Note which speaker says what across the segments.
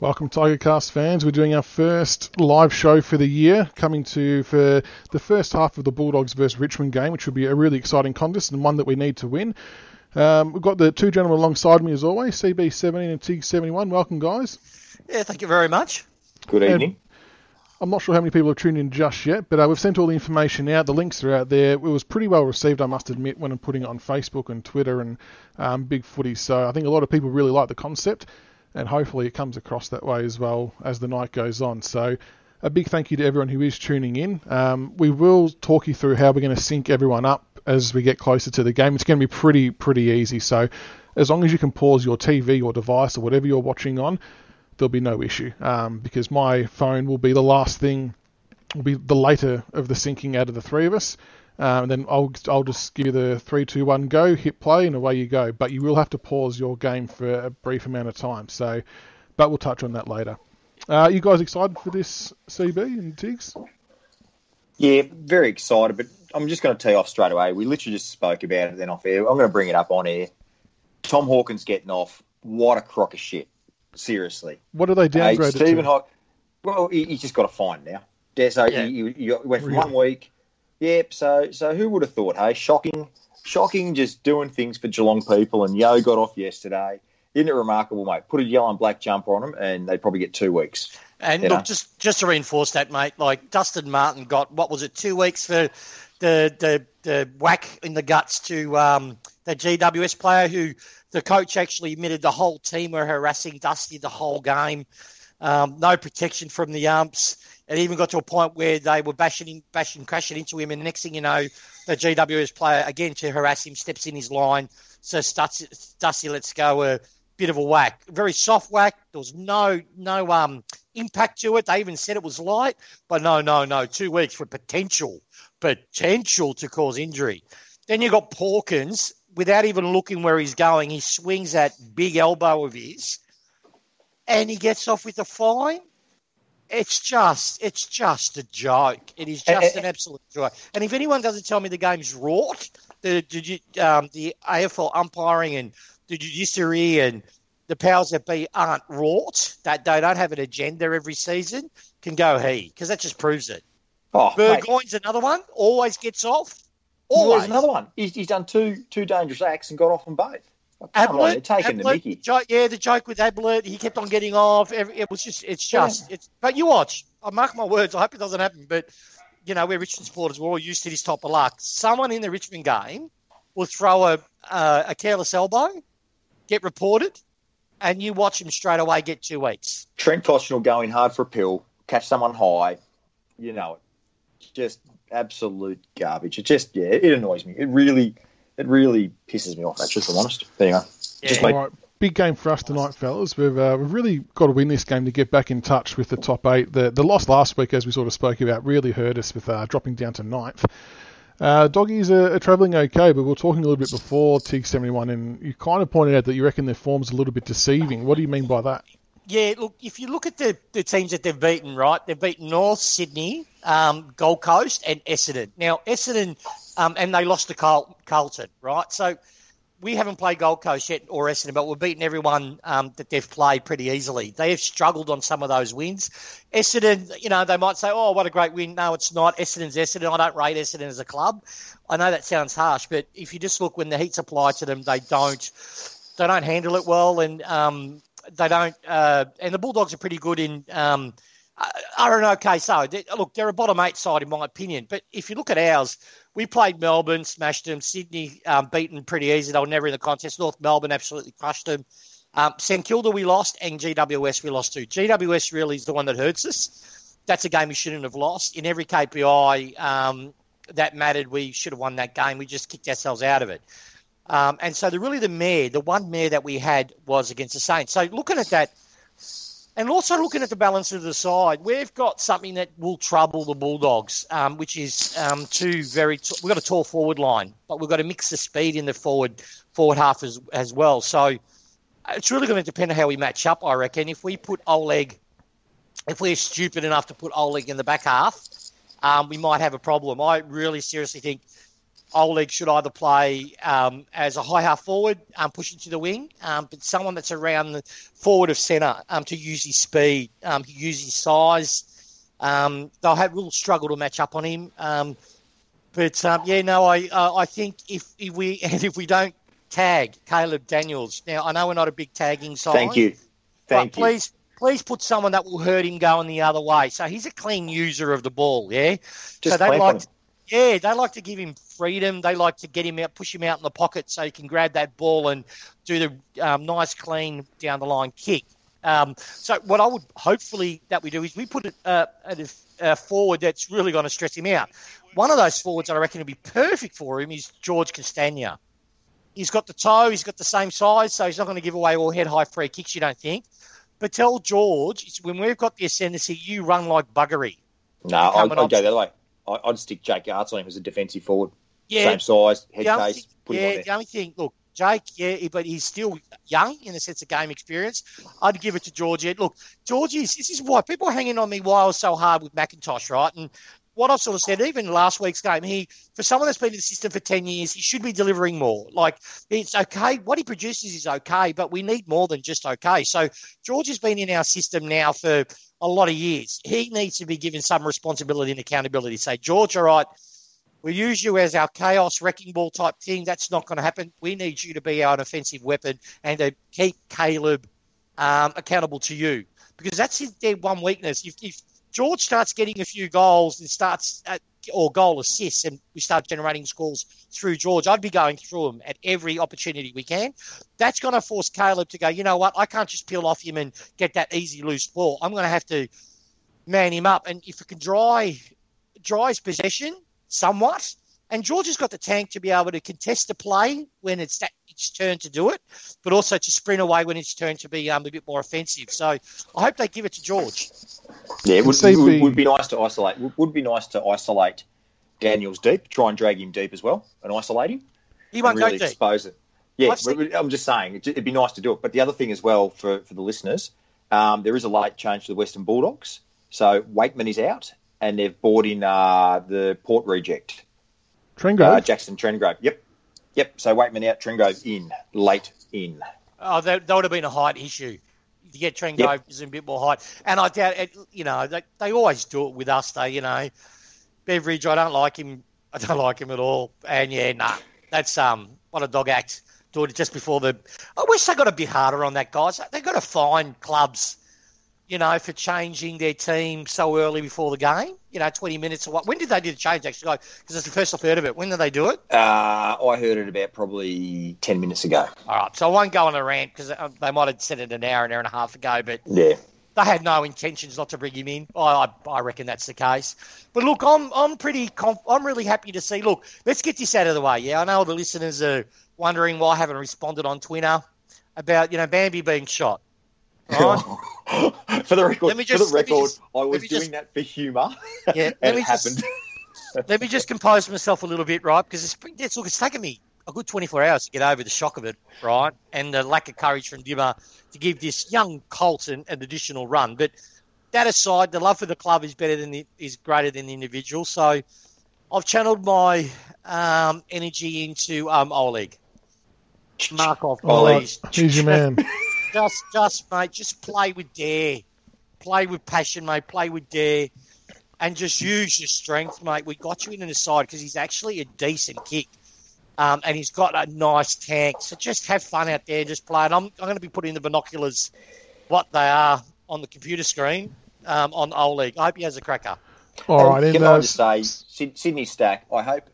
Speaker 1: Welcome, TigerCast fans. We're doing our first live show for the year, coming to for the first half of the Bulldogs versus Richmond game, which will be a really exciting contest and one that we need to win. Um, we've got the two gentlemen alongside me as always, CB17 and TIG71. Welcome, guys.
Speaker 2: Yeah, thank you very much.
Speaker 3: Good evening.
Speaker 1: I'm not sure how many people have tuned in just yet, but uh, we've sent all the information out. The links are out there. It was pretty well received, I must admit, when I'm putting it on Facebook and Twitter and um, Big Footy. So I think a lot of people really like the concept, and hopefully it comes across that way as well as the night goes on. So a big thank you to everyone who is tuning in. Um, we will talk you through how we're going to sync everyone up as we get closer to the game. It's going to be pretty pretty easy. So as long as you can pause your TV or device or whatever you're watching on there'll be no issue um, because my phone will be the last thing, will be the later of the syncing out of the three of us. Um, and then I'll, I'll just give you the three, two, one, go, hit play, and away you go. But you will have to pause your game for a brief amount of time. So, but we'll touch on that later. Uh, you guys excited for this CB and Tigs?
Speaker 3: Yeah, very excited, but I'm just going to tee off straight away. We literally just spoke about it then off air. I'm going to bring it up on air. Tom Hawkins getting off. What a crock of shit. Seriously.
Speaker 1: What are they downgraded
Speaker 3: Hey, Stephen
Speaker 1: to?
Speaker 3: Hawk. Well, he, he's just got a fine now. Yeah, so
Speaker 2: Yeah.
Speaker 3: you, you went from
Speaker 1: Really?
Speaker 3: one week. Yep. So so who would have thought? Hey, shocking, shocking. Just doing things for Geelong people, and Yo got off yesterday. Isn't it remarkable, mate? Put a yellow and black jumper on him, and they probably get two weeks.
Speaker 2: And
Speaker 3: Yeah.
Speaker 2: look, just just to reinforce that, mate. Like Dustin Martin got what was it, two weeks for the the, the whack in the guts to um, the GWS player who the coach actually admitted the whole team were harassing Dusty the whole game. Um, no protection from the umps. It even got to a point where they were bashing, him- bashing, crashing into him, and next thing you know, the GWS player again to harass him steps in his line. So Dusty, Dusty lets go a bit of a whack, very soft whack. There was no no um impact to it. They even said it was light, but no, no, no. Two weeks for potential, potential to cause injury. Then you got Porkins without even looking where he's going. He swings that big elbow of his, and he gets off with a fine. It's just, it's just a joke. It is just an absolute joke. And if anyone doesn't tell me the game's wrought, the did you, um, the AFL umpiring and the judiciary and the powers that be aren't wrought, that they don't have an agenda every season, can go he, because that just proves it.
Speaker 3: Oh, mate,
Speaker 2: Burgoyne's another one, always gets off.
Speaker 3: well,
Speaker 2: Always.
Speaker 3: there's another one. He's, he's done two two dangerous acts and got off on both. Oh, Come on, you're
Speaker 2: Ablett,
Speaker 3: taking the
Speaker 2: Ablett,
Speaker 3: Mickey.
Speaker 2: jo- yeah, the joke with Ablett, he kept on getting off. Every, it was just, it's just, it's. But you watch, I mark my words. I hope it doesn't happen. But you know, we're Richmond supporters. We're all used to this type of luck. Someone in the Richmond game will throw a uh, a careless elbow, get reported, and you watch him straight away get two weeks.
Speaker 3: Trent Costner going hard for a pill, catch someone high, you know it. Just absolute garbage. It just yeah, it annoys me. It really it really pisses me off, actually, if I'm honest. There you go. Just
Speaker 1: All
Speaker 3: like
Speaker 1: right, big game for us tonight, fellas. We've uh, we've really got to win this game to get back in touch with the top eight. The the loss last week, as we sort of spoke about, really hurt us with uh, dropping down to ninth. Uh, doggies are, are travelling okay, but we were talking a little bit before TIG 71, and you kind of pointed out that you reckon their form's a little bit deceiving. What do you mean by that?
Speaker 2: Yeah, look, if you look at the, the teams that they've beaten, right, they've beaten North Sydney, um, Gold Coast, and Essendon. Now, Essendon, um, and they lost to Carl, Carlton, right? So we haven't played Gold Coast yet or Essendon, but we've beaten everyone um, that they've played pretty easily. They have struggled on some of those wins. Essendon, you know, they might say, oh, what a great win. No, it's not. Essendon's Essendon. I don't rate Essendon as a club. I know that sounds harsh, but if you just look when the heats apply to them, they don't they don't handle it well, and um, they don't. Uh, and the Bulldogs are pretty good in. Um, uh, are an okay side. They- Look, they're a bottom eight side in my opinion. But if you look at ours, we played Melbourne, smashed them. Sydney um, beaten pretty easy. They were never in the contest. North Melbourne absolutely crushed them. Um, St Kilda we lost, and GWS we lost too. GWS really is the one that hurts us. That's a game we shouldn't have lost. In every KPI um, that mattered, we should have won that game. We just kicked ourselves out of it. Um, and so the really the mayor, the one mayor that we had was against the Saints. So looking at that, and also looking at the balance of the side, we've got something that will trouble the Bulldogs, um, which is um, two very. T- we've got a tall forward line, but we've got to mix the speed in the forward forward half as as well. So uh, it's really going to depend on how we match up. I reckon if we put Oleg, if we're stupid enough to put Oleg in the back half, um, we might have a problem. I really seriously think Oleg should either play um, as a high half forward, um, pushing to the wing, um, but someone that's around the forward of centre um, to use his speed, um, to use his size. Um, they'll have a little struggle to match up on him. Um, but um, yeah, no, I uh, I think if, if we and if we don't tag Caleb Daniels, now I know we're not a big tagging side.
Speaker 3: Thank you. Thank
Speaker 2: but
Speaker 3: you.
Speaker 2: please, please put someone that will hurt him going the other way. So he's a clean user of the ball. Yeah.
Speaker 3: Just
Speaker 2: so they
Speaker 3: clamp on
Speaker 2: like,
Speaker 3: him.
Speaker 2: yeah, they like to give him freedom. They like to get him out, push him out in the pocket, so he can grab that ball and do the um, nice, clean down the line kick. Um, so what I would hopefully that we do is we put a, uh, a, a forward that's really going to stress him out. One of those forwards that I reckon would be perfect for him is George Castagna. He's got the toe, he's got the same size, so he's not going to give away all head high free kicks. You don't think? But tell George, it's when we've got the ascendancy, you run like buggery.
Speaker 3: No, I,
Speaker 2: Coming
Speaker 3: I'd go
Speaker 2: off-
Speaker 3: the other way. I, I'd stick Jake Arts on him as a defensive forward.
Speaker 2: Yeah,
Speaker 3: Same size, head
Speaker 2: the only
Speaker 3: case,
Speaker 2: thing-
Speaker 3: put
Speaker 2: yeah,
Speaker 3: him on
Speaker 2: the
Speaker 3: there.
Speaker 2: only thing, look, Jake, yeah, he- but he's still young in the sense of game experience. I'd give it to Georgie. Look, Georgie's, this is why people are hanging on me why I was so hard with McIntosh, right? And what I've sort of said, even last week's game, he, for someone that's been in the system for 10 years, he should be delivering more. Like, it's okay. What he produces is okay, but we need more than just okay. So, George has been in our system now for a lot of years. He needs to be given some responsibility and accountability. Say, George, all right, we use you as our chaos wrecking ball type thing. That's not going to happen. We need you to be our offensive weapon and to keep Caleb um, accountable to you because that's his, their one weakness. If, if George starts getting a few goals and starts at, or goal assists and we start generating scores through George, I'd be going through him at every opportunity we can. That's going to force Caleb to go. You know what? I can't just peel off him and get that easy loose ball. I'm going to have to man him up. And if we can dry dry his possession somewhat. And George has got the tank to be able to contest the play when it's that its turn to do it, but also to sprint away when it's turn to be um, a bit more offensive. So I hope they give it to George.
Speaker 3: Yeah, it would,
Speaker 1: Can CP
Speaker 3: would, would be nice to isolate. Would, would be nice to isolate Daniels deep. Try and drag him deep as well, and isolate him.
Speaker 2: He won't
Speaker 3: and really
Speaker 2: go deep.
Speaker 3: expose it. Yeah,
Speaker 2: I've seen-
Speaker 3: but- but I'm just saying it'd it'd be nice to do it. But the other thing as well for, for the listeners, um, there is a late change to the Western Bulldogs. So Wakeman is out, and they've bought in uh, the Port reject, uh,
Speaker 1: Trengrove.
Speaker 3: Jackson Trengrove. Yep, yep. So Wakeman out, Trengrove in, late in.
Speaker 2: Oh, that, that would have been a height issue. To get Trengo
Speaker 3: Yep.
Speaker 2: is a bit more height, and I doubt it. You know, they, they always do it with us. They, you know, Beveridge. I don't like him. I don't like him at all. And yeah, nah, that's um, what a dog act. Doing it just before the. I wish they got a bit harder on that, guys. They got to find clubs, you know, for changing their team so early before the game. You know, twenty minutes or what? When did they do the change? Actually, because it's the first I've heard of it. When did they do it?
Speaker 3: Uh, I heard it about probably ten minutes ago.
Speaker 2: All right, so I won't go on a rant because they might have said it an hour, an hour and a half ago, but.
Speaker 3: Yeah,
Speaker 2: they had no intentions not to bring him in. I, I, I reckon that's the case. But look, I'm I'm pretty conf- I'm really happy to see. Look, let's get this out of the way. Yeah, I know the listeners are wondering why I haven't responded on Twitter about you know Bambi being shot. Right?
Speaker 3: for the record,
Speaker 2: Let me just-
Speaker 3: for the
Speaker 2: let me
Speaker 3: record,
Speaker 2: just-
Speaker 3: I was
Speaker 2: me
Speaker 3: doing
Speaker 2: just-
Speaker 3: that for humour,
Speaker 2: Yeah, let
Speaker 3: and
Speaker 2: me
Speaker 3: it
Speaker 2: just-
Speaker 3: happened.
Speaker 2: let me just compose myself a little bit, right? Because it's, it's look, it's taken me a good 24 hours to get over the shock of it, right? And the lack of courage from Dimmer to give this young Colton an additional run. But that aside, the love for the club is better than the, is greater than the individual. So I've channeled my um, energy into um, Oleg. Markov,
Speaker 3: Oleg.
Speaker 2: please.
Speaker 1: He's your man.
Speaker 2: Just, just, mate, just play with dare. Play with passion, mate. Play with dare. And just use your strength, mate. We got you in an aside because he's actually a decent kick. Um, and he's got a nice tank. So just have fun out there. Just play. And I'm, I'm going to be putting the binoculars, what they are, on the computer screen um, on Oleg. I hope he has a cracker.
Speaker 1: All
Speaker 3: And
Speaker 1: right.
Speaker 3: Can
Speaker 1: And,
Speaker 3: I
Speaker 1: uh,
Speaker 3: just say, Syd- Sydney Stack, I hope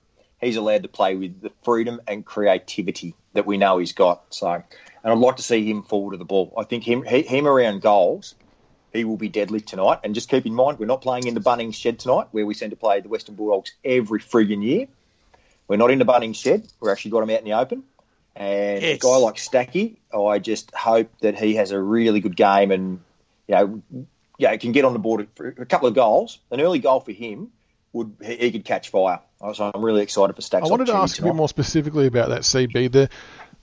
Speaker 3: he's allowed to play with the freedom and creativity that we know he's got. So, and I'd like to see him forward to the ball. I think him he, him around goals, he will be deadly tonight. And just keep in mind, we're not playing in the Bunnings shed tonight, where we seem to play the Western Bulldogs every friggin' year. We're not in the Bunnings shed. We're actually got him out in the open. And
Speaker 2: Yes.
Speaker 3: a guy like Stacky, I just hope that he has a really good game and you know yeah, can get on the board for a couple of goals. An early goal for him would he, he could catch fire. Uh, So I'm really excited for Stacks.
Speaker 1: I wanted to
Speaker 3: opportunity
Speaker 1: ask a
Speaker 3: tonight.
Speaker 1: bit more specifically about that CB. The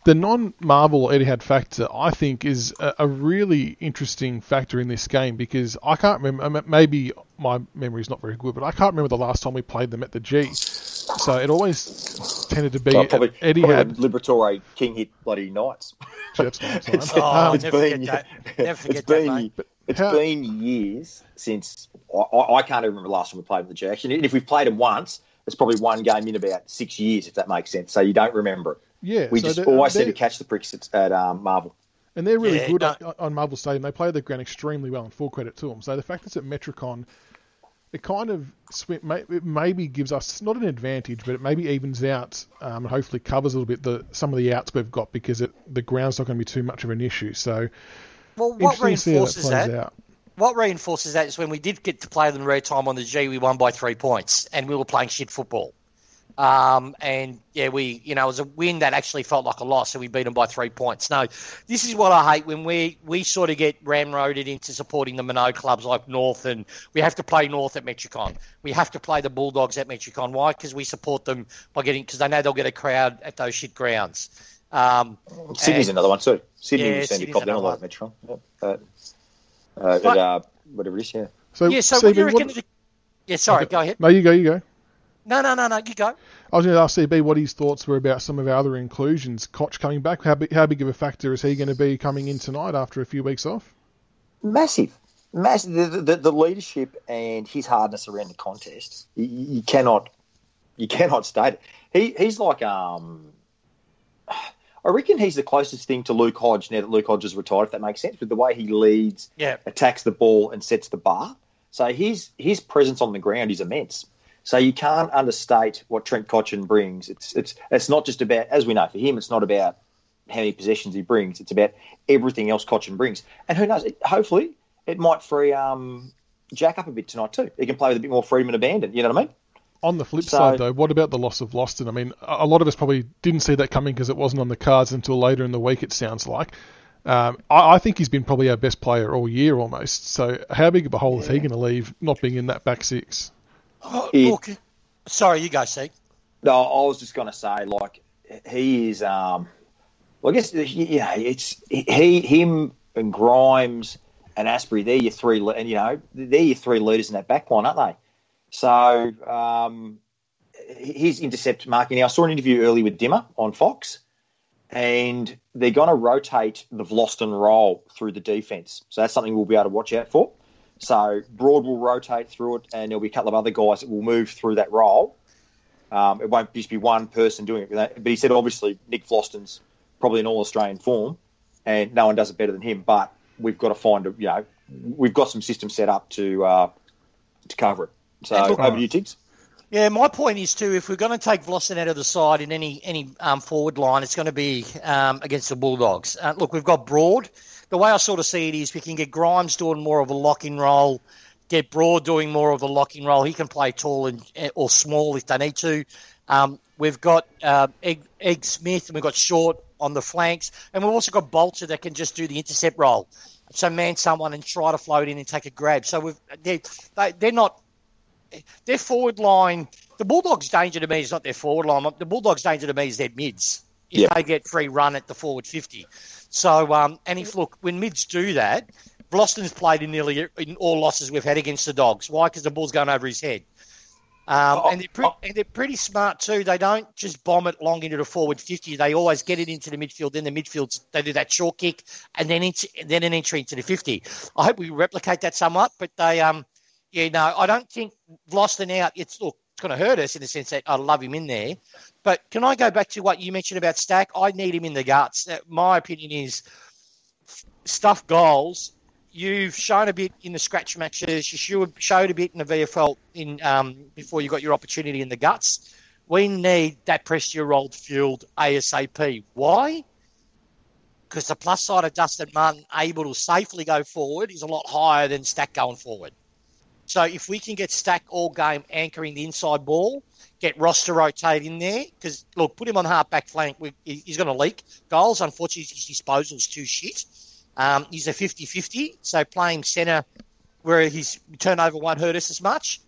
Speaker 1: the non-Marvel Etihad factor, I think, is a, a really interesting factor in this game because I can't remember. Maybe my memory's not very good, but I can't remember the last time we played them at the G. So it always tended to be
Speaker 3: Oh, probably,
Speaker 1: at
Speaker 3: probably
Speaker 1: Etihad.
Speaker 3: the Liberatore King hit bloody knights.
Speaker 1: Jeff's not time.
Speaker 3: It's-
Speaker 2: Oh, I'll
Speaker 1: Um,
Speaker 2: never forget that. Never forget that,
Speaker 3: it's been,
Speaker 2: mate.
Speaker 3: It's
Speaker 1: How-
Speaker 3: been years since I, I I can't even remember the last time we played with the Jacks. And if we've played them once, it's probably one game in about six years, if that makes sense. So you don't remember it.
Speaker 1: yeah,
Speaker 3: We
Speaker 1: so uh,
Speaker 3: just
Speaker 1: they're-
Speaker 3: always seem
Speaker 1: they're-
Speaker 3: to catch the pricks at, at um, Marvel.
Speaker 1: And they're really
Speaker 2: Yeah,
Speaker 1: good
Speaker 2: no.
Speaker 1: on, on Marvel Stadium. They play the ground extremely well, and full credit to them. So the fact it's at Metricon, it kind of swi- may- it maybe gives us not an advantage, but it maybe evens out um, and hopefully covers a little bit the some of the outs we've got because it, the ground's not going to be too much of an issue. So
Speaker 2: Well, what
Speaker 1: interesting to see how that
Speaker 2: reinforces
Speaker 1: plays
Speaker 2: that?
Speaker 1: out.
Speaker 2: What reinforces that is when we did get to play them real time on the G, we won by three points, and we were playing shit football. Um, and yeah, we you know it was a win that actually felt like a loss, so we beat them by three points. No, this is what I hate when we we sort of get ramroded into supporting the Minot clubs like North, and we have to play North at Metricon. We have to play the Bulldogs at Metricon. Why? Because we support them by getting because they know they'll get a crowd at those shit grounds. Um,
Speaker 3: Sydney's
Speaker 2: And-
Speaker 3: another one too. Sydney
Speaker 2: Yeah,
Speaker 3: we seem to
Speaker 2: Sydney's
Speaker 3: cop down a lot at Metron. Yep. Uh, uh, at,
Speaker 2: But-
Speaker 3: uh, whatever it is, yeah.
Speaker 1: So
Speaker 2: yeah. So what do
Speaker 1: CB,
Speaker 2: you reckon?
Speaker 1: what,
Speaker 2: of the- Yeah. Sorry. Go ahead.
Speaker 1: no, you go, you go.
Speaker 2: No. No. No. No. You go.
Speaker 1: I was going to ask CB what his thoughts were about some of our other inclusions. Koch coming back, how big, how big of a factor is he going to be coming in tonight after a few weeks off?
Speaker 3: massive, massive. The, the, the leadership and his hardness around the contest, you, you cannot, you cannot state it. He he's like um, I reckon he's the closest thing to Luke Hodge now that Luke Hodge is retired. If that makes sense, with the way he leads,
Speaker 2: Yeah.
Speaker 3: attacks the ball and sets the bar. So his his presence on the ground is immense. So you can't understate what Trent Cochin brings. It's it's it's not just about as we know for him. It's not about how many possessions he brings. It's about everything else Cochin brings. And who knows? It, hopefully, it might free um, Jack up a bit tonight too. He can play with a bit more freedom and abandon. You know what I mean?
Speaker 1: On the flip
Speaker 3: So-
Speaker 1: side, though, what about the loss of Loston? I mean, a a lot of us probably didn't see that coming because it wasn't on the cards until later in the week. It sounds like. Um, I, I think he's been probably our best player all year almost. So how big of a hole is he going to leave not being in that back six?
Speaker 2: Oh,
Speaker 3: It-
Speaker 2: look, sorry, you go, see.
Speaker 3: No, I was just going to say, like, he is. Um, well, I guess yeah, it's he, him, and Grimes and Asprey. They're your three, le- and you know, they're your three leaders in that back line, aren't they? So um, his intercept marking. Now, I saw an interview earlier with Dimmer on Fox, and they're going to rotate the Vlosten role through the defense. So that's something we'll be able to watch out for. So Broad will rotate through it, and there'll be a couple of other guys that will move through that role. Um, it won't just be one person doing it. But he said, obviously, Nick Floston's probably in all Australian form, and no one does it better than him. But we've got to find, a, you know, we've got some systems set up to uh, to cover it. So
Speaker 2: And look-
Speaker 3: over to you, Tiggs.
Speaker 2: Yeah, my point is too. If we're going to take Vlossen out of the side in any any um, forward line, it's going to be um, against the Bulldogs. Uh, look, we've got Broad. The way I sort of see it is, we can get Grimes doing more of a lock in role, get Broad doing more of a lock in role. He can play tall and eh, or small if they need to. Um, we've got uh, Egg, Egg Smith and we've got Short on the flanks, and we've also got Bolter that can just do the intercept role. So man someone and try to float in and take a grab. So we've they, they they're not their forward line, the Bulldogs' danger to me is not their forward line. The Bulldogs' danger to me is their mids. If
Speaker 3: Yeah.
Speaker 2: they get free run at the forward 50. So, um, and if, look, when mids do that, Bloston's played in nearly in all losses we've had against the Dogs. Why? Because the ball's going over his head. Um,
Speaker 3: Oh,
Speaker 2: and, they're pre-
Speaker 3: oh.
Speaker 2: and they're pretty smart too. They don't just bomb it long into the forward 50. They always get it into the midfield. Then the midfield, they do that short kick and then into, then an entry into the 50. I hope we replicate that somewhat, but they, um, yeah, no, I don't think lost and out. It's look, it's going to hurt us in the sense that I love him in there. But can I go back to what you mentioned about Stack? I need him in the guts. Uh, My opinion is stuff goals. You've shown a bit in the scratch matches. You showed- showed a bit in the VFL in um, before you got your opportunity in the guts. We need that pressure-rolled field ASAP. Why? Because the plus side of Dustin Martin able to safely go forward is a lot higher than Stack going forward. So if we can get Stack all game anchoring the inside ball, get Ross to rotate in there, because look, put him on half back flank, we, he- he's going to leak goals. Unfortunately, his disposal's too shit. Um, he's a 50 50, so playing centre where his turnover won't hurt us as much.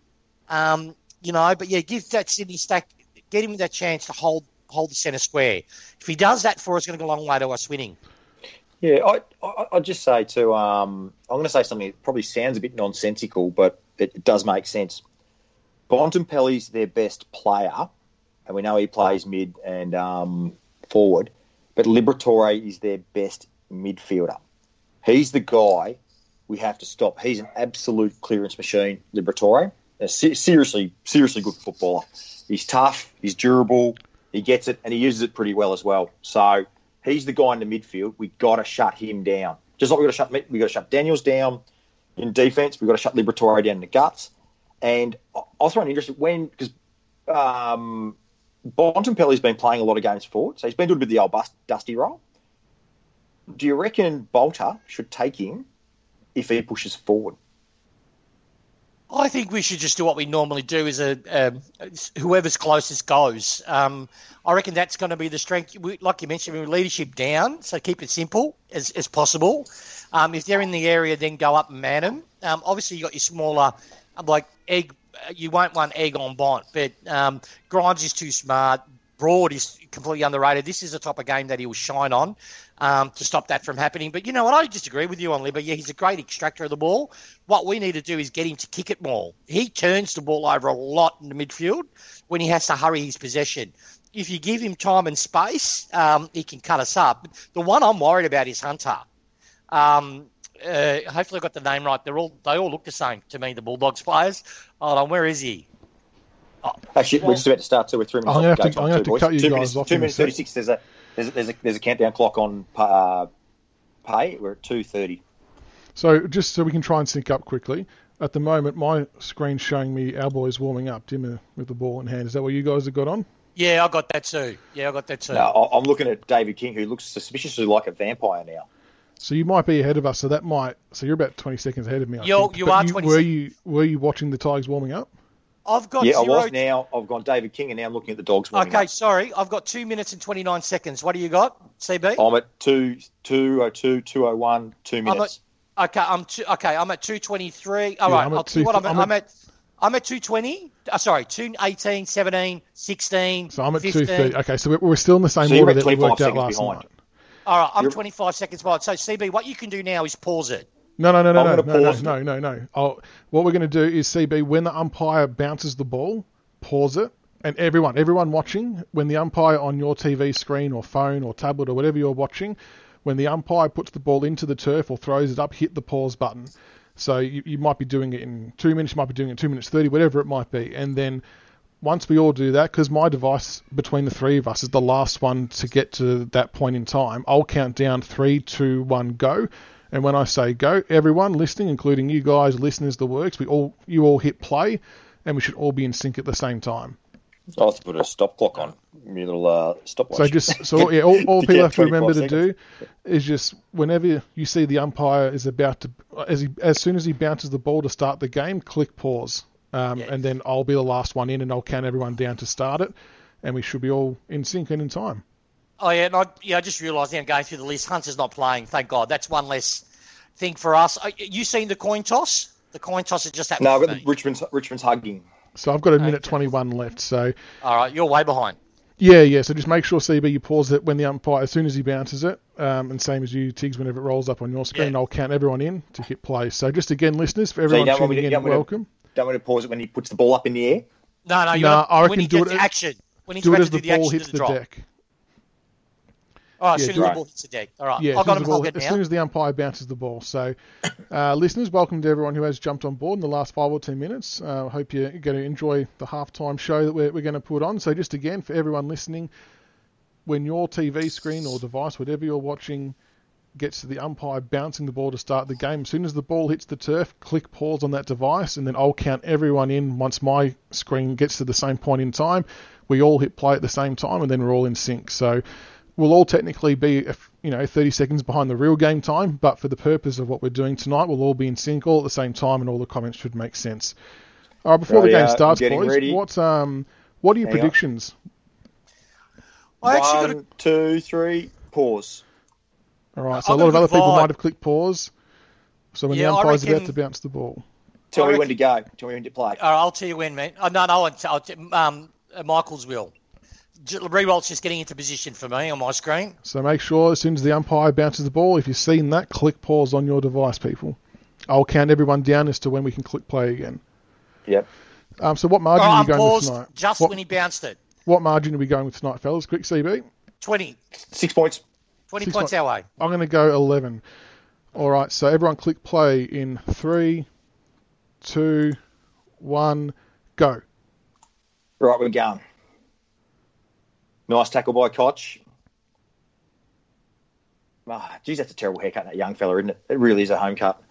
Speaker 2: Um, you know, but yeah, give that Sydney Stack, get him that chance to hold hold the centre square. If he does that for us, it's going to go a long way to us winning.
Speaker 3: Yeah, I, I, I'd just say to um, I'm going to say something that probably sounds a bit nonsensical, but it does make sense. Bontempelli's their best player, and we know he plays mid and um, forward, but Liberatore is their best midfielder. He's the guy we have to stop. He's an absolute clearance machine, Liberatore. A se- seriously, seriously good footballer. He's tough, he's durable, he gets it, and he uses it pretty well as well. So he's the guy in the midfield. We got to shut him down. Just like we got to shut we got to shut Daniels down in defense. We got to shut Liberatore down in the guts. And I I was really interested when because um, Bontempelli's been playing a lot of games forward, so he's been doing a bit of the old bust, dusty role. Do you reckon Bolter should take him if he pushes forward?
Speaker 2: I think we should just do what we normally do: is a um, whoever's closest goes. Um, I reckon that's going to be the strength. We, like you mentioned, we leadership down, so keep it simple as, as possible. Um, if they're in the area, then go up and man them. Um, obviously, you got your smaller, um, like egg. uh, You won't want egg on Bond, but um, Grimes is too smart. Broad is completely underrated. This is the type of game that he will shine on um, to stop that from happening. But you know what? I disagree with you on Libby. Yeah, he's a great extractor of the ball. What we need to do is get him to kick it more. He turns the ball over a lot in the midfield when he has to hurry his possession. If you give him time and space, um, he can cut us up. The one I'm worried about is Hunter. Um, uh, hopefully, I got the name right. They're all they all look the same to me. The Bulldogs players. Hold on, where is he? Oh,
Speaker 3: Actually,
Speaker 2: well-
Speaker 3: we're just about to start, so we're three minutes.
Speaker 1: I'm gonna
Speaker 3: off the
Speaker 1: have
Speaker 3: gauge
Speaker 1: to-
Speaker 3: on
Speaker 1: I'm gonna
Speaker 3: two,
Speaker 1: have to
Speaker 3: boys.
Speaker 1: cut you
Speaker 3: two
Speaker 1: guys
Speaker 3: minutes,
Speaker 1: off
Speaker 3: Two
Speaker 1: in a
Speaker 3: minutes
Speaker 1: sec.
Speaker 3: thirty six. There's a there's a, there's a there's a countdown clock on uh, pay. We're at two thirty.
Speaker 1: So just so we can try and sync up quickly. At the moment, my screen's showing me our boys warming up. Dimmer with the ball in hand. Is that what you guys have got on?
Speaker 2: Yeah, I got that too. Yeah, I got that too.
Speaker 3: No, I- I'm looking at David King, who looks suspiciously like a vampire now.
Speaker 1: So you might be ahead of us. So that might. So you're about 20 seconds ahead of me. I
Speaker 2: You're-
Speaker 1: think.
Speaker 2: you
Speaker 1: But
Speaker 2: are 20
Speaker 1: Were you were you watching the Tigers warming up?
Speaker 2: I've got
Speaker 3: yeah, I
Speaker 2: zero.
Speaker 3: was now. I've gone David King, and now I'm looking at the dogs. warming
Speaker 2: okay,
Speaker 3: up.
Speaker 2: sorry. I've got two minutes and 29 seconds. What do you got, CB?
Speaker 3: I'm at two two oh two two oh one two
Speaker 2: at-
Speaker 3: minutes.
Speaker 2: Okay, I'm two, okay. I'm at 223. All
Speaker 1: Yeah,
Speaker 2: right,
Speaker 1: I'm at
Speaker 2: I'm I'll tell you
Speaker 1: two-
Speaker 2: what I'm at.
Speaker 1: I'm
Speaker 2: I'm
Speaker 1: at-
Speaker 2: at, I'm at 220. Uh, sorry, 218, 17, 16.
Speaker 1: So I'm at
Speaker 2: 15.
Speaker 1: 2:30. Okay, so we're, we're still in the same
Speaker 3: So you're
Speaker 1: order
Speaker 3: at
Speaker 1: that we
Speaker 3: 25
Speaker 1: worked out
Speaker 3: seconds
Speaker 1: last
Speaker 3: behind.
Speaker 1: night.
Speaker 2: All right, I'm
Speaker 3: You're-
Speaker 2: 25 seconds behind. So, CB, what you can do now is pause it.
Speaker 1: No, no, no, no,
Speaker 3: I'm
Speaker 1: no,
Speaker 3: gonna
Speaker 1: no,
Speaker 3: pause
Speaker 1: no, no, no, no. I'll, what we're going to do is CB when the umpire bounces the ball, pause it, and everyone, everyone watching, when the umpire on your TV screen or phone or tablet or whatever you're watching, when the umpire puts the ball into the turf or throws it up, hit the pause button. So you, you might be doing it in two minutes, you might be doing it in two minutes thirty, whatever it might be, and then once we all do that, because my device between the three of us is the last one to get to that point in time, I'll count down three, two, one, go. And when I say go, everyone listening, including you guys, listeners, the works, we all you all hit play, and we should all be in sync at the same time.
Speaker 3: I have to put a stop clock on. Me little uh, stopwatch.
Speaker 1: So just so yeah, all, all
Speaker 3: To
Speaker 1: people
Speaker 3: get
Speaker 1: have to remember
Speaker 3: 25
Speaker 1: to do is just whenever you see the umpire is about to as he, as soon as he bounces the ball to start the game, click pause, um,
Speaker 2: Yeah.
Speaker 1: and then I'll be the last one in, and I'll count everyone down to start it, and we should be all in sync and in time.
Speaker 2: Oh yeah, and I, yeah. I just realised now I'm going through the list. Hunter's not playing. Thank God. That's one less thing for us. Uh, You seen the coin toss? The coin toss has just happened.
Speaker 3: No,
Speaker 2: for
Speaker 3: I've got
Speaker 2: me.
Speaker 3: the Richmond's Richmond's hugging.
Speaker 1: So I've got a minute
Speaker 2: Okay.
Speaker 1: 21 left. So
Speaker 2: All right, you're way behind.
Speaker 1: yeah, yeah. So just make sure CB you pause it when the umpire as soon as he bounces it, um, and same as you Tiggs whenever it rolls up on your screen,
Speaker 2: Yeah.
Speaker 1: I'll count everyone in to hit play. So just again, listeners, for
Speaker 3: you
Speaker 1: everyone
Speaker 3: don't want me
Speaker 1: tuning
Speaker 3: to- you
Speaker 1: in,
Speaker 3: don't want me to-
Speaker 1: welcome.
Speaker 3: Don't want to pause it when he puts the ball up in the air.
Speaker 2: No, no, you
Speaker 1: Nah,
Speaker 2: are
Speaker 1: I
Speaker 2: when
Speaker 1: reckon
Speaker 2: he
Speaker 1: do
Speaker 2: gets
Speaker 1: it
Speaker 2: the
Speaker 1: as-
Speaker 2: action. When he's
Speaker 1: Do it
Speaker 2: about
Speaker 1: as
Speaker 2: to do
Speaker 1: the
Speaker 2: the
Speaker 1: ball
Speaker 2: action
Speaker 1: hits
Speaker 2: to
Speaker 1: the
Speaker 2: the drop.
Speaker 1: deck.
Speaker 2: All right,
Speaker 1: Yeah,
Speaker 2: as soon
Speaker 1: do
Speaker 2: as
Speaker 3: it.
Speaker 2: the ball hits the deck. All right,
Speaker 1: Yeah,
Speaker 2: I've
Speaker 1: as soon
Speaker 2: got
Speaker 1: as,
Speaker 2: him
Speaker 1: the ball,
Speaker 2: held
Speaker 1: as
Speaker 2: now.
Speaker 1: soon as the umpire bounces the ball. So, uh, listeners, welcome to everyone who has jumped on board in the last five or ten minutes. Uh, I hope you're going to enjoy the halftime show that we're, we're going to put on. So, just again, for everyone listening, when your TV screen or device, whatever you're watching, gets to the umpire bouncing the ball to start the game, as soon as the ball hits the turf, click pause on that device, and then I'll count everyone in once my screen gets to the same point in time. We all hit play at the same time, and then we're all in sync. So, we'll all technically be you know 30 seconds behind the real game time but for the purpose of what we're doing tonight we'll all be in sync all at the same time and all the comments should make sense all right before the
Speaker 3: Right,
Speaker 1: game
Speaker 3: uh,
Speaker 1: starts
Speaker 3: getting
Speaker 1: boys
Speaker 3: ready.
Speaker 1: what um what are your
Speaker 3: Hang on.
Speaker 1: predictions
Speaker 2: I actually got a
Speaker 3: One, two, three, pause.
Speaker 1: all right so
Speaker 2: I'm
Speaker 1: a lot of
Speaker 2: gonna
Speaker 1: other people
Speaker 2: divide.
Speaker 1: might have clicked pause so when
Speaker 2: Yeah,
Speaker 1: the
Speaker 2: I
Speaker 1: umpire's about
Speaker 2: reckon-
Speaker 1: to bounce the ball
Speaker 3: Tell
Speaker 2: I
Speaker 3: me
Speaker 2: reckon-
Speaker 3: when to go. Tell me when to play.
Speaker 2: All right, I'll tell you when, mate. Oh, no, no, I'll, t- I'll t- um, uh, Michael's will. Rewalt's just getting into position for me on my screen.
Speaker 1: So make sure as soon as the umpire bounces the ball, if you've seen that, click pause on your device, people. I'll count everyone down as to when we can click play again.
Speaker 3: Yep.
Speaker 1: Um, so what margin
Speaker 2: Oh,
Speaker 1: are
Speaker 2: I'm
Speaker 1: you going with
Speaker 2: paused
Speaker 1: tonight?
Speaker 2: just
Speaker 1: what,
Speaker 2: when he bounced it.
Speaker 1: what margin are we going with tonight, fellas? Quick CB.
Speaker 2: 20.
Speaker 3: Six points.
Speaker 2: 20
Speaker 1: Six
Speaker 2: points
Speaker 1: point-
Speaker 2: our way.
Speaker 1: I'm going to go 11. All right, so everyone click play in three, two, one, go.
Speaker 3: Right, we're going. Nice tackle by Koch. Ah, geez, that's a terrible haircut, that young fella, isn't it? It really is a home cut.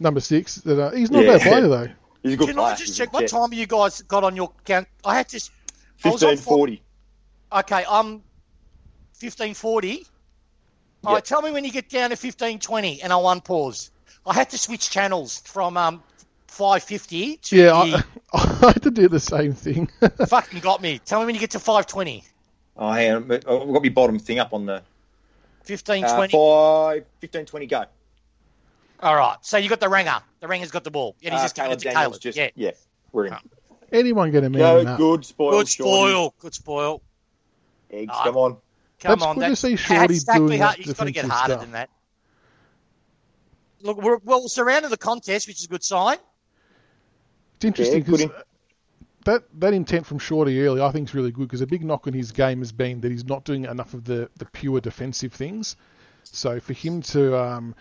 Speaker 1: Number six. That, uh, he's not a bad
Speaker 3: Yeah.
Speaker 1: player, though.
Speaker 3: He's a good
Speaker 2: Can
Speaker 3: player.
Speaker 2: I just
Speaker 3: He's a
Speaker 2: check what
Speaker 3: jet.
Speaker 2: time you guys got on your count? I had to. s- I was on
Speaker 3: 1540.
Speaker 2: Okay, I'm 1540. All
Speaker 3: Yep.
Speaker 2: right, tell me when you get down to 1520 and I'll unpause. I had to switch channels from um 550 to.
Speaker 1: Yeah,
Speaker 2: the-
Speaker 1: I, I had to do the same thing.
Speaker 2: fucking got me. Tell me when you get to 520.
Speaker 3: Oh, hang on. I've got my bottom thing up on the.
Speaker 2: 1520.
Speaker 3: Uh, five, 15, 20 go.
Speaker 2: All right, so you got the ranger. The ranger's got the ball. And he's
Speaker 3: Uh,
Speaker 2: just giving it to
Speaker 3: Daniels
Speaker 2: Caleb. yeah.
Speaker 3: yeah, we're in.
Speaker 1: Anyone get a man uh,
Speaker 3: Go,
Speaker 1: in that?
Speaker 3: good spoil.
Speaker 2: Good
Speaker 3: Shorty.
Speaker 2: spoil. Good spoil.
Speaker 3: Eggs,
Speaker 2: Ah.
Speaker 3: come on.
Speaker 2: Come
Speaker 1: That's
Speaker 2: on,
Speaker 1: good to
Speaker 2: that's
Speaker 1: see
Speaker 2: Hey,
Speaker 1: Shorty
Speaker 2: Stack, we
Speaker 1: doing
Speaker 2: ha-
Speaker 1: that
Speaker 2: He's got to get
Speaker 1: defensive
Speaker 2: harder
Speaker 1: stuff.
Speaker 2: than that. Look, we're, well, we're surrounded the contest, which is a good sign.
Speaker 1: It's interesting
Speaker 3: Yeah, good
Speaker 1: because
Speaker 3: in-
Speaker 1: that, that intent from Shorty early, I think, is really good because a big knock on his game has been that he's not doing enough of the, the pure defensive things. So for him to um,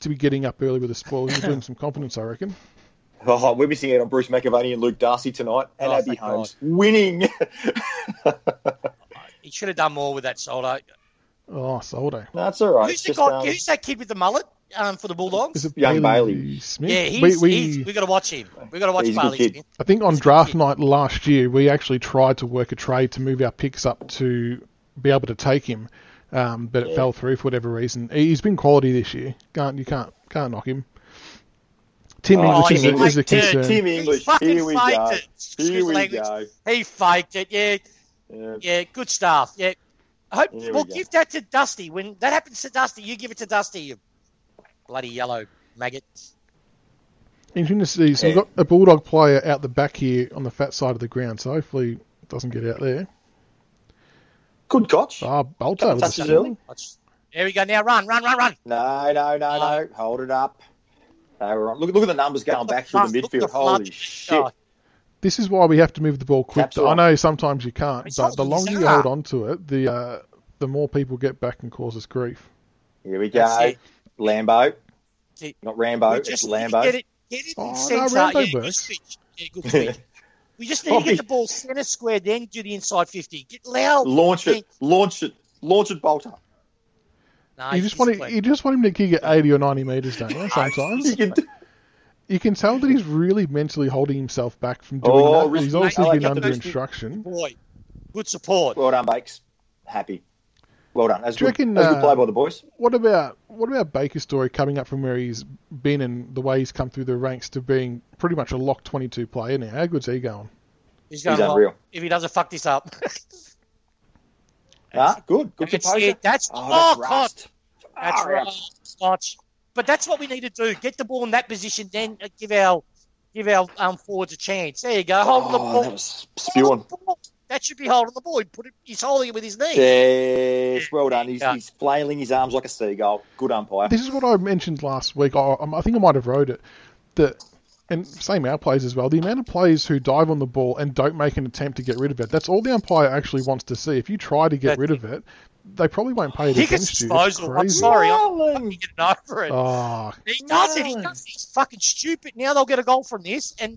Speaker 1: to be getting up early with a spoil, he's doing some confidence, I reckon.
Speaker 3: Oh, we're missing out on Bruce McAvaney and Luke Darcy tonight, and
Speaker 2: Oh,
Speaker 3: Abby
Speaker 2: thank
Speaker 3: Holmes winning.
Speaker 2: He should have done more with that solo.
Speaker 1: Oh, Soldo.
Speaker 3: That's all right.
Speaker 2: who's, the
Speaker 3: Just,
Speaker 2: guy,
Speaker 3: um,
Speaker 2: who's that kid with the mullet um, for the Bulldogs?
Speaker 1: Is it
Speaker 3: Young Bailey.
Speaker 1: Smith?
Speaker 2: Yeah, he's,
Speaker 1: we,
Speaker 2: we,
Speaker 1: we,
Speaker 2: he's, we got to watch him. We got to watch
Speaker 3: He's a good
Speaker 2: Bailey
Speaker 3: kid.
Speaker 2: Smith.
Speaker 1: I think on
Speaker 2: he's a good
Speaker 1: draft
Speaker 2: kid.
Speaker 1: night last year, we actually tried to work a trade to move our picks up to be able to take him, um, but it
Speaker 3: Yeah.
Speaker 1: fell through for whatever reason. He's been quality this year. Can't you can't can't knock him. Tim
Speaker 3: Oh,
Speaker 1: English is,
Speaker 3: Tim
Speaker 1: a, is a
Speaker 2: English.
Speaker 1: concern.
Speaker 3: Tim
Speaker 2: He
Speaker 3: English.
Speaker 2: fucking
Speaker 3: Here we
Speaker 2: faked
Speaker 3: go.
Speaker 2: it. Excuse
Speaker 3: Here we
Speaker 2: language.
Speaker 3: go.
Speaker 2: He faked it. Yeah,
Speaker 3: Yeah.
Speaker 2: yeah, good stuff. Yeah. I hope,
Speaker 3: Here we
Speaker 2: well,
Speaker 3: go.
Speaker 2: give that to Dusty. When that happens to Dusty, you give it to Dusty, you bloody yellow maggot.
Speaker 1: Interesting to see. So we've
Speaker 3: Yeah.
Speaker 1: got a bulldog player out the back here on the fat side of the ground. So hopefully it doesn't get out there.
Speaker 3: Good catch.
Speaker 1: Ah, Bolter
Speaker 3: Couple
Speaker 1: with a
Speaker 3: touches
Speaker 1: steal.
Speaker 3: early.
Speaker 2: Watch. There we go. Now run, run, run, run.
Speaker 3: No, no, no, no. Hold it up. No, we're on. Look, look at the numbers going back through the
Speaker 2: Look at
Speaker 3: midfield.
Speaker 2: flood.
Speaker 3: Holy shit.
Speaker 2: Oh,
Speaker 1: This is why we have to move the ball quick.
Speaker 3: Taps
Speaker 1: though. I
Speaker 3: on.
Speaker 1: know sometimes you can't,
Speaker 2: It's
Speaker 1: but the
Speaker 2: holding
Speaker 1: longer you
Speaker 2: Zaha.
Speaker 1: hold on to it, the uh, the more people get back and cause us grief.
Speaker 3: Here we
Speaker 2: That's
Speaker 3: go.
Speaker 2: it.
Speaker 3: Lambo.
Speaker 2: See,
Speaker 3: Not Rambo.
Speaker 2: we
Speaker 3: It's
Speaker 2: just need to Get
Speaker 3: Lambo.
Speaker 2: it, get it
Speaker 1: Oh, no,
Speaker 2: in centre.
Speaker 1: Rambo
Speaker 2: yeah, good
Speaker 1: works.
Speaker 2: switch. Yeah, good switch. we just need to
Speaker 3: Bobby.
Speaker 2: get the ball centre square, then do the inside 50. Get loud.
Speaker 3: Launch it. Launch it. Launch it, Bolter.
Speaker 2: No,
Speaker 1: you
Speaker 2: he's
Speaker 1: just want
Speaker 2: quick.
Speaker 1: to, you just want him to kick at eighty or ninety meters, don't you?
Speaker 3: You
Speaker 1: Sometimes
Speaker 3: can do-
Speaker 1: you can tell that he's really mentally holding himself back from doing
Speaker 3: Oh,
Speaker 1: that. He's
Speaker 3: respect.
Speaker 1: obviously
Speaker 3: I like
Speaker 1: been
Speaker 3: that
Speaker 1: under
Speaker 3: defensive-
Speaker 1: instruction.
Speaker 2: Boy, good support.
Speaker 3: Well done, Bakes. Happy. Well done. That's
Speaker 1: Do you
Speaker 3: good.
Speaker 1: reckon,
Speaker 3: That's good
Speaker 1: uh,
Speaker 3: play by the boys.
Speaker 1: What about what about Baker's story coming up from where he's been and the way he's come through the ranks to being pretty much a lock twenty-two player now? How good's he going?
Speaker 2: He's
Speaker 3: He's
Speaker 2: going well,
Speaker 3: unreal.
Speaker 2: If he doesn't fuck this up.
Speaker 3: Ah, good. Good
Speaker 2: That's
Speaker 3: composure.
Speaker 2: it. That's,
Speaker 3: Oh,
Speaker 2: oh,
Speaker 3: that's
Speaker 2: God.
Speaker 3: rust.
Speaker 2: That's
Speaker 3: Far
Speaker 2: right.
Speaker 3: out.
Speaker 2: Scotch. But that's what we need to do. Get the ball in that position, then give our give our um, forwards a chance. There you go. Hold the
Speaker 3: Oh,
Speaker 2: ball.
Speaker 3: that was spewing.
Speaker 2: Hold the ball. That should be holding the ball. He put it, he's holding it with his knee.
Speaker 3: Yes, well done. He's,
Speaker 2: Yeah.
Speaker 3: he's flailing his arms like a seagull. Good umpire.
Speaker 1: This is what I mentioned last week. I, I think I might have wrote it that, and same our players as well. The amount of players who dive on the ball and don't make an attempt to get rid of it. That's all the umpire actually wants to see. If you try to get
Speaker 2: That's
Speaker 1: rid of it, they probably won't pay it
Speaker 2: He
Speaker 1: against
Speaker 2: gets
Speaker 1: you. It's
Speaker 2: disposal. I'm
Speaker 1: crazy.
Speaker 2: sorry. I'm
Speaker 3: Darling.
Speaker 2: fucking getting over it.
Speaker 1: Ah,
Speaker 2: he does it. He does it. He's fucking stupid. Now they'll get a goal from this, and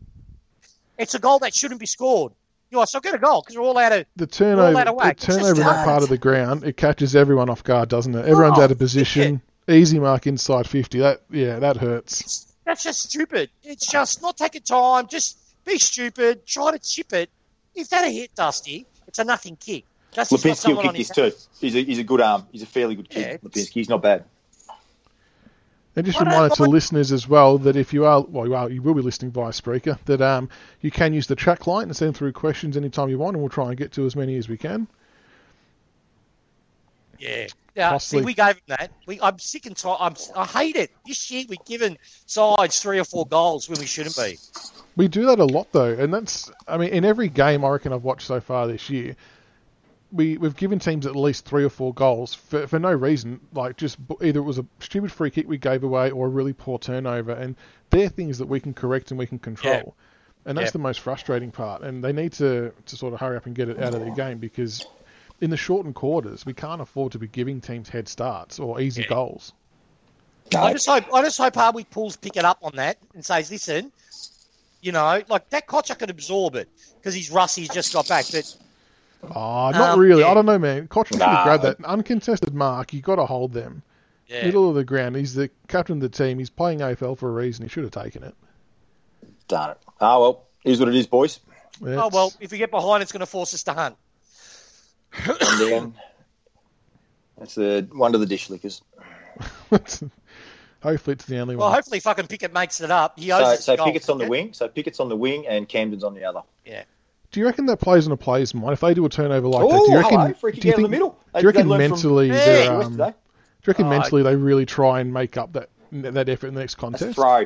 Speaker 2: it's a goal that shouldn't be scored. You know, so get a goal because we're all out of.
Speaker 1: the
Speaker 2: All
Speaker 1: turnover,
Speaker 2: that away.
Speaker 1: the
Speaker 2: It's just
Speaker 1: turnover in that
Speaker 3: hard.
Speaker 1: part of the ground, it catches everyone off guard, doesn't it? Everyone's
Speaker 2: Oh,
Speaker 1: out of position. Easy mark inside fifty. That yeah, that hurts.
Speaker 2: That's just stupid. It's just not taking time. Just be stupid. Try to chip it. If that a hit, Dusty, it's a nothing kick. That's just not
Speaker 3: Lipinski will
Speaker 2: someone on
Speaker 3: kick
Speaker 2: his
Speaker 3: this too. He's a, he's a good arm. He's a fairly good
Speaker 2: Yeah,
Speaker 3: kid.
Speaker 2: it's-
Speaker 3: Lipinski. He's not bad.
Speaker 1: And just
Speaker 2: What a-
Speaker 1: reminder to
Speaker 2: what-
Speaker 1: listeners as well that if you are, well, you are, you will be listening via Spreaker, that um, you can use the track light and send through questions anytime you want, and we'll try and get to as many as we can.
Speaker 2: Yeah. Yeah, see,
Speaker 1: Possibly.
Speaker 2: we gave him that. We, I'm sick and tired. I'm, I hate it. This year we've given sides three or four goals when we shouldn't be.
Speaker 1: We do that a lot though, and that's, I mean, in every game I reckon I've watched so far this year, we we've given teams at least three or four goals for, for no reason. Like just b- either it was a stupid free kick we gave away or a really poor turnover, and they're things that we can correct and we can control. And that's
Speaker 2: Yeah.
Speaker 1: the most frustrating part. And they need to to sort of hurry up and get it out of their game because in the shortened quarters we can't afford to be giving teams head starts or easy
Speaker 2: Yeah.
Speaker 1: goals.
Speaker 3: No,
Speaker 2: I just hope I just hope Harvey pulls pick it up on that and says, listen, you know, like that Kocha could absorb it because he's rusty, he's just got back. But
Speaker 1: Ah, not
Speaker 2: Um,
Speaker 1: really.
Speaker 2: yeah.
Speaker 1: I don't know, man. Cochrane should
Speaker 3: Nah.
Speaker 1: have grabbed that uncontested mark. You got to hold them.
Speaker 2: yeah,
Speaker 1: Middle of the ground. He's the captain of the team. He's playing AFL for a reason. He should have taken it.
Speaker 3: darn it. Ah, well, here's what it is, boys.
Speaker 2: oh
Speaker 1: That's-
Speaker 2: well, if we get behind, it's going to force us to hunt.
Speaker 3: And then that's the one to the dish lickers.
Speaker 1: Hopefully, it's the only
Speaker 2: Well,
Speaker 1: one.
Speaker 2: hopefully, fucking Pickett makes it up. He owes
Speaker 3: So,
Speaker 2: us a
Speaker 3: so
Speaker 2: goal,
Speaker 3: Pickett's on the
Speaker 2: Pickett.
Speaker 3: wing. So Pickett's on the wing, and Camden's on the other.
Speaker 1: Do you reckon that plays on a player's mind if they do a turnover like that? Do
Speaker 3: oh,
Speaker 1: you reckon?
Speaker 3: hello, freaky
Speaker 1: do you
Speaker 3: down in the
Speaker 1: think,
Speaker 3: middle.
Speaker 1: do you reckon
Speaker 3: learn from eh?
Speaker 1: mentally?
Speaker 2: Hey,
Speaker 1: they're, um, do
Speaker 3: yesterday.
Speaker 1: you reckon
Speaker 2: Oh, I-
Speaker 1: mentally they really try and make up that that effort in the next
Speaker 3: That's a
Speaker 1: contest?
Speaker 3: throw.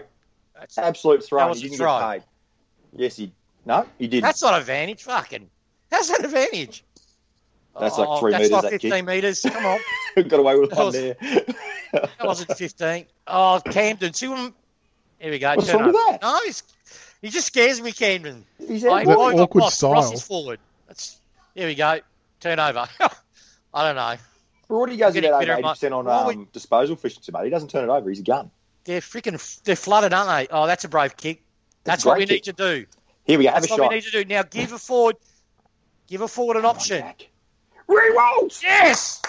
Speaker 2: That's,
Speaker 3: Absolute throw.
Speaker 2: That was
Speaker 3: he
Speaker 2: a
Speaker 3: didn't
Speaker 2: throw.
Speaker 3: get paid. Yes, he. No, he didn't.
Speaker 2: that's not advantage. Fucking, how's that advantage?
Speaker 3: That's like
Speaker 2: three
Speaker 3: three
Speaker 2: That's
Speaker 3: metres, that
Speaker 2: like
Speaker 3: kick.
Speaker 2: fifteen meters. Come on,
Speaker 3: got away with one
Speaker 2: That was-
Speaker 3: there.
Speaker 2: that wasn't fifteen. Oh, Camden, see him. Here we go.
Speaker 3: What's
Speaker 2: turn
Speaker 3: wrong with
Speaker 2: up.
Speaker 3: that?
Speaker 2: No, he's, he just scares me, Camden.
Speaker 3: He's
Speaker 2: I,
Speaker 3: out.
Speaker 1: That
Speaker 2: I got
Speaker 1: awkward
Speaker 2: lost. Ross
Speaker 1: style.
Speaker 2: is forward. That's, here we go. Turnover. I don't know.
Speaker 3: Brody goes
Speaker 2: Getting
Speaker 3: about
Speaker 2: better at
Speaker 3: eighty percent on
Speaker 2: Well, we-
Speaker 3: um, disposal efficiency, mate. He doesn't turn it over. He's a gun.
Speaker 2: They're freaking. They're flooded, aren't they? Oh, that's a brave kick. That's
Speaker 3: a
Speaker 2: what we
Speaker 3: great
Speaker 2: need
Speaker 3: kick.
Speaker 2: to do.
Speaker 3: Here we go. Have
Speaker 2: That's
Speaker 3: a
Speaker 2: what
Speaker 3: shot.
Speaker 2: we need to do now. Give a forward. Give a forward an option.
Speaker 3: Rewalds.
Speaker 2: Yes.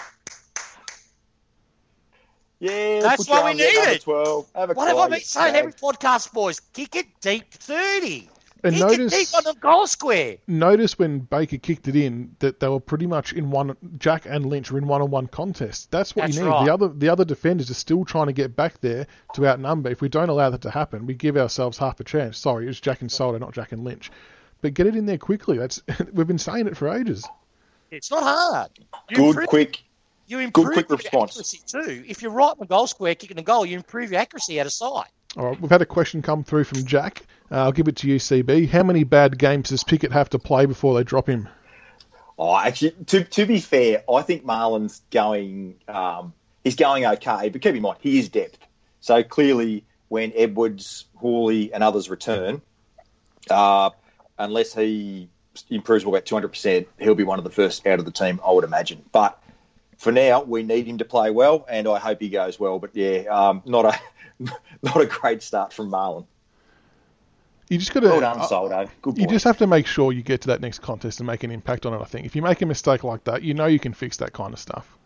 Speaker 3: Yeah,
Speaker 2: That's
Speaker 3: put
Speaker 2: what
Speaker 3: your
Speaker 2: we
Speaker 3: arm there, number
Speaker 2: needed.
Speaker 3: Twelve. Have a
Speaker 2: What have I
Speaker 3: cry,
Speaker 2: been
Speaker 3: you
Speaker 2: saying
Speaker 3: fag.
Speaker 2: every podcast, boys? Kick it deep thirty.
Speaker 1: And
Speaker 2: kick it deep
Speaker 1: notice
Speaker 2: on the goal square.
Speaker 1: notice when Baker kicked it in that they were pretty much in one. Jack and Lynch were in one-on-one contests. That's what
Speaker 2: That's
Speaker 1: you need.
Speaker 2: right.
Speaker 1: The other the other defenders are still trying to get back there to outnumber. If we don't allow that to happen, we give ourselves half a chance. Sorry, it was Jack and Solder, not Jack and Lynch. But get it in there quickly. That's we've been saying it for ages.
Speaker 2: It's not hard. You
Speaker 3: Good,
Speaker 2: improve,
Speaker 3: quick.
Speaker 2: you improve
Speaker 3: quick
Speaker 2: your
Speaker 3: response.
Speaker 2: accuracy too. If you're right on the goal square kicking a goal, you improve your accuracy out of sight.
Speaker 1: All right, we've had a question come through from Jack. Uh, I'll give it to you, CB. How many bad games does Pickett have to play before they drop him?
Speaker 3: Oh, actually, to to be fair, I think Marlon's going. Um, he's going okay, but keep in mind he is depth. So clearly, when Edwards, Hawley, and others return, uh, unless he improves by about two hundred percent, he'll be one of the first out of the team, I would imagine. But for now, we need him to play well, and I hope he goes well. But yeah, um, not a not a great start from Marlon.
Speaker 1: You just got to.
Speaker 3: Well done, Soldo. Good
Speaker 1: You
Speaker 3: boy.
Speaker 1: just have to make sure you get to that next contest and make an impact on it. I think if you make a mistake like that, you know you can fix that kind of stuff.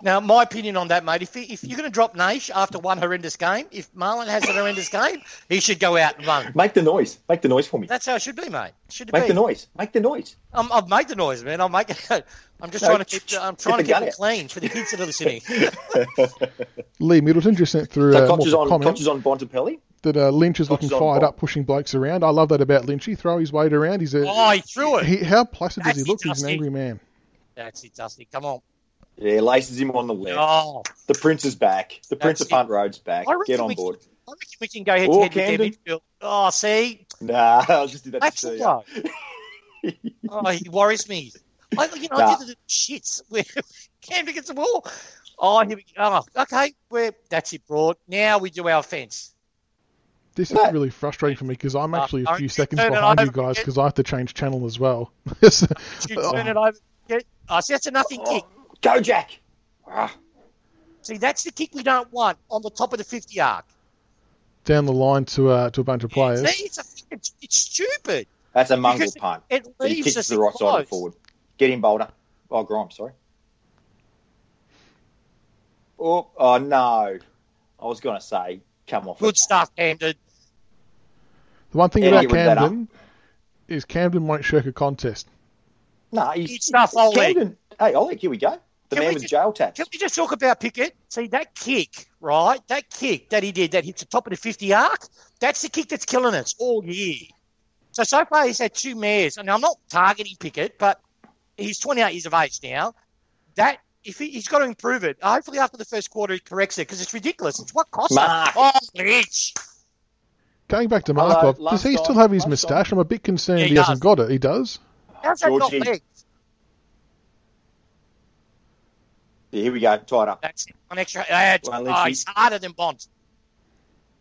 Speaker 2: Now, my opinion on that, mate, if, he, if you're going to drop Nash after one horrendous game, if Marlon has an horrendous game, he should go out and run.
Speaker 3: Make the noise. Make the noise for me.
Speaker 2: That's how it should be, mate. Should
Speaker 3: Make
Speaker 2: be.
Speaker 3: the noise. Make the noise.
Speaker 2: I'm, I've made the noise, man. I'm making. I'm just
Speaker 3: No,
Speaker 2: trying to keep. the- I'm trying to
Speaker 3: the
Speaker 2: keep
Speaker 3: gun
Speaker 2: it
Speaker 3: out.
Speaker 2: clean for the kids that are listening.
Speaker 1: Lee Middleton just sent through
Speaker 3: So
Speaker 1: uh, more
Speaker 3: Koch
Speaker 1: of
Speaker 3: is
Speaker 1: a
Speaker 3: on
Speaker 1: comment
Speaker 3: Koch is on Bontempelli.
Speaker 1: that uh, Lynch is
Speaker 3: Koch
Speaker 1: looking
Speaker 3: is on
Speaker 1: fired
Speaker 3: ball.
Speaker 1: up, pushing blokes around. I love that about Lynch. He throws his weight around. He's a
Speaker 2: oh, he threw it.
Speaker 1: he, how placid does he
Speaker 2: That's
Speaker 1: look? He's an
Speaker 2: disgusting.
Speaker 1: angry man.
Speaker 2: That's it, Dusty. Come on.
Speaker 3: Yeah, laces him on the left.
Speaker 2: Oh,
Speaker 3: The Prince is back. The Prince of
Speaker 2: it.
Speaker 3: Punt Road's back.
Speaker 2: I reckon
Speaker 3: Get on
Speaker 2: we-
Speaker 3: board.
Speaker 2: I reckon we can go head
Speaker 3: Oh,
Speaker 2: to head with their midfield. Oh, see,
Speaker 3: Nah, I just did that to
Speaker 2: that's
Speaker 3: see
Speaker 2: the
Speaker 3: you.
Speaker 2: blow. Oh, he worries me. I, you know,
Speaker 3: Nah.
Speaker 2: I did the shits where Camden gets the ball. Oh, here we go. Oh, okay, we're that's it, broad. Now we do our offence.
Speaker 1: This is
Speaker 3: No.
Speaker 1: really frustrating for me because I'm
Speaker 2: Uh,
Speaker 1: actually a
Speaker 2: don't
Speaker 1: few
Speaker 2: you
Speaker 1: seconds
Speaker 2: turn it
Speaker 1: behind you
Speaker 2: over,
Speaker 1: guys
Speaker 2: kid.
Speaker 1: because I have to change channel as well. uh,
Speaker 2: You turn it over. Get, oh, see, that's a nothing kick.
Speaker 3: Oh, go Jack. Ah,
Speaker 2: See, that's the kick we don't want on the top of the fifty arc.
Speaker 1: Down the line to uh, to a bunch of players.
Speaker 2: See, it's, a, it's, it's stupid.
Speaker 3: that's a mongrel
Speaker 2: Because
Speaker 3: punt.
Speaker 2: It
Speaker 3: He
Speaker 2: leaves
Speaker 3: kicks
Speaker 2: us
Speaker 3: to the right side of the
Speaker 2: close.
Speaker 3: forward. Get him, Boulder. Oh, Grimes, sorry. Oh, oh no. I was going to say, come off.
Speaker 2: Good
Speaker 3: it.
Speaker 2: stuff, Camden.
Speaker 1: The one thing
Speaker 3: Yeah,
Speaker 1: about
Speaker 3: get rid of that up.
Speaker 1: Camden is Camden won't shirk a contest.
Speaker 3: No, he's,
Speaker 2: Good stuff, Oleg.
Speaker 3: Camden. Hey, Oleg, here we go. The
Speaker 2: Can we
Speaker 3: man with
Speaker 2: just-
Speaker 3: jail tats.
Speaker 2: Can we just talk about Pickett? See that kick, right? That kick that he did that hits the top of the fifty arc. That's the kick that's killing us all year. So so far he's had two mares, and I'm not targeting Pickett, but he's 28 years of age now. That if he, he's got to improve it. Hopefully after the first quarter he corrects it because it's ridiculous. It's what costs us.
Speaker 3: Mark.
Speaker 2: Oh, bitch.
Speaker 1: Going back to
Speaker 3: Hello,
Speaker 1: Markov, does
Speaker 3: last
Speaker 1: he
Speaker 3: time,
Speaker 1: still have his
Speaker 3: last
Speaker 1: moustache? I'm a bit concerned
Speaker 2: Yeah,
Speaker 1: he,
Speaker 2: he
Speaker 1: hasn't got it. He does.
Speaker 2: How's that not
Speaker 3: Georgie.
Speaker 2: legs?
Speaker 3: Yeah, here we go. Tied up.
Speaker 2: That's it. One extra. Uh,
Speaker 3: Well,
Speaker 2: oh,
Speaker 3: if
Speaker 2: he's harder than Bond.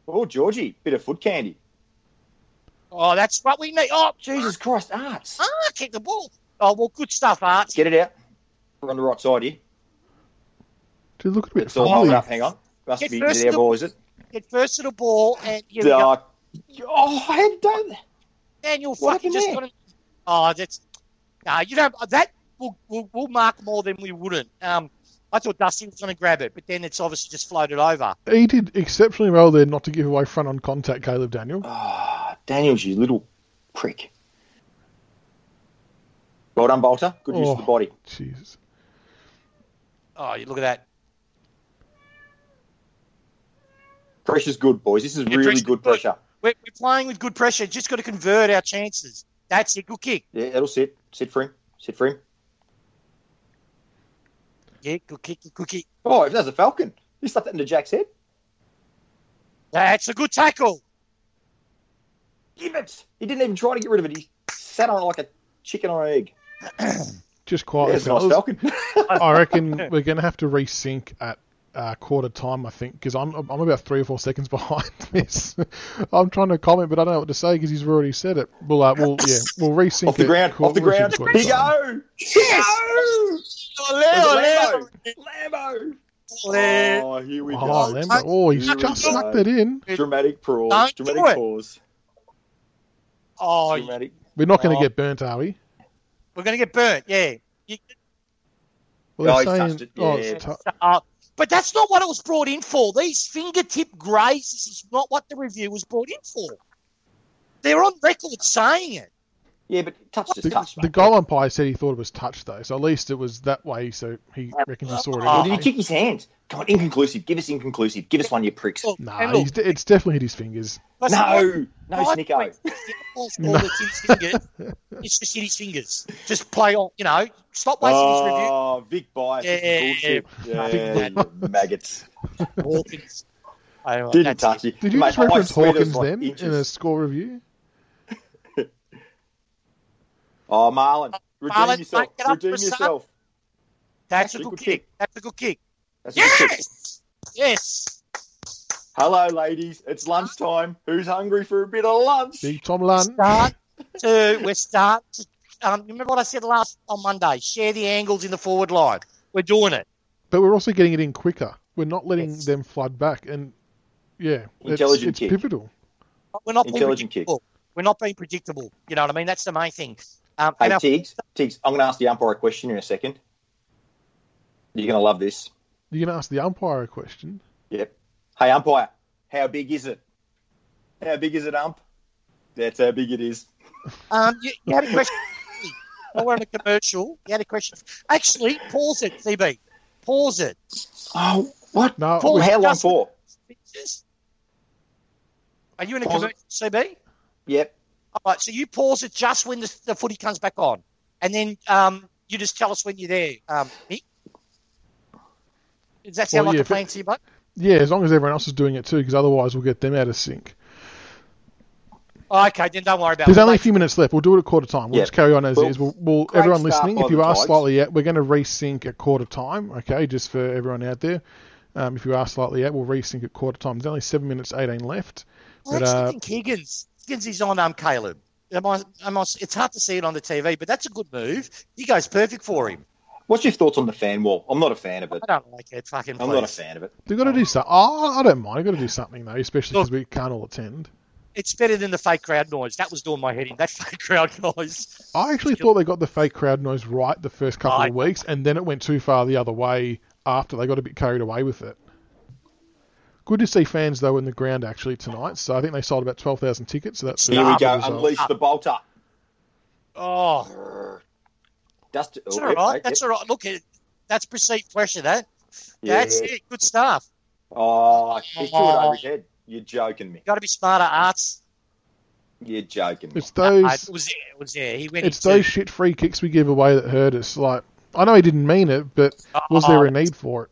Speaker 3: Oh, Georgie, bit of foot candy.
Speaker 2: Oh, that's what we need. Oh, Jesus.
Speaker 3: Jesus Christ, arts.
Speaker 2: Ah, kick the ball. Oh, well, good stuff, Art.
Speaker 3: Let's get it out. We're on the right side here.
Speaker 1: Dude, look a bit
Speaker 3: It's all holding
Speaker 1: funny.
Speaker 3: up. Hang on. Must
Speaker 2: Get
Speaker 3: be
Speaker 2: first
Speaker 3: their
Speaker 2: to-
Speaker 3: ball, is it?
Speaker 2: Get first to the ball, and here we go.
Speaker 3: Uh, oh, I had done that.
Speaker 2: Daniel
Speaker 3: what
Speaker 2: fucking
Speaker 3: happened
Speaker 2: just
Speaker 3: there?
Speaker 2: got an. Oh, that's. No, you don't. That will will will mark more than we wouldn't. Um, I thought Dusty was going to grab it, but then it's obviously just floated over.
Speaker 1: He did exceptionally well there not to give away front on contact, Caleb Daniel.
Speaker 3: Ah, Daniels, you little prick. Well done, Bolter. Good use of the
Speaker 1: Oh.
Speaker 3: body.
Speaker 1: Jeez.
Speaker 2: Oh, you look at that.
Speaker 3: Pressure's good, boys. This is
Speaker 2: Yeah,
Speaker 3: really
Speaker 2: pressure's
Speaker 3: good
Speaker 2: good.
Speaker 3: pressure.
Speaker 2: We're, we're playing with good pressure. Just got to convert our chances. That's it. Good kick.
Speaker 3: Yeah, that'll sit. Sit for him. Sit for him.
Speaker 2: Yeah, good kick. Good kick.
Speaker 3: Oh, if there's a Falcon. He stuffed that into Jack's head.
Speaker 2: That's a good tackle.
Speaker 3: Give it. He didn't even try to get rid of it. He sat on it like a chicken on an egg.
Speaker 1: Just
Speaker 3: Oh,
Speaker 1: quietly,
Speaker 3: there's a nice
Speaker 1: fellas.
Speaker 3: Falcon.
Speaker 1: I reckon we're going to have to resync at uh, quarter time, I think, because I'm, I'm about three or four seconds behind this. I'm trying to comment, but I don't know what to say because he's already said it. We'll, uh, we'll yeah, we'll resync
Speaker 3: off the
Speaker 1: it
Speaker 3: ground.
Speaker 1: quar-
Speaker 3: Off the
Speaker 1: we'll resync
Speaker 3: ground.
Speaker 1: quarter
Speaker 3: Big
Speaker 1: time.
Speaker 3: O.
Speaker 2: Yes.
Speaker 3: There's a Lambo. Lambo. Oh, here we
Speaker 1: Oh,
Speaker 3: go.
Speaker 1: Lambo. oh, he's
Speaker 3: Here we
Speaker 1: just
Speaker 3: go.
Speaker 1: sucked that in.
Speaker 3: Dramatic pause.
Speaker 2: Don't do
Speaker 3: dramatic
Speaker 2: it.
Speaker 3: pause.
Speaker 2: Oh, yeah.
Speaker 3: dramatic.
Speaker 1: We're not going to
Speaker 3: Oh.
Speaker 1: get burnt, are we?
Speaker 2: we're going to get burnt. Yeah. You-
Speaker 1: Well,
Speaker 3: Oh,
Speaker 1: they're
Speaker 3: he's
Speaker 1: saying,
Speaker 3: touched it,
Speaker 1: oh,
Speaker 3: yeah.
Speaker 1: it's tou-
Speaker 2: Uh, but that's not what it was brought in for. These fingertip grazes is not what the review was brought in for. They're on record saying it.
Speaker 3: Yeah, but touch is
Speaker 1: the,
Speaker 3: touch.
Speaker 1: the
Speaker 3: mate.
Speaker 1: goal umpire said he thought it was touch though, so at least it was that way. So he reckons he saw it.
Speaker 3: Well,
Speaker 2: Oh,
Speaker 3: did he
Speaker 1: anyway.
Speaker 3: kick his hand? Come on, inconclusive. Give us inconclusive. Give us one, you pricks.
Speaker 2: Look, and
Speaker 1: Nah,
Speaker 2: look,
Speaker 1: he's, de- it's definitely hit his fingers.
Speaker 2: Oh, that's not-
Speaker 3: No, no,
Speaker 2: my
Speaker 3: Snicko.
Speaker 2: point. It's not all score that's in his fingers. It's just in his fingers. Just play on, you know, stop wasting
Speaker 3: Oh, Vic Bias.
Speaker 2: Yeah.
Speaker 3: Bullshit. Yeah,
Speaker 2: Big
Speaker 3: you maggots.
Speaker 2: his review. Hawkins. Oh,
Speaker 3: Didn't
Speaker 2: that's
Speaker 3: touch
Speaker 2: it.
Speaker 3: it.
Speaker 1: Did you
Speaker 3: Mate,
Speaker 1: just
Speaker 3: I
Speaker 1: reference
Speaker 3: swear there was,
Speaker 1: Hawkins
Speaker 3: like,
Speaker 1: then in a
Speaker 3: inches.
Speaker 1: score review?
Speaker 3: Oh, Marlon. Redeem
Speaker 2: Marlon,
Speaker 3: yourself.
Speaker 2: make it up
Speaker 3: Redeem
Speaker 2: for some-
Speaker 3: yourself.
Speaker 2: That's a good kick. That's a good kick.
Speaker 3: That's a good kick.
Speaker 2: Yes! Yes!
Speaker 3: Hello, ladies. It's lunchtime. Who's hungry for a bit of lunch?
Speaker 1: Big Tom Lunn.
Speaker 2: Start to, we're starting to, um, remember what I said last on Monday? Share the angles in the forward line. We're doing it.
Speaker 1: But we're also getting it in quicker. We're not letting
Speaker 3: Yes.
Speaker 1: them flood back, and yeah, it's,
Speaker 3: Intelligent
Speaker 1: it's
Speaker 3: kick.
Speaker 1: pivotal.
Speaker 2: We're not being
Speaker 3: Intelligent kick.
Speaker 2: predictable. We're not being predictable. You know what I mean? That's the main thing. Um,
Speaker 3: Hey,
Speaker 2: and our-
Speaker 3: Tiggs. Tiggs, I'm going to ask the umpire a question in a second. You're going to love this.
Speaker 1: You're gonna ask the umpire a question.
Speaker 3: Yep. Hey, umpire, how big is it? How big is it, ump? That's how big it is.
Speaker 2: um, you, you had a question. oh, we're on a commercial. You had a question. Actually, pause it, CB. Pause it.
Speaker 3: Oh, what?
Speaker 1: No,
Speaker 2: Full
Speaker 1: we-
Speaker 2: head.
Speaker 3: how long
Speaker 2: Just-
Speaker 3: for?
Speaker 2: Just- Are you in a
Speaker 3: Pause
Speaker 2: commercial, CB?
Speaker 3: Yep.
Speaker 2: All right, so you pause it just when the, the footy comes back on, and then um, you just tell us when you're there, um, Mick. Does that sound
Speaker 1: Well,
Speaker 2: like
Speaker 1: yeah,
Speaker 2: a plan to you, mate?
Speaker 1: yeah, as long as everyone else is doing it too, because otherwise we'll get them out of sync.
Speaker 2: Oh, okay, then don't worry about
Speaker 1: There's
Speaker 2: it.
Speaker 1: only a few minutes left. We'll do it at quarter time. We'll
Speaker 3: Yeah.
Speaker 1: just carry on as
Speaker 3: Well,
Speaker 1: is. We'll, we'll
Speaker 3: great
Speaker 1: everyone
Speaker 3: start
Speaker 1: listening,
Speaker 3: by
Speaker 1: if you
Speaker 3: the
Speaker 1: are
Speaker 3: Tigers.
Speaker 1: slightly out, we're going to resync at quarter time. Okay, just for everyone out there, um, if you are slightly out, we'll resync at quarter time. There's only seven minutes eighteen left.
Speaker 2: I
Speaker 1: but,
Speaker 2: actually
Speaker 1: uh,
Speaker 2: think Higgins. Higgins is on um, Caleb. Am I, am I, it's hard to see it on the TV, but that's a good move. He goes perfect for him.
Speaker 3: What's your thoughts on the fan wall? I'm not a fan of it.
Speaker 2: I don't like it. Fucking
Speaker 3: I'm not a
Speaker 2: place.
Speaker 3: fan of it.
Speaker 1: They've got to do something. Oh, I don't mind. They've got to do something though, especially
Speaker 2: Look.
Speaker 1: because we can't all attend.
Speaker 2: It's better than the fake crowd noise. That was doing my head in. That fake crowd noise.
Speaker 1: I actually thought they got the fake crowd noise right the first couple
Speaker 2: I-
Speaker 1: of weeks, and then it went too far the other way after they got a bit carried away with it. Good to see fans though in the ground actually tonight. So I think they sold about twelve thousand tickets. So that's a
Speaker 3: Here we
Speaker 1: good
Speaker 3: go.
Speaker 1: result.
Speaker 3: Unleash the bolter.
Speaker 2: Oh,
Speaker 3: Grrr. Dust.
Speaker 2: that's
Speaker 3: oh,
Speaker 2: all
Speaker 3: yep,
Speaker 2: right.
Speaker 3: mate,
Speaker 2: That's
Speaker 3: yep.
Speaker 2: all right. Look, it- that's perceived pressure. That
Speaker 3: Yeah.
Speaker 2: that's it. Good stuff.
Speaker 3: Oh, he's doing it over his head. You're joking me.
Speaker 2: Got to be smarter, arts.
Speaker 3: You're joking me.
Speaker 1: It's
Speaker 2: Uh,
Speaker 1: those
Speaker 2: it was there. It was there. He went.
Speaker 1: it's
Speaker 2: in
Speaker 1: those shit free kicks we give away that hurt us. Like I know he didn't mean it, but
Speaker 2: too.
Speaker 1: was
Speaker 2: Oh,
Speaker 1: there a need for it?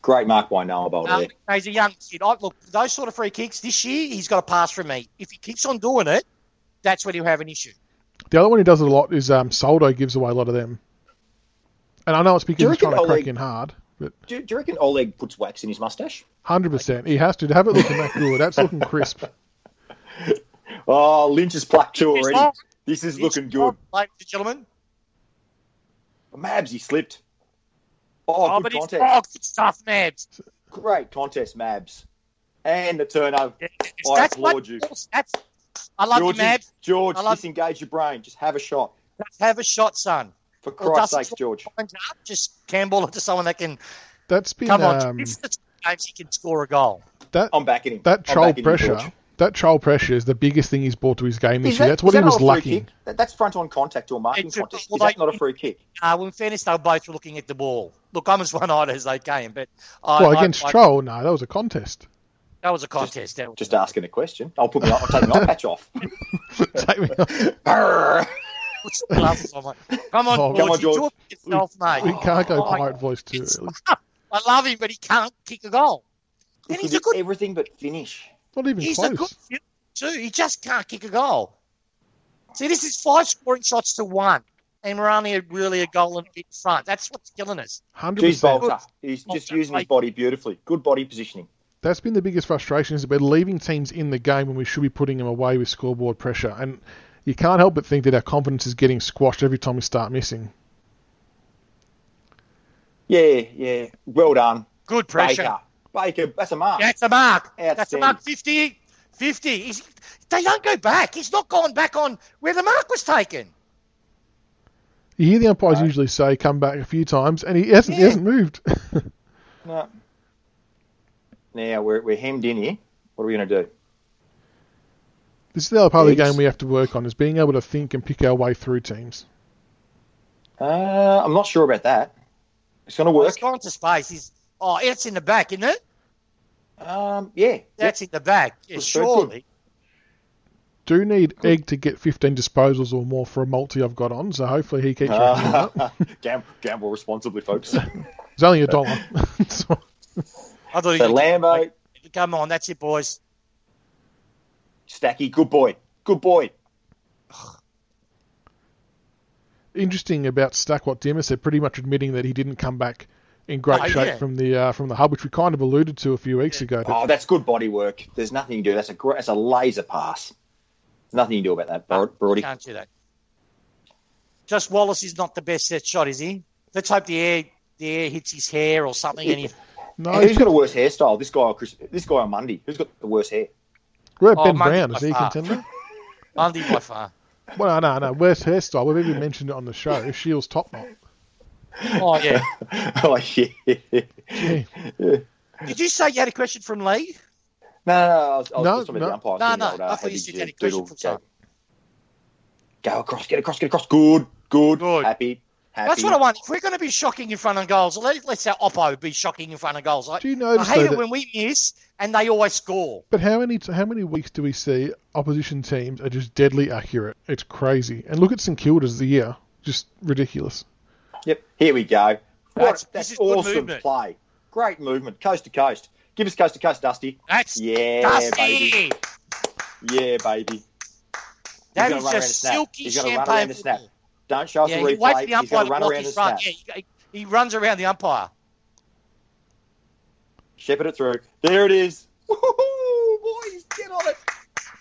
Speaker 3: Great mark by Noah Bolt
Speaker 2: um,
Speaker 3: there.
Speaker 2: he's a young kid. I, look, those sort of free kicks this year, he's got a pass from me. If he keeps on doing it, that's when he'll have an issue.
Speaker 1: The other one who does it a lot is um, Soldo gives away a lot of them, and I know it's because
Speaker 3: Do you
Speaker 1: he's trying to
Speaker 3: reckon
Speaker 1: crack
Speaker 3: Oleg-
Speaker 1: in hard. But
Speaker 3: Do, do you reckon Oleg puts wax in his mustache?
Speaker 1: hundred percent, he has to to have it looking that good. That's looking crisp.
Speaker 3: Oh, Lynch is plucked too
Speaker 2: He's
Speaker 3: already.
Speaker 2: on.
Speaker 3: This is
Speaker 2: He's
Speaker 3: looking
Speaker 2: on,
Speaker 3: good.
Speaker 2: ladies and gentlemen.
Speaker 3: Mabs, he slipped.
Speaker 2: Oh,
Speaker 3: Oh,
Speaker 2: but
Speaker 3: good
Speaker 2: it's
Speaker 3: contest.
Speaker 2: oh, good stuff, Mabs.
Speaker 3: Great contest, Mabs. And the turnover.
Speaker 2: Yes,
Speaker 3: I
Speaker 2: that's what-
Speaker 3: applaud you.
Speaker 2: That's, I love
Speaker 3: George,
Speaker 2: you, Mabs.
Speaker 3: George,
Speaker 2: I love-
Speaker 3: disengage your brain. Just have a shot.
Speaker 2: Have a shot, son.
Speaker 3: For
Speaker 2: Well,
Speaker 3: Christ's
Speaker 2: doesn't-
Speaker 3: sake, George.
Speaker 2: Time's up. Just Campbell to someone that can
Speaker 1: That's been
Speaker 2: come on.
Speaker 1: um,
Speaker 2: This is the times he can score a goal.
Speaker 1: that
Speaker 3: I'm backing him.
Speaker 1: that
Speaker 2: Oh,
Speaker 3: I'm
Speaker 1: troll
Speaker 3: backing you,
Speaker 1: pressure.
Speaker 3: George.
Speaker 1: that troll pressure is the biggest thing he's brought to his game this
Speaker 3: Is
Speaker 1: year.
Speaker 3: that-
Speaker 1: That's
Speaker 3: is
Speaker 1: what
Speaker 3: that
Speaker 1: he was
Speaker 3: not a free
Speaker 1: lacking.
Speaker 3: kick? That, that's front on contact or marking
Speaker 2: It's a-
Speaker 3: contact.
Speaker 2: well,
Speaker 3: Is that
Speaker 2: they-
Speaker 3: not a free kick?
Speaker 2: Uh, well, in fairness, they were both looking at the ball. Look, I'm as one-eyed as they came, but I,
Speaker 1: Well,
Speaker 2: I-
Speaker 1: against
Speaker 2: I-
Speaker 1: troll, no, that was a contest.
Speaker 2: that was a contest. That was-
Speaker 3: Just asking a question. I'll put my, I'll take my patch off.
Speaker 1: Take me off.
Speaker 3: Brrr.
Speaker 2: Put some glasses on, mate. Come on,
Speaker 1: Oh,
Speaker 2: George.
Speaker 3: come on, George.
Speaker 2: Enjoy yourself, mate.
Speaker 1: We can't go
Speaker 2: Oh,
Speaker 1: pirate voice too early.
Speaker 2: I love him, but he can't kick a goal. And
Speaker 3: He
Speaker 2: he's
Speaker 3: did
Speaker 2: a good.
Speaker 3: everything but finish.
Speaker 1: Not even
Speaker 2: He's a good
Speaker 1: close.
Speaker 2: fielder too. He just can't kick a goal. See, this is five scoring shots to one, and we're only a, really a goal and a bit in front. That's what's killing us.
Speaker 1: Hundred
Speaker 3: Jeez,
Speaker 1: percent.
Speaker 3: Bolter. He's just
Speaker 2: Bolter,
Speaker 3: using his
Speaker 2: like-
Speaker 3: body beautifully. Good body positioning.
Speaker 1: That's been the biggest frustration is that we're leaving teams in the game when we should be putting them away with scoreboard pressure. And you can't help but think that our confidence is getting squashed every time we start missing.
Speaker 3: Yeah, yeah. Well done.
Speaker 2: Good pressure.
Speaker 3: Baker. Baker, that's a mark.
Speaker 2: That's a mark. That's a
Speaker 3: Outstanding.
Speaker 2: mark. 50. 50. He's, they don't go back. He's not gone back on where the mark was taken.
Speaker 1: You hear the umpires
Speaker 3: Right.
Speaker 1: usually say come back a few times and he hasn't he
Speaker 2: Yeah.
Speaker 1: hasn't moved.
Speaker 3: No. Now we're, we're hemmed in here. What are we going to do?
Speaker 1: this is the other part of the
Speaker 3: Yes.
Speaker 1: game we have to work on is being able to think and pick our way through teams.
Speaker 3: Uh, I'm not sure about that. It's going to
Speaker 2: He's
Speaker 3: work.
Speaker 2: gone to space. He's, oh, it's in the back, isn't it?
Speaker 3: Um, yeah.
Speaker 2: That's in the back. Yeah,
Speaker 3: It's very
Speaker 2: surely.
Speaker 1: Do need Egg to get 15 disposals or more for a multi I've got on, so hopefully he keeps.
Speaker 2: Uh-huh.
Speaker 1: racking them
Speaker 3: Uh,
Speaker 1: up.
Speaker 3: gam- gamble responsibly, folks.
Speaker 1: It's only a dollar. So-
Speaker 2: I thought he
Speaker 3: So Lambo,
Speaker 2: Come on, that's it, boys.
Speaker 3: Stacky, good boy, good boy.
Speaker 1: interesting about Stack what Demis said, pretty much admitting that he didn't come back in great
Speaker 2: Oh,
Speaker 1: shape
Speaker 2: yeah. Um,
Speaker 1: from the uh, from the hub, which we kind of alluded to a few weeks ago. But
Speaker 3: Oh, that's good body work. There's nothing you can do. That's a gr- that's a laser pass. There's nothing you can do about that,
Speaker 2: Ah.
Speaker 3: Bro- Brody.
Speaker 2: Can't do that. Just Wallace is not the best set shot, is he? Let's hope the air the air hits his hair or something. And he, Ah.
Speaker 1: no,
Speaker 3: Who's got a worse hairstyle? This guy or Chris? This guy on Monday? Who's got the worst hair?
Speaker 1: we're at
Speaker 2: Oh,
Speaker 1: Ben
Speaker 2: Monday
Speaker 1: Brown.
Speaker 2: by
Speaker 1: Is he a
Speaker 2: far.
Speaker 1: contender?
Speaker 2: Mundy by far.
Speaker 1: Well, no, no, no. Worst hairstyle. We've even mentioned it on the show. Shields top knot.
Speaker 2: Oh yeah.
Speaker 3: oh yeah.
Speaker 1: Gee.
Speaker 2: Did you say you had a question from Lee?
Speaker 3: No, no, no. I was, I was
Speaker 1: No,
Speaker 3: just talking
Speaker 1: no.
Speaker 3: about the umpires.
Speaker 2: No,
Speaker 3: doing
Speaker 2: no,
Speaker 3: the old, uh,
Speaker 2: I thought you
Speaker 3: heavy
Speaker 2: said you had a question
Speaker 3: doodle
Speaker 2: from
Speaker 3: go.
Speaker 2: someone.
Speaker 3: Go across, get across, get across. Good, good,
Speaker 2: Good.
Speaker 3: happy, happy.
Speaker 2: That's what I want. If we're going to be shocking in front of goals, let, let's our Oppo be shocking in front of goals. I,
Speaker 1: Do you
Speaker 2: I
Speaker 1: notice
Speaker 2: hate
Speaker 1: though,
Speaker 2: it
Speaker 1: that,
Speaker 2: when we miss and they always score.
Speaker 1: But how many how many weeks do we see opposition teams are just deadly accurate? It's crazy. And look at St Kilda's the year, just ridiculous.
Speaker 3: Yep, here we go. That's,
Speaker 2: this
Speaker 3: that's
Speaker 2: is good
Speaker 3: awesome
Speaker 2: movement.
Speaker 3: play. Great movement, coast to coast. Give us coast to coast, Dusty.
Speaker 2: That's
Speaker 3: Yeah,
Speaker 2: dusty.
Speaker 3: baby. Yeah, baby.
Speaker 2: That
Speaker 3: gonna
Speaker 2: is
Speaker 3: run around
Speaker 2: just
Speaker 3: and snap.
Speaker 2: silky
Speaker 3: He's gonna run around
Speaker 2: champagne.
Speaker 3: and snap.
Speaker 2: football.
Speaker 3: Don't show us
Speaker 2: Yeah,
Speaker 3: the
Speaker 2: he waits for
Speaker 3: replay.
Speaker 2: the
Speaker 3: He's
Speaker 2: umpire
Speaker 3: going
Speaker 2: to
Speaker 3: to
Speaker 2: block
Speaker 3: run around and
Speaker 2: his
Speaker 3: snap.
Speaker 2: front. Yeah, he, he runs around the umpire.
Speaker 3: Shepherd it through. There it is. Woohoo, boys, get on it.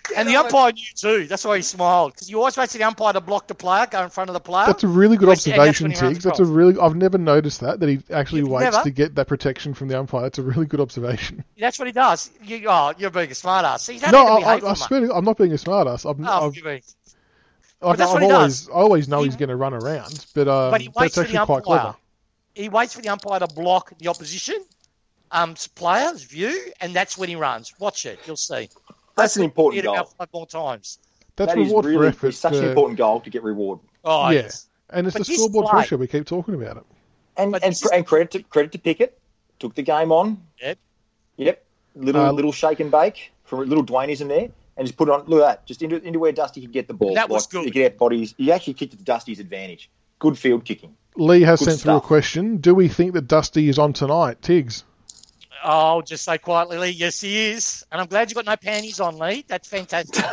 Speaker 3: Get
Speaker 2: And the
Speaker 3: on it.
Speaker 2: umpire knew too. That's why he smiled because you always wait for the umpire to block the player, go in front of the player.
Speaker 1: That's a really good
Speaker 2: and that's when
Speaker 1: observation,
Speaker 2: he runs
Speaker 1: Tiggs. That's a
Speaker 2: across.
Speaker 1: really I've never noticed that that he actually
Speaker 2: You've
Speaker 1: waits
Speaker 2: never?
Speaker 1: to get that protection from the umpire. That's a really good observation.
Speaker 2: That's what he does. You, oh, you're being a smart ass. See, that
Speaker 1: No, I,
Speaker 2: ain't gonna be
Speaker 1: I, I
Speaker 2: hateful,
Speaker 1: swear, to you, I'm not being a smartass. I'm,
Speaker 2: mate.
Speaker 1: I've,
Speaker 2: Oh,
Speaker 1: like,
Speaker 2: you mean. that's
Speaker 1: I'm
Speaker 2: what he
Speaker 1: always, I always know
Speaker 2: He-
Speaker 1: he's going to run around, but, um,
Speaker 2: but he waits
Speaker 1: that's
Speaker 2: for the
Speaker 1: actually quite
Speaker 2: umpire.
Speaker 1: clever.
Speaker 2: He waits for the umpire to block the opposition um, player's view, and that's when he runs. Watch it. You'll see.
Speaker 3: That's an
Speaker 2: He
Speaker 3: important
Speaker 2: did
Speaker 3: goal.
Speaker 2: about five more times.
Speaker 1: That's
Speaker 3: That is
Speaker 1: reward
Speaker 3: really
Speaker 1: for effort,
Speaker 3: it's such an
Speaker 1: uh,
Speaker 3: important goal to get reward.
Speaker 2: Oh,
Speaker 1: Yeah.
Speaker 2: yes.
Speaker 1: and it's
Speaker 2: but
Speaker 1: the
Speaker 2: this
Speaker 1: scoreboard
Speaker 2: play-
Speaker 1: pressure. We keep talking about it.
Speaker 3: And
Speaker 2: But
Speaker 3: and,
Speaker 2: this is-
Speaker 3: and credit to credit to Pickett, took the game on.
Speaker 2: Yep.
Speaker 3: Yep. Little
Speaker 1: Uh,
Speaker 3: little shake and bake from little Dwayneism there, and just put it on. Look at that, just into into where Dusty could get the ball.
Speaker 2: That was good.
Speaker 3: He could out bodies. He actually kicked it to Dusty's advantage. Good field kicking.
Speaker 1: Lee has
Speaker 3: Good
Speaker 1: sent through a
Speaker 3: stuff.
Speaker 1: question: Do we think that Dusty is on tonight, Tiggs?
Speaker 2: I'll oh, just say quietly, Lee, yes, he is. And I'm glad you've got no panties on, Lee. That's fantastic.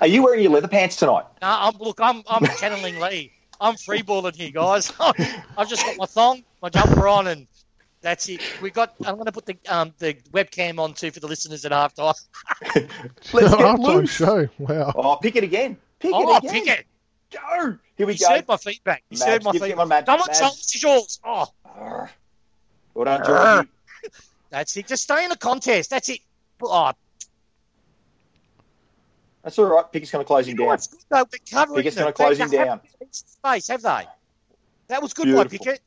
Speaker 3: Are you wearing your leather pants tonight?
Speaker 2: No, I'm, look, I'm I'm channeling Lee. I'm freeballing here, guys. I've just got my thong, my jumper on, and That's it. We got. I'm going to put the um, the webcam on too for the listeners at halftime.
Speaker 3: Let's get
Speaker 1: Halftime
Speaker 3: loose.
Speaker 1: show. Wow.
Speaker 3: Oh, pick it again. Pick
Speaker 2: Oh,
Speaker 3: it again.
Speaker 2: pick it.
Speaker 3: Go. Here we
Speaker 2: He's
Speaker 3: go.
Speaker 2: heard my feedback. He's
Speaker 3: Mads,
Speaker 2: heard my
Speaker 3: give- give
Speaker 2: feedback.
Speaker 3: him a Mads-
Speaker 2: Come on,
Speaker 3: Mads.
Speaker 2: Sol, this is yours. Oh,
Speaker 3: Arr. Well done,
Speaker 2: Arr.
Speaker 3: Georgie.
Speaker 2: that's it. Just stay in the contest. That's it. Oh,
Speaker 3: That's all right. Pickett's going to close him
Speaker 2: you know
Speaker 3: down.
Speaker 2: what's good though? The covering
Speaker 3: Pickett's
Speaker 2: them.
Speaker 3: gonna close
Speaker 2: They-
Speaker 3: him
Speaker 2: they
Speaker 3: down.
Speaker 2: haven't been in Space, have they? That was good by
Speaker 3: Beautiful.
Speaker 2: Pickett.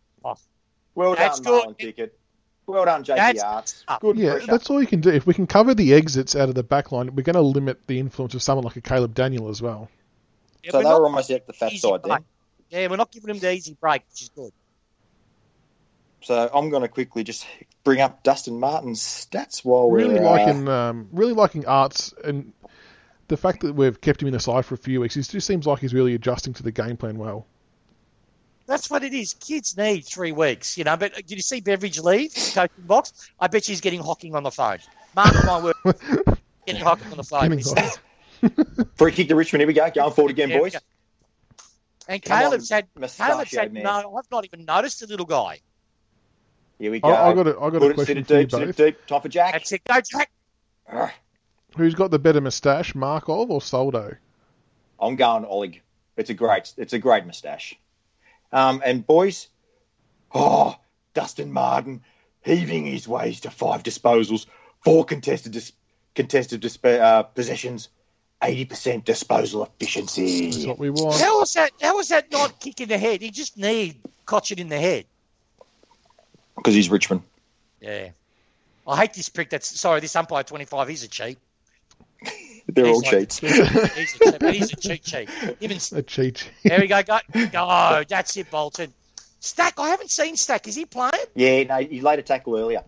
Speaker 3: Well
Speaker 2: That's
Speaker 3: done,
Speaker 2: good.
Speaker 3: Marlon Pickett. Well done, JP
Speaker 2: That's-
Speaker 3: Arts.
Speaker 2: up.
Speaker 3: Good
Speaker 1: Yeah,
Speaker 3: pressure.
Speaker 1: that's all you can do. If we can cover the exits out of the back line, we're going to limit the influence of someone like a Caleb Daniel as well.
Speaker 2: Yeah,
Speaker 3: so
Speaker 2: we're
Speaker 3: they
Speaker 2: not
Speaker 3: were almost at the fat
Speaker 2: easy
Speaker 3: side
Speaker 2: break.
Speaker 3: then.
Speaker 2: Yeah, we're not giving him the easy break, which is good.
Speaker 3: So I'm going to quickly just bring up Dustin Martin's stats while we're
Speaker 1: really
Speaker 3: uh,
Speaker 1: liking um, really liking arts and the fact that we've kept him in the side for a few weeks. It just seems like he's really adjusting to the game plan well.
Speaker 2: That's what it is. Kids need three weeks, you know. But uh, did you see Beveridge leave the coaching box? I bet she's getting hocking on the phone. Mark my word, getting hocking on the phone.
Speaker 1: Getting hocking.
Speaker 3: free kick to Richmond. Here we go. Going forward again,
Speaker 2: Yeah,
Speaker 3: boys.
Speaker 2: yeah. And
Speaker 3: Come
Speaker 2: Caleb's
Speaker 3: on,
Speaker 2: had Caleb's
Speaker 3: mustachioed
Speaker 2: had
Speaker 3: man.
Speaker 2: no. I've not even noticed the little guy.
Speaker 3: Here we go.
Speaker 1: I, I got a, I got
Speaker 3: Put
Speaker 1: a
Speaker 3: it, sit
Speaker 1: question
Speaker 3: it
Speaker 1: for you
Speaker 3: deep, sit it
Speaker 1: both.
Speaker 3: deep. Time for Jack.
Speaker 2: That's it. Go Jack.
Speaker 3: Arr.
Speaker 1: Who's got the better moustache, Markov or Soldo?
Speaker 3: I'm going Oleg. It's a great, it's a great moustache. Um, and boys, oh, Dustin Martin heaving his ways to five disposals, four contested dis- contested disp- uh, possessions, eighty percent disposal
Speaker 1: That's
Speaker 3: efficiency.
Speaker 1: what we want.
Speaker 2: How was that? How was that not kick in the head? He just need cotch it in the head.
Speaker 3: Because he's Richmond.
Speaker 2: Yeah. I hate this prick. That's sorry. This umpire twenty five. He's a cheat.
Speaker 3: They're
Speaker 2: He's
Speaker 3: all
Speaker 2: like-
Speaker 3: cheats.
Speaker 2: He's a, but he's a cheat cheat. Even
Speaker 1: A cheat.
Speaker 2: there we go. Go. Go. That's it, Bolton. Stack. I haven't seen Stack. Is he playing?
Speaker 3: Yeah, no, he laid a tackle earlier.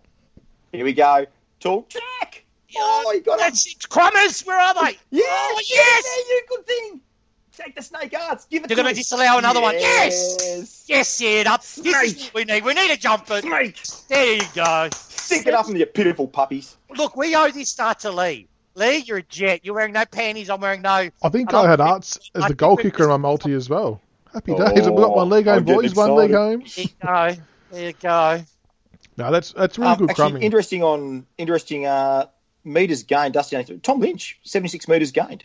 Speaker 3: Here we go. Talk Jack. Oh, he got it.
Speaker 2: That's it. Crummers. Where are they?
Speaker 3: Yeah,
Speaker 2: Oh,
Speaker 3: yeah,
Speaker 2: yes.
Speaker 3: yeah, good thing. Take the snake arts. Give it.
Speaker 2: They're
Speaker 3: to
Speaker 2: going to
Speaker 3: him.
Speaker 2: disallow another one. Yes.
Speaker 3: Yes.
Speaker 2: Yes, it up. This is what we need. We need a jumper.
Speaker 3: Snake.
Speaker 2: There you go.
Speaker 3: Stick it up in your pitiful puppies.
Speaker 2: Look, we owe this start to Lee. Lee, you're a jet. You're wearing no panties. I'm wearing no.
Speaker 1: I think
Speaker 2: I don't
Speaker 1: I had
Speaker 2: think-
Speaker 1: Arts as
Speaker 2: I
Speaker 1: the
Speaker 2: think
Speaker 1: goal
Speaker 2: we-
Speaker 1: kicker in my multi as well. Happy
Speaker 3: Oh,
Speaker 1: days. We've got one leg home,
Speaker 3: I'm getting
Speaker 1: boys. One leg
Speaker 3: excited.
Speaker 1: home.
Speaker 2: There you go. There you go.
Speaker 1: No, that's that's really
Speaker 3: Um,
Speaker 1: good
Speaker 3: actually,
Speaker 1: crumbing.
Speaker 3: interesting on interesting uh, meters gained. Dusty Nathan- Tom Lynch, seventy six meters gained.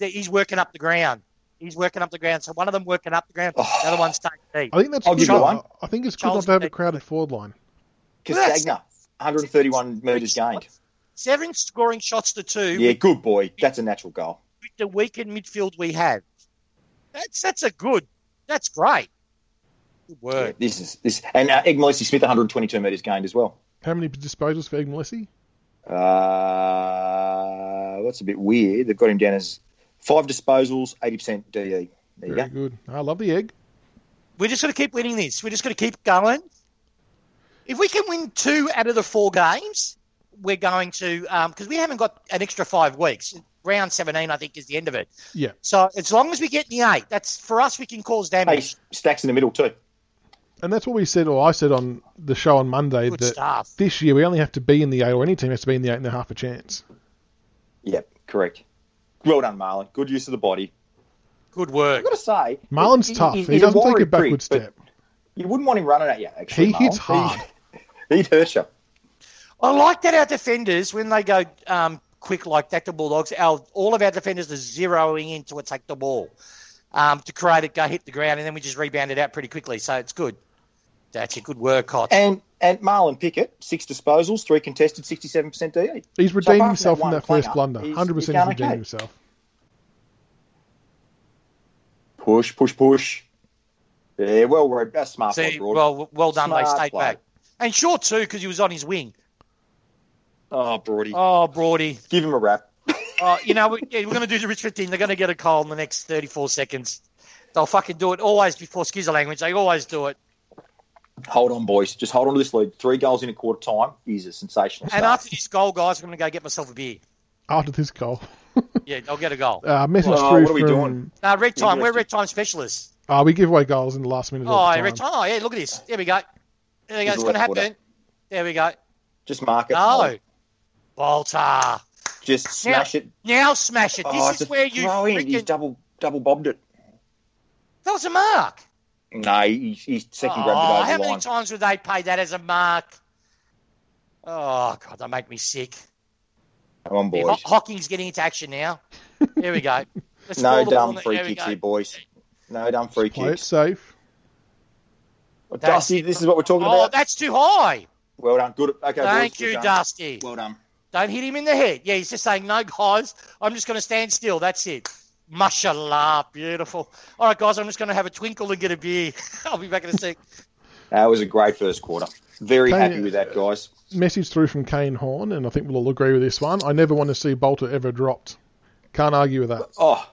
Speaker 2: He's working up the ground. He's working up the ground. So one of them working up the ground.
Speaker 3: Oh.
Speaker 2: The other one's taking deep.
Speaker 1: I think that's
Speaker 3: I'll
Speaker 1: good.
Speaker 3: give you
Speaker 1: though.
Speaker 3: one.
Speaker 1: I think it's good not
Speaker 2: Charles
Speaker 1: to have a
Speaker 2: Dickens.
Speaker 1: crowded forward line.
Speaker 3: Castagna, one hundred thirty one meters gained.
Speaker 2: Seven scoring shots to two
Speaker 3: Yeah, good boy. That's a natural goal.
Speaker 2: with the weakened midfield we have. That's that's a good. That's great. Good
Speaker 3: Yeah,
Speaker 2: work.
Speaker 3: this is this and uh, Egg Melissy Smith, one hundred twenty two meters gained as well.
Speaker 1: How many disposals for Egg Melissy?
Speaker 3: Uh, that's a bit weird. They've got him down as five disposals, eighty percent DE. There you
Speaker 1: Very
Speaker 3: go.
Speaker 1: good. I love the egg.
Speaker 2: We're just going to keep winning this. We're just going to keep going. If we can win two out of the four games, we're going to because we haven't got an extra five weeks. Round seventeen, I think, is the end of it.
Speaker 1: Yeah.
Speaker 2: So as long as we get the eight, that's for us. We can cause
Speaker 3: Hey,
Speaker 2: damage.
Speaker 3: stacks in the middle too.
Speaker 1: And that's what we said, or I said on the show on Monday,
Speaker 2: Good
Speaker 1: that
Speaker 2: stuff.
Speaker 1: this year we only have to be in the eight, or any team has to be in the eight and a half a chance.
Speaker 3: Yep, correct. Well done, Marlon. Good use of the body.
Speaker 2: Good
Speaker 3: I've
Speaker 2: work.
Speaker 3: got to say,
Speaker 1: Marlon's
Speaker 3: he-
Speaker 1: tough.
Speaker 3: he's-
Speaker 1: He
Speaker 3: he's a
Speaker 1: doesn't take a
Speaker 3: warrior prick,
Speaker 1: backward
Speaker 3: but
Speaker 1: step.
Speaker 3: You wouldn't want him running at you. Actually,
Speaker 1: He
Speaker 3: Marlon.
Speaker 1: hits hard.
Speaker 3: He, would hurt you.
Speaker 2: I like that our defenders, when they go um, quick like that, the Bulldogs, our, all of our defenders are zeroing in to attack the ball um, to create it, go hit the ground, and then we just rebound it out pretty quickly. So it's good. That's a good work, Hot.
Speaker 3: And and Marlon Pickett, six disposals, three contested, sixty-seven percent E. DE.
Speaker 1: He's redeemed
Speaker 3: apart from
Speaker 1: himself
Speaker 3: that
Speaker 1: from
Speaker 3: one
Speaker 1: that first
Speaker 3: clanger,
Speaker 1: blunder.
Speaker 3: he's-
Speaker 1: 100%
Speaker 3: he's
Speaker 1: he's,
Speaker 3: done
Speaker 1: redeemed
Speaker 3: okay.
Speaker 1: himself.
Speaker 3: Push, push, push. Yeah, well, we're a smart
Speaker 2: See,
Speaker 3: one, Broad.
Speaker 2: well, well done. They
Speaker 3: Smart
Speaker 2: stayed
Speaker 3: play.
Speaker 2: back. And short, too, because he was on his wing.
Speaker 3: oh, Broady,
Speaker 2: Oh, Brody.
Speaker 3: give him a wrap.
Speaker 2: Oh, you know, we, yeah, we're going to do the Richmond thing. They're going to get a goal in the next 34 seconds. They'll fucking do it always before skizzer language. They always do it.
Speaker 3: Hold on, boys. Just hold on to this lead. Three goals in a quarter time is a sensational
Speaker 2: And
Speaker 3: start.
Speaker 2: after this goal, guys, I'm going to go get myself a beer.
Speaker 1: After this goal.
Speaker 2: Yeah, they'll get a goal.
Speaker 1: Uh, message
Speaker 3: Well,
Speaker 1: through
Speaker 3: what are we
Speaker 1: from-
Speaker 3: doing?
Speaker 2: No, red time. We're
Speaker 3: Interesting.
Speaker 2: red time specialists.
Speaker 1: Uh, we give away goals in the last minute. all
Speaker 2: Oh,
Speaker 1: the time.
Speaker 2: red time. Oh, yeah, look at this. There we go. There we go.
Speaker 3: Here's
Speaker 2: It's
Speaker 3: a
Speaker 2: going to
Speaker 3: left footer.
Speaker 2: happen. There we go.
Speaker 3: Just mark it.
Speaker 2: No. Bolter.
Speaker 3: Just smash it.
Speaker 2: Now smash it. This
Speaker 3: Oh,
Speaker 2: is
Speaker 3: just
Speaker 2: where you
Speaker 3: throw in. He's
Speaker 2: freaking...
Speaker 3: double double bobbed it.
Speaker 2: That was a mark.
Speaker 3: No, he, he second
Speaker 2: Oh,
Speaker 3: grabbed it over
Speaker 2: how
Speaker 3: the
Speaker 2: many
Speaker 3: line.
Speaker 2: times would they pay that as a mark? Oh god, they make me sick.
Speaker 3: Come on,
Speaker 2: Ho-
Speaker 3: boys.
Speaker 2: Hocking's getting into action now. Here we go. Let's
Speaker 3: No
Speaker 2: score the ball
Speaker 3: dumb
Speaker 2: in the-
Speaker 3: free
Speaker 2: there we
Speaker 3: kicks
Speaker 2: go.
Speaker 3: here, boys. No dumb free
Speaker 1: Play it
Speaker 3: kicks.
Speaker 1: safe.
Speaker 3: Well, Dusty, this is what we're talking
Speaker 2: Oh,
Speaker 3: about.
Speaker 2: that's too high.
Speaker 3: Well done. Good. Okay,
Speaker 2: Thank
Speaker 3: boys,
Speaker 2: you,
Speaker 3: well done.
Speaker 2: Dusty.
Speaker 3: Well done.
Speaker 2: Don't hit him in the head. Yeah, he's just saying, no, guys, I'm just going to stand still. That's it. Mashallah. Beautiful. All right, guys, I'm just going to have a twinkle and get a beer. I'll be back in a sec.
Speaker 3: That was a great first quarter. Very
Speaker 1: Thank
Speaker 3: happy
Speaker 1: you.
Speaker 3: with that, guys.
Speaker 1: Message through from Kane Horn, and I think we'll all agree with this one. I never want to see Bolter ever dropped. Can't argue with that.
Speaker 3: Oh,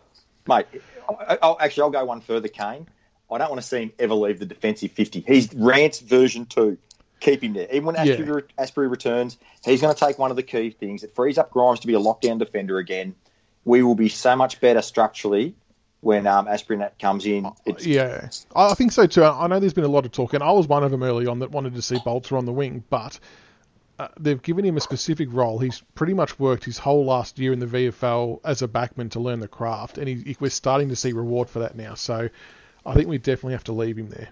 Speaker 3: mate. Oh, I, I, actually, I'll go one further, Kane. I don't want to see him ever leave the defensive 50. He's Rant's version 2. Keep him there. Even when Asprey,
Speaker 1: Yeah.
Speaker 3: Asprey returns, he's going to take one of the key things. It frees up Grimes to be a lockdown defender again. We will be so much better structurally when um, Asprey Nat comes in. It's,
Speaker 1: Uh, Yeah, I I think so too. I I know there's been a lot of talk, and I was one of them early on that wanted to see Bolter on the wing, but uh, they've given him a specific role. He's pretty much worked his whole last year in the VFL as a backman to learn the craft, and he, he- we're starting to see reward for that now. So I think we definitely have to leave him there.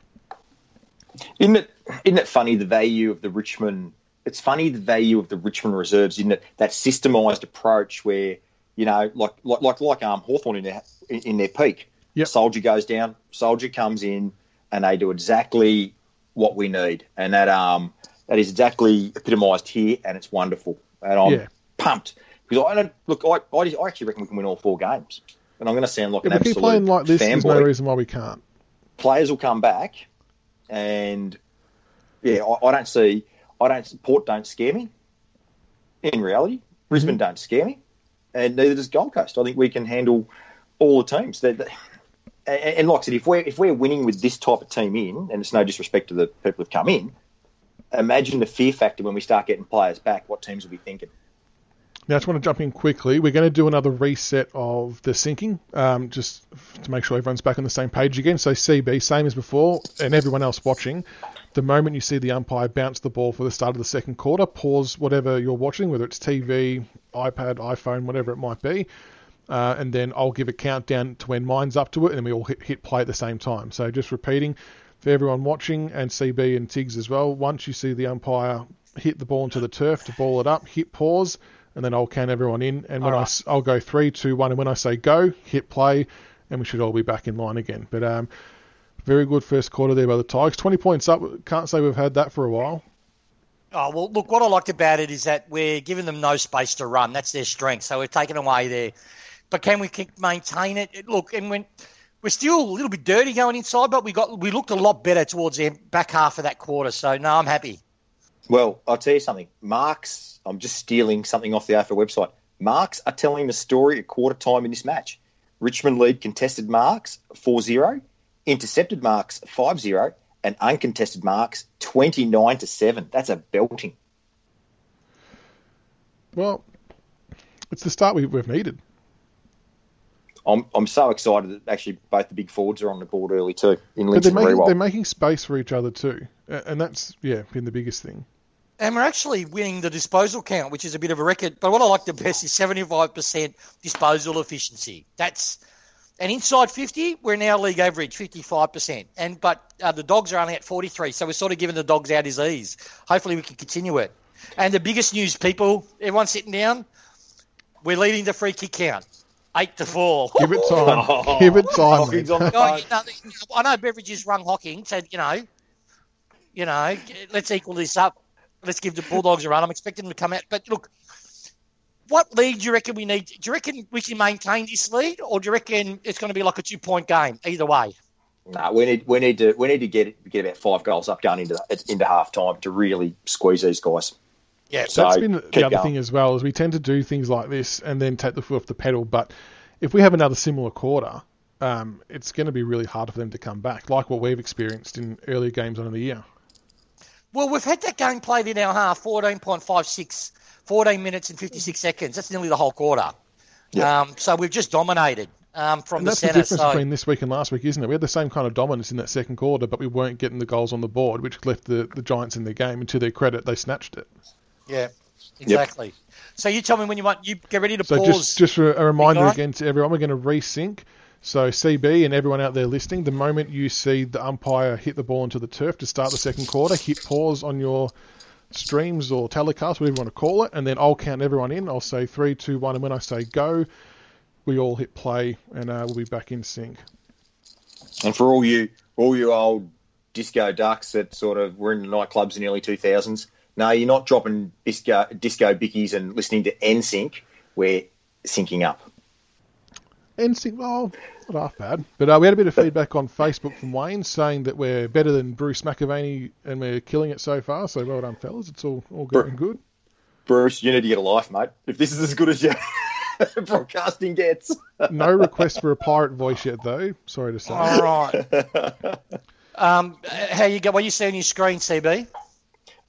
Speaker 3: Isn't it? Isn't it funny the value of the Richmond? It's funny the value of the Richmond reserves, isn't it? That systemised approach where you know, like like like, like um Hawthorne in their in, in their peak.
Speaker 1: Yep.
Speaker 3: Soldier goes down, soldier comes in, and they do exactly what we need, and that um that is exactly epitomised here, and it's wonderful, and I'm
Speaker 1: Yeah.
Speaker 3: pumped because I don't look. I I, just, I actually reckon we can win all four games, and I'm going to sound like
Speaker 1: If
Speaker 3: an
Speaker 1: we keep
Speaker 3: absolute
Speaker 1: playing like this, there's no
Speaker 3: fanboy
Speaker 1: reason why we can't.
Speaker 3: players will come back, and yeah, I, I don't see. I don't. Port don't scare me. In reality, Brisbane don't scare me, and neither does Gold Coast. I think we can handle all the teams. That, and, and like I said, if we're if we're winning with this type of team in, and it's no disrespect to the people who've come in, imagine the fear factor when we start getting players back. What teams will be thinking?
Speaker 1: Now, I just want to jump in quickly. We're going to do another reset of the syncing, um, just to make sure everyone's back on the same page again. So, CB, same as before, and everyone else watching, the moment you see the umpire bounce the ball for the start of the second quarter, pause whatever you're watching, whether it's TV, iPad, iPhone, whatever it might be, uh, and then I'll give a countdown to when mine's up to it, and then we all hit, hit play at the same time. So, just repeating for everyone watching and CB and Tiggs as well, once you see the umpire hit the ball into the turf to ball it up, hit pause, and then I'll count everyone in. And when I s I, will go three, two, one, and when I say go, hit play, and we should all be back in line again. But um, very good first quarter there by the Tigers. 20 points up. Can't say we've had that for a while.
Speaker 2: Oh, well, look, what I liked about it is that we're giving them no space to run. That's their strength. So we're taking away there. But can we keep- maintain it? It- Look, and when we're still a little bit dirty going inside, but we got we looked a lot better towards the back half of that quarter. So no, I'm happy.
Speaker 3: Well, I'll tell you something. Marks, I'm just stealing something off the AFL website. Marks are telling the story at quarter time in this match. Richmond lead contested marks 4 0, intercepted marks 5 0, and uncontested marks 29 to 7. That's a belting.
Speaker 1: Well, it's the start we, we've needed.
Speaker 3: I'm, I'm so excited that actually both the big forwards are on the board early too
Speaker 1: But
Speaker 3: in Lynch
Speaker 1: they're
Speaker 3: and
Speaker 1: making, they're
Speaker 3: Rewald.
Speaker 1: making space for each other too. A- And that's, yeah, been the biggest thing.
Speaker 2: And we're actually winning the disposal count, which is a bit of a record. But what I like the best is 75% disposal efficiency. That's and inside 50, we're now league average 55%. And but uh, the dogs are only at 43, so we're sort of giving the dogs our disease. Hopefully, we can continue it. And the biggest news, people, everyone sitting down, we're leading the free kick count, eight to four.
Speaker 1: Give it time. Give it time.
Speaker 3: Oh. He's
Speaker 1: mate.
Speaker 3: on the
Speaker 2: No, you
Speaker 3: phone.
Speaker 2: know, I know Beverages rung Hocking, so you know, you know, let's equal this up. Let's give the Bulldogs a run. I'm expecting them to come out, but look, what lead do you reckon we need? Do you reckon we can maintain this lead, or do you reckon it's going to be like a two point game? Either way,
Speaker 3: No, we need we need to we need to get get about five goals up going into into half time to really squeeze these guys.
Speaker 2: yeah.
Speaker 3: So
Speaker 1: That's been
Speaker 3: keep
Speaker 1: the other
Speaker 3: going.
Speaker 1: thing as well is we tend to do things like this and then take the foot off the pedal. But if we have another similar quarter, um, it's going to be really hard for them to come back, like what we've experienced in earlier games on the year.
Speaker 2: Well, we've had that game played in our half 14.56, 14 minutes and 56 seconds. That's nearly the whole quarter.
Speaker 3: Yeah.
Speaker 2: Um, so we've just dominated um, from
Speaker 1: And
Speaker 2: the
Speaker 1: that's the
Speaker 2: centre.
Speaker 1: difference
Speaker 2: So,
Speaker 1: between this week and last week, isn't it? We had the same kind of dominance in that second quarter, but we weren't getting the goals on the board, which left the, the Giants in their game. And to their credit, they snatched it.
Speaker 2: yeah, exactly. So you tell me when you want, you get ready to
Speaker 1: So
Speaker 2: pause.
Speaker 1: just just a a reminder
Speaker 2: Nick, alright?
Speaker 1: again to everyone, we're going to resync. So CB and everyone out there listening, the moment you see the umpire hit the ball into the turf to start the second quarter, hit pause on your streams or telecast, whatever you want to call it, and then I'll count everyone in. I'll say three, two, one, and when I say go, we all hit play and uh, we'll be back in sync.
Speaker 3: And for all you all you old disco ducks that sort of were in the nightclubs in the early two thousands, no, you're not dropping disco disco bickies and listening to NSYNC. We're syncing up.
Speaker 1: And see, well, not half bad. But uh, we had a bit of feedback on Facebook from Wayne saying that we're better than Bruce McAvaney and we're killing it so far. So well done, fellas. It's all, all good and good.
Speaker 3: Bruce, you need to get a life, mate. If this is as good as your broadcasting gets.
Speaker 1: No request for a pirate voice yet, though. Sorry to say.
Speaker 2: All right. um, how you go? What you see on your screen, CB?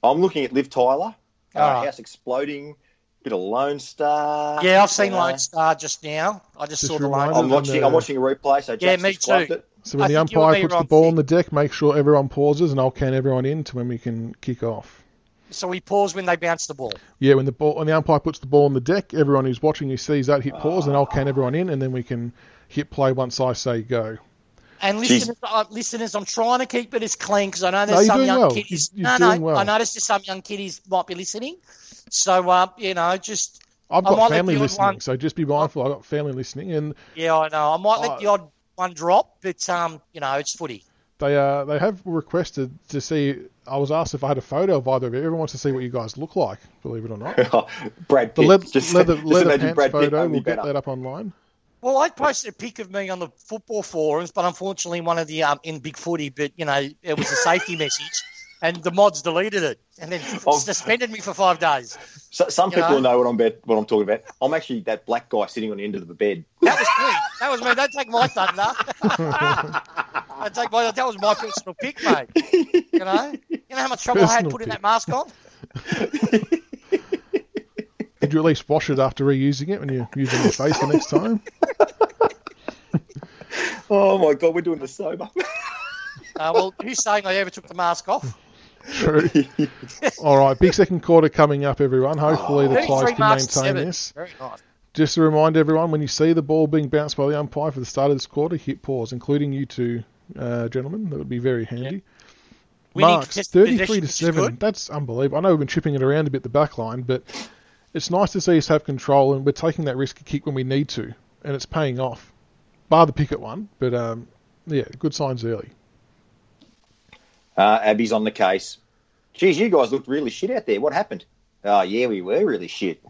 Speaker 3: I'm looking at Liv Tyler, uh,
Speaker 2: Ah.
Speaker 3: House Exploding, bit of Lone Star.
Speaker 2: Yeah, I've seen
Speaker 3: Uh,
Speaker 2: Lone Star just now. I just,
Speaker 1: Just
Speaker 2: saw the
Speaker 1: remind
Speaker 2: Lone.
Speaker 1: us-
Speaker 3: I'm watching. I'm watching a replay. So
Speaker 2: Yeah,
Speaker 3: Jack's
Speaker 2: me
Speaker 3: just wiped
Speaker 2: too.
Speaker 3: It.
Speaker 1: So when
Speaker 2: I
Speaker 1: the
Speaker 2: think you were
Speaker 1: umpire
Speaker 2: me
Speaker 1: puts
Speaker 2: wrong,
Speaker 1: the ball
Speaker 2: Nick.
Speaker 1: on the deck, make sure everyone pauses, and I'll count everyone in to when we can kick off.
Speaker 2: So we pause when they bounce the ball.
Speaker 1: Yeah, when the ball when the umpire puts the ball on the deck, everyone who's watching who sees that hit pause, and I'll count everyone in, and then we can hit play once I say go.
Speaker 2: And listeners, uh, listeners, I'm trying to keep it as clean because I know
Speaker 1: No,
Speaker 2: there's
Speaker 1: you're
Speaker 2: some
Speaker 1: doing
Speaker 2: young
Speaker 1: well.
Speaker 2: kiddies.
Speaker 1: You're- you're
Speaker 2: no,
Speaker 1: doing
Speaker 2: no,
Speaker 1: well.
Speaker 2: I noticed there's some young kiddies might be listening. So uh, you know, just
Speaker 1: I've
Speaker 2: I
Speaker 1: got
Speaker 2: might let
Speaker 1: family
Speaker 2: the odd
Speaker 1: listening,
Speaker 2: one-
Speaker 1: so just be mindful. I've got family listening, and
Speaker 2: yeah, I know. I might let
Speaker 1: Oh.
Speaker 2: the odd one drop, but um, you know, it's footy.
Speaker 1: they uh, they have requested to see. I was asked if I had a photo of either of you. Everyone wants to see what you guys look like, believe it or not.
Speaker 3: Brad
Speaker 1: The
Speaker 3: Pitt.
Speaker 1: leather,
Speaker 3: just,
Speaker 1: leather,
Speaker 3: just
Speaker 1: leather
Speaker 3: imagine
Speaker 1: pants
Speaker 3: Brad Pitt
Speaker 1: photo.
Speaker 3: only
Speaker 1: We'll get
Speaker 3: better.
Speaker 1: that up online.
Speaker 2: Well, I posted a pic of me on the football forums, but unfortunately, one of the um in big footy, but you know, it was a safety message, and the mods deleted it and then
Speaker 3: Oh.
Speaker 2: suspended me for five days.
Speaker 3: So, some
Speaker 2: you
Speaker 3: people
Speaker 2: know?
Speaker 3: know, what I'm about, what I'm talking about. I'm actually that black guy sitting on the end of the bed.
Speaker 2: That was me. That was me. Don't take my thunder. Don't take my. That was my personal pick, mate. You know. You know how much trouble I had
Speaker 1: Personal
Speaker 2: putting
Speaker 1: pick.
Speaker 2: that mask on.
Speaker 1: Did you at least wash it after reusing it when you're using your face the next time?
Speaker 3: Oh my god, we're doing the sober.
Speaker 2: Uh, well, who's saying I ever took the mask off?
Speaker 1: True. All right, big second quarter coming up, everyone. Hopefully the Flyers
Speaker 2: Thirty-three
Speaker 1: can
Speaker 2: masks.
Speaker 1: maintain
Speaker 2: Seven.
Speaker 1: this.
Speaker 2: Very nice.
Speaker 1: Just to remind everyone, when you see the ball being bounced by the umpire for the start of this quarter, hit pause, including you two uh, gentlemen. That would be very handy.
Speaker 2: Winning
Speaker 1: Marks,
Speaker 2: contested
Speaker 1: 33 to
Speaker 2: possession, which is
Speaker 1: 7.
Speaker 2: good.
Speaker 1: That's unbelievable. I know we've been chipping it around a bit, the back line, but it's nice to see us have control, and we're taking that risky kick when we need to, and it's paying off, bar the picket one. But um, yeah, good signs early.
Speaker 3: Uh, Abby's on the case. Geez, you guys looked really shit out there. What happened? Oh yeah, we were really shit.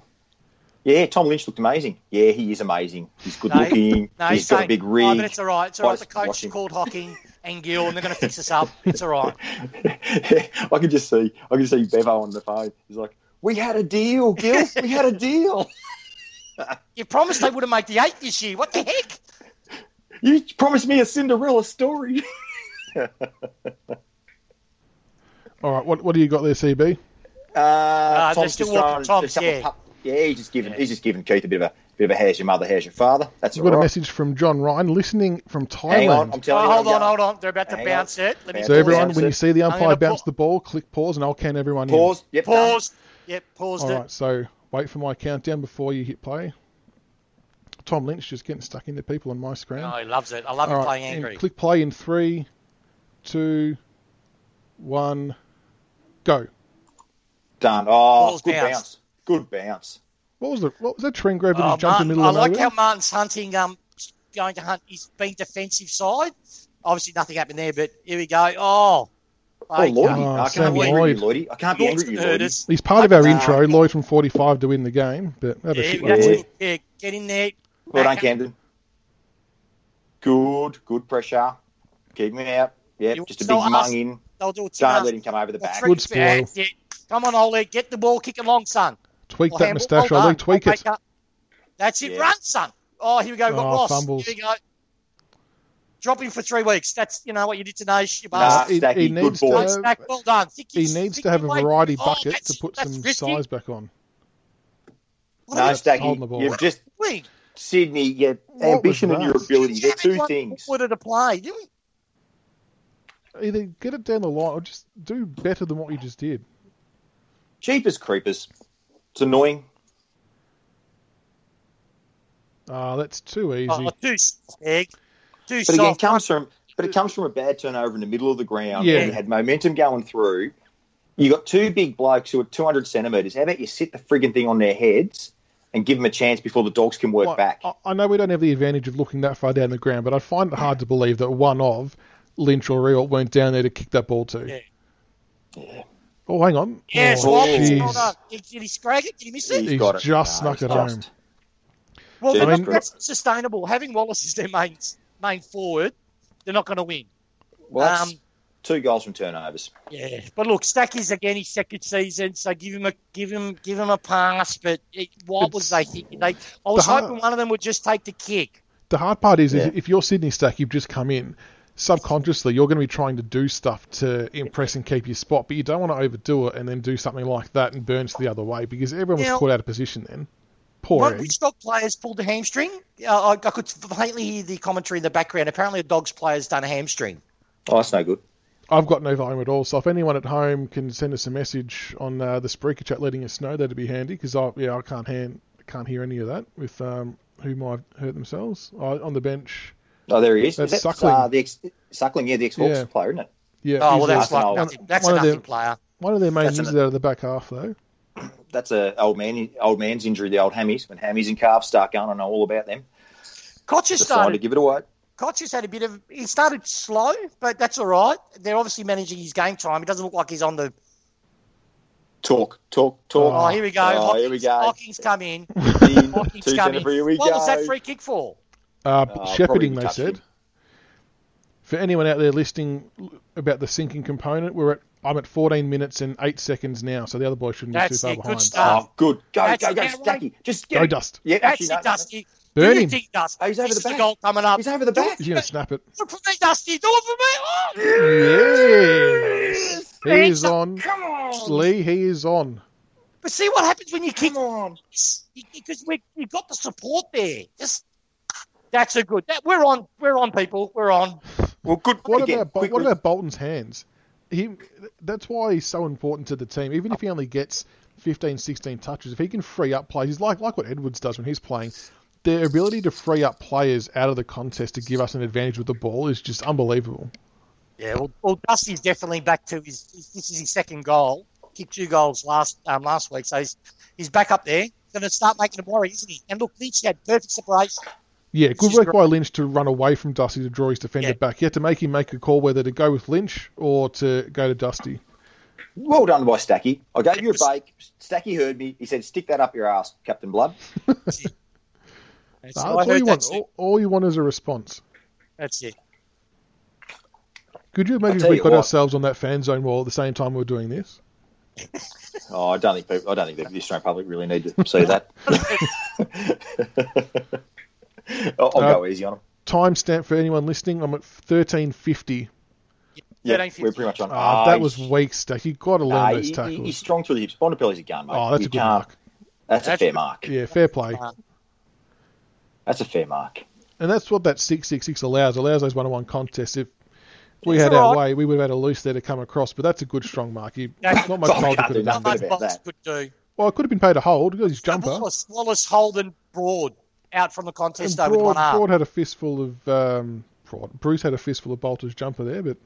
Speaker 3: Yeah, Tom Lynch looked amazing. Yeah, he is amazing. He's good
Speaker 2: No,
Speaker 3: looking.
Speaker 2: No,
Speaker 3: he's got
Speaker 2: saying,
Speaker 3: a big
Speaker 2: Oh, but
Speaker 3: rig.
Speaker 2: it's all right. It's all
Speaker 3: Why
Speaker 2: right. The
Speaker 3: does-
Speaker 2: coach
Speaker 3: watching-
Speaker 2: called Hocking and Gill, and they're going to fix us up. It's all right.
Speaker 3: I could just see, I could see Bevo on the phone. He's like, "We had a deal, Gil. We had a deal.
Speaker 2: You promised they would have made the eight this year. What the heck?
Speaker 3: You promised me a Cinderella story."
Speaker 1: All right, what, what do you got there, CB?
Speaker 3: Uh,
Speaker 2: Ah, they're
Speaker 3: Tom's
Speaker 2: still
Speaker 3: just
Speaker 2: walking
Speaker 3: throwing
Speaker 2: Tom's,
Speaker 3: a couple
Speaker 2: yeah.
Speaker 3: of pu- yeah, he's just giving,
Speaker 2: Yeah.
Speaker 3: he's just giving Keith a bit of a bit of a "How's your mother? How's your father?" That's
Speaker 1: We've
Speaker 3: all
Speaker 1: got a
Speaker 3: right.
Speaker 1: message from John Ryan, listening from Thailand.
Speaker 3: Hang on, I'm
Speaker 2: Oh,
Speaker 3: telling you.
Speaker 2: hold
Speaker 3: I'm
Speaker 2: on,
Speaker 3: going-
Speaker 2: hold on. They're about to
Speaker 3: Hang
Speaker 2: bounce it. Let me
Speaker 1: So
Speaker 3: Yeah,
Speaker 1: everyone,
Speaker 2: pause
Speaker 1: when you
Speaker 2: it.
Speaker 1: see the
Speaker 2: I'm
Speaker 1: umpire
Speaker 2: gonna
Speaker 1: bounce
Speaker 2: pa-
Speaker 1: the ball, click pause, and I'll count everyone
Speaker 3: Pause. Yep. done.
Speaker 2: Pause. Yep,
Speaker 1: in.
Speaker 2: paused
Speaker 1: All
Speaker 2: it.
Speaker 1: right, so wait for my countdown before you hit play. Tom Lynch just getting stuck into people on my screen.
Speaker 2: No, he loves it. I love
Speaker 1: All
Speaker 2: him
Speaker 1: right,
Speaker 2: playing
Speaker 1: and
Speaker 2: angry.
Speaker 1: click play in three, two, one, go.
Speaker 3: Done. Oh,
Speaker 2: Ball's
Speaker 3: good
Speaker 2: bounced.
Speaker 3: bounce. Good bounce.
Speaker 1: What was it? What was that trend grab that
Speaker 2: Oh,
Speaker 1: just jumped in the middle
Speaker 2: I
Speaker 1: of
Speaker 2: like
Speaker 1: nowhere?
Speaker 2: how Martin's hunting. Um, going to hunt. He's been defensive side. Obviously, nothing happened there. But here we go. Oh,
Speaker 3: Oh,
Speaker 2: okay.
Speaker 3: Lloyd.
Speaker 1: Oh,
Speaker 3: I
Speaker 1: Sam
Speaker 3: can't be angry at you,
Speaker 1: Lloyd.
Speaker 3: Lloyd. I can't be angry at you,
Speaker 2: Lawson hurt
Speaker 3: Lloyd.
Speaker 2: us.
Speaker 1: He's part of our
Speaker 2: Uh,
Speaker 1: intro. Lloyd from 45 to win the game, but that
Speaker 2: Yeah,
Speaker 1: a shit
Speaker 2: that's
Speaker 1: one.
Speaker 3: yeah.
Speaker 2: it. Yeah, get in there.
Speaker 3: Well done, Camden. Good, good pressure. Keep him out. Yep,
Speaker 2: You
Speaker 3: just a big
Speaker 2: also asked-
Speaker 3: mung in.
Speaker 2: They'll do it. to
Speaker 3: Don't
Speaker 2: us.
Speaker 3: let him come over the
Speaker 2: They'll
Speaker 3: back.
Speaker 2: trick
Speaker 1: Good
Speaker 2: us back.
Speaker 1: spoil.
Speaker 2: Yeah. Come on, Ollie. Get the ball. Kick along, son.
Speaker 1: Tweak
Speaker 2: Or
Speaker 1: that
Speaker 2: handball.
Speaker 1: moustache,
Speaker 2: Well
Speaker 1: Ollie.
Speaker 2: done.
Speaker 1: Tweak
Speaker 2: Don't
Speaker 1: it.
Speaker 2: make up. That's it.
Speaker 3: Yeah.
Speaker 2: Run, son. Oh, here we go. Got
Speaker 1: Oh,
Speaker 2: lost.
Speaker 1: fumbles.
Speaker 2: Here we go. Drop him for three weeks. That's you know what you did today, you
Speaker 3: Nah,
Speaker 2: bastard.
Speaker 1: He-
Speaker 3: Stacky,
Speaker 1: he
Speaker 3: good
Speaker 1: needs to
Speaker 2: Well,
Speaker 1: have-
Speaker 3: ball.
Speaker 2: Stack, well done. Think
Speaker 1: He
Speaker 2: you-
Speaker 1: needs
Speaker 2: think
Speaker 1: to have a
Speaker 2: you wait.
Speaker 1: variety
Speaker 2: Oh,
Speaker 1: bucket
Speaker 2: that's-
Speaker 1: to put
Speaker 2: that's
Speaker 1: some
Speaker 2: risky.
Speaker 1: size back on.
Speaker 2: What
Speaker 3: No,
Speaker 2: are
Speaker 1: Holding the
Speaker 3: Stacky,
Speaker 1: ball.
Speaker 3: you've just
Speaker 2: we doing?
Speaker 3: Sydney, your
Speaker 1: What was
Speaker 3: ambition and your
Speaker 1: that?
Speaker 3: ability. They're two
Speaker 2: Everyone
Speaker 3: things.
Speaker 2: Would it apply? Didn't we?
Speaker 1: Either get it down the line or just do better than what you just did.
Speaker 3: Cheap as creepers. It's annoying.
Speaker 1: Ah, that's too easy.
Speaker 2: Oh, too soft, egg. Too
Speaker 3: But again, it
Speaker 2: soft.
Speaker 3: comes from but it comes from a bad turnover in the middle of the ground.
Speaker 1: Yeah.
Speaker 3: and you had momentum going through. You got two big blokes who are 200 centimetres. How about you sit the frigging thing on their heads and give them a chance before the dogs can work
Speaker 1: Like,
Speaker 3: back?
Speaker 1: I, I know we don't have the advantage of looking that far down the ground, but I find it hard to believe that one of Lynch or Riot went down there to kick that ball to.
Speaker 2: Yeah.
Speaker 3: Yeah.
Speaker 1: Oh, hang on.
Speaker 2: Yes,
Speaker 1: oh,
Speaker 2: well, it's
Speaker 1: jeez.
Speaker 2: not a- did, did he scrag it? Did he miss it?
Speaker 1: He's just snuck
Speaker 3: he's
Speaker 1: it home.
Speaker 3: just-
Speaker 2: Well,
Speaker 3: Yeah,
Speaker 2: they're
Speaker 1: I
Speaker 2: not,
Speaker 1: mean-
Speaker 2: that's sustainable. Having Wallace as their main main forward, they're not going to win.
Speaker 3: Well, that's
Speaker 2: Um,
Speaker 3: two goals from turnovers.
Speaker 2: Yeah, but look, Stack is again his second season, so give him a give him give him a pass. But it, what was they
Speaker 1: It's-
Speaker 2: thinking? They, I was
Speaker 1: The hard-
Speaker 2: hoping one of them would just take the kick.
Speaker 1: The hard part is,
Speaker 3: Yeah.
Speaker 1: is if you're Sydney Stack, you've just come in. Subconsciously, you're going to be trying to do stuff to impress and keep your spot, but you don't want to overdo it and then do something like that and burns the other way because everyone
Speaker 2: Now-
Speaker 1: was caught out of position then. Poor
Speaker 2: One,
Speaker 1: Egg.
Speaker 2: which dog players pulled the hamstring? Uh, I, I could faintly hear the commentary in the background. Apparently, a dog's player's done a hamstring.
Speaker 3: Oh, that's no good.
Speaker 1: I've got no volume at all, so if anyone at home can send us a message on uh, the Spreaker chat letting us know, that'd be handy because I yeah I can't hand can't hear any of that with um, who might have hurt themselves I, on the bench.
Speaker 3: Oh, there he is.
Speaker 1: That's
Speaker 3: Is that,
Speaker 1: Suckling.
Speaker 3: Uh, the ex- Suckling, yeah, the ex-Hawks
Speaker 1: Yeah.
Speaker 3: player, isn't it?
Speaker 1: Yeah,
Speaker 2: oh
Speaker 1: he's
Speaker 2: well, that's
Speaker 1: a-
Speaker 3: like-
Speaker 2: like
Speaker 3: one-
Speaker 2: nothing. That's a
Speaker 1: one of
Speaker 2: nothing
Speaker 1: them-
Speaker 2: player.
Speaker 1: one of their main
Speaker 3: that's an-
Speaker 1: users out of the back half though.
Speaker 3: That's a old man, old man's injury. The old hammies. When hammies and calves start going, I know all about them.
Speaker 2: Koch has
Speaker 3: Decided to
Speaker 2: started.
Speaker 3: give it away.
Speaker 2: Koch has had a bit of. He started slow, but that's all right. They're obviously managing his game time. It doesn't look like he's on the.
Speaker 3: Talk, talk, talk.
Speaker 2: Oh, here we go.
Speaker 3: Oh,
Speaker 2: Hawkins,
Speaker 3: here we go.
Speaker 2: Hawkins come in.
Speaker 3: In
Speaker 2: Hawkins
Speaker 3: two
Speaker 2: come in.
Speaker 3: Jennifer, here we
Speaker 2: what
Speaker 3: go.
Speaker 2: was that free kick for?
Speaker 1: Uh,
Speaker 3: probably
Speaker 1: shepherding, they
Speaker 3: touched
Speaker 1: said.
Speaker 3: him.
Speaker 1: For anyone out there listening about the sinking component, we're at I'm at 14 minutes and eight seconds now, so the other boy shouldn't
Speaker 2: That's
Speaker 1: be too
Speaker 2: it.
Speaker 1: far
Speaker 2: Good
Speaker 1: behind.
Speaker 2: stuff.
Speaker 3: oh, good. Go,
Speaker 2: That's
Speaker 3: go, go,
Speaker 2: it.
Speaker 3: Stacky. Just get
Speaker 1: Go
Speaker 3: it.
Speaker 1: dust.
Speaker 3: Yeah,
Speaker 2: That's
Speaker 3: actually,
Speaker 2: it,
Speaker 3: no,
Speaker 2: Dusty.
Speaker 1: Burn
Speaker 2: Do
Speaker 1: him.
Speaker 2: you think Dusty?
Speaker 3: Oh, he's over
Speaker 2: this
Speaker 3: the
Speaker 2: is the
Speaker 3: back.
Speaker 2: goal coming up.
Speaker 3: He's over the
Speaker 2: Do
Speaker 3: back.
Speaker 1: He's gonna snap it.
Speaker 2: it for me, Dusty. Do it for me. Oh!
Speaker 1: Yes, he is
Speaker 2: He's up.
Speaker 1: on.
Speaker 3: Come on.
Speaker 1: Lee, he is on.
Speaker 2: But see what happens when you kick
Speaker 3: Come on.
Speaker 2: because we we got the support there. Just that's a good. That, we're on. We're on, people. We're on.
Speaker 3: Well, good.
Speaker 1: What
Speaker 3: again,
Speaker 1: about Bol-
Speaker 3: quick
Speaker 1: what
Speaker 3: re-
Speaker 1: about Bolton's hands? He that's why he's so important to the team. Even if he only gets 15, 16 touches, if he can free up players, he's like like what Edwards does when he's playing. Their ability to free up players out of the contest to give us an advantage with the ball is just unbelievable.
Speaker 2: Yeah. Well, well Dusty's definitely back to his. This is his second goal. Kicked two goals last um, last week, so he's he's back up there. He's going to start making a worry, isn't he? And look, Lynch had perfect separation.
Speaker 1: Yeah, good
Speaker 2: is
Speaker 1: work
Speaker 2: great.
Speaker 1: by Lynch to run away from Dusty to draw his defender
Speaker 2: Yeah.
Speaker 1: back. He had to make him make a call whether to go with Lynch or to go to Dusty.
Speaker 3: Well done by Stacky. I gave you a bake. Stacky heard me. He said, "Stick that up your ass, Captain Blood."
Speaker 2: That's,
Speaker 1: Nah,
Speaker 2: it. I
Speaker 1: that's all
Speaker 2: heard
Speaker 1: you want.
Speaker 2: that too.
Speaker 1: All, all you want is a response.
Speaker 2: That's it.
Speaker 1: Could you imagine if
Speaker 3: tell
Speaker 1: we
Speaker 3: you
Speaker 1: got
Speaker 3: what.
Speaker 1: ourselves on that fan zone wall at the same time we were doing this?
Speaker 3: Oh, I don't think people, I don't think the Australian public really need to see that. I'll, I'll
Speaker 1: Uh,
Speaker 3: go easy on him.
Speaker 1: timestamp for anyone listening. I'm at 1350.
Speaker 3: Yeah,
Speaker 2: 1350.
Speaker 3: we're pretty much on.
Speaker 1: Uh, that
Speaker 3: he-
Speaker 1: was weak, Stack. You got to learn
Speaker 3: Ah, nah,
Speaker 1: those
Speaker 3: he- he-
Speaker 1: tackles.
Speaker 3: he's strong through the hips. Bondapelli's a gun, mate.
Speaker 1: oh, that's
Speaker 3: You
Speaker 1: a good
Speaker 3: can't-
Speaker 1: mark.
Speaker 3: That's,
Speaker 2: That's
Speaker 3: a fair
Speaker 2: good.
Speaker 3: mark.
Speaker 1: Yeah, fair play.
Speaker 2: Uh,
Speaker 3: That's a fair mark.
Speaker 1: And that's what that six six six allows. Allows those one-on-one contests. If we
Speaker 2: It's
Speaker 1: had
Speaker 2: all
Speaker 1: our
Speaker 2: right.
Speaker 1: way, we would have had a loose there to come across. But that's a good strong mark. He,
Speaker 2: That's-
Speaker 1: not much
Speaker 3: Oh, I
Speaker 1: holder
Speaker 3: can't
Speaker 1: could
Speaker 3: do
Speaker 1: have done.
Speaker 3: nothing
Speaker 2: not much
Speaker 3: about
Speaker 2: Box
Speaker 3: that.
Speaker 2: could do.
Speaker 1: Well, it could have been paid a hold. Got his jumper.
Speaker 2: Wallace, Wallace, Holden, Broad out from the
Speaker 1: And
Speaker 2: contest though with
Speaker 1: Broad,
Speaker 2: one arm.
Speaker 1: Broad had a fistful of um, Broad. Bruce had a fistful of Bolter's jumper there, but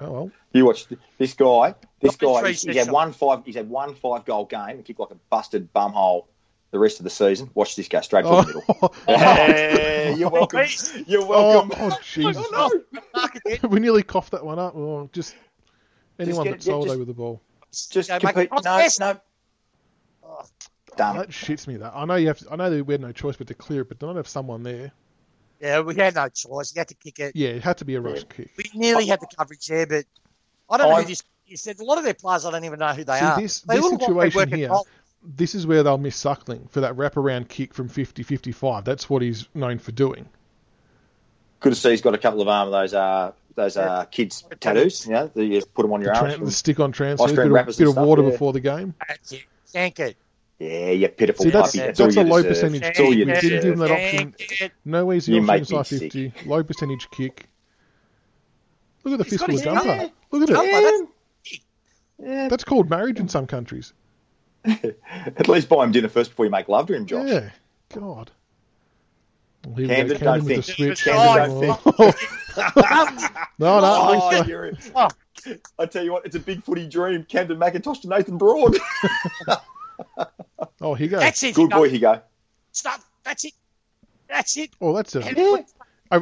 Speaker 1: oh well.
Speaker 3: You watch th- this guy. This
Speaker 2: Up in
Speaker 3: guy.
Speaker 2: three
Speaker 3: He's, he's had
Speaker 2: sessions.
Speaker 3: one five. He's had one five goal game and kicked like a busted bumhole the rest of the season. Watch this go straight for the middle.
Speaker 1: Oh,
Speaker 3: Hey, you're welcome. You're
Speaker 1: oh,
Speaker 3: welcome.
Speaker 1: oh, Jesus.
Speaker 2: Oh, mark it there.
Speaker 1: we nearly coughed that one up. Oh, just anyone
Speaker 3: get-
Speaker 1: that's sold
Speaker 3: yeah, just-
Speaker 1: over the ball.
Speaker 3: Just
Speaker 2: Yeah, make
Speaker 3: compete.
Speaker 2: a
Speaker 3: No,
Speaker 2: contest.
Speaker 3: no.
Speaker 1: Oh,
Speaker 3: Damn it.
Speaker 1: That shits me. That I know you have. To, I know that we had no choice but to clear it, but to not have someone there.
Speaker 2: Yeah, we had no choice. We had to kick it.
Speaker 1: Yeah, it had to be a rush kick.
Speaker 2: We nearly had the coverage there, but I don't know
Speaker 3: I'm-
Speaker 2: who this is. There's A lot of their players, I don't even know who they
Speaker 1: See,
Speaker 2: are.
Speaker 1: this-
Speaker 2: they
Speaker 1: this
Speaker 2: all look like they
Speaker 1: situation
Speaker 2: work at
Speaker 1: here-
Speaker 2: Bolton.
Speaker 1: This is where they'll miss Suckling for that wraparound kick from 50-55. That's what he's known for doing.
Speaker 3: Good to see he's got a couple of arm of those uh those uh kids tattoos. Yeah, that you put them on
Speaker 1: The,
Speaker 3: your
Speaker 1: tran- the
Speaker 3: arms.
Speaker 1: stick on transfer,
Speaker 3: Ice cream
Speaker 1: bit
Speaker 3: wrappers
Speaker 1: of, bit
Speaker 3: and
Speaker 1: of
Speaker 3: stuff,
Speaker 1: water
Speaker 3: yeah.
Speaker 1: before the game.
Speaker 2: That's it. Thank it.
Speaker 3: Yeah, you pitiful
Speaker 1: See, that's-
Speaker 3: puppy. That's,
Speaker 1: that's
Speaker 3: all
Speaker 1: a
Speaker 3: you
Speaker 1: low
Speaker 3: deserve.
Speaker 1: percentage
Speaker 3: That's all you
Speaker 1: kick. Did you give him
Speaker 3: deserve.
Speaker 1: that
Speaker 2: Thank it.
Speaker 1: No easy
Speaker 3: You
Speaker 1: option
Speaker 3: make me
Speaker 1: inside
Speaker 3: sick.
Speaker 1: 50. Low percentage kick. Look at the
Speaker 2: He's got
Speaker 1: fistful
Speaker 2: his
Speaker 1: jumper.
Speaker 2: hand.
Speaker 1: Look at it.
Speaker 2: Yeah. That's-
Speaker 3: Yeah.
Speaker 1: That's called marriage in some countries.
Speaker 3: At least buy him dinner first before you make love to him, Josh.
Speaker 1: Yeah. God. Well, here we
Speaker 3: Camden,
Speaker 1: go.
Speaker 3: don't
Speaker 1: Camden with the
Speaker 3: think.
Speaker 1: switch.
Speaker 3: Camden,
Speaker 1: Oh.
Speaker 2: Um,
Speaker 1: no, no, at least,
Speaker 3: Oh,
Speaker 1: uh,
Speaker 3: you're-
Speaker 2: oh,
Speaker 3: I tell you what, it's a big footy dream. Camden McIntosh to Nathan Broad.
Speaker 1: oh, here goes.
Speaker 2: that's it.
Speaker 3: Good
Speaker 2: No,
Speaker 3: boy, Higo.
Speaker 2: stop. That's it. That's it.
Speaker 1: Oh, that's a.
Speaker 2: Yeah.
Speaker 1: Oh,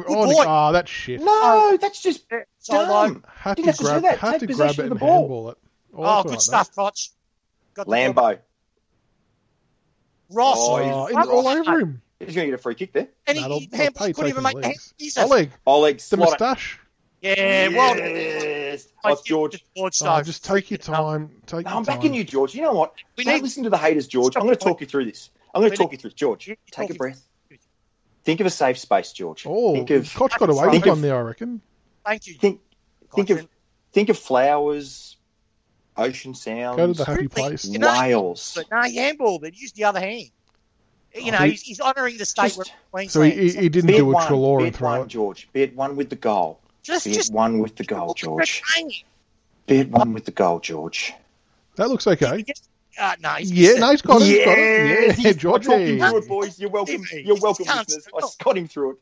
Speaker 1: oh,
Speaker 2: boy.
Speaker 1: ah, that's shit.
Speaker 2: Oh.
Speaker 3: No, that's just
Speaker 2: Solo.
Speaker 3: dumb.
Speaker 1: Have to
Speaker 3: Didn't have to say
Speaker 1: grab,
Speaker 3: that.
Speaker 1: have
Speaker 3: Take
Speaker 1: to
Speaker 3: possession
Speaker 1: grab it and
Speaker 3: of the ball.
Speaker 1: handball it. that's
Speaker 2: Oh, good
Speaker 1: all right,
Speaker 2: stuff, Koch. Got the ball.
Speaker 3: Lambo.
Speaker 2: Ross.
Speaker 3: Oh,
Speaker 1: mate.
Speaker 3: he's-
Speaker 1: Oh, it
Speaker 2: Ross.
Speaker 1: was all over him.
Speaker 3: He's going to get a free kick there.
Speaker 2: And
Speaker 1: Nah, they'll-
Speaker 2: he,
Speaker 1: they'll
Speaker 2: he
Speaker 1: pay
Speaker 2: couldn't
Speaker 1: taking
Speaker 2: even make
Speaker 1: the
Speaker 2: the
Speaker 1: legs.
Speaker 2: he's a-
Speaker 1: Oleg,
Speaker 3: Oleg
Speaker 1: the
Speaker 3: slot it.
Speaker 1: moustache.
Speaker 2: Yeah, well done.
Speaker 3: Yes.
Speaker 2: I
Speaker 3: Off George.
Speaker 2: give it to George,
Speaker 1: Oh,
Speaker 2: though.
Speaker 1: just take your
Speaker 2: Freaking hell.
Speaker 1: time. Take
Speaker 3: No,
Speaker 1: your
Speaker 3: I'm
Speaker 1: time.
Speaker 3: backing you, George. You know what?
Speaker 2: We
Speaker 3: Don't
Speaker 2: need-
Speaker 3: listen to the haters, George.
Speaker 2: Stop
Speaker 3: I'm going
Speaker 2: it.
Speaker 3: to talk you through this. I'm going
Speaker 2: We
Speaker 3: to talk you through, George.
Speaker 2: You
Speaker 3: Take a
Speaker 2: talk-
Speaker 3: breath. Think of a safe space, George.
Speaker 1: Oh,
Speaker 3: think of
Speaker 1: Koch got away
Speaker 3: Think
Speaker 1: with
Speaker 3: of-
Speaker 1: one there, I reckon.
Speaker 2: Thank you.
Speaker 3: think think of
Speaker 2: Cochrane.
Speaker 3: think of flowers, ocean sounds,
Speaker 1: Go to the happy
Speaker 2: Really?
Speaker 1: place.
Speaker 2: You know-
Speaker 3: whales.
Speaker 2: But no, he handballed it. He used the other hand. You know,
Speaker 1: Oh, he-
Speaker 2: he's, he's honouring the state
Speaker 3: Just-
Speaker 2: where Queensland.
Speaker 1: So he, he, he didn't
Speaker 3: Be at
Speaker 1: do a
Speaker 3: one,
Speaker 1: Trelaw
Speaker 3: be
Speaker 1: and
Speaker 3: at
Speaker 1: throw
Speaker 3: one,
Speaker 1: it.
Speaker 3: George. Be at one with the goal.
Speaker 2: just,
Speaker 3: Be at
Speaker 2: just
Speaker 3: one with the goal,
Speaker 2: look at
Speaker 3: George.
Speaker 2: the training.
Speaker 3: Be at one with the goal, George.
Speaker 1: That looks okay.
Speaker 2: Uh, no, he's
Speaker 1: Yeah,
Speaker 2: missed
Speaker 1: no,
Speaker 2: it.
Speaker 1: he's got it. He's got
Speaker 3: Yes,
Speaker 1: it. Yeah,
Speaker 3: he's-
Speaker 1: George.
Speaker 3: I talked him through
Speaker 1: hey.
Speaker 3: it, boys. You're welcome.
Speaker 2: Timmy,
Speaker 3: You're
Speaker 2: he
Speaker 3: welcome,
Speaker 2: can't
Speaker 3: listeners. I
Speaker 2: stop.
Speaker 3: got him through it.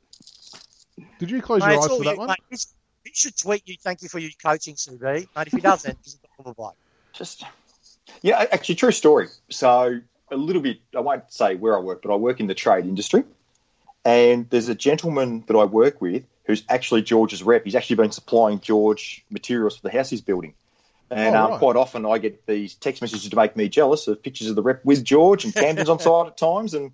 Speaker 1: Did you close
Speaker 2: Mate,
Speaker 1: your
Speaker 2: it's
Speaker 1: eyes
Speaker 2: all
Speaker 1: for that
Speaker 2: you,
Speaker 1: one?
Speaker 2: mate. He should- he should tweet you, thank you for your coaching, CB. Mate, if he doesn't, he's a double bloke.
Speaker 3: Just yeah, actually, true story. So a little bit. I won't say where I work, but I work in the trade industry, and there's a gentleman that I work with who's actually George's rep. He's actually been supplying George materials for the house he's building. And
Speaker 1: Oh,
Speaker 3: um,
Speaker 1: right.
Speaker 3: quite often, I get these text messages to make me jealous of pictures of the rep with George and Camden's on side at times. And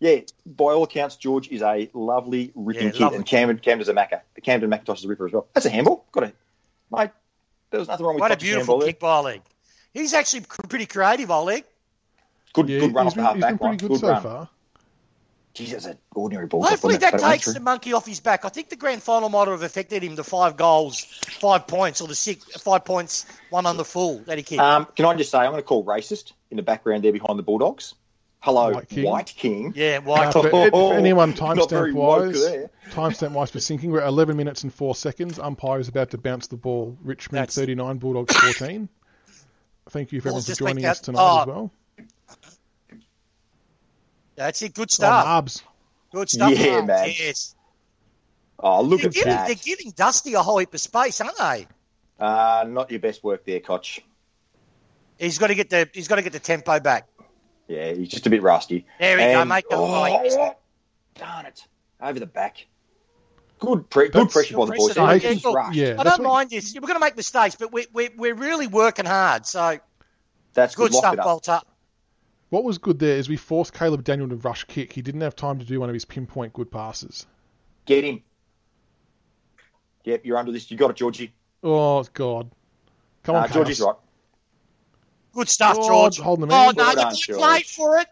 Speaker 3: yeah, by all accounts, George is a lovely ripping
Speaker 2: Yeah,
Speaker 3: kid,
Speaker 2: lovely.
Speaker 3: and Camden Camden's a macker. Camden McIntosh is a ripper as well. That's a handball. Got it, mate. There was nothing wrong with
Speaker 2: What a
Speaker 3: touching the
Speaker 2: beautiful
Speaker 3: handball there.
Speaker 2: kick by Oleg. He's actually c- pretty creative, Oleg.
Speaker 3: Good,
Speaker 1: Yeah,
Speaker 3: good run
Speaker 1: he's
Speaker 3: off the
Speaker 1: been,
Speaker 3: half
Speaker 1: he's been
Speaker 3: back line.
Speaker 1: pretty
Speaker 3: Good,
Speaker 1: good so
Speaker 3: run.
Speaker 1: far.
Speaker 3: Jeez, that's an ordinary ball.
Speaker 2: Hopefully
Speaker 3: wasn't it?
Speaker 2: that
Speaker 3: But it went
Speaker 2: takes
Speaker 3: through.
Speaker 2: the monkey off his back. I think the grand final might have affected him to five goals, five points, or the six five points, one on the full that he kicked.
Speaker 3: Um, can I just say, I'm going to call racist in the background there behind the Bulldogs. Hello,
Speaker 1: White
Speaker 3: White
Speaker 1: King.
Speaker 3: King.
Speaker 2: yeah,
Speaker 1: Uh,
Speaker 2: why?
Speaker 1: for,
Speaker 3: Oh,
Speaker 1: for anyone
Speaker 3: Not very
Speaker 1: timestamp
Speaker 3: woke
Speaker 1: wise,
Speaker 3: there.
Speaker 1: timestamp wise for sinking, we're at 11 minutes and 4 seconds. Umpire is about to bounce the ball. Richmond
Speaker 2: That's-
Speaker 1: 39, Bulldogs 14. Thank you for everyone
Speaker 2: Ball's
Speaker 1: for
Speaker 2: just went
Speaker 1: joining
Speaker 2: out.
Speaker 1: us tonight as
Speaker 2: Oh,
Speaker 1: well.
Speaker 2: That's it. Good
Speaker 1: Oh,
Speaker 2: stuff.
Speaker 1: Marbs.
Speaker 2: Good stuff.
Speaker 3: Yeah,
Speaker 2: Mark.
Speaker 3: man.
Speaker 2: Yes.
Speaker 3: Oh, look
Speaker 2: They're
Speaker 3: at
Speaker 2: giving, they're
Speaker 3: that.
Speaker 2: giving Dusty a whole heap of space, aren't they?
Speaker 3: Uh, not your best work there, Koch.
Speaker 2: He's got to get the he's got to get the tempo back.
Speaker 3: Yeah, he's just a bit rusty.
Speaker 2: There we go,
Speaker 3: And-
Speaker 2: mate. Go
Speaker 3: oh,
Speaker 2: oh,
Speaker 3: darn it. Over the back. Good, pre- good
Speaker 1: That's-
Speaker 3: pressure by the
Speaker 2: Good
Speaker 3: boys.
Speaker 2: pressure,
Speaker 3: They
Speaker 2: mate.
Speaker 3: just
Speaker 2: Yeah,
Speaker 3: rushed.
Speaker 1: yeah.
Speaker 2: I
Speaker 1: that's
Speaker 2: don't
Speaker 1: what-
Speaker 2: mind this. We're going to make mistakes, but we're, we're, we're really working hard. So
Speaker 3: That's
Speaker 2: good
Speaker 3: good. Locked
Speaker 2: stuff,
Speaker 3: it up.
Speaker 2: Walter.
Speaker 1: What was good there is we forced Caleb Daniel to rush kick. He didn't have time to do one of his pinpoint good passes.
Speaker 3: Get him. Yep, you're under this. You got it, Georgie.
Speaker 1: Oh God! Come
Speaker 3: Uh,
Speaker 1: on,
Speaker 3: Georgie's
Speaker 1: Cavs.
Speaker 3: right.
Speaker 2: Good stuff,
Speaker 1: George,
Speaker 2: George.
Speaker 1: holding the
Speaker 2: oh,
Speaker 1: man.
Speaker 2: no,
Speaker 3: Well
Speaker 2: you
Speaker 3: done,
Speaker 2: didn't
Speaker 3: George.
Speaker 2: play for it.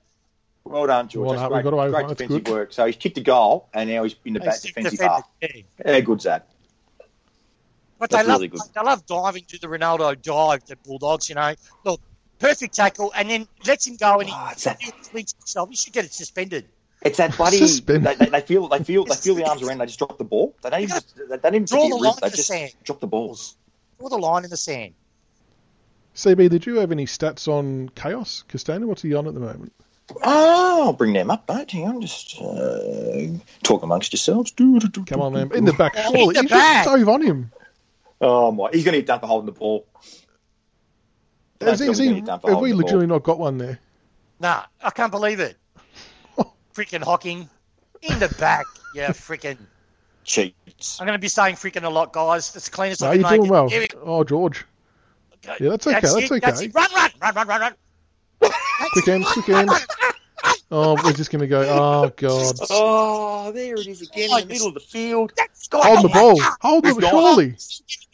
Speaker 3: Well done, George.
Speaker 1: Well,
Speaker 3: That's
Speaker 1: no, we
Speaker 3: great,
Speaker 1: got away with
Speaker 3: great
Speaker 1: one. That's
Speaker 3: defensive
Speaker 1: good.
Speaker 3: work. So he's kicked a goal, and now he's in the back
Speaker 2: He's
Speaker 3: defensive
Speaker 2: defended.
Speaker 3: half.
Speaker 2: Yeah.
Speaker 3: Yeah, good's that.
Speaker 2: But
Speaker 3: That's
Speaker 2: they love
Speaker 3: really good.
Speaker 2: they love diving to the Ronaldo dive, the Bulldogs. You know, look, perfect tackle, and then lets him go, and he,
Speaker 3: Ah, it's that,
Speaker 2: he flinches himself. He should get it suspended.
Speaker 3: it's that bloody.
Speaker 1: Suspend-
Speaker 3: They, they, they feel, they feel, they feel the arms around. They just drop the ball. They don't even, they don't even
Speaker 2: Draw
Speaker 3: get
Speaker 2: the
Speaker 3: rid-
Speaker 2: line
Speaker 3: They
Speaker 2: in the
Speaker 3: just
Speaker 2: sand.
Speaker 3: drop the balls.
Speaker 2: Draw the line in the sand.
Speaker 1: CB, did you have any stats on Chaos Castana? What's he on at the moment?
Speaker 3: Oh, I'll bring them up, mate. Hang on, just uh, talk amongst yourselves.
Speaker 1: Come on, man! In the back,
Speaker 2: Oh,
Speaker 1: surely.
Speaker 2: in the
Speaker 1: he
Speaker 2: back.
Speaker 1: just dove on him.
Speaker 3: Oh my, he's going to get done for holding the ball. Don't
Speaker 1: Has he-
Speaker 3: tell
Speaker 1: has
Speaker 3: me
Speaker 1: he-
Speaker 3: he's done for
Speaker 1: have we
Speaker 3: holding the
Speaker 1: legitimately not got one there?
Speaker 2: Nah, I can't believe it. freaking Hocking in the back. Yeah, freaking.
Speaker 3: Cheats.
Speaker 2: I'm going to be saying freaking a lot, guys. It's the cleanest
Speaker 1: No,
Speaker 2: I can
Speaker 1: you're doing
Speaker 2: make
Speaker 1: well.
Speaker 2: it. Here we
Speaker 1: Oh, George,
Speaker 2: go.
Speaker 1: Yeah, that's okay, that's
Speaker 2: it,
Speaker 1: okay.
Speaker 2: it. Run, run, run, run, run, run.
Speaker 1: quick end, quick end. Oh, we're just gonna go. Oh God!
Speaker 3: Oh, there it is again in the middle of the field.
Speaker 2: That's got
Speaker 1: Hold the ball. Hold
Speaker 3: He's
Speaker 1: the
Speaker 3: gone.
Speaker 1: surely.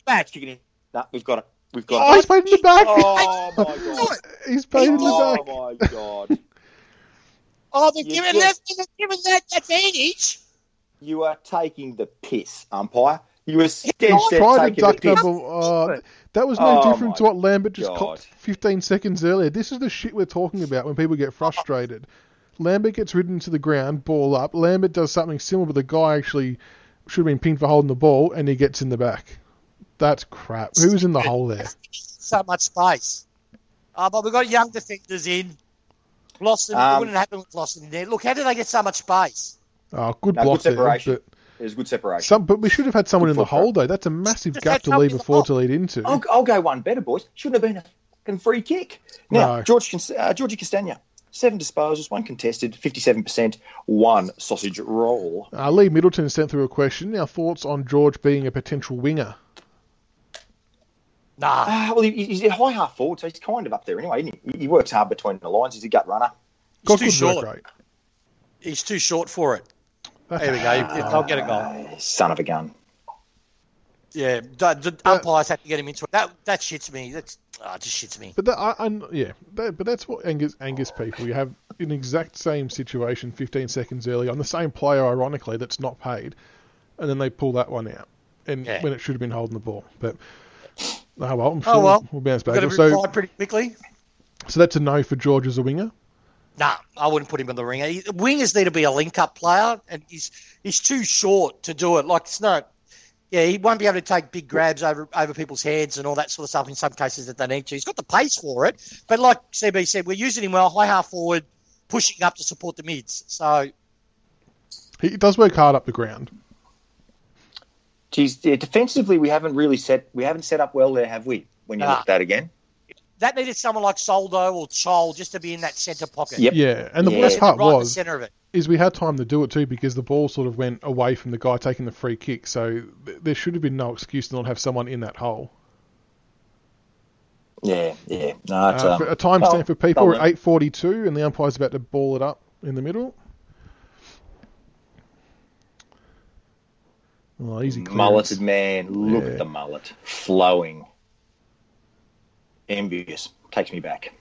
Speaker 3: Back, kicking in. Nah, we've got it. We've got
Speaker 1: Oh,
Speaker 3: it.
Speaker 1: he's played in the back.
Speaker 3: Oh my god.
Speaker 1: He's played in the back.
Speaker 3: Oh my god.
Speaker 2: Oh, they're
Speaker 3: You
Speaker 2: giving, that,
Speaker 3: just-
Speaker 2: they're giving that advantage.
Speaker 3: You are taking the piss, umpire. You are stench there
Speaker 1: Try to
Speaker 3: taking the
Speaker 1: duck
Speaker 3: piss.
Speaker 1: number. Oh, that was no
Speaker 3: Oh,
Speaker 1: different to
Speaker 3: my
Speaker 1: what Lambert just
Speaker 3: God.
Speaker 1: copped 15 seconds earlier. This is the shit we're talking about when people get frustrated. Lambert gets ridden to the ground, ball up. Lambert does something similar, but the guy actually should have been pinged for holding the ball, and he gets in the back. That's crap. Who was in the hole there?
Speaker 2: So much space. Uh, but we've got young defenders in. Lawson, it
Speaker 3: Um,
Speaker 2: wouldn't happen with Lawson in there. Look, how did they get so much space?
Speaker 1: Oh, good
Speaker 3: No, good
Speaker 1: block there.
Speaker 3: separation.
Speaker 1: But,
Speaker 3: It was good separation.
Speaker 1: some, but we should have had someone
Speaker 3: Good
Speaker 1: in the
Speaker 3: footwork.
Speaker 1: hole, though. That's a massive
Speaker 2: Just
Speaker 1: gap
Speaker 2: had
Speaker 1: to leave
Speaker 2: something
Speaker 1: a four
Speaker 2: in Oh,
Speaker 1: to lead into.
Speaker 3: I'll, I'll go one better, boys. Shouldn't have been a fucking free kick. Now,
Speaker 1: No.
Speaker 3: George George Cons- uh, Georgie Castagna, seven disposals, one contested, 57%, one sausage roll.
Speaker 1: Uh, Lee Middleton sent through a question. Our thoughts on George being a potential winger?
Speaker 2: Nah.
Speaker 3: Ah, well, he, he's a high half forward, so he's kind of up there anyway, isn't he? He- He works hard between the lines. He's a gut runner.
Speaker 1: Got
Speaker 2: too
Speaker 1: good
Speaker 2: short.
Speaker 1: work rate.
Speaker 2: He's too short for it.
Speaker 1: That's
Speaker 2: There we go. They'll get a goal.
Speaker 3: Uh, son of a gun.
Speaker 2: Yeah, the, the umpires have to get him into it. That that shits me. That's ah, it just shits me.
Speaker 1: But that, I, I, yeah, that, but that's what angers angers people. You have an exact same situation 15 seconds earlier on the same player, ironically, that's not paid, and then they pull that one out, and
Speaker 2: Yeah.
Speaker 1: when it should have been holding the ball. But oh well, I'm sure
Speaker 2: Oh well,
Speaker 1: we'll bounce
Speaker 2: Got to
Speaker 1: back. So,
Speaker 2: reply pretty quickly.
Speaker 1: so that's a no for George as a winger.
Speaker 2: Nah, I wouldn't put him in the ring. He- Wingers need to be a link-up player, and he's he's too short to do it. Like it's not. Yeah, he won't be able to take big grabs over over people's heads and all that sort of stuff. In some cases, that they need to. He's got the pace for it, but like CB said, we're using him well, high half forward, pushing up to support the mids. So
Speaker 1: He does work hard up the ground.
Speaker 3: Geez, yeah, defensively, we haven't really set we haven't set up well there, have we? When you
Speaker 2: Nah.
Speaker 3: look at that again,
Speaker 2: that needed someone like Soldo or Chol just to be in that centre pocket.
Speaker 3: Yep.
Speaker 1: Yeah, and the
Speaker 3: Yeah.
Speaker 1: worst
Speaker 2: Right
Speaker 1: part
Speaker 2: in the
Speaker 1: was
Speaker 2: centre of it.
Speaker 1: is we had time to do it too because the ball sort of went away from the guy taking the free kick. So th- there should have been no excuse to not have someone in that hole.
Speaker 3: yeah, yeah. No, it's,
Speaker 1: Uh,
Speaker 3: um,
Speaker 1: for- a time stamp for people
Speaker 3: well,
Speaker 1: we're at eight forty two, and the umpire's about to ball it up in the middle. Oh, easy clearance.
Speaker 3: mulleted man. Look
Speaker 1: Yeah.
Speaker 3: at the mullet, flowing, envious. Takes me back.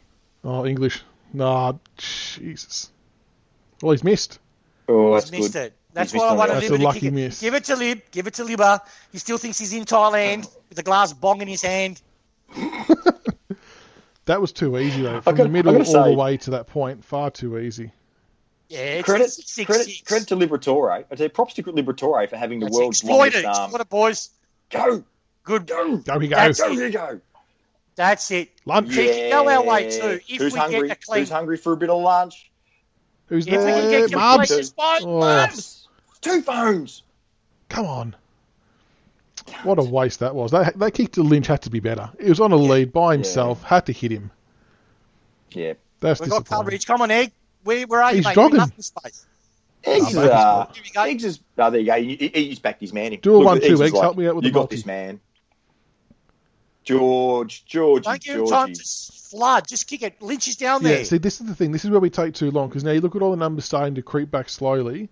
Speaker 1: Oh, English. Nah, Jesus. Well, he's missed.
Speaker 3: Oh, that's
Speaker 2: He's missed
Speaker 3: good.
Speaker 2: it. That's
Speaker 3: missed
Speaker 2: why I
Speaker 3: one.
Speaker 2: wanted
Speaker 1: That's
Speaker 2: Libba
Speaker 1: a
Speaker 2: to
Speaker 1: lucky
Speaker 2: kick it.
Speaker 1: miss.
Speaker 2: Give it to Lib. Give it to Libba. He still thinks he's in Thailand with a glass bong in his hand.
Speaker 1: That was too easy though. From
Speaker 3: gotta-
Speaker 1: the middle
Speaker 3: I
Speaker 1: all
Speaker 3: gotta say-
Speaker 1: the way to that point, far too easy.
Speaker 2: Yeah, it's
Speaker 3: Credit,
Speaker 2: six, six,
Speaker 3: credit,
Speaker 2: six.
Speaker 3: credit to Liberatore. I say props to Liberatore for having the
Speaker 2: That's
Speaker 3: world's
Speaker 2: exploit it.
Speaker 3: longest arm.
Speaker 2: Exploit it, boys.
Speaker 3: Go,
Speaker 2: Good.
Speaker 3: go,
Speaker 1: There we go.
Speaker 2: That's
Speaker 3: go, you go.
Speaker 2: That's it.
Speaker 1: Lunch.
Speaker 2: Yeah. Cheeky, go our way too, if
Speaker 3: Who's
Speaker 2: we get
Speaker 3: hungry?
Speaker 2: a clean-
Speaker 3: Who's hungry for a bit of lunch?
Speaker 1: Who's
Speaker 2: If we can
Speaker 1: there?
Speaker 2: get
Speaker 1: Marbs.
Speaker 2: complacent, boys.
Speaker 1: Oh.
Speaker 2: Marbs.
Speaker 3: Two phones.
Speaker 1: Come on. What a waste that was. That, that kick to Lynch had to be better. He was on a lead by himself, had to hit him.
Speaker 3: Yeah,
Speaker 1: That's
Speaker 2: We've
Speaker 1: disappointing.
Speaker 2: got coverage. Come on, Egg. Where, where are you,
Speaker 1: He's
Speaker 2: mate?
Speaker 1: jogging.
Speaker 2: We're nothing space.
Speaker 3: Eggs is,
Speaker 1: back is
Speaker 3: uh,
Speaker 2: Here we go.
Speaker 3: Eggs is. Oh, there you go. He, he- he's backed his man. in.
Speaker 1: Do a
Speaker 3: Look,
Speaker 1: one-two,
Speaker 3: is
Speaker 1: Eggs, help me out with
Speaker 3: you
Speaker 1: the
Speaker 3: got
Speaker 1: multi."
Speaker 3: this, man. George, George,
Speaker 2: Don't give him time
Speaker 3: George.
Speaker 2: to flood. Just kick it. Lynch is down
Speaker 1: Yeah,
Speaker 2: there.
Speaker 1: see, this is the thing. This is where we take too long because now you look at all the numbers starting to creep back slowly.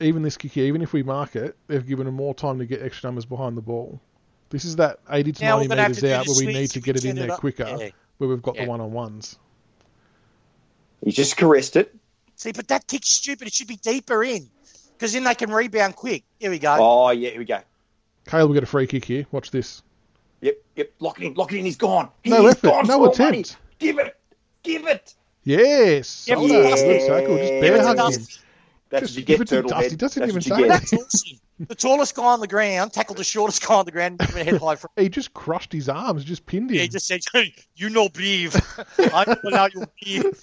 Speaker 1: Even this kick here, even if we mark it, they've given them more time to get extra numbers behind the ball. This is that 80 to
Speaker 2: Now we're
Speaker 1: 90
Speaker 2: gonna have
Speaker 1: metres
Speaker 2: to do
Speaker 1: out
Speaker 2: the
Speaker 1: where we
Speaker 2: swings
Speaker 1: need to
Speaker 2: if we
Speaker 1: get it in
Speaker 2: turn it
Speaker 1: there
Speaker 2: up.
Speaker 1: quicker,
Speaker 2: Yeah.
Speaker 1: where we've got
Speaker 2: Yeah.
Speaker 1: the one on ones.
Speaker 3: He just caressed it.
Speaker 2: See, but that kick's stupid. It should be deeper in because then they can rebound quick. Here we go.
Speaker 3: Oh yeah, here we go.
Speaker 1: Caleb, we got a free kick here. Watch this.
Speaker 3: Yep, yep. Lock it in. Lock it in. He's gone. He
Speaker 1: No
Speaker 3: is
Speaker 1: effort,
Speaker 3: gone
Speaker 1: no
Speaker 3: for
Speaker 1: attempt.
Speaker 3: money. Give it. Give it.
Speaker 1: Yes!
Speaker 2: Yeah,
Speaker 1: Oh,
Speaker 2: but
Speaker 1: that's
Speaker 2: it's
Speaker 1: a good
Speaker 3: dusty.
Speaker 1: tackle. Just
Speaker 3: Yeah,
Speaker 1: bear
Speaker 2: it's
Speaker 1: hug
Speaker 2: dusty.
Speaker 1: him.
Speaker 3: That's
Speaker 1: Just
Speaker 3: what you
Speaker 1: give
Speaker 3: get,
Speaker 1: it to
Speaker 3: turtle
Speaker 1: Dusty.
Speaker 3: head.
Speaker 1: Doesn't
Speaker 3: That's
Speaker 1: even
Speaker 3: what
Speaker 1: say
Speaker 3: you
Speaker 1: that.
Speaker 3: get.
Speaker 2: That's awesome. The tallest guy on the ground tackled the shortest guy on the ground and went head high for
Speaker 1: He just crushed his arms, just pinned him.
Speaker 2: He just said, hey, "You no breathe. I pull out your breathe.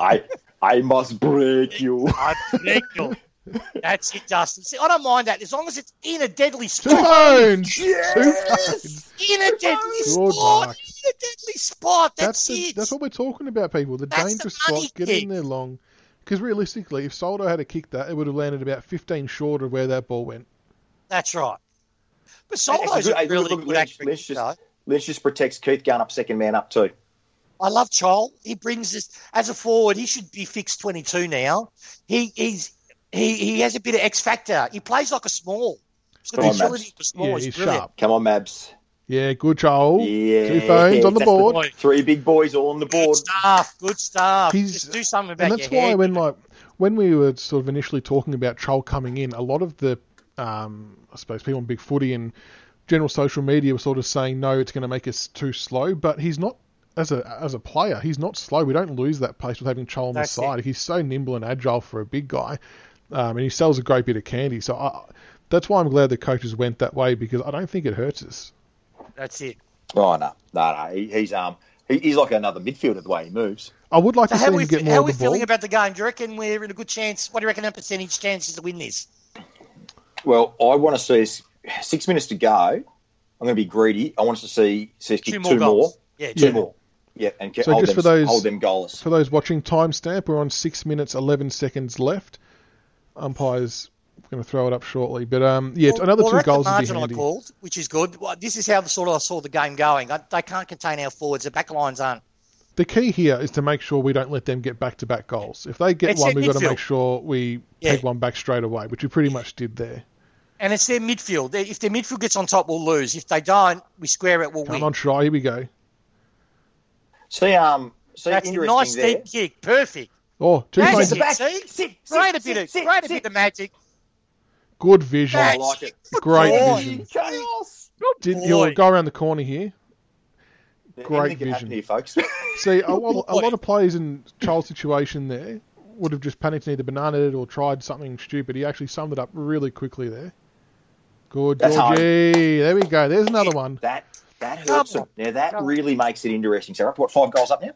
Speaker 3: I, I must break you.
Speaker 2: I break you." That's it, Dustin. See, I don't mind that as long as it's in a deadly
Speaker 1: Two
Speaker 2: spot.
Speaker 1: phones!
Speaker 3: Yes.
Speaker 2: In a deadly
Speaker 1: Good
Speaker 2: spot.
Speaker 1: mark.
Speaker 2: In a deadly spot.
Speaker 1: That's
Speaker 2: That's,
Speaker 1: the,
Speaker 2: it.
Speaker 1: that's what we're talking about, people. The
Speaker 2: That's the
Speaker 1: dangerous
Speaker 2: money
Speaker 1: spot. Get in
Speaker 2: kick.
Speaker 1: there long. Because realistically, if Soldo had a kick that, it would have landed about 15 short of where that ball went.
Speaker 2: That's right. But
Speaker 3: Actually,
Speaker 2: Soldo's
Speaker 3: good-
Speaker 2: a
Speaker 3: hey,
Speaker 2: really
Speaker 3: look, look,
Speaker 2: good
Speaker 3: Lynch-
Speaker 2: actor.
Speaker 3: Lynch just-
Speaker 2: though.
Speaker 3: Lynch just protects Keith Gunn up second man up too.
Speaker 2: I love Chol. He brings this as a forward. He should be fixed twenty two now. He he's he, he has a bit of X factor. He plays like a small. He's got
Speaker 3: Come on,
Speaker 2: the agility
Speaker 3: Mads.
Speaker 2: of a small.
Speaker 1: yeah,
Speaker 2: he's
Speaker 1: he's
Speaker 2: Oh, brilliant.
Speaker 1: sharp.
Speaker 3: Come on, Mabs.
Speaker 1: Yeah, good Joel.
Speaker 3: Yeah,
Speaker 1: Oh, Two phones on the
Speaker 3: that's
Speaker 1: board.
Speaker 2: boy.
Speaker 3: Three big boys all on the
Speaker 2: Good
Speaker 3: board.
Speaker 2: stuff. Good stuff.
Speaker 1: He's-
Speaker 2: Just do something about
Speaker 1: and that's
Speaker 2: your
Speaker 1: why
Speaker 2: head.
Speaker 1: when like when we were sort of initially talking about Troll coming in, a lot of the um, I suppose people on Big Footy and general social media were sort of saying no, it's going to make us too slow. But he's not as a as a player, he's not slow. We don't lose that pace with having Troll on
Speaker 2: That's it.
Speaker 1: the side. He's so nimble and agile for a big guy, um, and he sells a great bit of candy. So I, that's why I'm glad the coaches went that way because I don't think it hurts us.
Speaker 2: That's it.
Speaker 3: Oh no, no, no. He, he's um, he, he's like another midfielder the way he moves.
Speaker 1: I would like
Speaker 2: So
Speaker 1: to
Speaker 2: how
Speaker 1: see
Speaker 2: are we,
Speaker 1: him get
Speaker 2: how
Speaker 1: more
Speaker 2: are
Speaker 1: of
Speaker 2: we
Speaker 1: the ball.
Speaker 2: feeling about the game? Do you reckon we're in a good chance? What do you reckon our percentage chance is to win this?
Speaker 3: Well, I want to see us- six minutes to go. I'm going to be greedy. I want us to see CSK
Speaker 2: Two
Speaker 3: two,
Speaker 2: more
Speaker 3: more,
Speaker 2: goals. Yeah,
Speaker 3: two
Speaker 1: Yeah.
Speaker 3: more. Yeah, and get,
Speaker 1: So
Speaker 3: hold,
Speaker 1: just
Speaker 3: them,
Speaker 1: for those-
Speaker 3: hold them goalless.
Speaker 1: For those watching, timestamp we're on six minutes eleven seconds left. Umpires going to throw it up shortly, but um, yeah,
Speaker 2: Well,
Speaker 1: another
Speaker 2: we're
Speaker 1: two
Speaker 2: at the
Speaker 1: goals would be
Speaker 2: margin
Speaker 1: handy.
Speaker 2: I called, which is good. Well, This is how sort of I saw the game going. I, they can't contain our forwards. The back lines aren't.
Speaker 1: The key here is to make sure we don't let them get back-to-back goals. If they get
Speaker 2: It's
Speaker 1: one,
Speaker 2: their
Speaker 1: we've got to
Speaker 2: midfield.
Speaker 1: make sure we
Speaker 2: Yeah.
Speaker 1: take one back straight away, which we pretty much did there.
Speaker 2: And it's their midfield. They- If their midfield gets on top, we'll lose. If they don't, we square it, we'll
Speaker 1: Come
Speaker 2: win.
Speaker 1: on, try. Here we go.
Speaker 3: See, um, see,
Speaker 2: That's a
Speaker 3: interesting
Speaker 2: nice
Speaker 3: there.
Speaker 2: deep kick. Perfect.
Speaker 1: Oh, two
Speaker 2: Magic.
Speaker 1: fingers.
Speaker 3: Back to back.
Speaker 2: See?
Speaker 3: Sit,
Speaker 2: Great a
Speaker 3: sit,
Speaker 2: bit of
Speaker 3: sit,
Speaker 2: great a
Speaker 3: sit.
Speaker 2: bit of magic.
Speaker 1: Good vision.
Speaker 3: I
Speaker 2: Back.
Speaker 3: like it. Oh,
Speaker 1: Great
Speaker 2: Boy.
Speaker 1: vision.
Speaker 3: Chaos.
Speaker 1: Did,
Speaker 2: boy.
Speaker 1: he'll go around the corner here. Great
Speaker 3: Anything can happen
Speaker 1: vision.
Speaker 3: here, folks.
Speaker 1: See, a, lot- a
Speaker 2: boy.
Speaker 1: lot of players in Charles' situation there would have just panicked and either bananaed it or tried something stupid. He actually summed it up really quickly there. Good,
Speaker 3: That's hard.
Speaker 1: Georgie. There we go. There's another one.
Speaker 3: that that hurts
Speaker 2: Come
Speaker 3: them. Now that
Speaker 2: Come on.
Speaker 3: really makes it interesting. So we're up to what five goals up now?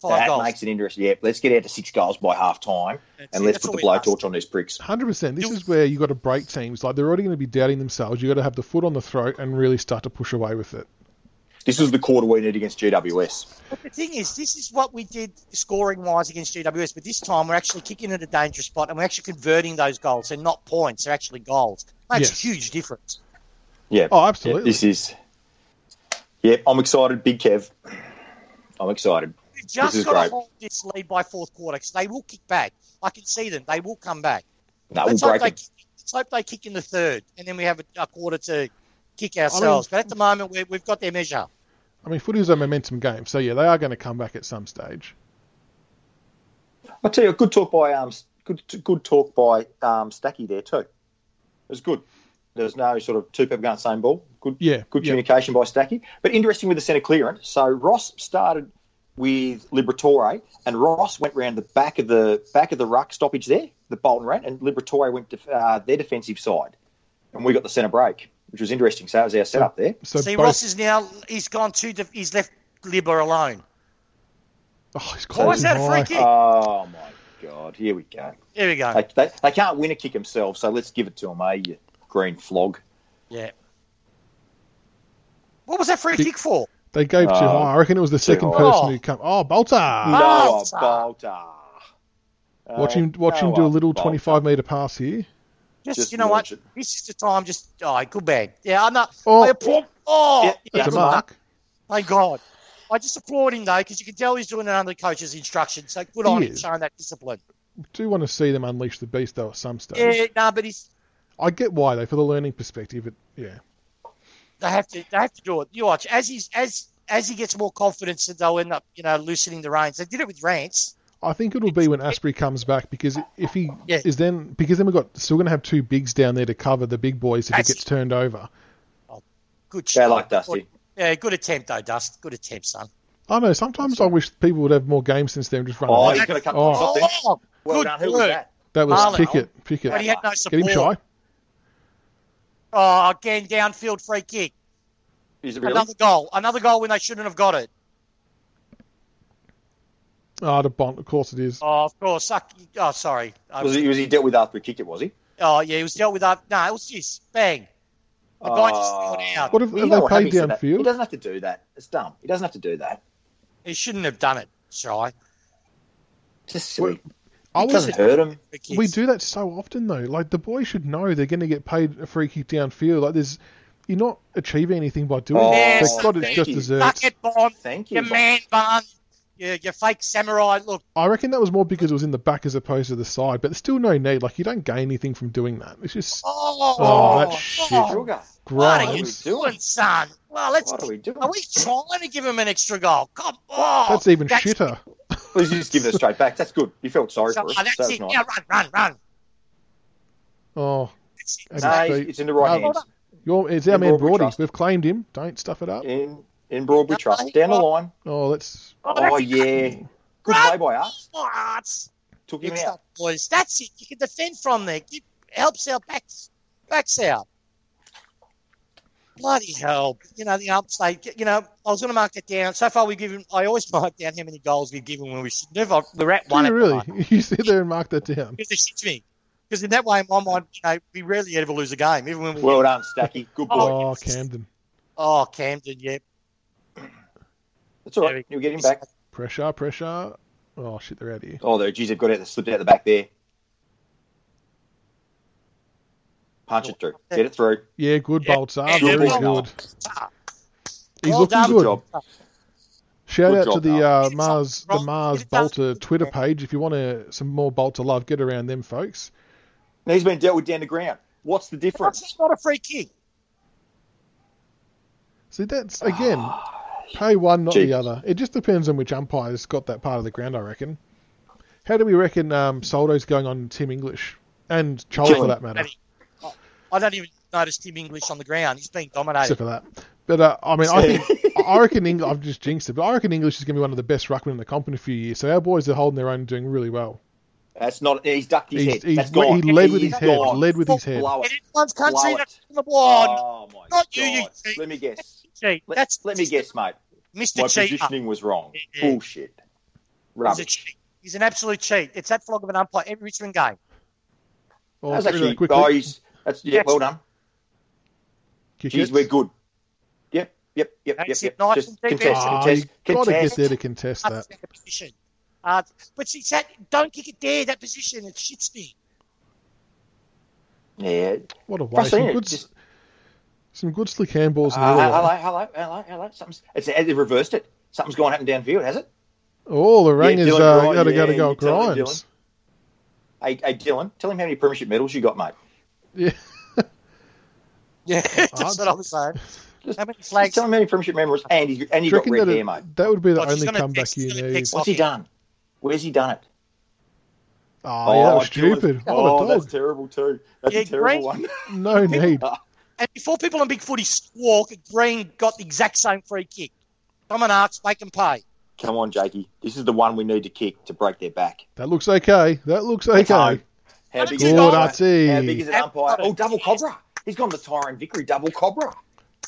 Speaker 2: Five
Speaker 3: that
Speaker 2: goals.
Speaker 3: makes it interesting. Yeah, let's get out to six goals by half time,
Speaker 2: That's
Speaker 3: and
Speaker 2: it.
Speaker 3: let's
Speaker 2: That's
Speaker 3: put
Speaker 2: all
Speaker 3: the
Speaker 2: we ask.
Speaker 3: blowtorch on these pricks.
Speaker 1: Hundred percent. This
Speaker 2: Do-
Speaker 1: is where you got to break teams. Like they're already going to be doubting themselves. You got to have the foot on the throat and really start to push away with it.
Speaker 3: This is the quarter we need against GWS.
Speaker 2: But the thing is, this is what we did scoring wise against GWS, but this time we're actually kicking at a dangerous spot and we're actually converting those goals. They're not points, they're actually goals. Makes
Speaker 1: Yes.
Speaker 2: a huge difference.
Speaker 3: Yeah,
Speaker 1: Oh,
Speaker 3: yeah
Speaker 1: absolutely.
Speaker 3: this is. Yeah, I'm excited, Big Kev. I'm excited.
Speaker 2: We've just
Speaker 3: is
Speaker 2: got
Speaker 3: great.
Speaker 2: to hold this lead by fourth quarter because they will kick back. I can see them. They will come back.
Speaker 3: No, we'll
Speaker 2: Let's, hope
Speaker 3: break
Speaker 2: they,
Speaker 3: it.
Speaker 2: kick- let's hope they kick in the third and then we have a, a quarter to kick ourselves. but at the moment, we we've got their measure.
Speaker 1: I mean, footy is a momentum game, so yeah, they are going to come back at some stage.
Speaker 3: I tell you, good talk by um, good good talk by um, Stacky there too. It was good. There's no sort of two people going at the same ball. Good,
Speaker 1: Yeah,
Speaker 3: good
Speaker 1: yeah.
Speaker 3: communication by Stacky. But interesting with the centre clearance. So Ross started with Liberatore, and Ross went round the back of the back of the ruck stoppage there, the Bolton ran, and Liberatore went to uh, their defensive side, and we got the centre break, which was interesting. So that was our setup there.
Speaker 1: So
Speaker 2: see,
Speaker 1: both.
Speaker 2: Ross is now, he's gone too, def- he's left Libba alone.
Speaker 1: oh, he's
Speaker 2: Why was
Speaker 1: closing
Speaker 2: that a free
Speaker 1: high.
Speaker 2: kick?
Speaker 3: Oh my God! Here we go.
Speaker 2: There we go.
Speaker 3: They, they, they can't win a kick themselves, so let's give it to them, eh? You green flog.
Speaker 2: Yeah. What was that free
Speaker 1: Kick-
Speaker 2: kick for?
Speaker 1: They gave too
Speaker 3: Oh,
Speaker 1: high. I rereckon it was the second
Speaker 3: high.
Speaker 1: person
Speaker 2: Oh.
Speaker 1: who come. Oh, Bolter!
Speaker 3: Noah
Speaker 2: Baltar.
Speaker 3: Baltar.
Speaker 2: Uh,
Speaker 1: Watch
Speaker 3: Oh,
Speaker 2: oh,
Speaker 1: him, watch him do a little 25 meter pass here.
Speaker 2: Just,
Speaker 3: Just
Speaker 2: you know what?
Speaker 3: launch it.
Speaker 2: This is the time. Just oh, good bad. Yeah, I know.
Speaker 1: Oh.
Speaker 2: I applaud. Oh,
Speaker 3: Yeah,
Speaker 1: That's
Speaker 2: yeah,
Speaker 1: a mark.
Speaker 2: thank God. I just applaud him though, because you can tell he's doing it under the coach's instructions. So good
Speaker 1: He
Speaker 2: on him
Speaker 1: is.
Speaker 2: showing that discipline.
Speaker 1: Do want to see them unleash the beast though at some stage.
Speaker 2: Yeah, no, but he's
Speaker 1: I get why though, for the learning perspective. It, yeah,
Speaker 2: they have to they have to do it. You watch as he's as as he gets more confidence, they'll end up you know loosening the reins. They did it with Rance.
Speaker 1: I think it'll be when Asprey comes back because if he
Speaker 2: Yeah.
Speaker 1: is then because then we've got still going to have two bigs down there to cover the big boys if he
Speaker 2: That's-
Speaker 1: gets turned over.
Speaker 2: Good
Speaker 3: Bad
Speaker 2: shot.
Speaker 3: luck, Dusty.
Speaker 2: Yeah, good attempt though, Dust. Good attempt, son.
Speaker 1: I know. Sometimes I wish people would have more games since then. Just run.
Speaker 3: Oh,
Speaker 1: away.
Speaker 3: he's going to cut
Speaker 1: Oh.
Speaker 3: the shot there.
Speaker 2: Oh,
Speaker 3: Well
Speaker 2: good
Speaker 3: done. Who was
Speaker 2: work.
Speaker 3: that?
Speaker 1: that was
Speaker 2: Marlon.
Speaker 1: Pickett. Pickett.
Speaker 2: oh. But he had no
Speaker 1: Get
Speaker 2: support.
Speaker 1: him shy.
Speaker 2: Oh, again, downfield free kick.
Speaker 3: Is it really?
Speaker 2: Another goal. Another goal when they shouldn't have got it.
Speaker 1: Ah, the bond. Of course it is.
Speaker 2: Oh, of course. Suck. Oh, sorry. I
Speaker 3: Was
Speaker 2: was-
Speaker 3: he, was he dealt with after we kicked it, was he?
Speaker 2: oh, yeah, he was dealt with that. No, it was just bang. The guy just
Speaker 3: Oh.
Speaker 2: threw it out.
Speaker 1: What if
Speaker 3: Well,
Speaker 1: have
Speaker 3: you know
Speaker 1: they
Speaker 3: what,
Speaker 1: played
Speaker 3: having said that, He
Speaker 1: downfield?
Speaker 3: doesn't have to do that. It's dumb. He doesn't have to do that.
Speaker 2: He shouldn't have done it, Shy.
Speaker 3: Just silly.
Speaker 1: I
Speaker 3: It
Speaker 1: was
Speaker 3: doesn't hurt him.
Speaker 2: The kids.
Speaker 1: We do that so often though. Like the boys should know they're going to get paid a free kick downfield. Like there's, you're not achieving anything by doing
Speaker 3: Oh,
Speaker 1: that.
Speaker 2: Yes,
Speaker 1: They've got it
Speaker 2: thank
Speaker 1: just
Speaker 3: you.
Speaker 1: desserts.
Speaker 2: Bucket bomb.
Speaker 3: Thank you.
Speaker 2: Your man bun. Your, your fake samurai. Look,
Speaker 1: I reckon that was more because it was in the back as opposed to the side. But there's still no need. Like you don't gain anything from doing that. It's just
Speaker 2: oh,
Speaker 1: Oh,
Speaker 3: that
Speaker 2: God.
Speaker 1: shit.
Speaker 3: Sugar.
Speaker 2: What are
Speaker 3: What
Speaker 2: you
Speaker 3: are
Speaker 1: gross.
Speaker 3: we doing?
Speaker 2: doing, son? Well, let's.
Speaker 3: What are we doing?
Speaker 2: Are we trying to give him an extra goal? Come on.
Speaker 1: That's even shitter.
Speaker 3: Please just give it a straight back. That's good. You felt sorry
Speaker 2: So,
Speaker 3: for us.
Speaker 2: that's
Speaker 3: That was
Speaker 2: it.
Speaker 3: nice.
Speaker 2: Now run, run, run.
Speaker 1: Oh,
Speaker 2: That's it.
Speaker 1: Exactly.
Speaker 3: No, it's in the right
Speaker 1: No.
Speaker 3: hands.
Speaker 1: your, it's our
Speaker 3: In
Speaker 1: man
Speaker 3: Broad we
Speaker 1: Brody.
Speaker 3: trust.
Speaker 1: We've claimed him. Don't stuff it up.
Speaker 3: In, in Broad, we
Speaker 2: No,
Speaker 3: trust. Down the
Speaker 2: no.
Speaker 3: line.
Speaker 1: Oh, let's.
Speaker 2: Oh,
Speaker 3: Oh,
Speaker 2: that's-
Speaker 3: yeah. Good play by us.
Speaker 2: What?
Speaker 3: Took him
Speaker 2: Good
Speaker 3: out.
Speaker 2: stuff, boys. That's it. You can defend from there. It helps our backs, backs out. bloody hell, you know, the umps, they, you know, I was going to mark it down. So far, we've given, I always mark down how many goals we've given when we shouldn't have. I- We're at
Speaker 1: Do you
Speaker 2: one. at the
Speaker 1: really?
Speaker 2: moment.
Speaker 1: You sit there and mark that down.
Speaker 2: Because it shits me. Because in that way, in my mind, you know, we rarely ever lose a game, even when we.
Speaker 3: Well done, Stacky. Good boy.
Speaker 1: Oh,
Speaker 2: yes.
Speaker 1: Camden.
Speaker 2: oh, Camden, yeah.
Speaker 3: That's all right. You'll get him back.
Speaker 1: Pressure, pressure. Oh, shit, they're out of here.
Speaker 3: Oh, the geez, they've got it slipped out the back there. Punch it through. Get it through.
Speaker 1: Yeah, good,
Speaker 2: Yeah.
Speaker 1: Bolts
Speaker 2: Yeah,
Speaker 1: are Very
Speaker 3: well
Speaker 1: good. He's
Speaker 2: Well
Speaker 1: looking
Speaker 2: done.
Speaker 1: good.
Speaker 3: job.
Speaker 1: Shout
Speaker 3: Good
Speaker 1: out
Speaker 3: job,
Speaker 1: to the
Speaker 3: Al.
Speaker 1: uh,
Speaker 2: It's
Speaker 1: Mars the
Speaker 2: wrong.
Speaker 1: Mars
Speaker 2: It does-
Speaker 1: Bolter Twitter page. If you want to, some more Bolter love, get around them folks.
Speaker 3: And he's been dealt with down the ground. What's the
Speaker 2: That's
Speaker 3: difference?
Speaker 2: not a free kick.
Speaker 1: See, that's again
Speaker 2: Ah,
Speaker 1: pay one, not
Speaker 3: Gee.
Speaker 1: the other. It just depends on which umpire's got that part of the ground. I reckon. How do we reckon um, Soldo's going on Tim English and Chol for
Speaker 3: Killing.
Speaker 1: that matter?
Speaker 2: I don't even notice Tim English on the ground. He's being dominated.
Speaker 1: Except for that. But uh, I mean, I think I reckon English. I've just jinxed it, but I reckon English is going to be one of the best ruckmen in the comp in a few years. So our boys are holding their own, and doing really well.
Speaker 3: That's not. He's ducked his
Speaker 1: He's,
Speaker 3: head.
Speaker 1: he's,
Speaker 3: That's
Speaker 1: he
Speaker 3: gone.
Speaker 1: led with
Speaker 3: He's
Speaker 1: his head.
Speaker 3: gone.
Speaker 1: Led with his head.
Speaker 3: Blow
Speaker 2: And
Speaker 3: it.
Speaker 2: in one's country,
Speaker 3: Blow
Speaker 2: that's on the board.
Speaker 3: Oh my
Speaker 2: Not
Speaker 3: god!
Speaker 2: you, you cheat.
Speaker 3: Let me guess.
Speaker 2: Gee,
Speaker 3: Let,
Speaker 2: that's
Speaker 3: let me guess, mate. My
Speaker 2: Mr. Cheater.
Speaker 3: positioning was wrong.
Speaker 2: Yeah.
Speaker 3: Bullshit.
Speaker 2: He's a
Speaker 3: Rubbish.
Speaker 2: cheat. He's an absolute cheat. It's that flog of an umpire every Richmond game.
Speaker 1: Oh,
Speaker 3: That
Speaker 1: get
Speaker 3: was
Speaker 1: rid of
Speaker 3: actually,
Speaker 1: that quickly.
Speaker 3: oh, he's, that's yeah.
Speaker 2: That's-
Speaker 3: Well done.
Speaker 1: Kick
Speaker 3: Geez,
Speaker 1: it.
Speaker 3: we're good. Yep, yep, yep,
Speaker 2: That's
Speaker 3: yep,
Speaker 2: it.
Speaker 3: yep.
Speaker 2: Nice
Speaker 3: Just
Speaker 2: and deep
Speaker 3: contest,
Speaker 2: in.
Speaker 1: Ah, you
Speaker 3: contest,
Speaker 1: got to get
Speaker 3: contest.
Speaker 1: there to contest that.
Speaker 2: That's the position. Uh, but see, that, don't kick it there, that position. It shits me.
Speaker 3: Yeah.
Speaker 1: What a waste! Some
Speaker 3: Frustrating.
Speaker 1: good,
Speaker 3: Just,
Speaker 1: some good slick handballs in the
Speaker 3: uh,
Speaker 1: middle.
Speaker 3: hello, hello, hello, hello. Something's, it's, they've reversed it. Something's gone happened downfield, has it?
Speaker 1: Oh, the ring is
Speaker 3: Dylan
Speaker 1: uh,
Speaker 3: Grimes,
Speaker 1: got to go to
Speaker 3: yeah,
Speaker 1: go
Speaker 3: you tell him,
Speaker 1: Grimes.
Speaker 3: Hey, hey, Dylan, tell him how many premiership medals you got, mate.
Speaker 1: Yeah,
Speaker 2: Yeah, that's what I was saying.
Speaker 3: Just-
Speaker 2: How many
Speaker 3: Just
Speaker 2: flags?
Speaker 3: tell him how many premiership medals, and he's, and
Speaker 1: do
Speaker 3: you
Speaker 1: you
Speaker 3: got
Speaker 1: reckon
Speaker 3: red
Speaker 1: that,
Speaker 3: hair, mate.
Speaker 1: it, that would be the
Speaker 2: Oh, she's
Speaker 1: only
Speaker 2: gonna
Speaker 1: comeback
Speaker 2: text-
Speaker 1: you
Speaker 2: she's gonna
Speaker 1: need?
Speaker 2: text-
Speaker 1: Oh,
Speaker 3: What's he
Speaker 2: Okay.
Speaker 3: done? Where's he done it?
Speaker 1: yeah, Oh, Ah, that was
Speaker 3: Dylan's-
Speaker 1: stupid.
Speaker 3: Oh,
Speaker 1: What a
Speaker 3: that's
Speaker 1: dog!
Speaker 3: terrible too. That's
Speaker 2: Yeah,
Speaker 3: a terrible
Speaker 2: great.
Speaker 3: one. Oh,
Speaker 1: No need.
Speaker 2: And before people on Big Footy squawk, Green got the exact same free kick. Someone asks, make them pay.
Speaker 3: Come on, Jakey. This is the one we need to kick to break their back.
Speaker 1: That looks okay. That looks
Speaker 3: That's
Speaker 1: okay.
Speaker 3: hard. How
Speaker 2: Good
Speaker 3: big is
Speaker 1: Good
Speaker 3: an umpire?
Speaker 1: arty.
Speaker 3: How big is an
Speaker 2: That's
Speaker 3: umpire?
Speaker 2: hard.
Speaker 3: Oh, double cobra. He's gone the Tyrone Vickery double cobra.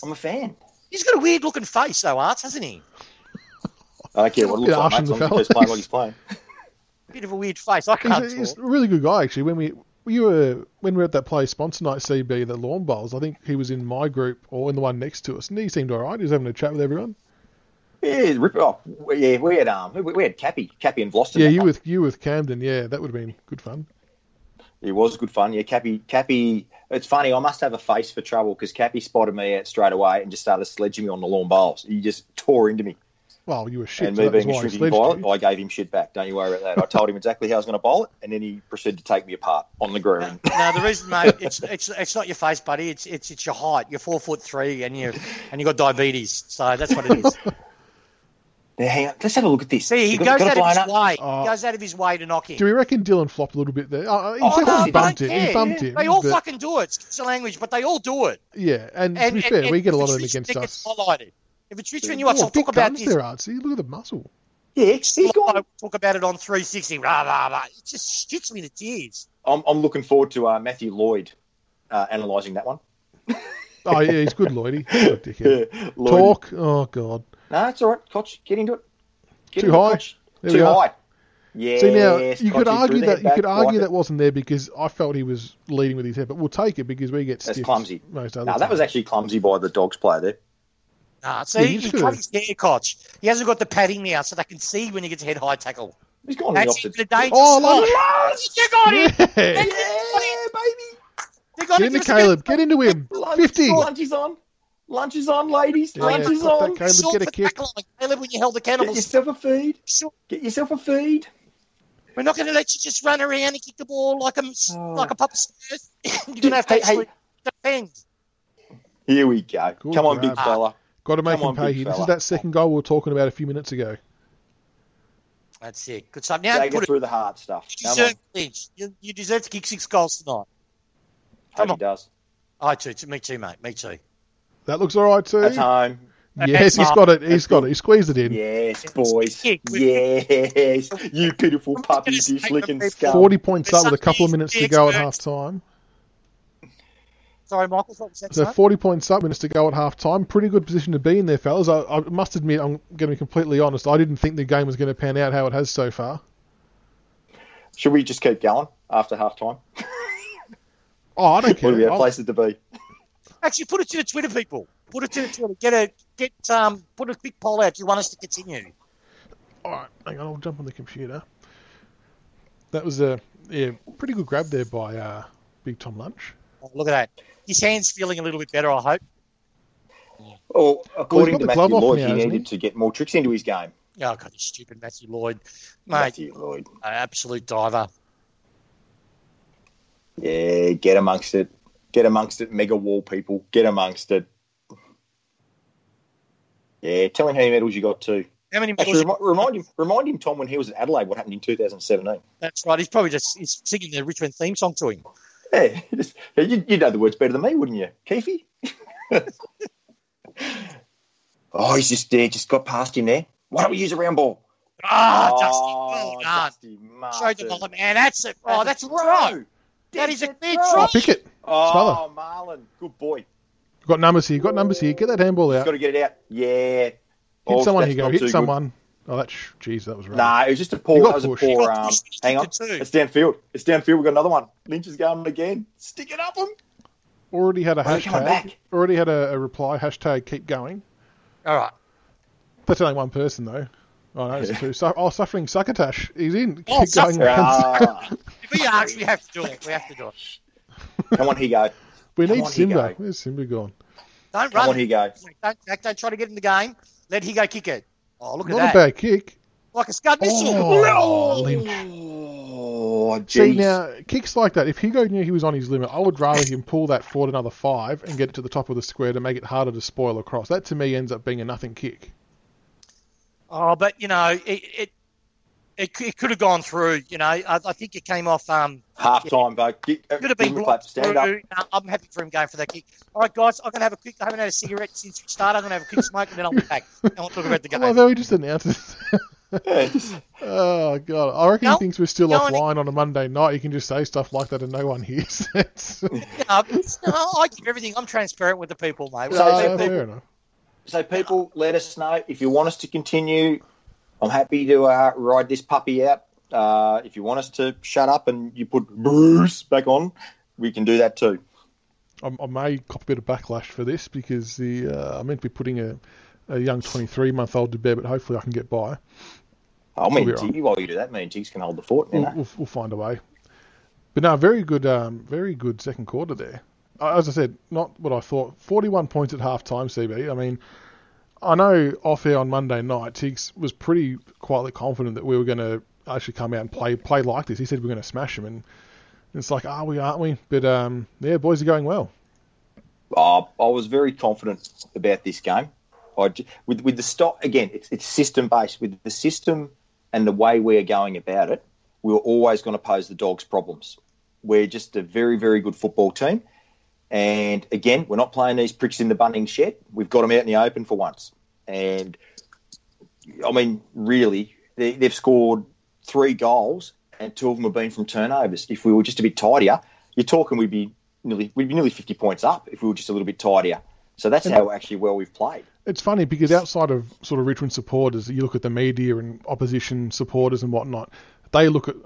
Speaker 3: I'm a fan.
Speaker 2: He's got a weird looking face, though, Arts, hasn't he?
Speaker 3: I don't care what it looks
Speaker 1: Yeah,
Speaker 3: like, mate.
Speaker 1: Ashton
Speaker 3: as long as He's
Speaker 1: Fellows.
Speaker 3: playing while he's playing.
Speaker 2: Bit of a weird face. I can't
Speaker 1: He's, a, he's
Speaker 2: talk.
Speaker 1: a really good guy actually. When we we were when we were at that play sponsor night CB the Lawn Bowls, I think he was in my group or in the one next to us, and he seemed alright. He was having a chat with everyone.
Speaker 3: Yeah, rip it off. Yeah, we had um, we, we had Cappy, Cappy and Vlosten.
Speaker 1: Yeah, you with you with Camden. Yeah, that would have been good fun.
Speaker 3: It was good fun. Yeah, Cappy, Cappy. It's funny. I must have a face for trouble because Cappy spotted me out straight away and just started sledging me on the lawn bowls. He just tore into me.
Speaker 1: Well, you were shit.
Speaker 3: and
Speaker 1: so
Speaker 3: me
Speaker 1: that was
Speaker 3: being
Speaker 1: why
Speaker 3: a
Speaker 1: he
Speaker 3: shrinking
Speaker 1: sledged
Speaker 3: violet,
Speaker 1: you.
Speaker 3: I gave him shit back. Don't you worry about that. I told him exactly how I was going to bowl it, and then he proceeded to take me apart on the ground.
Speaker 2: No, the reason, mate, it's it's it's not your face, buddy. It's it's it's your height. You're four foot three, and you and you got diabetes, so that's what it is.
Speaker 3: Now, hang on, let's have a look at this.
Speaker 2: See, he
Speaker 3: Got- got
Speaker 2: goes out
Speaker 3: it
Speaker 2: of his
Speaker 3: blown up.
Speaker 2: way.
Speaker 1: Oh.
Speaker 2: he goes out of his way to knock him.
Speaker 1: Do we reckon Dylan flopped a little bit there? Uh, he
Speaker 3: Oh,
Speaker 1: definitely
Speaker 2: no, I
Speaker 1: bumped
Speaker 2: don't
Speaker 1: it. He
Speaker 2: care.
Speaker 1: bumped
Speaker 3: Yeah.
Speaker 1: him.
Speaker 2: They all
Speaker 1: but-
Speaker 2: fucking do it. It's the language, but they all do it.
Speaker 1: yeah, and,
Speaker 2: And
Speaker 1: to be
Speaker 2: and-
Speaker 1: fair,
Speaker 2: and
Speaker 1: we get a lot
Speaker 2: if
Speaker 1: of them
Speaker 2: it's
Speaker 1: against
Speaker 2: Richmond,
Speaker 1: us.
Speaker 2: It gets highlighted. If it's Richmond, you
Speaker 1: Oh,
Speaker 2: watch. I'll
Speaker 1: big
Speaker 2: talk about
Speaker 1: guns
Speaker 2: this.
Speaker 1: there, Artsy. Look at the muscle.
Speaker 3: Yeah, he's gone.
Speaker 2: I'll talk about it on 360. Rah, rah, rah. It just shits me to tears.
Speaker 3: I'm, I'm looking forward to uh, Matthew Lloyd uh, analysing that one.
Speaker 1: Oh yeah, he's good, Lloydie. Good dickhead.
Speaker 3: Lloyd.
Speaker 1: Talk. Oh god.
Speaker 3: No, it's all right. Koch, get into it. Get
Speaker 1: Too
Speaker 3: into it,
Speaker 1: high.
Speaker 3: Koch.
Speaker 1: There
Speaker 3: Too
Speaker 1: we are.
Speaker 3: high. Yes,
Speaker 1: See now, you
Speaker 3: Koch,
Speaker 1: could
Speaker 3: he
Speaker 1: argue
Speaker 3: threw the
Speaker 1: that
Speaker 3: head
Speaker 1: you
Speaker 3: back,
Speaker 1: could argue
Speaker 3: like
Speaker 1: that wasn't there because I felt he was leading with his head, but we'll take it because we get
Speaker 3: That's
Speaker 1: stiff.
Speaker 3: clumsy.
Speaker 1: Most
Speaker 3: it.
Speaker 1: other.
Speaker 3: No, that was
Speaker 1: times.
Speaker 3: actually clumsy by the dogs player there.
Speaker 2: Nah,
Speaker 1: Yeah,
Speaker 2: see,
Speaker 1: you
Speaker 2: he
Speaker 1: should've-
Speaker 2: cut his hair, Koch. He hasn't got the padding now, so they can see when he gets head high tackle.
Speaker 3: He's gone in the
Speaker 2: That's
Speaker 3: opposite.
Speaker 2: even a dangerous.
Speaker 1: Oh, I love it.
Speaker 2: yes, you got him.
Speaker 1: Yeah.
Speaker 2: Thank you,
Speaker 3: baby.
Speaker 2: They got
Speaker 1: Get
Speaker 2: him.
Speaker 1: into
Speaker 2: Give us a bit
Speaker 1: Caleb. Get into him.
Speaker 3: Lunch,
Speaker 1: Fifty.
Speaker 3: Lunch is on. Lunch is on, ladies.
Speaker 1: Yeah,
Speaker 3: Lunch is
Speaker 1: put that
Speaker 3: on.
Speaker 1: Caleb,
Speaker 2: Salt
Speaker 1: get a
Speaker 2: for
Speaker 1: kick.
Speaker 2: tackle on Caleb, when you held the
Speaker 3: Get
Speaker 2: cannibals,
Speaker 3: yourself a feed.
Speaker 2: Sure.
Speaker 3: Get yourself a feed.
Speaker 2: we're not going to let you just run around and kick the ball like a
Speaker 3: Oh.
Speaker 2: like a puppet. You're going to have to
Speaker 3: Hey, hey.
Speaker 2: actually defend.
Speaker 3: Here we go.
Speaker 1: Good
Speaker 3: Come on,
Speaker 1: grab.
Speaker 3: big fella.
Speaker 2: Ah,
Speaker 1: Got to make
Speaker 3: Come
Speaker 1: him
Speaker 3: on,
Speaker 1: pay
Speaker 3: big
Speaker 1: here. This is
Speaker 3: fella.
Speaker 1: that second goal we were talking about a few minutes ago.
Speaker 2: That's it. Good stuff. Now
Speaker 3: Take
Speaker 2: put
Speaker 3: it
Speaker 2: it.
Speaker 3: through the hard stuff.
Speaker 2: You
Speaker 3: Come on.
Speaker 2: deserve Lynch. You, you deserve to kick six goals tonight.
Speaker 3: Hope
Speaker 2: Come
Speaker 3: he
Speaker 2: on.
Speaker 3: does.
Speaker 2: I too. t- Me too, mate. Me too.
Speaker 1: That looks all right too.
Speaker 3: That's home.
Speaker 1: Yes, he's got it. He's got it. He squeezed it in.
Speaker 3: Yes, boys.
Speaker 2: Kick.
Speaker 3: Yes. You pitiful
Speaker 2: I'm not
Speaker 3: puppy
Speaker 2: gonna
Speaker 3: dish
Speaker 2: say
Speaker 3: licking
Speaker 2: I'm
Speaker 3: scum.
Speaker 1: 40 points
Speaker 2: There's
Speaker 1: up with a couple of
Speaker 2: something
Speaker 1: minutes
Speaker 2: the
Speaker 1: to go at half
Speaker 2: experts-
Speaker 1: time.
Speaker 2: Sorry, Michael. What was that?
Speaker 1: So
Speaker 2: sorry?
Speaker 1: 40 points up, minutes to go at half time. Pretty good position to be in there, fellas. I, I must admit, I'm going to be completely honest. I didn't think the game was going to pan out how it has so far.
Speaker 3: Should we just keep going after half time?
Speaker 1: Oh, I don't
Speaker 3: What do we
Speaker 1: care.
Speaker 3: have
Speaker 1: I'll-
Speaker 3: places to be?
Speaker 2: Actually, put it to the Twitter people. Put it to the Twitter. Get a get um. Put a quick poll out. Do you want us to continue?
Speaker 1: All right, hang on, I'll jump on the computer. That was a yeah, pretty good grab there by uh, Big Tom Lunch.
Speaker 2: Oh, look at that. His hand's feeling a little bit better. I hope.
Speaker 3: Well, according
Speaker 1: got
Speaker 3: to
Speaker 1: the glove
Speaker 3: Matthew
Speaker 1: off
Speaker 3: Lloyd,
Speaker 1: now,
Speaker 3: he
Speaker 1: hasn't
Speaker 3: needed to get more tricks into his game.
Speaker 2: Yeah, oh, God, you stupid Matthew Lloyd, mate.
Speaker 3: Matthew Lloyd.
Speaker 2: An absolute diver.
Speaker 3: Yeah, get amongst it. Get amongst it, mega wall people. Get amongst it. Yeah, tell him how many medals you got too.
Speaker 2: How many medals?
Speaker 3: Actually, remi- remind him, remind him, Tom, when he was at Adelaide, what happened in 2017.
Speaker 2: That's right. He's probably just he's singing the Richmond theme song to him.
Speaker 3: Yeah, just- yeah, you, you know the words better than me, wouldn't you, Keefe? oh, he's just there, just got past him there. Why don't we use a round ball?
Speaker 2: Ah,
Speaker 3: oh,
Speaker 2: Dusty, well done.
Speaker 3: Dusty
Speaker 2: Showed the
Speaker 3: Martin.
Speaker 2: bottom, and that's it. Oh, that's a
Speaker 3: a
Speaker 2: throw. That
Speaker 3: That's
Speaker 2: is a clear
Speaker 3: throw.
Speaker 2: throw.
Speaker 1: Oh, pick it.
Speaker 3: Oh, Marlon, good boy.
Speaker 1: We've got numbers here. Got numbers here. Get that handball
Speaker 3: He's
Speaker 1: out.
Speaker 3: got to get it out. Yeah.
Speaker 1: Hit
Speaker 3: Oh,
Speaker 1: someone.
Speaker 3: that's
Speaker 1: Here you go.
Speaker 3: not too
Speaker 1: Hit
Speaker 3: good.
Speaker 1: someone. Oh, that's jeez, that was right.
Speaker 3: Nah, it was just a
Speaker 1: He
Speaker 3: poor.
Speaker 1: got
Speaker 3: That was a
Speaker 1: pushed.
Speaker 2: He
Speaker 3: poor.
Speaker 2: got
Speaker 3: Um,
Speaker 2: pushed into
Speaker 3: hang on,
Speaker 2: two.
Speaker 3: it's downfield. It's downfield. We got another one. Lynch is going again. Stick it up him.
Speaker 1: Already had a
Speaker 3: Why are they coming
Speaker 1: hashtag.
Speaker 3: back?
Speaker 1: Already had a, a reply. Hashtag keep going.
Speaker 2: All right.
Speaker 1: That's only one person though. Oh no, it's two. Su- oh, suffering succotash. He's in. Keep
Speaker 2: Oh,
Speaker 1: going.
Speaker 2: suffering.
Speaker 1: man.
Speaker 3: Ah,
Speaker 2: If he asks, we have to do it. We have to do it.
Speaker 3: come on, he go.
Speaker 1: We
Speaker 3: Come
Speaker 1: need
Speaker 3: on,
Speaker 1: Simba.
Speaker 3: Higo.
Speaker 1: Where's Simba gone?
Speaker 2: Don't
Speaker 3: Come
Speaker 2: run.
Speaker 3: on, he go.
Speaker 2: Don't, don't, don't try to get in the game. Let Higo kick it. Oh, look at
Speaker 1: Not
Speaker 2: that.
Speaker 1: a bad kick.
Speaker 2: Like a scud missile.
Speaker 1: Oh, Lynch.
Speaker 3: Oh,
Speaker 1: See
Speaker 3: geez.
Speaker 1: now, kicks like that. If Higo knew he was on his limit, I would rather him pull that forward another five and get it to the top of the square to make it harder to spoil across. That to me ends up being a nothing kick.
Speaker 2: Oh, but, you know, it, it, it, c- it could have gone through. You know, I, I think it came off. Um,
Speaker 3: Half time, vote. Get- uh,
Speaker 2: could have
Speaker 3: give
Speaker 2: been
Speaker 3: him a
Speaker 2: blocked.
Speaker 3: clap. Stand up.
Speaker 2: through. No, I'm happy for him going for that kick. All right, guys, I'm going to have a quick. I haven't had a cigarette since we started. I'm going to have a quick smoke and then I'll be back. And we'll talk about the
Speaker 1: I
Speaker 2: game.
Speaker 1: love how he just announces.
Speaker 3: Yeah, just-
Speaker 1: oh god, I reckon
Speaker 2: No,
Speaker 1: he thinks we're still
Speaker 2: no,
Speaker 1: offline on a Monday night. You can just say stuff like that and no one hears it.
Speaker 2: No, it's- no, I give everything. I'm transparent with the people, mate.
Speaker 3: So
Speaker 2: Well,
Speaker 3: they-
Speaker 1: Uh,
Speaker 3: they-
Speaker 1: fair enough.
Speaker 3: So, people, let us know if you want us to continue. I'm happy to uh, ride this puppy out. Uh, if you want us to shut up and you put Bruce back on, we can do that too.
Speaker 1: I, I may cop a bit of backlash for this because the uh, I meant to be putting a, a young 23 month old to bed, but hopefully I can get by.
Speaker 3: I'll mean
Speaker 1: We'll be
Speaker 3: Tiggy while you do that. Me and Tiggs can hold the fort. You
Speaker 1: we'll,
Speaker 3: know?
Speaker 1: we'll, we'll find a way. But no, very good, um, very good second quarter there. Uh, As I said, not what I thought. Forty-one points at half time, CB. I mean, I know off air on Monday night, Tiggs was pretty quietly confident that we were going to actually come out and play play like this. He said we're going to smash him, and it's like, are we? Aren't we? But um, yeah, boys are going well.
Speaker 3: Oh, I was very confident about this game. I, j- with with the stock again, it's, it's system based. With the system and the way we are going about it, we were always going to pose the dogs' problems. We're just a very very good football team, and again, we're not playing these pricks in the bunting shed. We've got them out in the open for once, and I mean, really, they, they've scored three goals, and two of them have been from turnovers. If we were just a bit tidier, you're talking we'd be nearly we'd be nearly 50 points up if we were just a little bit tidier. So that's how actually well we've played.
Speaker 1: It's funny because outside of sort of Richmond supporters, you look at the media and opposition supporters and whatnot, they look at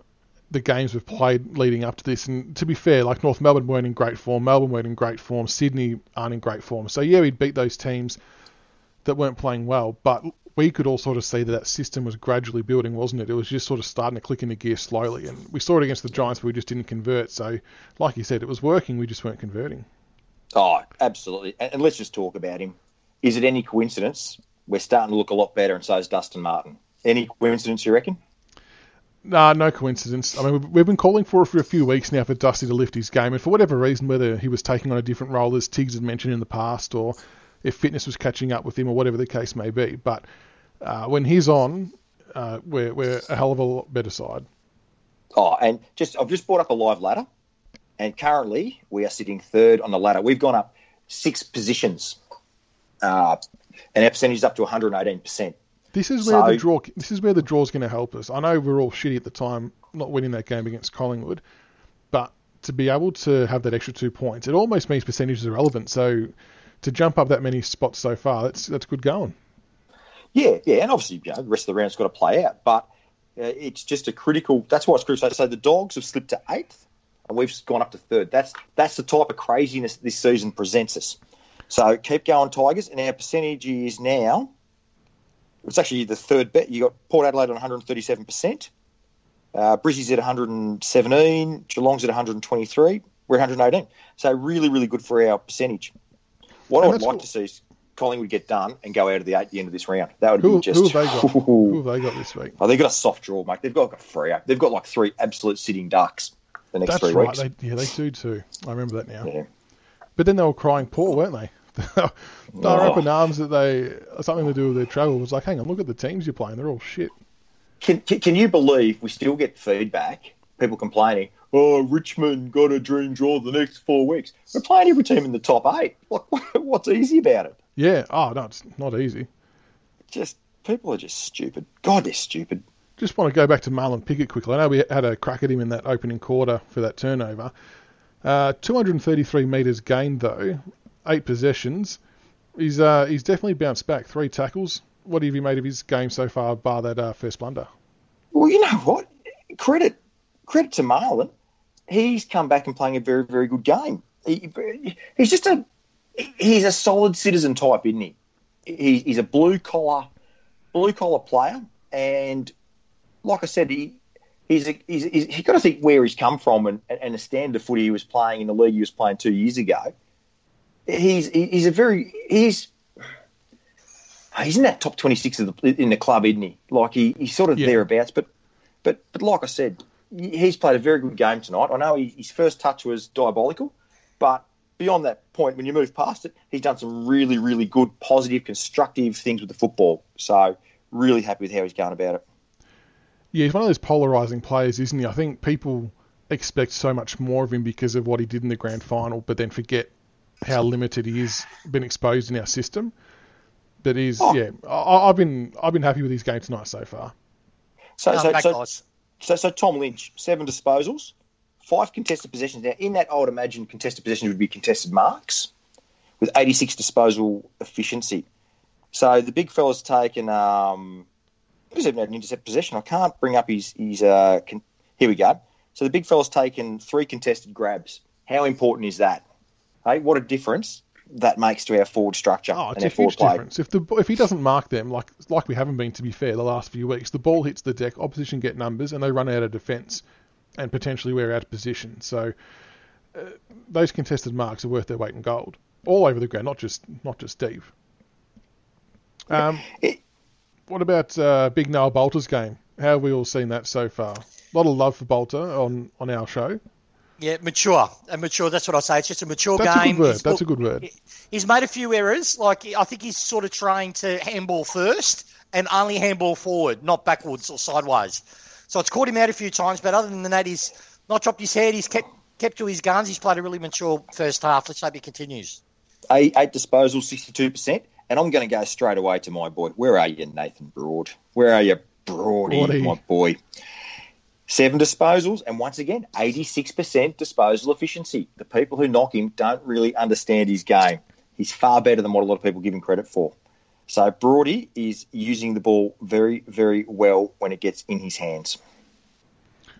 Speaker 1: the games we've played leading up to this. And to be fair, like North Melbourne weren't in great form, Melbourne weren't in great form, Sydney aren't in great form. So yeah, we beat those teams that weren't playing well, but we could all sort of see that that system was gradually building, wasn't it? It was just sort of starting to click into gear slowly. And we saw it against the Giants, but we just didn't convert. So, like you said, it was working, we just weren't converting.
Speaker 3: Oh, absolutely. And, and let's just talk about him. Is it any coincidence we're starting to look a lot better, and so is Dustin Martin? Any coincidence, you reckon?
Speaker 1: Nah, no coincidence. I mean, we've, we've been calling for it for a few weeks now for Dusty to lift his game, and for whatever reason, whether he was taking on a different role as Tiggs had mentioned in the past, or if fitness was catching up with him, or whatever the case may be. But uh, when he's on, uh, we're, we're a hell of a lot better side.
Speaker 3: Oh, and just I've just brought up a live ladder, and currently we are sitting third on the ladder. We've gone up six positions, uh, and our percentage is up to 118 percent.
Speaker 1: This is where
Speaker 3: So-
Speaker 1: the draw. This is where the draw's going to help us. I know we're all shitty at the time, not winning that game against Collingwood, but to be able to have that extra two points, it almost means percentages are relevant. So to jump up that many spots so far, that's that's good going.
Speaker 3: Yeah, yeah, and obviously you know, the rest of the round's got to play out, but uh, it's just a critical. That's why it's crucial. So the dogs have slipped to eighth, and we've gone up to third. That's that's the type of craziness this season presents us. So keep going, Tigers, and our percentage is now. It's actually the third bet. You got Port Adelaide on 137 percent. Uh, Brizzy's at 117. Geelong's at 123. We're 118. So really, really good for our percentage. What
Speaker 1: And
Speaker 3: I'd
Speaker 1: that's
Speaker 3: like
Speaker 1: what-
Speaker 3: to see is Collingwood get done and go out of the eight at the end of this round. That would
Speaker 1: Who,
Speaker 3: be just.
Speaker 1: who have they got? who have they got this week?
Speaker 3: Oh, they've got a soft draw, mate. They've got like a free. They've got like three absolute sitting ducks the next
Speaker 1: That's
Speaker 3: three
Speaker 1: right.
Speaker 3: weeks.
Speaker 1: They, yeah, they do too. I remember that now.
Speaker 3: Yeah.
Speaker 1: But then they were crying poor, weren't they? they were up
Speaker 3: Oh.
Speaker 1: in arms that they something to do with their travel was like, hang on, look at the teams you're playing. They're all shit.
Speaker 3: Can, can can you believe we still get feedback? People complaining. Oh, Richmond got a dream draw the next four weeks. We're playing every team in the top eight. Like, what's easy about it?
Speaker 1: Yeah. Oh no, it's not easy.
Speaker 3: Just people are just stupid. God, they're stupid.
Speaker 1: Just want to go back to Marlon Pickett quickly. I know we had a crack at him in that opening quarter for that turnover. Uh, 233 metres gained though, eight possessions. He's uh, he's definitely bounced back. Three tackles. What have you made of his game so far, bar that uh, first blunder?
Speaker 3: Well, you know what? Credit credit to Marlon. He's come back and playing a very very good game. He, he's just a he's a solid citizen type, isn't he? he he's a blue collar blue collar player, and like I said, he. He's, a, he's, he's, he's got to think where he's come from and, and the standard of footy he was playing in the league he was playing two years ago. He's he's a very he's he's in that top 26 of the, in the club, isn't he? Like he, he's sort of
Speaker 1: Yeah.
Speaker 3: thereabouts. But but but like I said, he's played a very good game tonight. I know he, his first touch was diabolical, but beyond that point, when you move past it, he's done some really really good, positive, constructive things with the football. So really happy with how he's going about it.
Speaker 1: Yeah, he's one of those polarizing players, isn't he? I think people expect so much more of him because of what he did in the grand final, but then forget how limited he is been exposed in our system. But he's
Speaker 3: Oh.
Speaker 1: yeah, I, I've been I've been happy with his game tonight so far. Oh,
Speaker 3: So
Speaker 2: Um,
Speaker 3: so,
Speaker 2: that
Speaker 3: so,
Speaker 2: guy's-
Speaker 3: so so Tom Lynch, seven disposals, five contested possessions. Now in that, I would imagine contested possessions would be contested marks. with 86 disposal efficiency. So the big fella's taken. Um, he's even had an intercept possession. I can't bring up his. his uh, con- here we go. So the big fella's taken three contested grabs. How important is that? Hey, what a difference that makes to our forward structure
Speaker 1: Oh, it's
Speaker 3: and
Speaker 1: a
Speaker 3: our forward
Speaker 1: huge
Speaker 3: play.
Speaker 1: difference. If the if he doesn't mark them like like we haven't been to be fair the last few weeks, the ball hits the deck, opposition get numbers, and they run out of defence, and potentially we're out of position. So uh, those contested marks are worth their weight in gold all over the ground, not just not just deep. Um,
Speaker 3: It-
Speaker 1: what about uh, Big Noah Bolter's game? How have we all seen that so far? A lot of love for Bolter on on our show.
Speaker 2: Yeah, mature. And mature, that's what I say. It's just a mature
Speaker 1: That's a
Speaker 2: game.
Speaker 1: good word.
Speaker 2: He's-
Speaker 1: That's a
Speaker 2: look,
Speaker 1: good word.
Speaker 2: He's made a few errors. Like, I think he's sort of trying to handball first and only handball forward, not backwards or sideways. So it's caught him out a few times, but other than that, he's not dropped his head. He's kept kept to his guns. He's played a really mature first half. Let's hope he continues.
Speaker 3: Eight, eight disposals, 62%. And I'm going to go straight away to my boy. Where are you, Nathan Broad? Where are you, Broady,
Speaker 1: Broady.
Speaker 3: my boy? Seven disposals, and once again, 86% disposal efficiency. The people who knock him don't really understand his game. He's far better than what a lot of people give him credit for. So Broady is using the ball very, very well when it gets in his hands.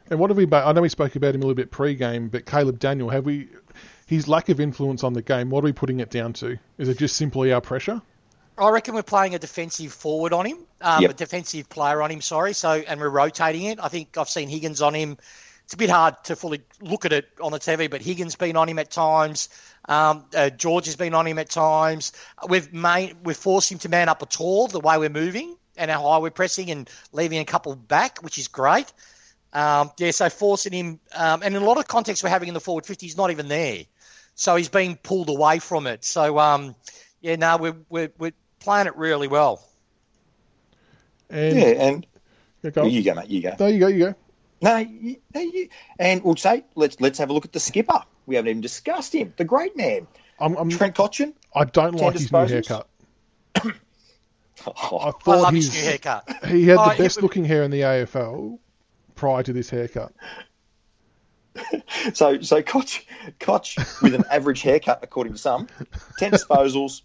Speaker 1: And what have we? ba- I know we spoke about him a little bit pre-game, but Caleb Daniel, have we? His lack of influence on the game. What are we putting it down to? Is it just simply our pressure?
Speaker 2: I reckon we're playing a defensive forward on him, um,
Speaker 3: Yep.
Speaker 2: a defensive player on him. Sorry, so and we're rotating it. I think I've seen Higgins on him. It's a bit hard to fully look at it on the TV, but Higgins been on him at times. Um, uh, George has been on him at times. We've made we've forced him to man up at all the way we're moving and how high we're pressing and leaving a couple back, which is great. Um, yeah, so forcing him, um, and in a lot of context we're having in the forward fifty, he's not even there, so he's being pulled away from it. So um, yeah, no, we're, we're we're playing it really well.
Speaker 1: And
Speaker 3: yeah, and
Speaker 1: Yeah, go on.
Speaker 3: you go, mate. You go.
Speaker 1: there you go. You go.
Speaker 3: No, you, no, you, and we'll say let's let's have a look at the skipper. We haven't even discussed him. The great man,
Speaker 1: I'm, I'm,
Speaker 3: Trent Cotchin.
Speaker 1: I don't
Speaker 3: Ten
Speaker 1: like his new
Speaker 3: disposals?
Speaker 1: haircut. I
Speaker 3: Oh,
Speaker 1: thought
Speaker 2: I love
Speaker 1: he's,
Speaker 2: his new haircut.
Speaker 1: he had
Speaker 2: Oh,
Speaker 1: the
Speaker 2: he
Speaker 1: best
Speaker 2: would-
Speaker 1: looking hair in the AFL prior to this haircut.
Speaker 3: so so Koch, Koch with an average haircut, according to some, ten disposals,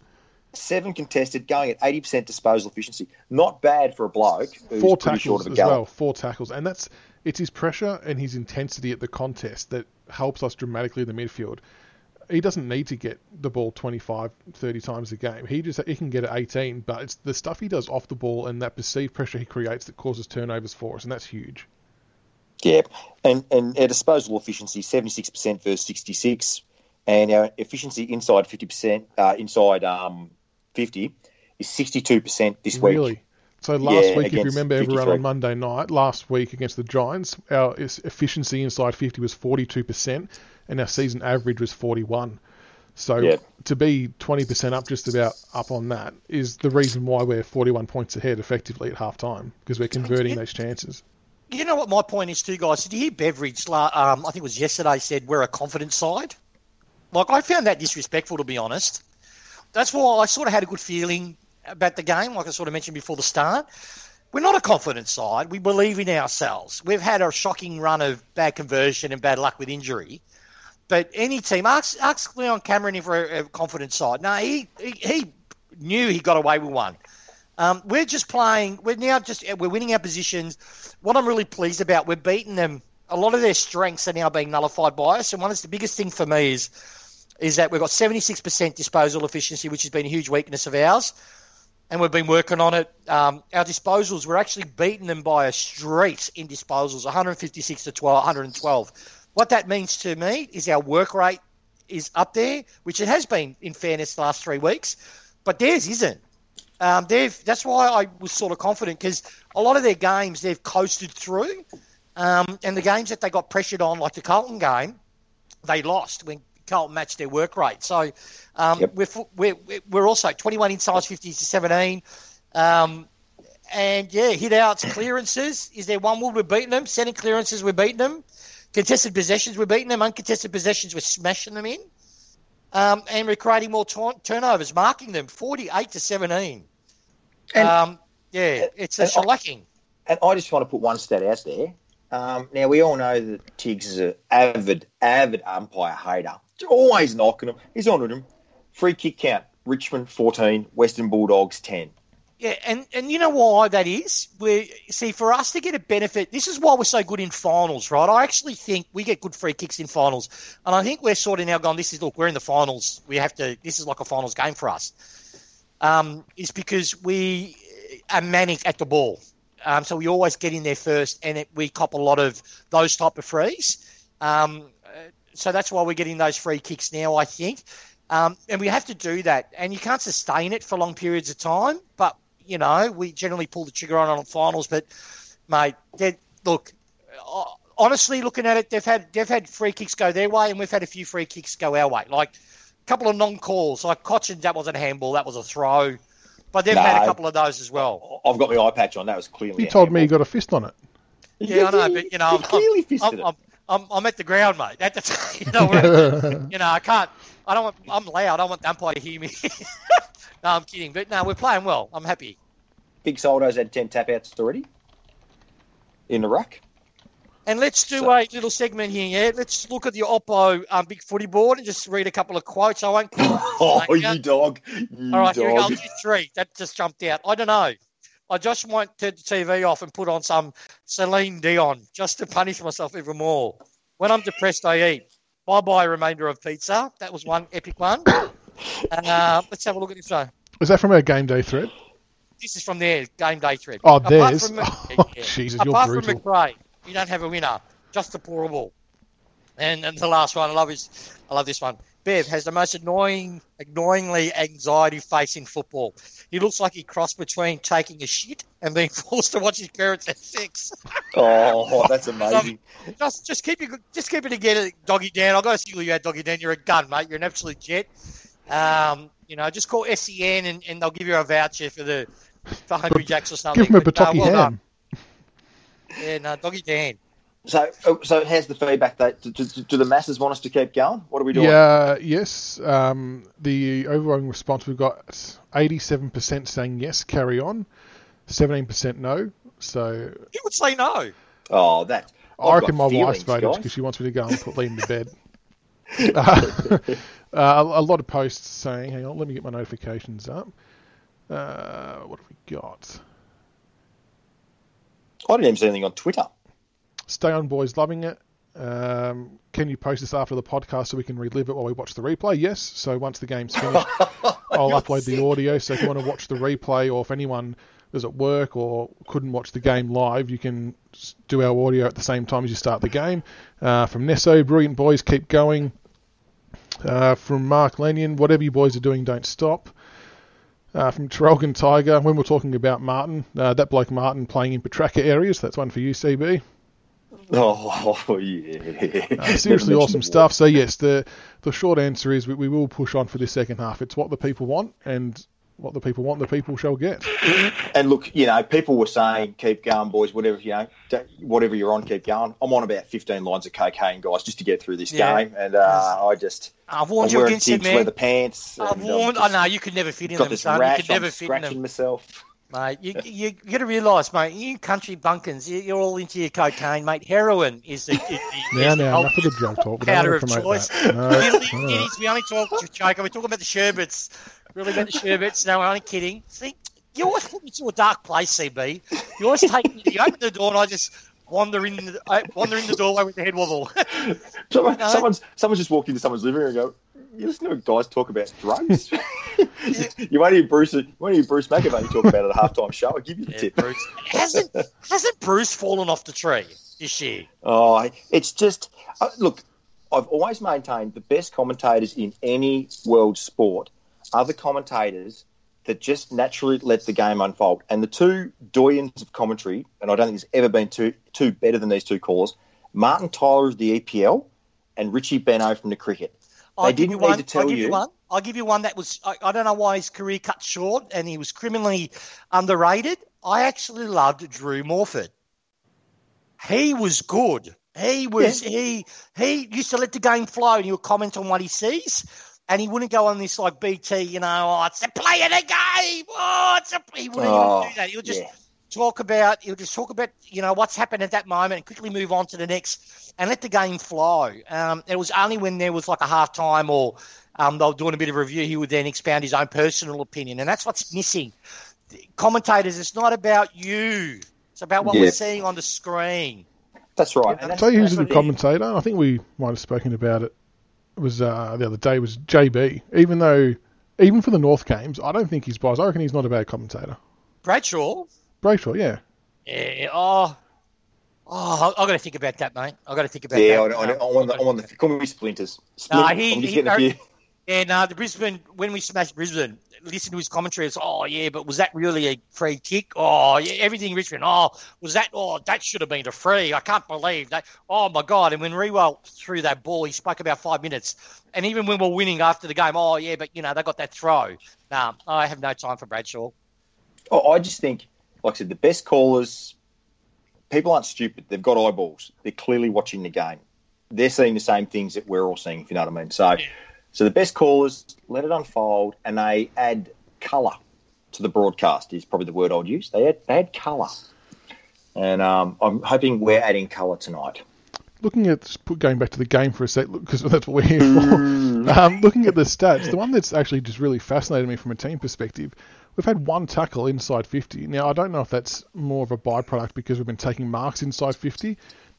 Speaker 3: seven contested, going at eighty percent disposal efficiency. Not bad for a bloke who's
Speaker 1: Four
Speaker 3: pretty short
Speaker 1: tackles
Speaker 3: of a
Speaker 1: as
Speaker 3: gallop.
Speaker 1: well. Four tackles, and that's it's his pressure and his intensity at the contest that helps us dramatically in the midfield. He doesn't need to get the ball 25, 30 times a game. He just he can get it 18, but it's the stuff he does off the ball and that perceived pressure he creates that causes turnovers for us, and that's huge.
Speaker 3: Yeah, and and our disposal efficiency seventy six percent versus sixty six, and our efficiency inside fifty percent uh, inside um fifty is sixty two percent this week.
Speaker 1: Really. So last
Speaker 3: Yeah,
Speaker 1: week, if you
Speaker 3: against
Speaker 1: remember everyone
Speaker 3: 53.
Speaker 1: on Monday night, last week against the Giants, our es- efficiency inside 50 was 42%, and our season average was 41. So
Speaker 3: Yeah.
Speaker 1: to be 20% up, just about up on that, is the reason why we're 41 points ahead effectively at half time because we're converting those chances.
Speaker 2: You know what my point is too, guys. Did you hear Beveridge? la- Um, I think it was yesterday. Said we're a confident side. Like I found that disrespectful, to be honest. That's why I sort of had a good feeling about the game. Like I sort of mentioned before the start, we're not a confident side. We believe in ourselves. We've had a shocking run of bad conversion and bad luck with injury. But any team, ask, ask Leon Cameron if we're a confident side. No, he, he, he knew he got away with one. Um, we're just playing. We're now just we're winning our positions. What I'm really pleased about, we're beating them. A lot of their strengths are now being nullified by us. And one of the biggest thing for me is is that we've got 76% disposal efficiency, which has been a huge weakness of ours, and we've been working on it. Um, our disposals, we're actually beating them by a street in disposals, 156 to 12, 112. What that means to me is our work rate is up there, which it has been in fairness the last three weeks, but theirs isn't. Um, they've that's why I was sort of confident because a lot of their games they've coasted through, um, and the games that they got pressured on, like the Carlton game, they lost when Carlton matched their work rate. So um,
Speaker 3: Yep.
Speaker 2: we're, fu- we're we're- we're also 21 insides, 50s to 17. Um, and yeah, hit outs, clearances. Is there one word we're beating them? Center clearances, we're beating them. Contested possessions, we're beating them. Uncontested possessions, we're smashing them in. Um, and we're creating more turn turnovers, marking them 48 to 17.
Speaker 3: And-
Speaker 2: um, yeah, it's a
Speaker 3: and I-
Speaker 2: shellacking.
Speaker 3: And I just want to put one stat out there. Um, now we all know that Tiggs is an avid, avid umpire hater. He's always knocking him. He's on with him. Free kick count: Richmond fourteen, Western Bulldogs ten.
Speaker 2: Yeah, and, and you know why that is? We see for us to get a benefit, this is why we're so good in finals, right? I actually think we get good free kicks in finals, and I think we're sort of now going. This is look, we're in the finals. We have to. This is like a finals game for us. Um, is because we are manic at the ball, um, so we always get in there first, and it, we cop a lot of those type of frees. Um, uh, so that's why we're getting those free kicks now. I think. Um, and we have to do that. And you can't sustain it for long periods of time. But, you know, we generally pull the trigger on on finals. But, mate, they- look, uh, honestly, looking at it, they've had they've had free kicks go their way, and we've had a few free kicks go our way. Like a couple of non calls, like Cochin, that wasn't a handball, that was a throw. But they've had a
Speaker 3: No.
Speaker 2: couple of those as well.
Speaker 3: I've got my eye patch on. That was clearly.
Speaker 1: You
Speaker 3: a
Speaker 1: told me you
Speaker 3: handball.
Speaker 1: got a fist on it.
Speaker 2: Yeah, I know, but, you know,
Speaker 3: he
Speaker 2: I'm-
Speaker 3: clearly fisted
Speaker 2: I'm,
Speaker 3: it.
Speaker 2: I'm, I'm, I'm at the ground, mate. At the time, you know, we're- you know, I can't. I don't want. I'm loud. I want the umpire to hear me. no, I'm kidding. But no, we're playing well. I'm happy.
Speaker 3: Big Soldo's had 10 tap outs already in the ruck.
Speaker 2: And let's do
Speaker 3: So-
Speaker 2: a little segment here. Yeah, let's look at the Oppo um, big footy board and just read a couple of quotes. I won't.
Speaker 3: oh, you dog. You
Speaker 2: All right, here we go. I'll
Speaker 3: dog.
Speaker 2: do three. That just jumped out. I don't know. I just might turn the TV off and put on some Celine Dion just to punish myself even more. When I'm depressed, I eat. Bye bye, remainder of pizza. That was one epic one. Uh, let's have a look at this one.
Speaker 1: Is that from our game day thread?
Speaker 2: This is from their game day thread.
Speaker 1: Oh,
Speaker 2: Apart
Speaker 1: there's.
Speaker 2: from-
Speaker 1: Oh,
Speaker 2: yeah.
Speaker 1: Jesus, you're
Speaker 2: Apart
Speaker 1: brutal.
Speaker 2: from McRae, you don't have a winner, just deplorable. And and the last one I love is I love this one. Bev has the most annoying, annoyingly anxiety face in football. He looks like he crossed between taking a shit and being forced to watch his parents at six.
Speaker 3: Oh, that's amazing.
Speaker 2: Just just keep it just keep it together, doggy Dan. I've got to single you out, doggy Dan. You're a gun, mate. You're an absolute jet. Um, you know, just call SEN and, and they'll give you a voucher for the for Hungry Jacks or something.
Speaker 1: Give him a
Speaker 2: But, uh,
Speaker 1: Batoki
Speaker 2: well
Speaker 1: ham.
Speaker 2: done. Yeah, no, doggy Dan.
Speaker 3: So, uh, so how's the feedback? That, do, do, do the masses want us to keep going? What are we doing?
Speaker 1: Yeah, yes. Um, the overwhelming response we've got 87% saying yes, carry on, 17% no. So
Speaker 2: You would say no.
Speaker 3: Oh, that.
Speaker 1: I
Speaker 3: I've
Speaker 1: reckon
Speaker 3: got
Speaker 1: my
Speaker 3: feelings,
Speaker 1: wife's voted
Speaker 3: guys.
Speaker 1: because she wants me to go and put Liam to bed. Uh, uh, a lot of posts saying, hang on, let me get my notifications up. Uh, what have we got?
Speaker 3: I didn't even see anything on Twitter.
Speaker 1: Stay on, boys, loving it. Um, can you post this after the podcast so we can relive it while we watch the replay? Yes. So once the game's finished, I'll upload the audio. So if you want to watch the replay, or if anyone is at work or couldn't watch the game live, you can s- do our audio at the same time as you start the game. Uh, from Nesso, brilliant boys, keep going. Uh, from Mark Lanyon, whatever you boys are doing, don't stop. Uh, from Terrelgan Tiger, when we're talking about Martin, uh, that bloke Martin playing in Petraka areas, that's one for you, CB.
Speaker 3: Oh, yeah.
Speaker 1: Uh, seriously
Speaker 3: Never mentioned
Speaker 1: awesome
Speaker 3: the
Speaker 1: stuff. So yes, the the short answer is we, we will push on for this second half. It's what the people want, and what the people want, the people shall get.
Speaker 3: war. And look, you know, people were saying, keep going, boys, whatever, you know, don't- whatever you're on, keep going. I'm on about 15 lines of cocaine, guys, just to get through this
Speaker 2: Yeah.
Speaker 3: game. And uh, I just,
Speaker 2: I've
Speaker 3: I'm
Speaker 2: warned you
Speaker 3: wearing
Speaker 2: against it,
Speaker 3: kids
Speaker 2: man.
Speaker 3: leather pants.
Speaker 2: I've
Speaker 3: and I'm
Speaker 2: warned. I
Speaker 3: just
Speaker 2: know you could never fit in
Speaker 3: Got
Speaker 2: them,
Speaker 3: this
Speaker 2: son. You
Speaker 3: rash,
Speaker 2: could never
Speaker 3: I'm
Speaker 2: fit in them.
Speaker 3: scratching myself.
Speaker 2: Mate, you, you, you got to realise, mate, you country bumpkins, you, you're all into your cocaine, mate. Heroin is the, is the,
Speaker 1: Now,
Speaker 2: is the
Speaker 1: now,
Speaker 2: whole
Speaker 1: enough of the drug talk. We don't
Speaker 2: powder
Speaker 1: want
Speaker 2: of
Speaker 1: to promote
Speaker 2: choice.
Speaker 1: that. uh, No,
Speaker 2: Really,
Speaker 1: all
Speaker 2: it
Speaker 1: right.
Speaker 2: is. We only talk to Choco. We're talking about the sherbets. Really about the sherbets. No, we're only kidding. See, you always put me to a dark place, CB. You always take me. You open the door and I just wander in. The, I wander in the doorway with the head wobble.
Speaker 3: Someone,
Speaker 2: No.
Speaker 3: someone's someone's just walked into someone's living room and go, "You listen to guys talk about drugs." you might hear Bruce. You might hear Bruce McAvoy talk about it at a halftime show. I give you the
Speaker 2: Yeah,
Speaker 3: tip.
Speaker 2: Bruce hasn't hasn't Bruce fallen off the tree this year?
Speaker 3: Oh, I- it's just uh, look. I've always maintained the best commentators in any world sport are the commentators that just naturally let the game unfold. And the two doyens of commentary, and I don't think there's ever been two two better than these two callers, Martin Tyler of the EPL and Richie Beno from the cricket.
Speaker 2: I'll
Speaker 3: They
Speaker 2: give
Speaker 3: didn't
Speaker 2: you
Speaker 3: need
Speaker 2: one.
Speaker 3: to tell
Speaker 2: I'll give you.
Speaker 3: you.
Speaker 2: one. I'll give you one that was. I, I don't know why his career cut short, and he was criminally underrated. I actually loved Drew Morford. He was good. He was. He he used to let the game flow, and he would comment on what he sees, and he wouldn't go on this like BT. You know, oh, it's the play of the game. Oh, it's a. He wouldn't
Speaker 3: Oh,
Speaker 2: even do that. He would just
Speaker 3: yeah.
Speaker 2: talk about he'll just talk about you know what's happened at that moment and quickly move on to the next and let the game flow. Um, it was only when there was like a half time or um, they were doing a bit of review, he would then expound his own personal opinion, and that's what's missing. The commentators, it's not about you; it's about what
Speaker 3: Yeah.
Speaker 2: we're seeing on the screen.
Speaker 3: That's
Speaker 2: Yeah,
Speaker 3: right. And that's,
Speaker 1: Tell you who's a
Speaker 3: that's
Speaker 1: good
Speaker 3: what it is.
Speaker 1: commentator. I think we might have spoken about it. it was uh, the other day was JB. Even though, even for the North games, I don't think he's biased. I reckon he's not a bad commentator.
Speaker 2: Bradshaw,
Speaker 1: Brayshaw, yeah.
Speaker 2: yeah, oh, oh, I, I got to think about that, mate. I got to think about
Speaker 3: Yeah,
Speaker 2: that.
Speaker 3: I, I, I, want the, I want the. Call me splinters. Splint-
Speaker 2: he-
Speaker 3: I'm just
Speaker 2: he-
Speaker 3: getting a few.
Speaker 2: And uh, the Brisbane, when we smashed Brisbane, listen to his commentary. It's oh yeah, but was that really a free kick? Oh yeah, everything Richmond. Oh, was that? Oh, that should have been a free. I can't believe that. Oh my god! And when Rewell threw that ball, he spoke about five minutes. And even when we we're winning after the game, oh yeah, but you know they got that throw. Nah, I have no time for Bradshaw.
Speaker 3: Oh, I just think, like I said, the best callers, people aren't stupid. They've got eyeballs. They're clearly watching the game. They're seeing the same things that we're all seeing, if you know what I mean. So,
Speaker 2: Yeah.
Speaker 3: so the best callers let it unfold and they add colour to the broadcast, is probably the word I'd use. They add, they add colour. And um, I'm hoping we're adding colour tonight.
Speaker 1: Looking at just put- going back to the game for a sec, because that's what we're here for.
Speaker 3: Hmm.
Speaker 1: um, looking at the stats, the one that's actually just really fascinated me from a team perspective, we've had one tackle inside 50. Now, I don't know if that's more of a byproduct because we've been taking marks inside 50,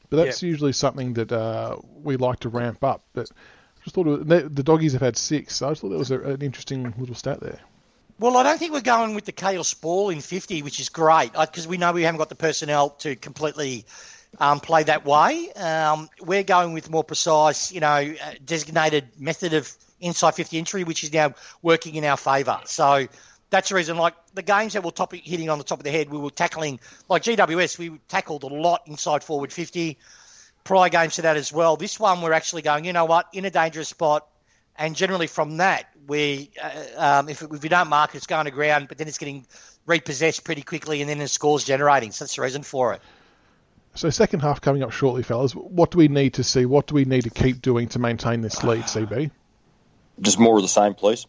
Speaker 1: but that's usually something that uh, we like to ramp up. But I just thought it was, the the doggies have had six, so I just thought that was a, an interesting little stat there.
Speaker 2: Well, I don't think we're going with the chaos ball in 50, which is great because we know we haven't got the personnel to completely um, play that way. Um, we're going with more precise, you know, uh, designated method of inside 50 entry, which is now working in our favour. So that's the reason, like the games that we're top, hitting on the top of the head, we were tackling, like GWS, we tackled a lot inside forward 50. Prior games to that as well. This one, we're actually going, you know what, in a dangerous spot, and generally from that we uh, um, if, if we don't mark it, it's going to ground but then it's getting repossessed pretty quickly and then the score's generating so that's the reason for it
Speaker 1: So, second half coming up shortly, fellas. What do we need to see? What do we need to keep doing to maintain this lead, CB?
Speaker 3: Just more of the same, please.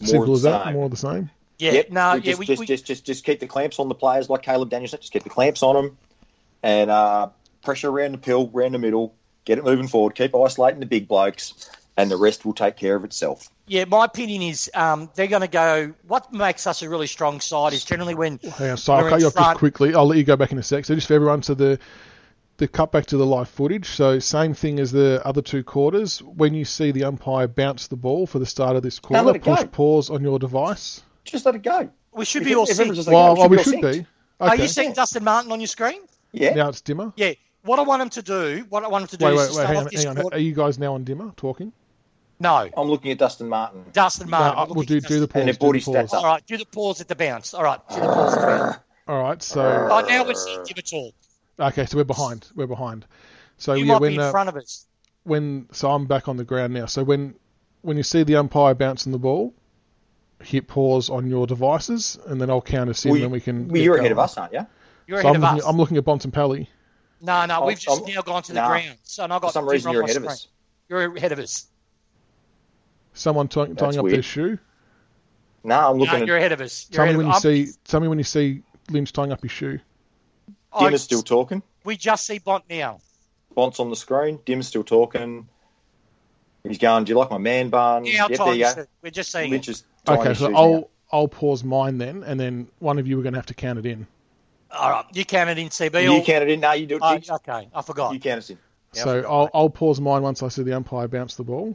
Speaker 3: More
Speaker 1: Simple
Speaker 3: of
Speaker 1: as
Speaker 3: the
Speaker 1: that,
Speaker 3: same.
Speaker 1: more of the same.
Speaker 2: yeah
Speaker 3: Yep.
Speaker 2: no
Speaker 3: we
Speaker 2: yeah
Speaker 3: just,
Speaker 2: we,
Speaker 3: just,
Speaker 2: we,
Speaker 3: just just just keep the clamps on the players, like Caleb Daniels. said, Just keep the clamps on them, and uh, pressure around the pill, round the middle, get it moving forward, keep isolating the big blokes, and the rest will take care of itself.
Speaker 2: Yeah, my opinion is um, they're going to go. What makes us a really strong side is generally when
Speaker 1: Hang on, sorry,
Speaker 2: We're
Speaker 1: I'll cut
Speaker 2: in
Speaker 1: you off just
Speaker 2: front.
Speaker 1: quickly. I'll let you go back in a sec. So just for everyone, so the the cut back to the live footage. So same thing as the other two quarters. When you see the umpire bounce the ball for the start of this
Speaker 3: let
Speaker 1: quarter,
Speaker 3: it go.
Speaker 1: push pause on your device.
Speaker 3: Just let it go.
Speaker 2: we should
Speaker 3: If
Speaker 2: be all
Speaker 3: it- if it was
Speaker 2: synced.
Speaker 3: just like,
Speaker 1: Well, well,
Speaker 3: oh,
Speaker 1: we
Speaker 3: all
Speaker 1: should
Speaker 3: synced.
Speaker 1: be.
Speaker 2: Are you
Speaker 1: Okay.
Speaker 2: seeing Dustin Martin on your screen?
Speaker 3: Yeah.
Speaker 1: Now it's dimmer.
Speaker 2: Yeah. What I want him to do, what I want him to do
Speaker 1: Wait,
Speaker 2: is
Speaker 1: wait,
Speaker 2: to
Speaker 1: wait.
Speaker 2: start
Speaker 1: Hang
Speaker 2: off
Speaker 1: on,
Speaker 2: this
Speaker 1: hang on.
Speaker 2: quarter.
Speaker 1: Are you guys now on dimmer talking?
Speaker 2: No,
Speaker 3: I'm looking at Dustin Martin.
Speaker 2: Dustin
Speaker 1: No,
Speaker 2: Martin.
Speaker 1: uh,
Speaker 2: We're
Speaker 1: we'll
Speaker 2: looking
Speaker 1: do
Speaker 2: at
Speaker 1: do the
Speaker 2: Dustin-
Speaker 1: pause.
Speaker 3: And it
Speaker 1: do the
Speaker 3: bodies that
Speaker 1: pause.
Speaker 3: up.
Speaker 2: All right, do the pause at the bounce. All right, do the pause at the bounce.
Speaker 1: All right. So
Speaker 2: All right, now we're seeing him at all.
Speaker 1: okay, so we're behind. We're behind. So
Speaker 2: You
Speaker 1: yeah,
Speaker 2: might
Speaker 1: when
Speaker 2: be in
Speaker 1: uh,
Speaker 2: front of us.
Speaker 1: when so I'm back on the ground now. So when when you see the umpire bouncing the ball, hit pause on your devices, and then I'll count us in
Speaker 3: Well, you-
Speaker 1: when we can.
Speaker 3: Well,
Speaker 1: get
Speaker 3: you're ahead of
Speaker 1: going.
Speaker 3: us, aren't you?
Speaker 2: You're
Speaker 1: So I'm
Speaker 2: ahead of
Speaker 1: looking,
Speaker 2: us.
Speaker 1: I'm looking at Bontempelli.
Speaker 2: no, no,
Speaker 3: I'm-
Speaker 2: we've just
Speaker 3: Oh, I'm-
Speaker 2: now gone to the
Speaker 3: nah.
Speaker 2: ground. So and I got
Speaker 3: For some
Speaker 2: Tim
Speaker 3: reason,
Speaker 2: on
Speaker 3: you're
Speaker 2: my
Speaker 3: ahead of
Speaker 2: screen.
Speaker 3: us.
Speaker 2: You're ahead of us.
Speaker 1: Someone tying, tying up their
Speaker 3: weird.
Speaker 1: shoe.
Speaker 3: No, I'm
Speaker 2: No,
Speaker 3: looking
Speaker 2: you're
Speaker 3: at
Speaker 2: ahead of us. You're
Speaker 1: Tell me
Speaker 2: ahead
Speaker 1: when
Speaker 2: of
Speaker 1: you
Speaker 2: us.
Speaker 1: see. Tell me when you see Lynch tying up his shoe.
Speaker 2: I'm-
Speaker 3: Dimmer's still talking.
Speaker 2: We just see Bont now.
Speaker 3: Bont's on the screen. Dimmer's still talking. He's going, Do you like my man bun?
Speaker 2: Yeah,
Speaker 3: yep, Mm, there you go.
Speaker 2: we're just seeing it.
Speaker 3: Lynch is tying
Speaker 1: Okay,
Speaker 3: his
Speaker 1: so
Speaker 3: shoes
Speaker 1: I'll
Speaker 3: now.
Speaker 1: I'll pause mine then, and then one of you are going to have to count it in.
Speaker 2: All right, you count it in CB.
Speaker 3: You
Speaker 2: or-
Speaker 3: count it in. No, you do it.
Speaker 2: Oh,
Speaker 3: Diggs.
Speaker 2: okay, I forgot.
Speaker 3: you count it in.
Speaker 2: Yeah,
Speaker 1: so
Speaker 2: okay.
Speaker 1: I'll I'll pause mine once I see the umpire bounce the ball.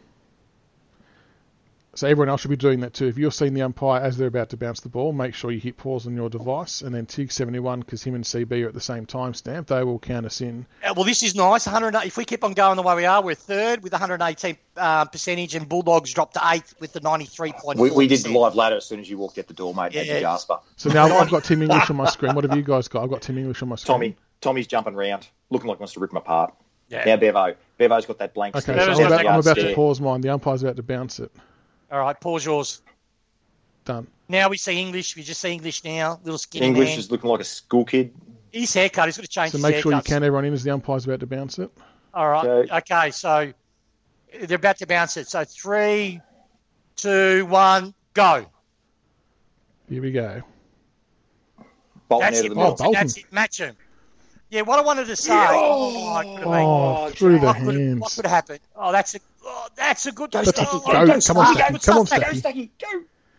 Speaker 1: So everyone else should be doing that too. If you're seeing the umpire as they're about to bounce the ball, make sure you hit pause on your device, and then Tig seventy one because him and CB are at the same timestamp. They will count us in.
Speaker 2: Uh, well, this is nice. 100. If we keep on going the way we are, we're third with 118 uh, percentage, and Bulldogs dropped to eighth with the 93.4.
Speaker 3: We, we did the live ladder as soon as you walked out the door, mate.
Speaker 2: Yeah.
Speaker 3: Yeah. Jasper.
Speaker 1: So now I've got Tim English on my screen. What have you guys got? I've got Tim English on my screen.
Speaker 3: Tommy. Tommy's jumping round, looking like he wants to rip him apart.
Speaker 2: Yeah.
Speaker 3: Now Bevo. Bevo's got that blank
Speaker 1: Okay,
Speaker 3: stare.
Speaker 2: Bevo's
Speaker 1: so I'm
Speaker 2: got
Speaker 1: about, I'm
Speaker 2: that
Speaker 1: about to
Speaker 2: stare.
Speaker 1: pause mine. The umpire's about to bounce it.
Speaker 2: All right, pause yours.
Speaker 1: Done.
Speaker 2: Now we see English. We just see English now. Little skinny
Speaker 3: English
Speaker 2: man.
Speaker 3: is looking like a school kid.
Speaker 2: His haircut. He's got to change.
Speaker 1: So
Speaker 2: his
Speaker 1: make sure you
Speaker 2: haircuts.
Speaker 1: count everyone in as the umpire's about to bounce it.
Speaker 2: All right.
Speaker 3: Okay.
Speaker 2: Okay. So they're about to bounce it. So three, two, one, go.
Speaker 1: Here we go.
Speaker 3: Bolting
Speaker 2: That's
Speaker 3: out of
Speaker 2: it,
Speaker 3: the
Speaker 1: Bolt.
Speaker 3: middle.
Speaker 2: Bolton. That's it. Match him. Yeah, what I wanted to say. Oh, I could've made-
Speaker 1: Oh, through the
Speaker 2: what Could, what
Speaker 1: hands.
Speaker 2: could happen? Oh, that's a oh, that's a good.
Speaker 1: That's a-
Speaker 2: oh,
Speaker 1: go,
Speaker 2: good
Speaker 1: come on,
Speaker 2: start.
Speaker 1: Stacky,
Speaker 2: Good
Speaker 1: come on,
Speaker 2: start.
Speaker 1: Stacky.
Speaker 3: go.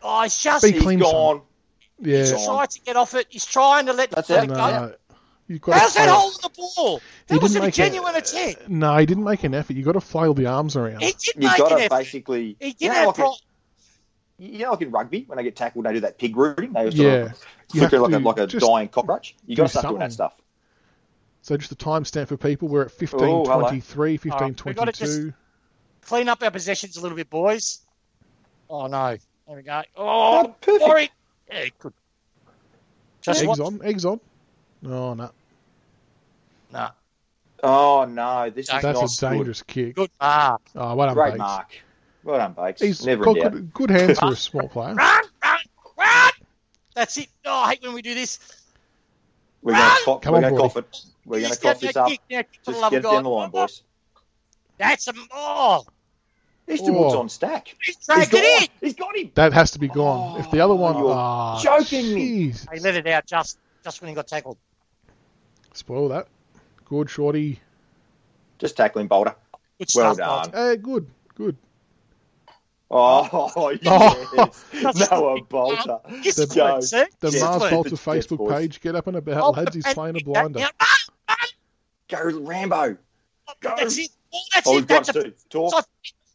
Speaker 2: Oh, he's just
Speaker 1: Be
Speaker 2: he's
Speaker 1: clean, son.
Speaker 3: Gone.
Speaker 1: Yeah.
Speaker 3: He's on.
Speaker 2: trying to get off it. He's trying to let,
Speaker 3: That's
Speaker 2: let
Speaker 3: it.
Speaker 2: it
Speaker 1: No,
Speaker 2: go.
Speaker 1: no. You've got to
Speaker 2: How's that
Speaker 1: play-
Speaker 2: holding the ball?
Speaker 1: He
Speaker 2: That was
Speaker 1: didn't
Speaker 2: a
Speaker 1: make
Speaker 2: genuine
Speaker 1: a-
Speaker 2: attempt.
Speaker 1: No, he didn't make an effort. You've got to flail the arms around.
Speaker 2: He did
Speaker 3: You
Speaker 2: make
Speaker 3: got
Speaker 2: an
Speaker 3: to
Speaker 2: effort.
Speaker 3: basically.
Speaker 2: He
Speaker 3: you
Speaker 2: did
Speaker 3: know,
Speaker 2: have
Speaker 3: like
Speaker 2: pro-
Speaker 3: in- you know, like in rugby, when they get tackled, they do that pig rooting. They just
Speaker 1: Yeah.
Speaker 3: sort
Speaker 1: You
Speaker 3: of
Speaker 1: have
Speaker 3: flicker like a
Speaker 1: to
Speaker 3: like a
Speaker 1: just
Speaker 3: dying cockroach. You got
Speaker 1: do
Speaker 3: to start doing that
Speaker 1: something.
Speaker 3: stuff.
Speaker 1: So just the timestamp for people. We're at
Speaker 3: hello.
Speaker 1: 1523,
Speaker 2: All right, we've got to
Speaker 1: 1522.
Speaker 2: clean up our possessions a little bit, boys. Oh no. There we go. Oh,
Speaker 3: Oh, perfect.
Speaker 2: sorry. Yeah, good. Just
Speaker 1: Eggs
Speaker 2: what?
Speaker 1: on, eggs on. Oh, no.
Speaker 2: Nah.
Speaker 3: Oh no, this is not
Speaker 1: That's a
Speaker 3: good.
Speaker 1: dangerous kick.
Speaker 2: Good Ah. mark.
Speaker 1: Oh, well done,
Speaker 3: Great
Speaker 1: Bakes.
Speaker 3: mark. Well done, Bakes.
Speaker 1: He's
Speaker 3: Never
Speaker 1: got
Speaker 3: in doubt.
Speaker 1: good, good hands for a small player.
Speaker 2: Run, run, run. That's it. Oh, I hate when we do this.
Speaker 3: We're going to cough.
Speaker 1: Come
Speaker 3: We're
Speaker 1: on,
Speaker 3: going to
Speaker 1: Brody.
Speaker 3: cough it. We're going to
Speaker 2: Just get
Speaker 3: cough this
Speaker 2: that
Speaker 3: up.
Speaker 2: Ah! kick now, for the
Speaker 3: Just
Speaker 2: love
Speaker 3: get
Speaker 2: of
Speaker 3: it
Speaker 2: God.
Speaker 3: down the line, boys.
Speaker 2: That's a oh,
Speaker 3: Easterwood's
Speaker 1: Oh.
Speaker 3: on stack.
Speaker 2: he's
Speaker 3: He's
Speaker 2: dragged
Speaker 3: got,
Speaker 2: it in.
Speaker 3: he's got him.
Speaker 1: That has to be gone. if the other one,
Speaker 3: you're
Speaker 1: Ah,
Speaker 3: joking me.
Speaker 1: jeez.
Speaker 2: They let it out just just when he got tackled.
Speaker 1: Spoil that. Good shorty.
Speaker 3: Just tackling Boulder.
Speaker 2: Good
Speaker 3: Well
Speaker 2: stuff,
Speaker 3: done.
Speaker 2: Bolt.
Speaker 1: Eh, good, good.
Speaker 3: Oh, yes. Noah Bolter.
Speaker 2: This
Speaker 1: The-
Speaker 2: is good, see?
Speaker 1: The
Speaker 3: Yeah,
Speaker 1: Mars
Speaker 2: it's
Speaker 1: Bolter
Speaker 3: good.
Speaker 1: Facebook
Speaker 3: Yes, boys.
Speaker 1: page. Get up and about,
Speaker 2: Oh,
Speaker 1: lads. He's
Speaker 2: and-
Speaker 1: playing a
Speaker 2: and-
Speaker 1: blinder.
Speaker 2: now- ah,
Speaker 3: Go Rambo. Go.
Speaker 2: That's it. Oh, that's
Speaker 3: Oh,
Speaker 2: it.
Speaker 3: we've got
Speaker 2: That's
Speaker 3: to
Speaker 2: a,
Speaker 3: do. Talk.
Speaker 2: that's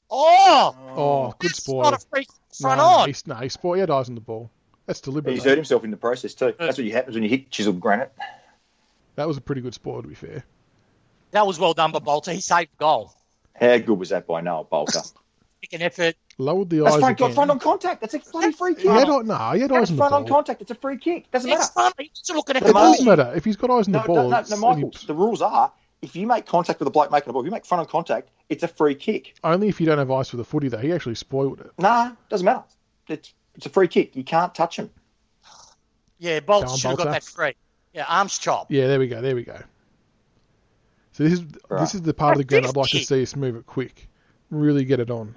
Speaker 2: oh,
Speaker 1: Oh, good
Speaker 2: that's
Speaker 1: spoil.
Speaker 2: Not a free front
Speaker 1: no,
Speaker 2: on.
Speaker 1: He's, no, he spoiled. He had eyes on the ball. That's deliberate.
Speaker 3: He's
Speaker 1: mate.
Speaker 3: hurt himself in the process too. That's what you happens when you hit chiseled granite.
Speaker 1: That was a pretty good spoil, to be fair.
Speaker 2: That was well done by Bolter. He saved the goal.
Speaker 3: How good was that by Noah Bolter?
Speaker 2: Make an effort.
Speaker 1: Lowered the
Speaker 3: That's
Speaker 1: eyes
Speaker 3: front,
Speaker 1: again.
Speaker 3: front on contact. That's a bloody free kick.
Speaker 1: He had, o- no, he had eyes
Speaker 3: That's
Speaker 1: on the
Speaker 3: front on
Speaker 1: ball.
Speaker 3: contact. It's a free kick. Doesn't matter.
Speaker 2: It's fun. He's just looking at
Speaker 1: It
Speaker 2: the
Speaker 1: doesn't
Speaker 2: moment.
Speaker 1: matter if he's got eyes on
Speaker 3: No,
Speaker 1: the
Speaker 3: no,
Speaker 1: ball.
Speaker 3: no,
Speaker 1: it's-
Speaker 3: no,
Speaker 1: and
Speaker 3: Michael.
Speaker 1: he-
Speaker 3: The rules are if you make contact with the bloke making the ball, if you make front on contact, it's a free kick.
Speaker 1: only if you don't have eyes for the footy, though. He actually spoiled it.
Speaker 3: Nah, doesn't matter. It's it's a free kick. You can't touch him.
Speaker 2: Yeah,
Speaker 1: Go
Speaker 2: Bolter
Speaker 1: on,
Speaker 2: should have got
Speaker 1: Bolter.
Speaker 2: that free. Yeah, arms chop.
Speaker 1: Yeah, there we go. There we go. So this is
Speaker 3: Right.
Speaker 1: this is the part of the ground I'd like to
Speaker 2: Fifty.
Speaker 1: see us move it quick, really get it on,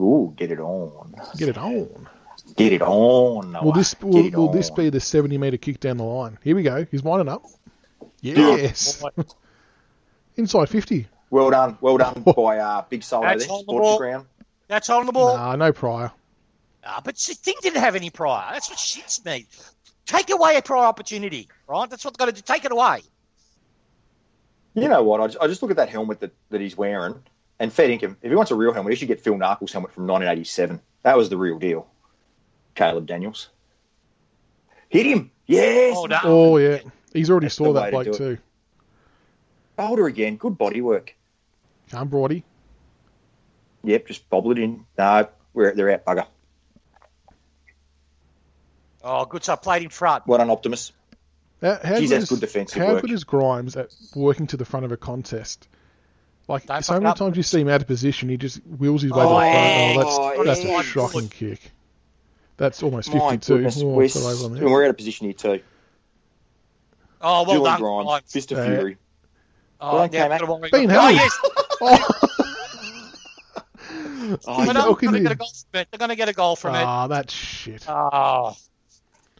Speaker 3: Ooh, get it on.
Speaker 1: get it on.
Speaker 3: Get it on. Noah.
Speaker 1: Will this
Speaker 3: Get
Speaker 1: will,
Speaker 3: it
Speaker 1: will this
Speaker 3: on.
Speaker 1: be the seventy meter kick down the line? Here we go. He's winding up. Yes. Inside 50.
Speaker 3: Well done, well done by uh, Big Soul there,
Speaker 2: That's on the
Speaker 3: Sports
Speaker 2: ball.
Speaker 3: Ground.
Speaker 2: That's on the ball.
Speaker 1: Nah, no prior.
Speaker 2: Ah, but the thing didn't have any prior. That's what shits me. Take away a prior opportunity, right? That's what they've got to do. Take it away.
Speaker 3: You know what? I just, I just look at that helmet that, that he's wearing and Fed Inkham. If he wants a real helmet, he should get Phil Narkle's helmet from 1987. That was the real deal. Caleb Daniels. Hit him. Yes.
Speaker 2: Hold up.
Speaker 1: Oh, yeah. He's already
Speaker 3: Ah, That's
Speaker 1: saw
Speaker 3: the
Speaker 1: that
Speaker 3: way to
Speaker 1: bloke,
Speaker 3: do
Speaker 1: too.
Speaker 3: Boulder again. Good body work.
Speaker 1: Can't Brody.
Speaker 3: Yep, just bobble it in. No, we're, they're out, bugger.
Speaker 2: Oh, good. So I played in front.
Speaker 3: Well done, Optimus.
Speaker 1: How, how
Speaker 3: Geez,
Speaker 1: good
Speaker 3: that's
Speaker 1: is,
Speaker 3: good defensive
Speaker 1: How
Speaker 3: work.
Speaker 1: good is Grimes at working to the front of a contest? Like
Speaker 2: Don't
Speaker 1: so
Speaker 2: fuck it
Speaker 1: many
Speaker 2: up.
Speaker 1: times you see him out of position, he just wheels his way
Speaker 3: Oh,
Speaker 1: to the
Speaker 2: yeah.
Speaker 1: front. Oh,
Speaker 3: Oh,
Speaker 1: that's,
Speaker 3: yeah.
Speaker 1: that's a shocking kick. That's almost
Speaker 3: My
Speaker 1: fifty-two.
Speaker 3: goodness.
Speaker 1: Oh,
Speaker 3: we're,
Speaker 1: it's all over on
Speaker 3: and
Speaker 1: there.
Speaker 3: we're out of position here, too.
Speaker 2: Oh, well
Speaker 3: Dylan
Speaker 2: done.
Speaker 3: Grimes.
Speaker 2: Grimes.
Speaker 3: Fist of
Speaker 1: Yeah.
Speaker 3: Fury.
Speaker 2: Oh,
Speaker 3: Well done,
Speaker 2: now I've
Speaker 3: K-Mac.
Speaker 2: got to worry.
Speaker 1: Been
Speaker 2: oh
Speaker 1: held.
Speaker 2: yes.
Speaker 3: Oh,
Speaker 2: Oh,
Speaker 1: He's
Speaker 2: no, they're
Speaker 1: milking
Speaker 2: going to
Speaker 1: him.
Speaker 2: get a goal from it. They're going to get a goal from it.
Speaker 1: Ah, that's shit.
Speaker 2: Oh,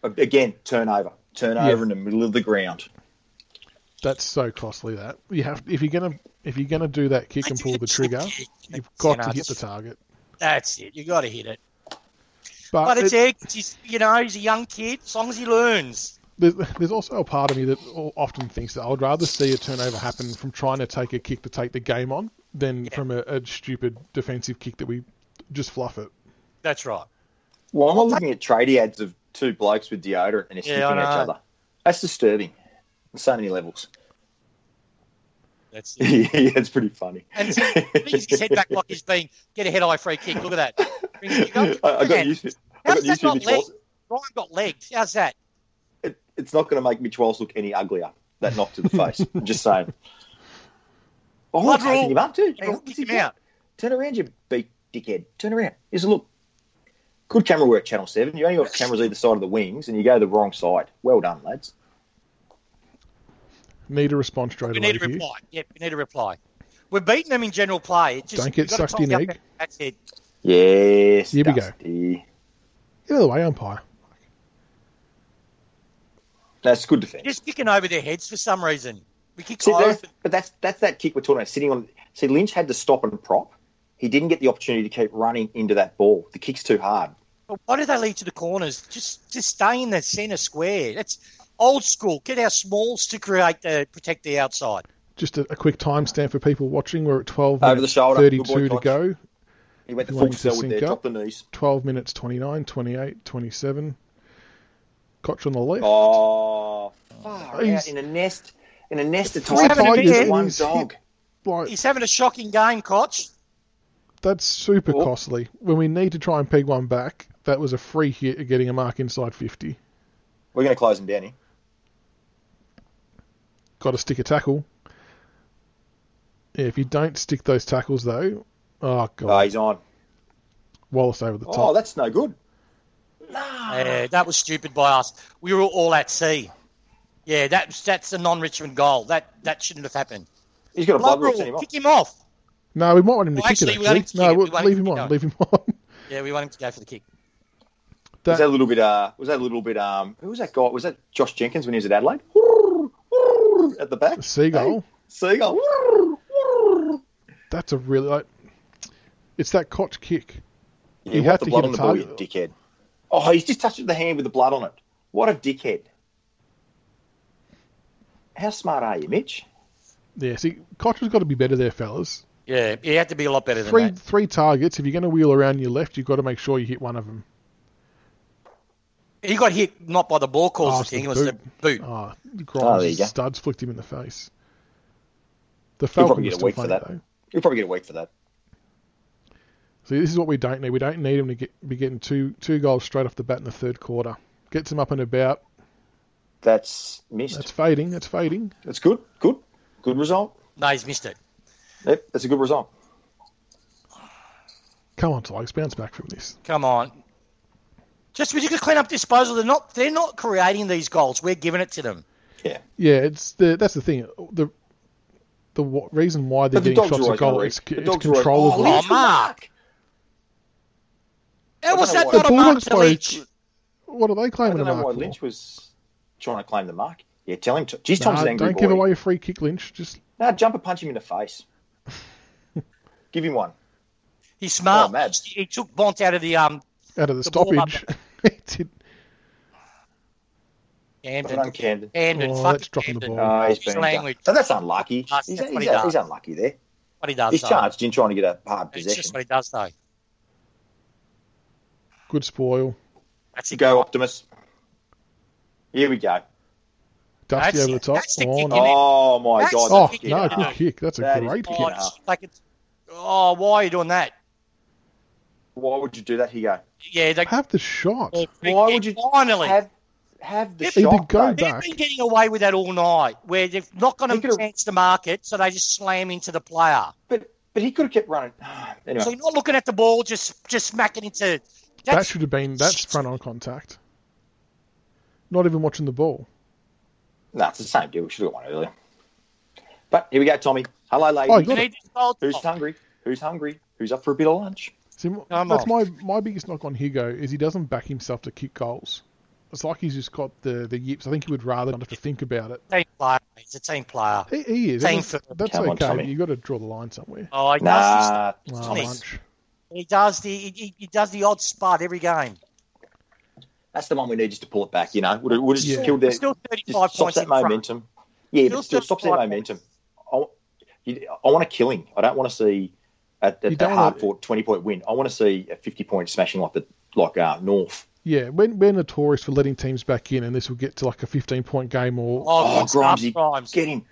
Speaker 3: Again, turnover. Turnover
Speaker 1: Yeah.
Speaker 3: in the middle of the ground.
Speaker 1: That's so costly. That you have if you're gonna if you're gonna do that kick and pull the trigger, you've got
Speaker 2: You know,
Speaker 1: to hit the
Speaker 2: just-
Speaker 1: target.
Speaker 2: Oh, That's it. You got to hit it.
Speaker 1: But,
Speaker 2: But it's
Speaker 1: Uh, it-
Speaker 2: eggs. He's, you know, he's a young kid. As long as he learns.
Speaker 1: there's, there's also a part of me that al- often thinks that I would rather see a turnover happen from trying to take a kick to take the game on than from a, a stupid defensive kick that we just fluff it.
Speaker 2: That's right.
Speaker 3: Well, I'm not looking at tradie ads of two blokes with deodorant and they're sniffing
Speaker 2: Yeah, I
Speaker 3: each
Speaker 2: know.
Speaker 3: other. That's disturbing on so many levels.
Speaker 2: That's it.
Speaker 3: yeah, it's pretty funny.
Speaker 2: And brings his head back like he's being get a head eye free kick. Look at that. Brings it-
Speaker 3: I, I got used to it. I got
Speaker 2: How's
Speaker 3: used
Speaker 2: that
Speaker 3: to
Speaker 2: not
Speaker 3: Mitch
Speaker 2: leg?
Speaker 3: Walsh.
Speaker 2: Ryan got legs. How's that?
Speaker 3: It, it's not going to make Mitch Walsh look any uglier, that knock to the face. I'm just saying. Oh,
Speaker 2: Blood
Speaker 3: I'm taking
Speaker 2: rule.
Speaker 3: him up too.
Speaker 2: You can kick him out.
Speaker 3: Turn around, you beat dickhead. Turn around. Here's a look. Good camera work, Channel 7. You only got cameras either side of the wings and you go the wrong side. Well done, lads.
Speaker 1: Need to respond straight
Speaker 2: We
Speaker 1: away
Speaker 2: need a
Speaker 1: here.
Speaker 2: reply. Yep, we need a reply. We're beating them in general play. It's just,
Speaker 1: Don't get
Speaker 2: we've got to
Speaker 1: sucked in,
Speaker 2: tidy up
Speaker 1: Egg.
Speaker 2: that- That's it.
Speaker 3: Yes.
Speaker 1: Here we go.
Speaker 3: Dusty.
Speaker 1: Get out of the way, umpire.
Speaker 3: That's good defense.
Speaker 2: Just kicking over their heads for some reason. We kick
Speaker 3: See,
Speaker 2: over.
Speaker 3: that's, but that's that's that kick we're talking about. Sitting on. See, Lynch had to stop and prop. He didn't get the opportunity to keep running into that ball. The kick's too hard.
Speaker 2: But why do they lead to the corners? Just just stay in the centre square. That's old school. Get our smalls to create the protect the outside.
Speaker 1: Just a, a quick timestamp for people watching. We're at 12
Speaker 3: Over the
Speaker 1: minutes
Speaker 3: shoulder.
Speaker 1: 32
Speaker 3: Good boy,
Speaker 1: to
Speaker 3: Koch.
Speaker 1: go.
Speaker 3: He went the
Speaker 1: Wanting
Speaker 3: full
Speaker 1: to
Speaker 3: cell with there,
Speaker 1: sync up.
Speaker 3: drop the knees.
Speaker 1: 12 minutes 29, 28, 27. Koch on the left.
Speaker 3: Oh, far
Speaker 1: He's-
Speaker 3: out in a nest, in a nest of
Speaker 1: Three
Speaker 3: tigers.
Speaker 2: tigers
Speaker 3: against
Speaker 2: in
Speaker 3: one
Speaker 1: his
Speaker 3: dog.
Speaker 1: Like,
Speaker 2: He's having a shocking game, Koch.
Speaker 1: That's super
Speaker 3: Well-
Speaker 1: costly. When we need to try and peg one back, that was a free hit at getting a mark inside 50.
Speaker 3: We're going to close him down here.
Speaker 1: Got to stick a tackle. Yeah, if you don't stick those tackles, though, oh, God.
Speaker 3: Oh, he's on.
Speaker 1: Wallace over the top.
Speaker 3: Oh, that's no good.
Speaker 2: Yeah, that was stupid by us. We were all at sea. Yeah, that's that's a non-Richmond goal. That that shouldn't have happened.
Speaker 3: He's got a blood rule.
Speaker 2: Lubberall,
Speaker 3: Send him off.
Speaker 2: kick him off.
Speaker 1: no, we might want him to
Speaker 2: Well,
Speaker 1: kick
Speaker 2: actually, we
Speaker 1: it,
Speaker 2: want him
Speaker 1: actually.
Speaker 2: to
Speaker 1: No,
Speaker 2: kick it. We
Speaker 1: we'll,
Speaker 2: want
Speaker 1: leave him
Speaker 2: him to
Speaker 1: on.
Speaker 2: kick it.
Speaker 1: Leave him on.
Speaker 2: Yeah, we want him to go for the kick.
Speaker 3: Was that a
Speaker 1: That,
Speaker 3: little bit? Uh, was that a little bit? Um, who was that guy? Was that Josh Jenkins when he was at Adelaide? At the back,
Speaker 1: seagull.
Speaker 3: seagull.
Speaker 1: That's a really. Like, it's that Koch kick.
Speaker 3: Yeah,
Speaker 1: You
Speaker 3: what
Speaker 1: have
Speaker 3: the
Speaker 1: to
Speaker 3: blood
Speaker 1: hit
Speaker 3: on
Speaker 1: a
Speaker 3: the ball, you
Speaker 1: target.
Speaker 3: dickhead. Oh, he's just touched it with the hand with the blood on it. What a dickhead. How smart are you, Mitch?
Speaker 1: Yeah, see, Koch has got to be better there, fellas.
Speaker 2: Yeah, he had to be a lot better than
Speaker 1: Three
Speaker 2: that.
Speaker 1: three targets. If you're going to wheel around your left, you've got to make sure you hit one of them.
Speaker 2: He got hit not by the ball
Speaker 1: Oh,
Speaker 2: calls
Speaker 1: it's the
Speaker 2: thing, it was the boot.
Speaker 1: Oh,
Speaker 3: Oh, there
Speaker 1: Grimes'
Speaker 3: you go.
Speaker 1: studs flicked him in the face. The
Speaker 3: probably
Speaker 1: Falcon
Speaker 3: get
Speaker 1: was
Speaker 3: a
Speaker 1: still
Speaker 3: week for
Speaker 1: funny,
Speaker 3: that.
Speaker 1: though.
Speaker 3: You'll probably get a week for that.
Speaker 1: See, this is what we don't need. We don't need him to get, be getting two two goals straight off the bat in the third quarter. Gets him up and about.
Speaker 3: That's missed.
Speaker 1: That's
Speaker 3: That's,
Speaker 1: fading. That's fading.
Speaker 3: good. Good. Good result.
Speaker 2: No, he's missed it.
Speaker 3: Yep, that's a good result.
Speaker 1: Come on, Tigers, bounce back from this.
Speaker 2: Come on. Just because you could clean up disposal, they're not they're not creating these goals. We're giving it to them.
Speaker 1: Yeah, it's the that's the thing. The the wa- reason why they're
Speaker 3: But the
Speaker 1: getting
Speaker 3: dogs
Speaker 1: shots
Speaker 3: are
Speaker 1: at
Speaker 3: always gonna
Speaker 1: goal
Speaker 3: read.
Speaker 1: is
Speaker 3: The
Speaker 1: it's
Speaker 3: dogs are always-
Speaker 1: controllable.
Speaker 3: Oh,
Speaker 2: Oh, Mark. How was
Speaker 3: don't
Speaker 2: that not
Speaker 3: know why.
Speaker 1: The
Speaker 2: a mark
Speaker 1: Bulldogs
Speaker 2: to
Speaker 1: were-
Speaker 2: Leach?
Speaker 1: what are they
Speaker 3: I
Speaker 1: claiming
Speaker 3: don't
Speaker 1: a
Speaker 3: know why
Speaker 1: mark for?
Speaker 3: Lynch was trying to claim the mark. Yeah, tell him to. Jeez, Tom's
Speaker 1: Nah,
Speaker 3: an angry
Speaker 1: don't
Speaker 3: boy.
Speaker 1: give away your free kick, Lynch. Just
Speaker 3: Nah, jump and punch him in the face. Give him one.
Speaker 2: He's smart.
Speaker 3: Oh, Mads.
Speaker 2: he took Bont out of the um
Speaker 1: out of the,
Speaker 2: The ball up.
Speaker 1: stoppage. He did-
Speaker 3: Put it
Speaker 2: Camden.
Speaker 3: on Camden.
Speaker 2: Camden.
Speaker 1: Oh,
Speaker 2: fucking
Speaker 1: that's dropping the
Speaker 2: Camden.
Speaker 1: ball.
Speaker 3: Oh, he's
Speaker 2: His
Speaker 3: been
Speaker 2: language.
Speaker 3: So that's unlucky.
Speaker 2: That's
Speaker 3: he's,
Speaker 2: definitely
Speaker 3: he's,
Speaker 2: done.
Speaker 3: he's unlucky there.
Speaker 2: What he does
Speaker 3: He's
Speaker 2: though.
Speaker 3: charged in trying to get a hard
Speaker 2: It's just
Speaker 3: possession.
Speaker 2: what he does though.
Speaker 1: good spoil.
Speaker 2: That's
Speaker 3: To
Speaker 2: it.
Speaker 3: go, Optimus. Here we go.
Speaker 1: Dusty
Speaker 2: That's-
Speaker 1: over the top.
Speaker 2: that's the
Speaker 1: oh,
Speaker 2: kick,
Speaker 1: no.
Speaker 2: isn't it?
Speaker 3: Oh my
Speaker 2: That's-
Speaker 3: god!
Speaker 1: Oh,
Speaker 3: that's
Speaker 2: it?
Speaker 1: no,
Speaker 3: good.
Speaker 1: good kick. That's a
Speaker 3: That is
Speaker 1: great
Speaker 2: Oh,
Speaker 1: kick.
Speaker 3: odd.
Speaker 2: it's like it's, oh, why are you doing that?
Speaker 3: Why would you do that? Here
Speaker 2: Yeah, they,
Speaker 1: Have the shot.
Speaker 3: you go. Why would you
Speaker 2: finally?
Speaker 3: have have the
Speaker 2: If
Speaker 1: he
Speaker 3: shot?
Speaker 1: did go
Speaker 3: though?
Speaker 1: back-
Speaker 2: They've been getting away with that all night, where they've not got
Speaker 3: He
Speaker 2: a
Speaker 3: could've-
Speaker 2: chance to mark it, so they just slam into the player.
Speaker 3: But but he could have kept running. Anyway,
Speaker 2: So you're not looking at the ball, just just smack it into.
Speaker 1: That
Speaker 2: That's,
Speaker 1: should have been that's front on contact. Not even watching the ball.
Speaker 3: no, it's the same deal. We should have got one earlier. But here we go, Tommy. Hello,
Speaker 1: Oh,
Speaker 3: ladies.
Speaker 1: good.
Speaker 2: you need this goal.
Speaker 3: Who's hungry? Who's hungry? Who's up for a bit of lunch?
Speaker 1: See, m-
Speaker 2: I'm
Speaker 1: that's
Speaker 2: off.
Speaker 1: my my biggest knock on Higo is he doesn't back himself to kick goals. It's like he's just got the, the yips. I think he would rather not have to think about it.
Speaker 2: team player. It's a team player.
Speaker 1: He, he is.
Speaker 2: Thank
Speaker 1: That's,
Speaker 2: you.
Speaker 1: that's
Speaker 3: Come on,
Speaker 1: okay.
Speaker 3: Tommy.
Speaker 1: but you got to draw the line somewhere.
Speaker 2: Oh, he does. This,
Speaker 3: Nah,
Speaker 1: Oh,
Speaker 2: Tommy.
Speaker 1: lunch.
Speaker 2: he does the he- he, he does the odd spot every game.
Speaker 3: that's the one we need just to pull it back. You know, would have, would have
Speaker 1: Yeah.
Speaker 3: just killed their
Speaker 2: Still 35
Speaker 3: just stops
Speaker 2: points
Speaker 3: that
Speaker 2: in front.
Speaker 3: momentum. Yeah,
Speaker 2: Still
Speaker 3: but still
Speaker 2: stops
Speaker 3: stops that
Speaker 2: five
Speaker 3: momentum. I, wa- you- I want a killing. I don't want to see a, a,
Speaker 1: You
Speaker 3: a
Speaker 1: don't wanna-
Speaker 3: hard fought twenty point win. I want to see a fifty point smashing like the like uh, North.
Speaker 1: Yeah, we're, we're notorious for letting teams back in, and this will get to like a 15 point game or.
Speaker 3: Oh,
Speaker 2: Oh, Grimes.
Speaker 3: Grimesy.
Speaker 2: Grimes.
Speaker 3: Get him.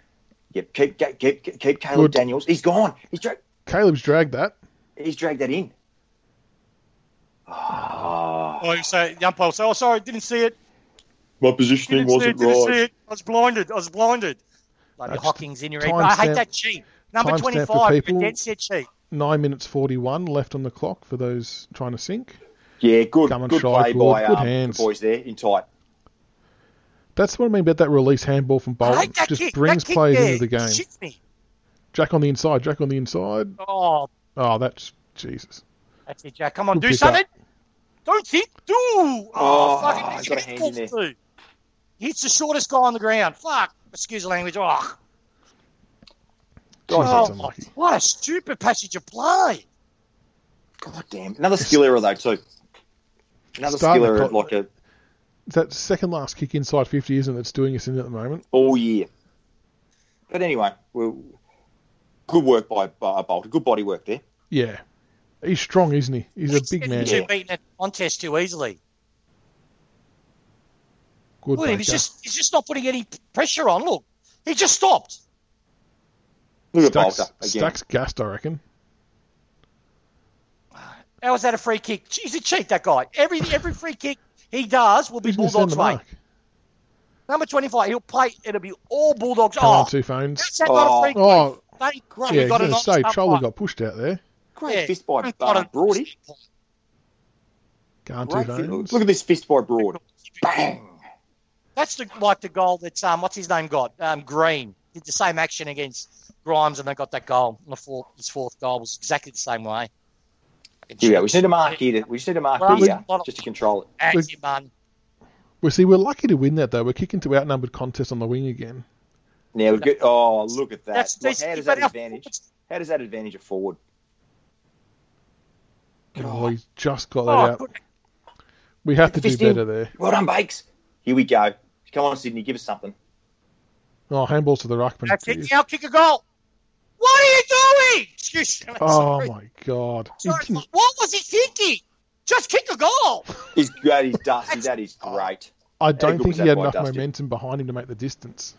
Speaker 3: Yeah, keep keep keep, keep Caleb
Speaker 1: Good.
Speaker 3: Daniels. He's gone. He's dra-
Speaker 1: Caleb's dragged that.
Speaker 3: he's dragged that in. Ah.
Speaker 2: Oh, so the umpire will say, "Oh, sorry, didn't see it.
Speaker 3: My positioning
Speaker 2: Didn't, see it. didn't see it. I was blinded. I was blinded." Like
Speaker 1: That's-
Speaker 2: Hocking's in your ear.
Speaker 1: time
Speaker 2: I hate
Speaker 1: stamp-
Speaker 2: that cheat. Number
Speaker 1: time stamp for
Speaker 2: twenty-five. You're
Speaker 1: people.
Speaker 2: dead set cheat.
Speaker 1: Nine minutes 41 left on the clock for those trying to sink.
Speaker 3: Yeah, good
Speaker 1: Come on,
Speaker 3: good
Speaker 1: Shai,
Speaker 3: play
Speaker 1: good-
Speaker 3: by
Speaker 1: good
Speaker 3: um, the
Speaker 1: hands.
Speaker 3: boys there in tight.
Speaker 1: That's what I mean about that release handball from
Speaker 2: I
Speaker 1: Bolton.
Speaker 2: hate that
Speaker 1: Just
Speaker 2: kick.
Speaker 1: brings
Speaker 2: that kick
Speaker 1: players
Speaker 2: there.
Speaker 1: into the game.
Speaker 2: Shits me.
Speaker 1: Jack on the inside, Jack on the inside.
Speaker 2: Oh,
Speaker 1: Oh, that's Jesus.
Speaker 2: That's it, Jack. Come on,
Speaker 1: Good
Speaker 2: do
Speaker 1: pick
Speaker 2: something. Don't think. Do. Oh,
Speaker 3: Oh,
Speaker 2: fucking
Speaker 3: he's got a hand in there.
Speaker 2: too. He hits the shortest guy on the ground. Fuck. Excuse the language. Oh,
Speaker 1: Jesus,
Speaker 2: oh,
Speaker 1: unlucky.
Speaker 2: what a stupid passage of play.
Speaker 3: God damn. Another skill error though too. Another
Speaker 1: Starting
Speaker 3: skill
Speaker 1: to
Speaker 3: error
Speaker 1: pro-
Speaker 3: like a
Speaker 1: It's that second last kick inside 50 isn't it, that's doing us in at the moment.
Speaker 3: all year. But anyway, well, good work by, by Bolter. Good body work there.
Speaker 1: Yeah. He's strong, isn't he? He's a big man.
Speaker 2: Too beaten at contest too easily.
Speaker 1: Good
Speaker 2: Look at him. He's
Speaker 1: Baker.
Speaker 2: just he's just not putting any pressure on. Look, he just stopped.
Speaker 3: Look at
Speaker 1: Stacks,
Speaker 3: Bolter again.
Speaker 1: Stacks gassed, I reckon.
Speaker 2: How is that a free kick? He's a cheat. That guy. Every every free kick he does will be
Speaker 1: Who's gonna send
Speaker 2: Bulldogs
Speaker 1: the
Speaker 2: way.
Speaker 1: mark?
Speaker 2: Number twenty five. He'll play. It'll be all Bulldogs.
Speaker 1: Come
Speaker 2: oh,
Speaker 1: on, two phones.
Speaker 2: that's that not a free
Speaker 1: Oh,
Speaker 2: Thank God
Speaker 1: yeah,
Speaker 2: we got
Speaker 1: gotta
Speaker 2: an
Speaker 1: say,
Speaker 2: offside
Speaker 1: Charlie
Speaker 2: one.
Speaker 1: got pushed out there.
Speaker 3: Great
Speaker 2: Yeah.
Speaker 3: fist by
Speaker 2: Got
Speaker 3: uh,
Speaker 2: an
Speaker 3: Broadish.
Speaker 1: Can't two
Speaker 3: Great fist.
Speaker 1: phones.
Speaker 3: Look at this fist by Broad. Bang.
Speaker 2: That's the like the goal that um what's his name got um Green did the same action against Grimes and they got that goal. And the fourth his fourth goal was exactly the same way.
Speaker 3: Here we go. We just need a mark here. To, we just need a mark
Speaker 2: Well,
Speaker 3: here
Speaker 2: we-
Speaker 3: just to control it.
Speaker 2: Axe him, man.
Speaker 1: We see we're lucky to win that though. We're kicking to outnumbered contest on the wing again.
Speaker 3: Now we get. Oh, look at that.
Speaker 2: That's,
Speaker 3: Look,
Speaker 2: that's
Speaker 3: how does
Speaker 2: but
Speaker 3: that
Speaker 2: our
Speaker 3: advantage? How does that advantage a forward?
Speaker 1: Oh, he's just got that
Speaker 2: forwards-
Speaker 1: out.
Speaker 2: Oh,
Speaker 1: We have to do
Speaker 3: Fifteen.
Speaker 1: better there.
Speaker 3: Well done, Bakes. Here we go. Come on, Sydney. Give us something.
Speaker 1: Oh, handballs to the ruckman.
Speaker 2: that's it.
Speaker 1: Jeez.
Speaker 2: Now kick a goal. What are you doing? Excuse me.
Speaker 1: Oh
Speaker 2: Sorry.
Speaker 1: my god. He
Speaker 2: Sorry.
Speaker 1: didn't-
Speaker 2: What was he thinking? Just kick a goal.
Speaker 3: He's great. He's dusty. that is great.
Speaker 1: I
Speaker 3: How
Speaker 1: don't
Speaker 3: good
Speaker 1: think
Speaker 3: was
Speaker 1: he
Speaker 3: that
Speaker 1: had
Speaker 3: by
Speaker 1: enough
Speaker 3: Dusty?
Speaker 1: momentum behind him to make the distance.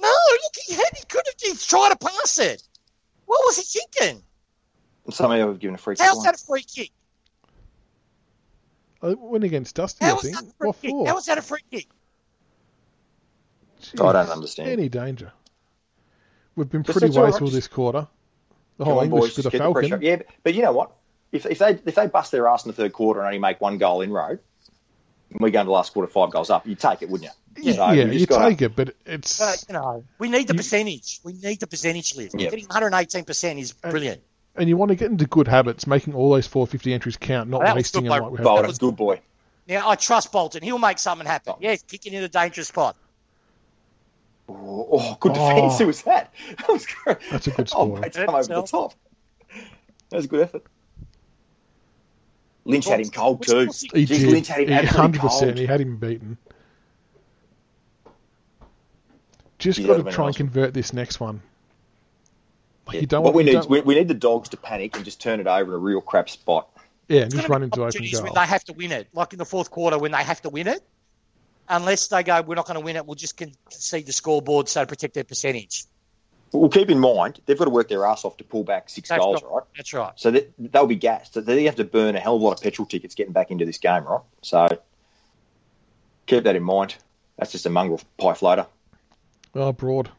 Speaker 2: No, look, he had. He could have. He's trying to pass it. What was he thinking?
Speaker 3: And somebody would have given a free kick.
Speaker 2: How's that a free kick?
Speaker 1: I went Uh, against Dusty, I
Speaker 2: How was
Speaker 1: think.
Speaker 2: that a free
Speaker 1: What
Speaker 2: kick?
Speaker 1: for?
Speaker 2: How was that a free kick?
Speaker 1: Jeez.
Speaker 3: I don't understand.
Speaker 1: Any danger. We've been
Speaker 3: Just
Speaker 1: pretty
Speaker 3: that's all right,
Speaker 1: wasteful
Speaker 3: just-
Speaker 1: this quarter. The
Speaker 3: Come
Speaker 1: whole
Speaker 3: on,
Speaker 1: English
Speaker 3: boys.
Speaker 1: with
Speaker 3: Just
Speaker 1: a
Speaker 3: get the pressure.
Speaker 1: falcon.
Speaker 3: up. Yeah, but, but you know what? If, if they if they bust their ass in the third quarter and only make one goal in row, and we go into the last quarter five goals up, you take it, wouldn't you?
Speaker 1: Yeah,
Speaker 3: So
Speaker 1: yeah
Speaker 3: we just
Speaker 1: you
Speaker 3: gotta-
Speaker 1: take it, but it's
Speaker 2: But you know, we need the
Speaker 1: You-
Speaker 2: percentage. We need the percentage lift.
Speaker 3: Yeah.
Speaker 2: Getting 118 percent is brilliant.
Speaker 1: and you want to get into good habits, making all those 450 entries count, not
Speaker 2: Well, that was
Speaker 1: wasting
Speaker 2: good
Speaker 1: them
Speaker 2: by
Speaker 1: like we have.
Speaker 3: Boulder,
Speaker 1: done.
Speaker 3: good boy.
Speaker 2: Now I trust Bolton. He'll make something happen. Yeah, kicking in a dangerous spot.
Speaker 3: Oh, oh, good
Speaker 1: Oh.
Speaker 3: defense. Who was that? That was great.
Speaker 1: That's a good
Speaker 3: Oh,
Speaker 1: score.
Speaker 3: mate, time over the top. That was a good effort. Lynch had him cold too.
Speaker 1: He
Speaker 3: Jeez,
Speaker 1: did.
Speaker 3: Lynch had him
Speaker 1: He-
Speaker 3: absolutely
Speaker 1: 100%.
Speaker 3: cold.
Speaker 1: He had him beaten. Just
Speaker 3: Yeah,
Speaker 1: got
Speaker 3: that'd
Speaker 1: to
Speaker 3: been
Speaker 1: try and
Speaker 3: awesome.
Speaker 1: convert this next one. Like, you
Speaker 3: Yeah.
Speaker 1: don't
Speaker 3: What
Speaker 1: want,
Speaker 3: we
Speaker 1: you
Speaker 3: need,
Speaker 1: don't-
Speaker 3: we, we need the dogs to panic and just turn it over in a real crap spot.
Speaker 1: yeah, and
Speaker 2: There's
Speaker 1: just
Speaker 2: gonna
Speaker 1: run
Speaker 2: be
Speaker 1: into open
Speaker 2: opportunities
Speaker 1: goal.
Speaker 2: When they have to win it, like in the fourth quarter when they have to win it, unless they go, we're not going to win it, we'll just con- concede the scoreboard so to protect their percentage.
Speaker 3: Well, keep in mind they've got to work their ass off to pull back six
Speaker 2: That's
Speaker 3: goals,
Speaker 2: not-
Speaker 3: right?
Speaker 2: That's right.
Speaker 3: So that, they'll be gassed. So they have to burn a hell of a lot of petrol tickets getting back into this game, right? So keep that in mind. That's just a mongrel pie floater.
Speaker 1: Oh, broad.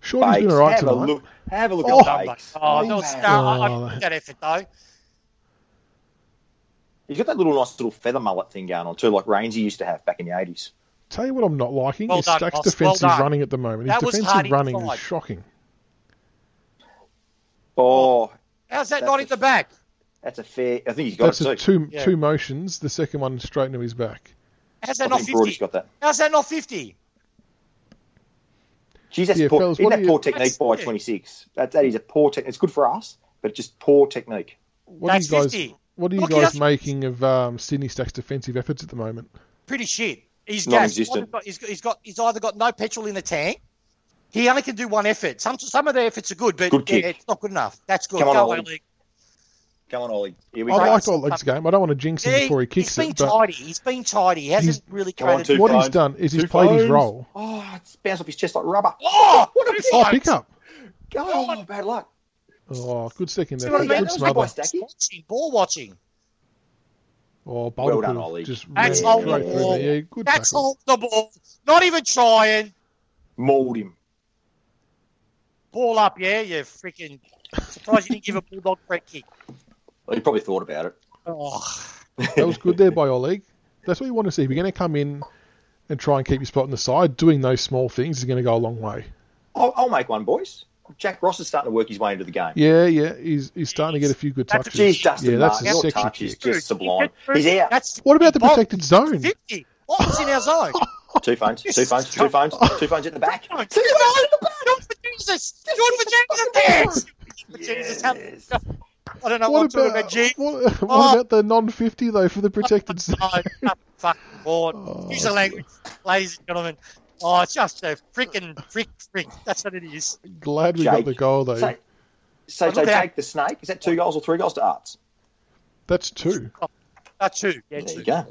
Speaker 1: Shorty's
Speaker 3: Bakes,
Speaker 1: been all right
Speaker 3: have a
Speaker 1: tonight.
Speaker 3: look. Have a look
Speaker 1: Oh.
Speaker 3: at
Speaker 2: Oh,
Speaker 3: Bakes.
Speaker 2: oh, no,
Speaker 3: man.
Speaker 2: no, I, I
Speaker 1: Oh.
Speaker 2: like that effort though.
Speaker 3: He's got that little nice little feather mullet thing going on too, like Rainsy used to have back in the eighties.
Speaker 1: Tell you what I'm not liking
Speaker 2: Well
Speaker 1: is
Speaker 2: done,
Speaker 1: Stack's
Speaker 2: Ross. Well
Speaker 1: defensive
Speaker 2: done.
Speaker 1: running at the moment.
Speaker 2: That
Speaker 1: His
Speaker 2: was
Speaker 1: defensive
Speaker 2: hard
Speaker 1: running
Speaker 2: inside.
Speaker 1: is shocking.
Speaker 3: Oh,
Speaker 2: How's that
Speaker 3: That's
Speaker 2: not
Speaker 3: a-
Speaker 2: in the back?
Speaker 3: that's a fair. I think he's got
Speaker 1: That's
Speaker 3: it too.
Speaker 1: just two
Speaker 2: Yeah.
Speaker 1: two motions. The second one straight into his back.
Speaker 2: How's
Speaker 3: I
Speaker 2: that not
Speaker 3: think Brody's
Speaker 2: 50?
Speaker 3: got that.
Speaker 2: How's that not 50?
Speaker 3: Geez, that's
Speaker 1: Yeah,
Speaker 3: poor.
Speaker 1: fellas,
Speaker 3: isn't
Speaker 1: what
Speaker 3: that
Speaker 1: do you-
Speaker 3: poor technique
Speaker 2: That's-
Speaker 3: by
Speaker 2: yeah.
Speaker 3: twenty six? That that is a poor technique. It's good for us, but just poor technique.
Speaker 1: What
Speaker 2: That's
Speaker 1: do you guys?
Speaker 2: 50.
Speaker 1: What are you
Speaker 2: Look,
Speaker 1: guys
Speaker 2: that's-
Speaker 1: making of um, Sydney Stack's defensive efforts at the moment?
Speaker 2: Pretty shit. He's gassed. He's
Speaker 3: Non-existent.
Speaker 2: either got, he's, got, he's got. He's either got no petrol in the tank. He only can do one effort. Some some of the efforts are good, but
Speaker 3: Good kick.
Speaker 2: yeah, it's not good enough. That's good.
Speaker 3: Come on,
Speaker 2: Go
Speaker 3: Ollie.
Speaker 2: Ollie.
Speaker 3: Come on, Ollie. Here we
Speaker 1: I
Speaker 3: go.
Speaker 1: liked Oleg's game. I don't want to jinx him
Speaker 2: Yeah,
Speaker 1: before he kicks
Speaker 2: he's been
Speaker 1: it, but
Speaker 2: tidy. He's been tidy. He hasn't really
Speaker 3: Come on,
Speaker 2: created.
Speaker 3: two
Speaker 1: what he's
Speaker 3: phones.
Speaker 1: done is he's
Speaker 3: Two
Speaker 1: played his
Speaker 3: phones.
Speaker 1: role.
Speaker 3: Oh, it's bounced off his chest like rubber.
Speaker 2: Oh, what a
Speaker 1: Oh,
Speaker 2: phones.
Speaker 1: pick up!
Speaker 3: Oh, bad luck.
Speaker 1: Oh, good second
Speaker 2: See
Speaker 1: there.
Speaker 2: what I mean? That
Speaker 1: Good
Speaker 2: was
Speaker 1: smother.
Speaker 3: my boy. Stacky.
Speaker 2: Watching, ball watching.
Speaker 1: Oh, Boulder
Speaker 3: Well done,
Speaker 1: could have
Speaker 3: Oleg.
Speaker 1: just
Speaker 2: That's
Speaker 1: ran
Speaker 2: all
Speaker 1: straight
Speaker 2: the
Speaker 1: through
Speaker 2: ball.
Speaker 1: there. Yeah, good
Speaker 2: That's
Speaker 1: tackle.
Speaker 2: all the ball. Not even trying.
Speaker 3: Mauled him.
Speaker 2: Ball up, yeah, you freaking. Surprised you didn't give a bulldog free kick.
Speaker 3: Well, he probably thought about it.
Speaker 2: Oh,
Speaker 1: That was good there by Oleg. That's what you want to see. If you're going to come in and try and keep your spot on the side, doing those small things is going to go a long way.
Speaker 3: I'll, I'll make one, boys. Jack Ross is starting to work his way into the game.
Speaker 1: Yeah, yeah, he's he's starting to get a few good
Speaker 2: That's-
Speaker 1: touches.
Speaker 3: Geez, Dustin
Speaker 1: yeah, that's
Speaker 3: Martin,
Speaker 1: a
Speaker 3: your
Speaker 1: sexy
Speaker 3: touch is
Speaker 1: kick.
Speaker 3: just sublime. He's out.
Speaker 2: That's
Speaker 1: What about the
Speaker 2: Bob-
Speaker 1: protected zone?
Speaker 2: 50. What was in our zone?
Speaker 3: Two phones, two phones, two phones, two phones in the back.
Speaker 2: John for Jesus. John for Jesus. There. For Jesus. How-
Speaker 3: Yes.
Speaker 2: I don't know
Speaker 1: What
Speaker 2: what, to do
Speaker 1: about
Speaker 2: about Jesus.
Speaker 1: what, what
Speaker 2: Oh.
Speaker 1: about the non-50 though for the protected zone?
Speaker 2: Oh, I'm fucking bored.
Speaker 1: Oh,
Speaker 2: Use the language, ladies and gentlemen. Oh, it's just a freaking frick frick. That's what it is.
Speaker 1: glad we
Speaker 3: Jake.
Speaker 1: got the goal though.
Speaker 3: So, so,
Speaker 2: Look
Speaker 3: so
Speaker 2: at that.
Speaker 3: Jake the Snake, is that two goals or three goals to Arts?
Speaker 1: That's two.
Speaker 2: Uh, two. Yeah,
Speaker 3: There
Speaker 2: two.
Speaker 3: you go.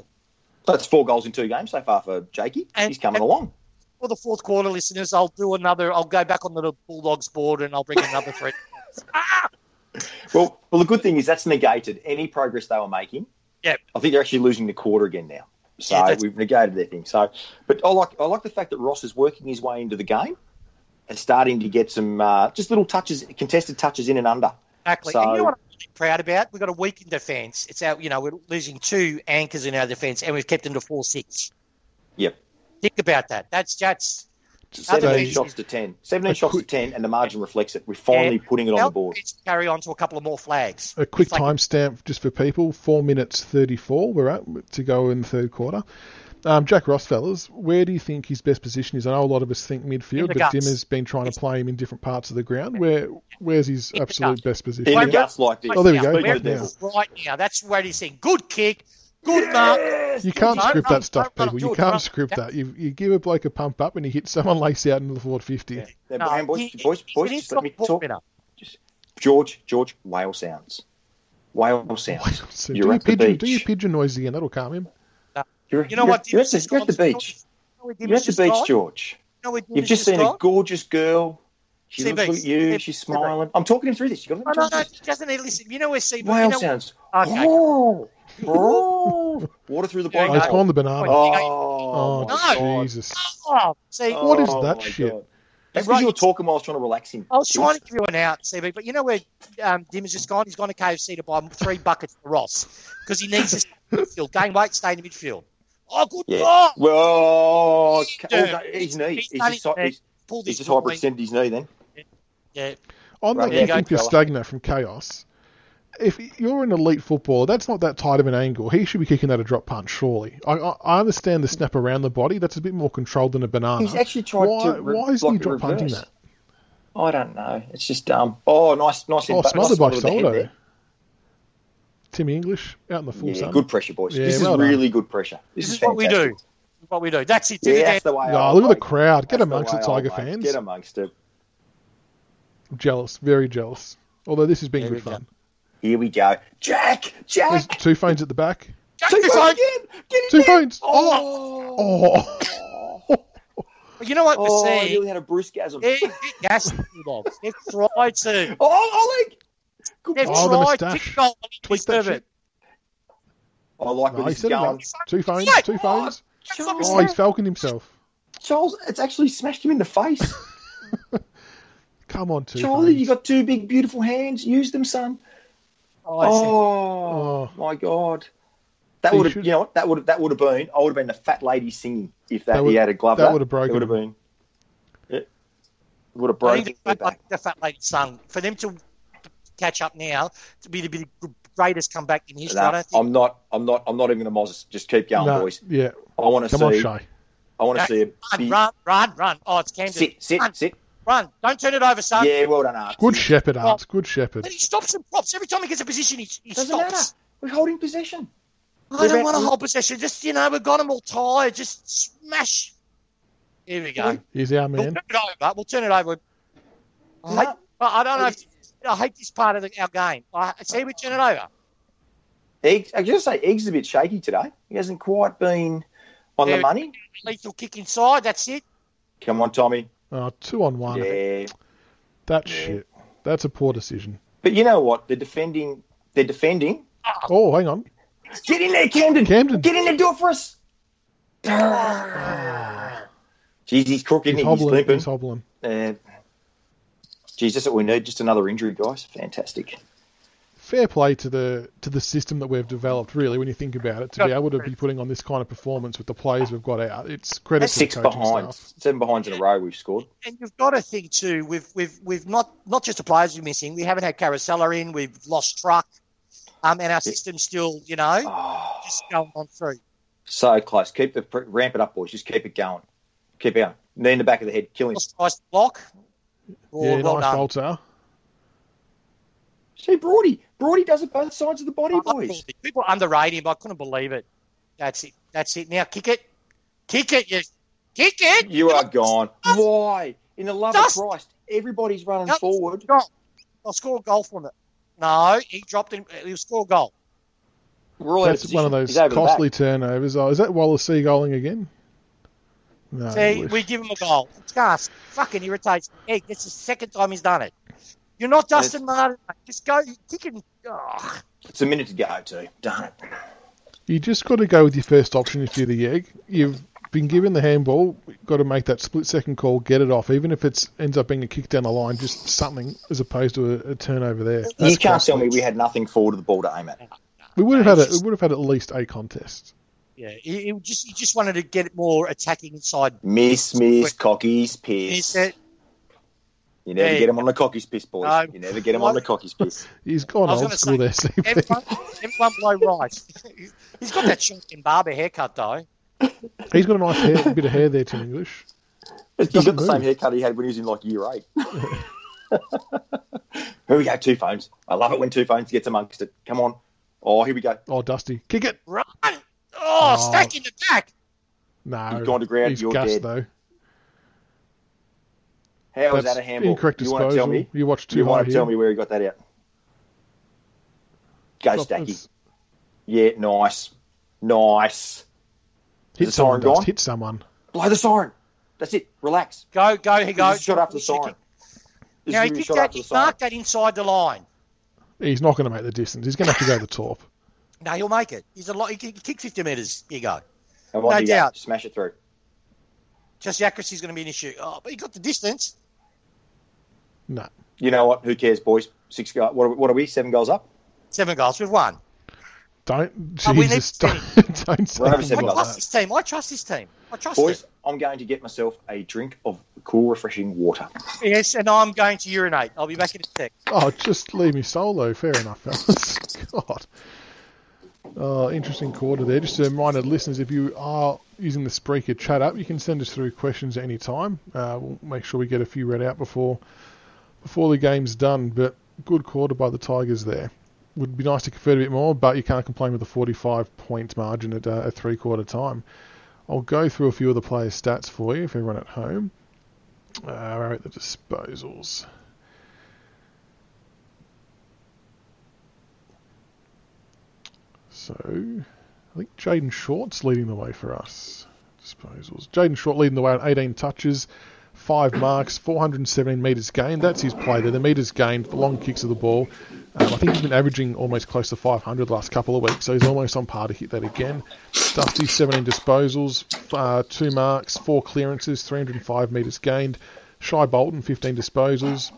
Speaker 3: That's four goals in two games so far for Jakey.
Speaker 2: And-
Speaker 3: He's coming
Speaker 2: and-
Speaker 3: along.
Speaker 2: For the fourth quarter, listeners, I'll do another. I'll go back on the Bulldogs board and I'll bring another three. ah!
Speaker 3: Well, well, the good thing is that's negated any progress they were making.
Speaker 2: Yep.
Speaker 3: I think they're actually losing the quarter again now. So
Speaker 2: Yeah, that's-
Speaker 3: we've negated their thing. So, but I like I like the fact that Ross is working his way into the game and starting to get some uh, just little touches, contested touches in and under.
Speaker 2: Exactly.
Speaker 3: So-
Speaker 2: and you know what I'm really proud about? We've got a weak in defence. It's out, you know, we're losing two anchors in our defence and we've kept them to 4 6.
Speaker 3: Yep.
Speaker 2: Think about that. That's that's
Speaker 1: Just
Speaker 2: Other
Speaker 1: say-
Speaker 3: Seventeen
Speaker 2: than-
Speaker 3: shots to ten. Seventeen
Speaker 1: A
Speaker 3: shots
Speaker 1: quick-
Speaker 3: to ten, and the margin reflects it. We're finally putting it on the
Speaker 2: our
Speaker 3: board.
Speaker 2: defence carry on to a couple of more flags.
Speaker 1: A quick
Speaker 2: It's like-
Speaker 1: timestamp just for people: four minutes thirty-four. We're at to go in the third quarter. Um, Jack Ross, fellas, where do you think his best position is? I know a lot of us think midfield,
Speaker 2: the
Speaker 1: but
Speaker 2: guts.
Speaker 1: Dimmer's been trying to play him in different parts of the ground. Where where's his
Speaker 2: the
Speaker 1: absolute best position?
Speaker 3: In the
Speaker 2: Wait,
Speaker 3: guts like this.
Speaker 1: Oh, there we
Speaker 2: Right
Speaker 1: go.
Speaker 2: now,
Speaker 3: Speak
Speaker 1: Where-
Speaker 3: to the
Speaker 1: yeah.
Speaker 3: devil.
Speaker 2: Right now, that's where he's saying good kick, good mark.
Speaker 1: You can't
Speaker 2: No,
Speaker 1: script
Speaker 2: no,
Speaker 1: that stuff,
Speaker 2: no, no,
Speaker 1: people. You
Speaker 2: George, no.
Speaker 1: can't script that. You, you give a bloke a pump up and he hits someone lace out into the forward 50.
Speaker 3: Yeah. Now,
Speaker 2: No,
Speaker 3: hang on, boys,
Speaker 2: he-
Speaker 3: boys,
Speaker 2: he-
Speaker 3: boys,
Speaker 2: he needs
Speaker 3: just let
Speaker 2: to
Speaker 3: me
Speaker 2: walk
Speaker 3: talk.
Speaker 2: better.
Speaker 3: George, George, whale sounds. Whale sounds.
Speaker 1: So
Speaker 3: You're
Speaker 1: do, your
Speaker 3: at the
Speaker 1: pigeon,
Speaker 3: beach.
Speaker 1: do your pigeon noise again. That'll calm him.
Speaker 3: You're,
Speaker 2: You know
Speaker 3: you're-
Speaker 2: what?
Speaker 3: You're at the, you're at the beach. You're at the beach,
Speaker 2: You
Speaker 3: George.
Speaker 2: know where
Speaker 3: You've
Speaker 2: Dimmers
Speaker 3: just
Speaker 2: has
Speaker 3: seen a
Speaker 2: gone?
Speaker 3: gorgeous girl. She
Speaker 2: See
Speaker 3: looks
Speaker 2: beach.
Speaker 3: at you.
Speaker 2: See
Speaker 3: She's
Speaker 2: beach.
Speaker 3: smiling. I'm talking him through this. You got
Speaker 2: No, no,
Speaker 3: to
Speaker 2: no. He doesn't need to listen. You know where Seabird.
Speaker 3: Whale
Speaker 2: You know,
Speaker 3: sounds.
Speaker 2: Okay.
Speaker 3: Oh, oh. Water through the
Speaker 2: There you
Speaker 1: Oh,
Speaker 2: go.
Speaker 1: it's
Speaker 3: blindfold.
Speaker 1: gone the banana.
Speaker 2: Oh,
Speaker 1: Oh,
Speaker 3: Oh, my God.
Speaker 1: Jesus.
Speaker 2: Oh, see,
Speaker 3: Oh,
Speaker 1: What is that
Speaker 3: my
Speaker 1: shit?
Speaker 3: God. That's because you were talking while I was trying to relax him.
Speaker 2: I was trying to give you an out, CB, but you know where um, Dim has just gone? He's gone to KFC to buy three buckets for Ross because he needs to stay in midfield. Gain weight, stay in the midfield. Oh, good
Speaker 3: Yeah.
Speaker 2: God!
Speaker 3: Well, oh,
Speaker 2: Dude.
Speaker 3: no, his knee.
Speaker 2: He's
Speaker 3: He's,
Speaker 2: done his
Speaker 3: just, hy- he's,
Speaker 2: Pull
Speaker 3: he's
Speaker 2: this
Speaker 3: just
Speaker 2: ball in.
Speaker 3: hyperextended his knee then.
Speaker 2: Yeah.
Speaker 1: On the
Speaker 3: Right,
Speaker 2: there you
Speaker 1: kicking
Speaker 2: go,
Speaker 1: for
Speaker 3: fella.
Speaker 1: Stagner from Chaos, if you're an elite footballer, that's not that tight of an angle. He should be kicking that a drop punch, surely. I, I, I understand the snap around the body. That's a bit more controlled than a banana.
Speaker 3: He's actually tried
Speaker 1: why,
Speaker 3: to re-
Speaker 1: why isn't
Speaker 3: block
Speaker 1: he
Speaker 3: it
Speaker 1: drop punching
Speaker 3: reverse.
Speaker 1: that?
Speaker 3: I don't know. It's just um. Oh, nice, nice.
Speaker 1: Oh,
Speaker 3: hit, but-
Speaker 1: smothered by
Speaker 3: nice hit with the head
Speaker 1: Soldo.
Speaker 3: there.
Speaker 1: Timmy English out in the full
Speaker 3: Yeah,
Speaker 1: sun.
Speaker 3: good pressure, boys.
Speaker 1: Yeah,
Speaker 3: this
Speaker 1: well
Speaker 3: is
Speaker 1: done.
Speaker 3: really good pressure. This,
Speaker 2: This is what we do.
Speaker 3: fantastic.
Speaker 2: What we do. That's it.
Speaker 3: Yeah, that's the way. I
Speaker 1: Oh, look at the
Speaker 3: like it.
Speaker 1: crowd. Get
Speaker 3: That's the
Speaker 1: amongst
Speaker 3: way
Speaker 1: it,
Speaker 3: I
Speaker 1: Tiger
Speaker 3: like it.
Speaker 1: fans.
Speaker 3: Get amongst it.
Speaker 1: Jealous, very jealous. Although this has been
Speaker 2: There
Speaker 1: good
Speaker 2: we go.
Speaker 1: fun.
Speaker 3: Here we go. Jack,
Speaker 1: There's
Speaker 3: Jack,
Speaker 1: two phones at the back.
Speaker 2: Jack
Speaker 3: two
Speaker 2: the
Speaker 3: phones
Speaker 2: phone.
Speaker 3: again. Get it
Speaker 1: Two
Speaker 3: in.
Speaker 1: phones. Oh,
Speaker 3: Oh, oh,
Speaker 1: oh.
Speaker 2: You know what
Speaker 3: oh
Speaker 2: we're
Speaker 3: I
Speaker 2: seeing?
Speaker 3: nearly had a brucegasm.
Speaker 2: They're a bit gassy, the Bulldogs. They've tried to.
Speaker 3: Oh, Oleg. Good
Speaker 2: They've
Speaker 1: Oh, the
Speaker 2: tried to
Speaker 1: moustache.
Speaker 2: kick goal and
Speaker 1: Tweak that
Speaker 2: deserve
Speaker 1: shit.
Speaker 2: it.
Speaker 3: I like
Speaker 1: No,
Speaker 3: where
Speaker 1: he
Speaker 3: this is
Speaker 1: said it.
Speaker 3: going.
Speaker 1: right. Two phones.
Speaker 2: Yeah.
Speaker 1: Two phones.
Speaker 3: Charles,
Speaker 1: Oh, he's falconed himself.
Speaker 3: Charles, it's actually smashed him in the face.
Speaker 1: Come on, two
Speaker 3: Charlie,
Speaker 1: phones.
Speaker 3: you got two big, beautiful hands. Use them, son.
Speaker 2: Oh, I see.
Speaker 3: Oh, my god. That
Speaker 1: He
Speaker 3: would have,
Speaker 1: should-
Speaker 3: you know, what? that would have, that would have been. I would have been the fat lady singing if that,
Speaker 1: That would-
Speaker 3: he had a glove.
Speaker 1: that
Speaker 3: up.
Speaker 1: would have broken
Speaker 3: It would have been. It would have
Speaker 2: I think
Speaker 3: broken.
Speaker 2: the
Speaker 3: it
Speaker 2: fat,
Speaker 3: back.
Speaker 2: lady, the fat lady sung. For them to catch up now to be the, be the greatest comeback in history. I
Speaker 3: Nah,
Speaker 2: don't think
Speaker 3: I'm not. I'm not. I'm not even a Mozzie. Just keep going,
Speaker 1: No,
Speaker 3: boys.
Speaker 1: Yeah,
Speaker 3: I want to
Speaker 1: come on,
Speaker 3: see.
Speaker 1: Shay.
Speaker 3: I want to
Speaker 2: No,
Speaker 3: see a
Speaker 2: run,
Speaker 3: big.
Speaker 2: run, run, run. Oh, it's Camden.
Speaker 3: Sit, sit,
Speaker 2: Run.
Speaker 3: sit.
Speaker 2: Run. Don't turn it over, son.
Speaker 3: Yeah, well done, Art.
Speaker 1: Good shepherd, Arts. Good shepherd.
Speaker 2: But he stops and props. Every time he gets a position, he, he
Speaker 3: Doesn't
Speaker 2: stops.
Speaker 3: We're holding possession.
Speaker 2: I
Speaker 3: We're
Speaker 2: don't
Speaker 3: out-
Speaker 2: want a
Speaker 3: we're-
Speaker 2: whole possession. Just, you know, we've got them all tired. Just smash. Here we go.
Speaker 1: He's our
Speaker 2: We'll
Speaker 1: man.
Speaker 2: turn it over. We'll turn it over. I, hate,
Speaker 3: No.
Speaker 2: I I don't know. If, I hate this part of the, our game. I see we turn it over.
Speaker 3: Eggs. I just say Eggs is a bit shaky today. He hasn't quite been on
Speaker 2: Yeah.
Speaker 3: the money.
Speaker 2: Lethal kick inside. That's it.
Speaker 3: Come on, Tommy.
Speaker 1: Oh, two on one.
Speaker 3: Yeah.
Speaker 1: That's
Speaker 3: Yeah.
Speaker 1: shit. That's a poor decision.
Speaker 3: But you know what? They're defending. They're defending.
Speaker 1: Oh, hang on.
Speaker 3: Get in there, Camden.
Speaker 1: Camden.
Speaker 3: Get in there, do it for us. Jeez, he's crooked.
Speaker 1: He's
Speaker 3: He's, he's
Speaker 1: hobbling. He's
Speaker 3: limping.
Speaker 1: hobbling.
Speaker 3: Uh, geez, that's what we need. Just another injury, guys. Fantastic.
Speaker 1: Fair play to the to the system that we've developed, really, when you think about it, to be able to be putting on this kind of performance with the players we've got out. It's credit to the
Speaker 3: Six
Speaker 1: coaching
Speaker 3: behind,
Speaker 1: staff.
Speaker 3: seven behinds in a row. We've scored.
Speaker 2: And you've got to think too. We've we've we've not not just the players we're missing. We haven't had Carousella in. We've lost Truck. Um, and our system's still, you know,
Speaker 3: Oh,
Speaker 2: just going on through.
Speaker 3: so close. Keep the ramp it up, boys. Just keep it going. Keep it going. Knee in the back of the head. Kill him.
Speaker 2: Lost tries to block. Oh,
Speaker 1: Yeah,
Speaker 2: well
Speaker 1: nice
Speaker 2: done.
Speaker 1: bolter.
Speaker 3: See, Brody. Brody does it both sides of the body, boys.
Speaker 2: People underrate him. I couldn't believe it. That's it. That's it. Now kick it. Kick it. Yes. Kick it.
Speaker 3: You are gone. Why? In the love of
Speaker 2: Just-
Speaker 3: Christ, everybody's running
Speaker 2: Just-
Speaker 3: forward.
Speaker 2: I'll score a goal from it. No, he dropped him. He'll score a goal.
Speaker 3: We're all out
Speaker 1: That's
Speaker 3: of
Speaker 1: one of
Speaker 3: position.
Speaker 1: those
Speaker 3: He's over the back.
Speaker 1: costly turnovers. Oh, is that Wallace Seagulling again? No.
Speaker 2: See,
Speaker 1: wish.
Speaker 2: we give him a goal. It's gas. Fucking irritates. me. Hey, that's the second time he's done it. You're not Dustin Martin. mate. Just go. Kick him. Ugh.
Speaker 3: It's a minute to go, too. Darn it.
Speaker 1: You just got to go with your first option if you're the egg. You've been given the handball. Got to make that split second call, get it off, even if it ends up being a kick down the line, just something as opposed to a, a turnover there.
Speaker 3: you
Speaker 1: That's
Speaker 3: can't
Speaker 1: costly.
Speaker 3: tell me we had nothing forward of the ball to aim at.
Speaker 1: We would have had a,
Speaker 2: It's
Speaker 1: we would have had at least a contest.
Speaker 2: Yeah, he, he just he just wanted to get it more attacking inside.
Speaker 3: Miss, miss,
Speaker 2: Wait.
Speaker 3: cockies,
Speaker 2: He
Speaker 3: piss.
Speaker 2: said,
Speaker 3: You never
Speaker 2: Hey.
Speaker 3: get him on the cockies, piss, boys.
Speaker 2: No.
Speaker 3: You never get him on the
Speaker 2: What?
Speaker 3: cockies, piss.
Speaker 1: He's gone
Speaker 2: I was
Speaker 1: old
Speaker 2: gonna
Speaker 1: school
Speaker 2: say,
Speaker 1: there, CP.
Speaker 2: everyone, everyone below right. He's got that short and barber haircut though.
Speaker 1: He's got a nice hair, bit of hair there, Tim English.
Speaker 3: He's got
Speaker 1: doesn't
Speaker 3: the same
Speaker 1: move.
Speaker 3: haircut he had when he was in like year eight. here we go, two phones. I love it when two phones gets amongst it. Come on. Oh, here we go.
Speaker 1: Oh, Dusty, kick it.
Speaker 2: Run! Oh,
Speaker 1: Oh.
Speaker 2: stack in the back.
Speaker 1: No,
Speaker 3: You've gone to ground,
Speaker 1: he's
Speaker 3: you're
Speaker 1: gassed
Speaker 3: dead.
Speaker 1: though.
Speaker 3: How was
Speaker 1: That's
Speaker 3: that a handball?
Speaker 1: Incorrect
Speaker 3: you
Speaker 1: disposal.
Speaker 3: want to tell me?
Speaker 1: You watched too
Speaker 3: You
Speaker 1: hard
Speaker 3: want to
Speaker 1: here.
Speaker 3: tell me where he got that out? Go,
Speaker 1: Stop,
Speaker 3: Stacky.
Speaker 1: it's-
Speaker 3: Yeah, nice. Nice. Is
Speaker 1: Hit
Speaker 3: the
Speaker 1: someone,
Speaker 3: siren gone?
Speaker 1: Dust. Hit someone.
Speaker 3: Blow the siren. That's it. Relax.
Speaker 2: Go, go, he goes.
Speaker 3: Just shot after the siren. This
Speaker 2: Now
Speaker 3: is
Speaker 2: he
Speaker 3: gonna be
Speaker 2: kicked
Speaker 3: shot
Speaker 2: that.
Speaker 3: after
Speaker 2: He
Speaker 3: the siren.
Speaker 2: marked that inside the line.
Speaker 1: He's not going to make the distance. He's going to have to go to the top.
Speaker 2: No, he'll make it. He's a lot. He can kick 50 metres. Here you go.
Speaker 3: And what
Speaker 2: No
Speaker 3: do you go?
Speaker 2: doubt.
Speaker 3: Smash it through.
Speaker 2: Just the accuracy is going to be an issue. Oh, but he got the distance.
Speaker 1: No.
Speaker 3: You know what? Who cares, boys? Six. Go- what, are we, what are we? Seven goals up.
Speaker 2: Seven goals. We've won.
Speaker 1: Don't,
Speaker 2: No, Oh, we
Speaker 1: Jesus,
Speaker 2: need
Speaker 1: don't, don't say
Speaker 3: We're over
Speaker 1: things
Speaker 3: seven
Speaker 2: I
Speaker 3: Well,
Speaker 1: like
Speaker 2: trust
Speaker 1: that.
Speaker 2: this team. I trust this team. I trust
Speaker 3: Boys,
Speaker 2: it.
Speaker 3: I'm going to get myself a drink of cool, refreshing water.
Speaker 2: Yes, and I'm going to urinate. I'll be back in a sec.
Speaker 1: Oh, just leave me solo. Fair enough, fellas. God. Uh, interesting quarter there. Just a reminder, listeners, if you are using the Spreaker chat app, you can send us through questions at any time. Uh, we'll make sure we get a few read out before before the game's done. But good quarter by the Tigers there. Would be nice to convert a bit more, but you can't complain with a 45 point margin at uh, a three quarter time. I'll go through a few of the players' stats for you if everyone at home. Uh, all right, the disposals. So, I think Jaden Short's leading the way for us. Disposals. Jaden Short leading the way on 18 touches, 5 marks, 417 metres gained. That's his play there. The metres gained, the long kicks of the ball. Um, I think he's been averaging almost close to 500 the last couple of weeks, so he's almost on par to hit that again. Dusty, 17 disposals, uh, 2 marks, 4 clearances, 305 metres gained. Shy Bolton, 15 disposals,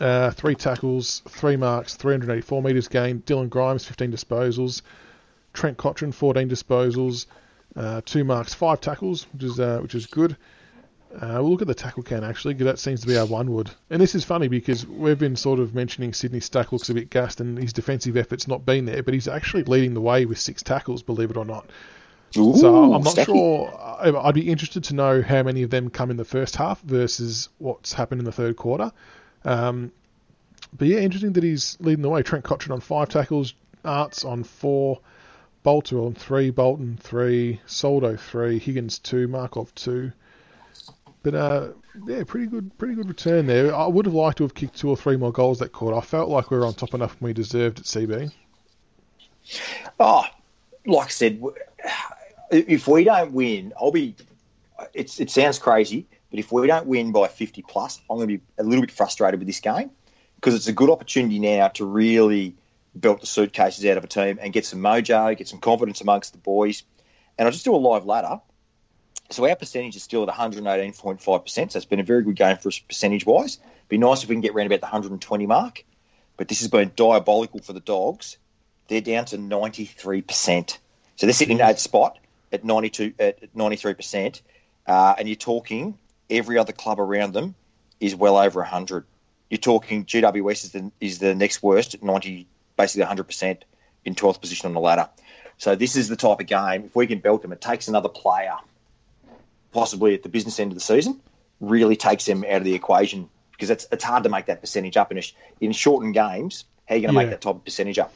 Speaker 1: uh, three tackles, three marks, 384 metres gained. Dylan Grimes, 15 disposals. Trent Cotron, 14 disposals, uh, two marks, five tackles, which is uh, which is good. Uh, we'll look at the tackle count actually, 'cause that seems to be our one wood. And this is funny because we've been sort of mentioning Sydney Stack looks a bit gassed and his defensive efforts not been there, but he's actually leading the way with six tackles, believe it or not. so I'm not
Speaker 3: Stacky.
Speaker 1: sure. I- I'd be interested to know how many of them come in the first half versus what's happened in the third quarter. Um, but yeah, interesting that he's leading the way. Trent Cotchin on five tackles, Arts on four, Bolter on three, Bolton three, Soldo three, Higgins two, Markov two. But uh, yeah, pretty good, pretty good return there. I would have liked to have kicked two or three more goals that quarter. I felt like we were on top enough and we deserved it. CB.
Speaker 3: Oh, like I said, w- if we don't win, I'll be. It's it sounds crazy, but if we don't win by fifty plus, I'm going to be a little bit frustrated with this game because it's a good opportunity now to really belt the suitcases out of a team and get some mojo, get some confidence amongst the boys. And I just do a live ladder, so our percentage is still at 118.5 percent. So it's been a very good game for us percentage wise. Be nice if we can get around about the 120 mark, but this has been diabolical for the dogs they're down to 93%. So they're sitting in eighth spot at 92 at 93%. Uh, and you're talking every other club around them is well over 100. You're talking GWS is the, is the next worst at 90, basically 100% in 12th position on the ladder. So this is the type of game, if we can belt them, it takes another player, possibly at the business end of the season, really takes them out of the equation because it's, it's hard to make that percentage up. In, a, sh- in shortened games, how are you going to
Speaker 1: Yeah.
Speaker 3: make that type of percentage up?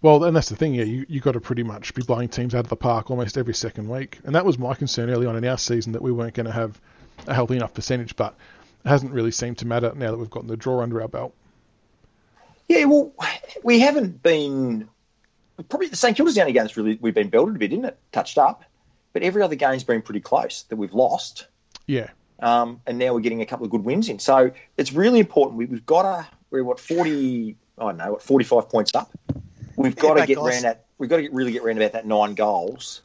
Speaker 1: Well, and that's the thing, yeah, you, you got to pretty much be blowing teams out of the park almost every second week. And that was my concern early on in our season that we weren't going to have a healthy enough percentage, but it hasn't really seemed to matter now that we've gotten the draw under our belt.
Speaker 3: Yeah, well, we haven't been. Probably the St Kilda's the only game that's really we've been belted a bit, isn't it? Touched up, but every other game's been pretty close that we've lost,
Speaker 1: Yeah.
Speaker 3: um, and now we're getting a couple of good wins in. So it's really important. We, we've got to we're what forty I don't know what forty five points up. We've got
Speaker 2: mate,
Speaker 3: to get
Speaker 2: guys.
Speaker 3: round that. We've got to get, really get round about that nine goals,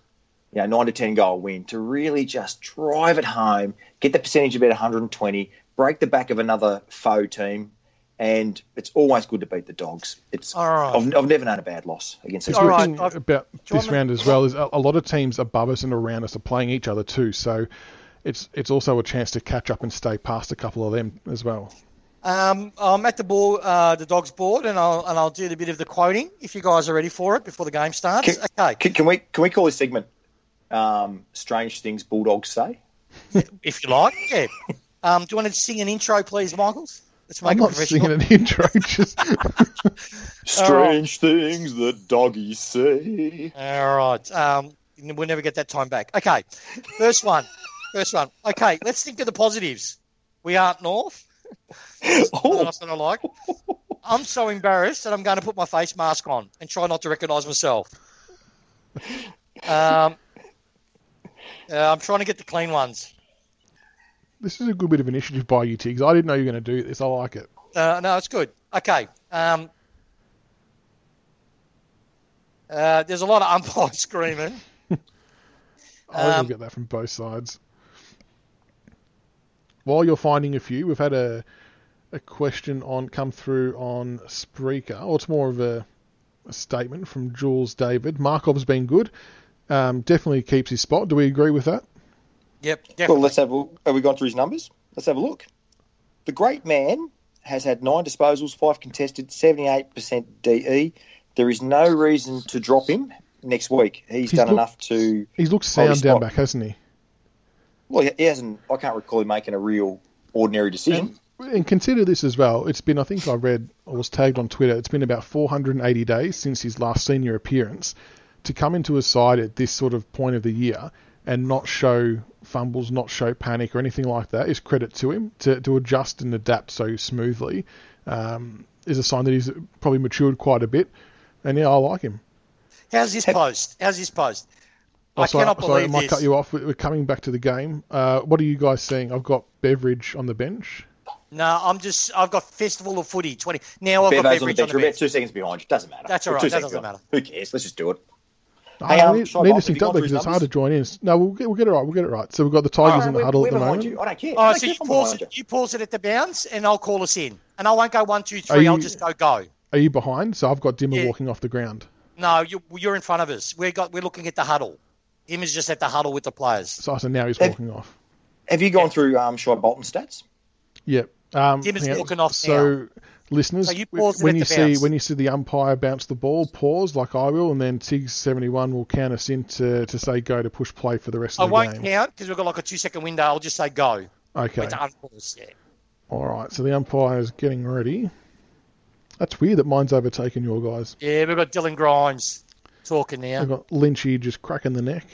Speaker 3: you know, nine to ten goal win to really just drive it home, get the percentage about one hundred and twenty, break the back of another foe team, and it's always good to beat the dogs. It's
Speaker 2: All right.
Speaker 3: I've, I've never known a bad loss against these
Speaker 1: It's
Speaker 2: All
Speaker 1: good
Speaker 2: right,
Speaker 1: thing
Speaker 2: I've-
Speaker 1: about
Speaker 2: you
Speaker 1: this
Speaker 2: want me-
Speaker 1: round as well is a, a lot of teams above us and around us are playing each other too, so it's it's also a chance to catch up and stay past a couple of them as well.
Speaker 2: Um, I'm at the ball, uh, the dogs board, and I'll and I'll do the bit of the quoting if you guys are ready for it before the game starts.
Speaker 3: Kick-
Speaker 2: Okay,
Speaker 3: Can, can we can we call this segment um, "Strange Things Bulldogs Say"?
Speaker 2: if you like, yeah. Um, do you want to sing an intro, please, Michaels? Let's make
Speaker 1: I'm
Speaker 2: it
Speaker 1: not
Speaker 2: professional.
Speaker 1: singing an intro, just
Speaker 3: Strange things the doggies say.
Speaker 2: All right. Um, we'll never get that time back. Okay. First one. First one. Okay. Let's think of the positives. We aren't north. Another
Speaker 3: Oh,
Speaker 2: nice one I like. I'm so embarrassed that I'm going to put my face mask on and try not to recognise myself. Um, uh, I'm trying to get the clean ones.
Speaker 1: this is a good bit of initiative by you, Tiggs. I didn't know you were going to do this. I like it.
Speaker 2: Uh, no, it's good. Okay. Um, uh, there's a lot of umpire screaming.
Speaker 1: I always
Speaker 2: Um,
Speaker 1: get that from both sides. While you're finding a few, we've had a a question on come through on Spreaker, or it's more of a, a statement from Jules David. Markov's been good. Um, definitely keeps his spot. Do we agree with that?
Speaker 2: Yep.
Speaker 3: Well,
Speaker 2: Definitely.
Speaker 3: let's have. a- Have we gone through his numbers? Let's have a look. The great man has had nine disposals, five contested, seventy-eight percent DE. There is no reason to drop him next week. He's,
Speaker 1: He's
Speaker 3: done
Speaker 1: look-
Speaker 3: enough to.
Speaker 1: He's looked
Speaker 3: Oh,
Speaker 1: sound
Speaker 3: he's
Speaker 1: down
Speaker 3: not-
Speaker 1: back, hasn't he?
Speaker 3: Well, he- he hasn't. I can't recall him making a real ordinary decision.
Speaker 1: And consider this as well. It's been, I think I read, I was tagged on Twitter, it's been about 480 days since his last senior appearance to come into a side at this sort of point of the year and not show fumbles, not show panic or anything like that is credit to him to, to adjust and adapt so smoothly. Um, is a sign that he's probably matured quite a bit. And yeah, I like him.
Speaker 2: How's this post? How's this post?
Speaker 1: Oh,
Speaker 2: I
Speaker 1: sorry,
Speaker 2: cannot
Speaker 1: sorry, I
Speaker 2: believe
Speaker 1: might
Speaker 2: this.
Speaker 1: cut you off. We're we're coming back to the game. Uh, what are you guys seeing? I've got Beveridge on the bench.
Speaker 2: No, I'm just. I've got Festival of Footy 20. Now I've got
Speaker 3: Bevo's on the
Speaker 2: Beveridge on
Speaker 3: bench.
Speaker 2: the
Speaker 3: We're about
Speaker 2: bench.
Speaker 3: two seconds behind. Doesn't matter.
Speaker 2: That's
Speaker 3: We're
Speaker 2: all right.
Speaker 3: two
Speaker 2: That
Speaker 3: seconds
Speaker 2: doesn't
Speaker 3: behind.
Speaker 2: matter.
Speaker 3: Who cares? Let's just do it.
Speaker 1: Hey,
Speaker 3: Hey,
Speaker 1: I
Speaker 3: um,
Speaker 1: need,
Speaker 3: sorry,
Speaker 1: need to
Speaker 3: Bob, have
Speaker 1: sync up
Speaker 3: you gone through
Speaker 1: because
Speaker 3: his
Speaker 1: it's hard to join in. No, we'll get, we'll get it right. We'll get it right. So we've got the Tigers in the
Speaker 3: We're-
Speaker 1: huddle at
Speaker 3: we're
Speaker 1: the
Speaker 3: behind
Speaker 1: moment.
Speaker 3: you. I don't care. I
Speaker 2: Oh,
Speaker 3: don't
Speaker 2: so
Speaker 3: care
Speaker 2: you
Speaker 3: if I'm
Speaker 2: pause
Speaker 3: behind
Speaker 2: it.
Speaker 3: you.
Speaker 2: You pause it at the bounce, and I'll call us in, and I won't go one, two, three.
Speaker 1: Are
Speaker 2: I'll
Speaker 1: you-
Speaker 2: just go go.
Speaker 1: Are you behind? So I've got Dimmer
Speaker 2: Yeah.
Speaker 1: walking off the ground.
Speaker 2: No, you, you're in front of us. We got. We're looking at the huddle. Him is just at the huddle with the players.
Speaker 1: So, so now he's
Speaker 3: Hey.
Speaker 1: walking off.
Speaker 3: Have you gone through um, Shy Bolton stats?
Speaker 1: Yep. Um,
Speaker 2: Dimmer's
Speaker 1: hang on.
Speaker 2: walking off
Speaker 1: So listeners,
Speaker 2: So you
Speaker 1: w-
Speaker 2: pause it
Speaker 1: when
Speaker 2: at
Speaker 1: you
Speaker 2: the
Speaker 1: see
Speaker 2: bounce.
Speaker 1: when you see the umpire bounce the ball, pause like I will, and then Tig seventy one will count us in to, to say go to push play for the rest
Speaker 2: I
Speaker 1: of the
Speaker 2: won't
Speaker 1: game.
Speaker 2: count because we've got like a two-second window. I'll just say go.
Speaker 1: Okay.
Speaker 2: It's unpause. Yeah.
Speaker 1: All right. So the umpire is getting ready. That's weird that mine's overtaken your guys.
Speaker 2: Yeah, we've got Dylan Grimes talking now.
Speaker 1: I've got Lynchy just cracking the neck.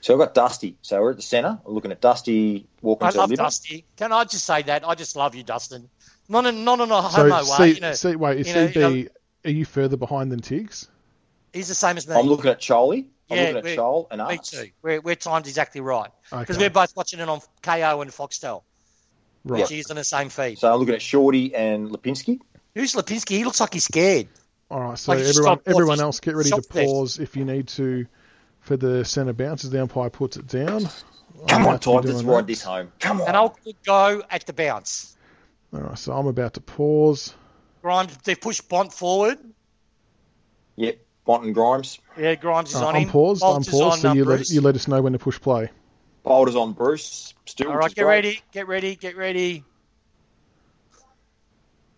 Speaker 3: So I've got Dusty. So we're at the centre. We're looking at Dusty walking
Speaker 2: I
Speaker 3: to the
Speaker 2: love
Speaker 3: middle.
Speaker 2: Dusty. Can I just say that? I just love you, Dustin. Not in, not in a
Speaker 1: So,
Speaker 2: homo way.
Speaker 1: C-
Speaker 2: you know,
Speaker 1: C- wait, is
Speaker 2: you know, um,
Speaker 1: CB,
Speaker 2: you know-
Speaker 1: are you further behind than Tiggs?
Speaker 2: he's the same as me.
Speaker 3: I'm looking at Charlie. I'm
Speaker 2: Yeah,
Speaker 3: looking
Speaker 2: we-
Speaker 3: at Charlie and
Speaker 2: me
Speaker 3: us.
Speaker 2: too. We're, we're timed exactly right because
Speaker 1: Okay,
Speaker 2: we're both watching it on KO and Foxtel.
Speaker 1: right.
Speaker 2: She's on the same feed.
Speaker 3: So I'm looking at Shorty and Lipinski.
Speaker 2: Who's Lipinski? He looks like he's scared.
Speaker 1: All right, so
Speaker 2: Like, just
Speaker 1: everyone,
Speaker 2: stop-
Speaker 1: everyone
Speaker 2: just
Speaker 1: else, get ready to
Speaker 2: stop this.
Speaker 1: pause if you need to for the centre bounce as the umpire puts it down.
Speaker 3: Come
Speaker 1: I'm
Speaker 3: on,
Speaker 1: about to be
Speaker 3: Todd. Let's
Speaker 1: doing
Speaker 3: ride
Speaker 1: that.
Speaker 3: this home. Come on.
Speaker 2: And I'll go at the bounce.
Speaker 1: All right, so I'm about to pause. Uh,
Speaker 2: Grimes, they've pushed Bont forward.
Speaker 3: Yep. Bont and Grimes.
Speaker 2: Yeah, Grimes is
Speaker 1: Uh,
Speaker 2: on
Speaker 1: I'm
Speaker 2: him.
Speaker 1: paused.
Speaker 2: Bolt
Speaker 1: I'm
Speaker 2: is
Speaker 1: paused.
Speaker 2: on,
Speaker 1: So
Speaker 2: uh,
Speaker 1: you let,
Speaker 2: Bruce.
Speaker 1: you let us know when to push play.
Speaker 3: Boulders on Bruce. Still.
Speaker 2: All
Speaker 3: which
Speaker 2: right,
Speaker 3: is
Speaker 2: get
Speaker 3: great.
Speaker 2: ready, get ready, get ready.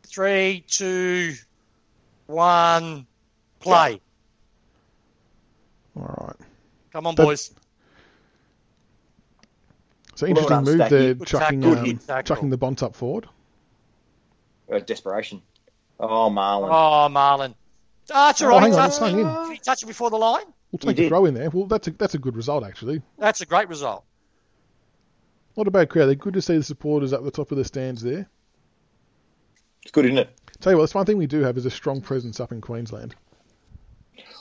Speaker 2: Three, two, one, play.
Speaker 1: All right.
Speaker 2: Come on,
Speaker 1: But-
Speaker 2: boys.
Speaker 1: So interesting
Speaker 3: done,
Speaker 1: move
Speaker 3: Stacky.
Speaker 1: there,
Speaker 2: Good
Speaker 1: chucking
Speaker 2: tackle.
Speaker 1: um,
Speaker 2: Good tackle.
Speaker 1: chucking the bunt up forward.
Speaker 3: Uh, desperation. Oh, Marlon.
Speaker 2: Oh, Marlon. Ah, it's all
Speaker 1: Oh,
Speaker 2: right.
Speaker 1: hang
Speaker 2: he
Speaker 1: on,
Speaker 2: touched
Speaker 1: it's hung in.
Speaker 2: it. Did he touch it before the line?
Speaker 1: We'll take a
Speaker 3: did.
Speaker 1: throw in there. Well, that's a, that's a good result actually.
Speaker 2: That's a great result.
Speaker 1: Not a bad crowd. They're good to see the supporters up the top of the stands there.
Speaker 3: It's good, isn't it?
Speaker 1: Tell you what, that's one thing we do have is a strong presence up in Queensland.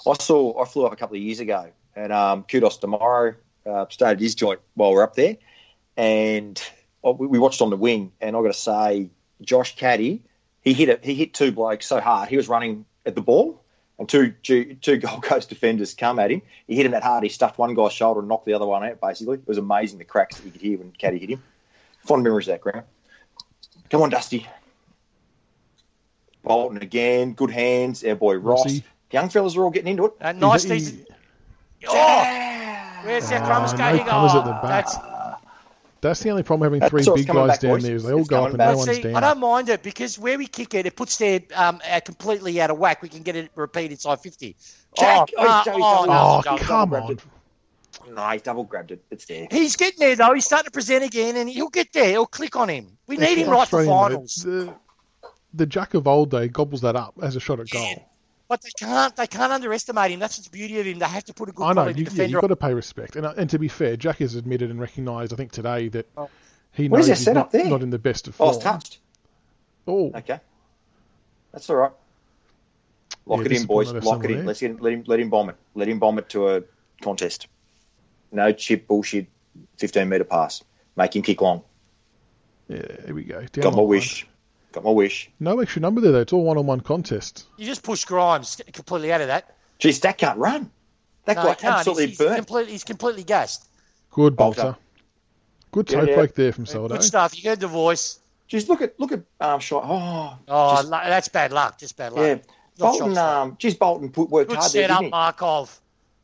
Speaker 3: I saw. I flew up a couple of years ago, and um, kudos to Morrow. Uh, stayed at his joint while we we're up there, and I- we we watched on the wing. And I got to say, Josh Caddy, he hit a, he hit two blokes so hard. He was running at the ball, and two two two Gold Coast defenders come at him. He hit him that hard. He stuffed one guy's shoulder and knocked the other one out. Basically, it was amazing the cracks that you could hear when Caddy hit him. Fond memories of that ground. Come on, Dusty. Bolton again, good hands. Our boy Ross.
Speaker 1: Rossi.
Speaker 3: Young fellas are all getting into it.
Speaker 2: And nice.
Speaker 1: He's-
Speaker 2: decent-
Speaker 1: he-
Speaker 2: oh, where's
Speaker 1: Oh,
Speaker 2: that crumbs
Speaker 1: no
Speaker 2: going?
Speaker 1: crumbers
Speaker 2: oh,
Speaker 1: at the back.
Speaker 2: That's,
Speaker 1: That's the only problem having
Speaker 3: That's
Speaker 1: three
Speaker 3: all
Speaker 1: big
Speaker 3: coming
Speaker 1: guys
Speaker 3: back,
Speaker 1: down
Speaker 3: boys.
Speaker 1: there is they all
Speaker 3: It's
Speaker 1: go up
Speaker 3: coming
Speaker 1: and
Speaker 3: back.
Speaker 1: no
Speaker 2: but
Speaker 1: one's
Speaker 2: see,
Speaker 1: down.
Speaker 2: I don't mind it because where we kick it, it puts their um, uh, completely out of whack. We can get it repeat inside 50.
Speaker 3: Jack,
Speaker 2: oh, nah,
Speaker 3: oh, Joey's
Speaker 2: oh,
Speaker 1: Oh,
Speaker 2: no,
Speaker 3: done well.
Speaker 2: no.
Speaker 3: Double
Speaker 1: come
Speaker 3: grabbed
Speaker 1: on.
Speaker 3: it. No, he's double grabbed it. It's there.
Speaker 2: He's getting there, though. He's starting to present again, and he'll get there. He'll click on him. We need him right for
Speaker 1: Australian, though,
Speaker 2: finals.
Speaker 1: The, the Jack of old day gobbles that up as a shot at goal.
Speaker 2: But they can't. They can't underestimate him. That's the beauty of him. They have to put a good
Speaker 1: I know,
Speaker 2: quality
Speaker 1: you, yeah,
Speaker 2: defender.
Speaker 1: you've got to pay respect. And, uh, and to be fair, Jack has admitted and recognised, I think, today that
Speaker 2: Oh.
Speaker 1: he
Speaker 3: What
Speaker 1: knows
Speaker 3: is that
Speaker 1: he's
Speaker 3: set
Speaker 1: not,
Speaker 3: up there?
Speaker 1: not in the best of
Speaker 3: Oh,
Speaker 1: form.
Speaker 3: it's touched.
Speaker 1: Oh,
Speaker 3: Okay, that's all right. Lock
Speaker 1: Yeah,
Speaker 3: it in, boys.
Speaker 1: disappointed
Speaker 3: Lock it
Speaker 1: somewhere.
Speaker 3: in. Let's get, let him let him bomb it. Let him bomb it to a contest. No chip bullshit. Fifteen meter pass. Make him kick long.
Speaker 1: yeah, here we go. Down
Speaker 3: Got
Speaker 1: the
Speaker 3: my
Speaker 1: line.
Speaker 3: wish. Got my wish. on
Speaker 1: No extra number there, though. It's all one on one contest.
Speaker 2: You just push Grimes completely out of that.
Speaker 3: Geez, that can't run. That
Speaker 2: No,
Speaker 3: guy
Speaker 2: he can't.
Speaker 3: absolutely
Speaker 2: he's, he's
Speaker 3: burnt.
Speaker 2: Completely, he's completely gassed.
Speaker 1: Good
Speaker 3: Bolter.
Speaker 1: bolter. Good
Speaker 3: Yeah,
Speaker 1: toe
Speaker 3: yeah.
Speaker 1: poke there from Soldo.
Speaker 2: Good stuff. You heard the voice.
Speaker 3: Geez, look at look at um, shot. Oh,
Speaker 2: Oh,
Speaker 3: Just-
Speaker 2: lu- that's bad luck. Just bad luck.
Speaker 3: yeah.
Speaker 2: Not
Speaker 3: Bolton.
Speaker 2: shots,
Speaker 3: Um, geez, Bolton put worked
Speaker 2: Good
Speaker 3: hard there,
Speaker 2: set up,
Speaker 3: didn't he?
Speaker 2: Markov.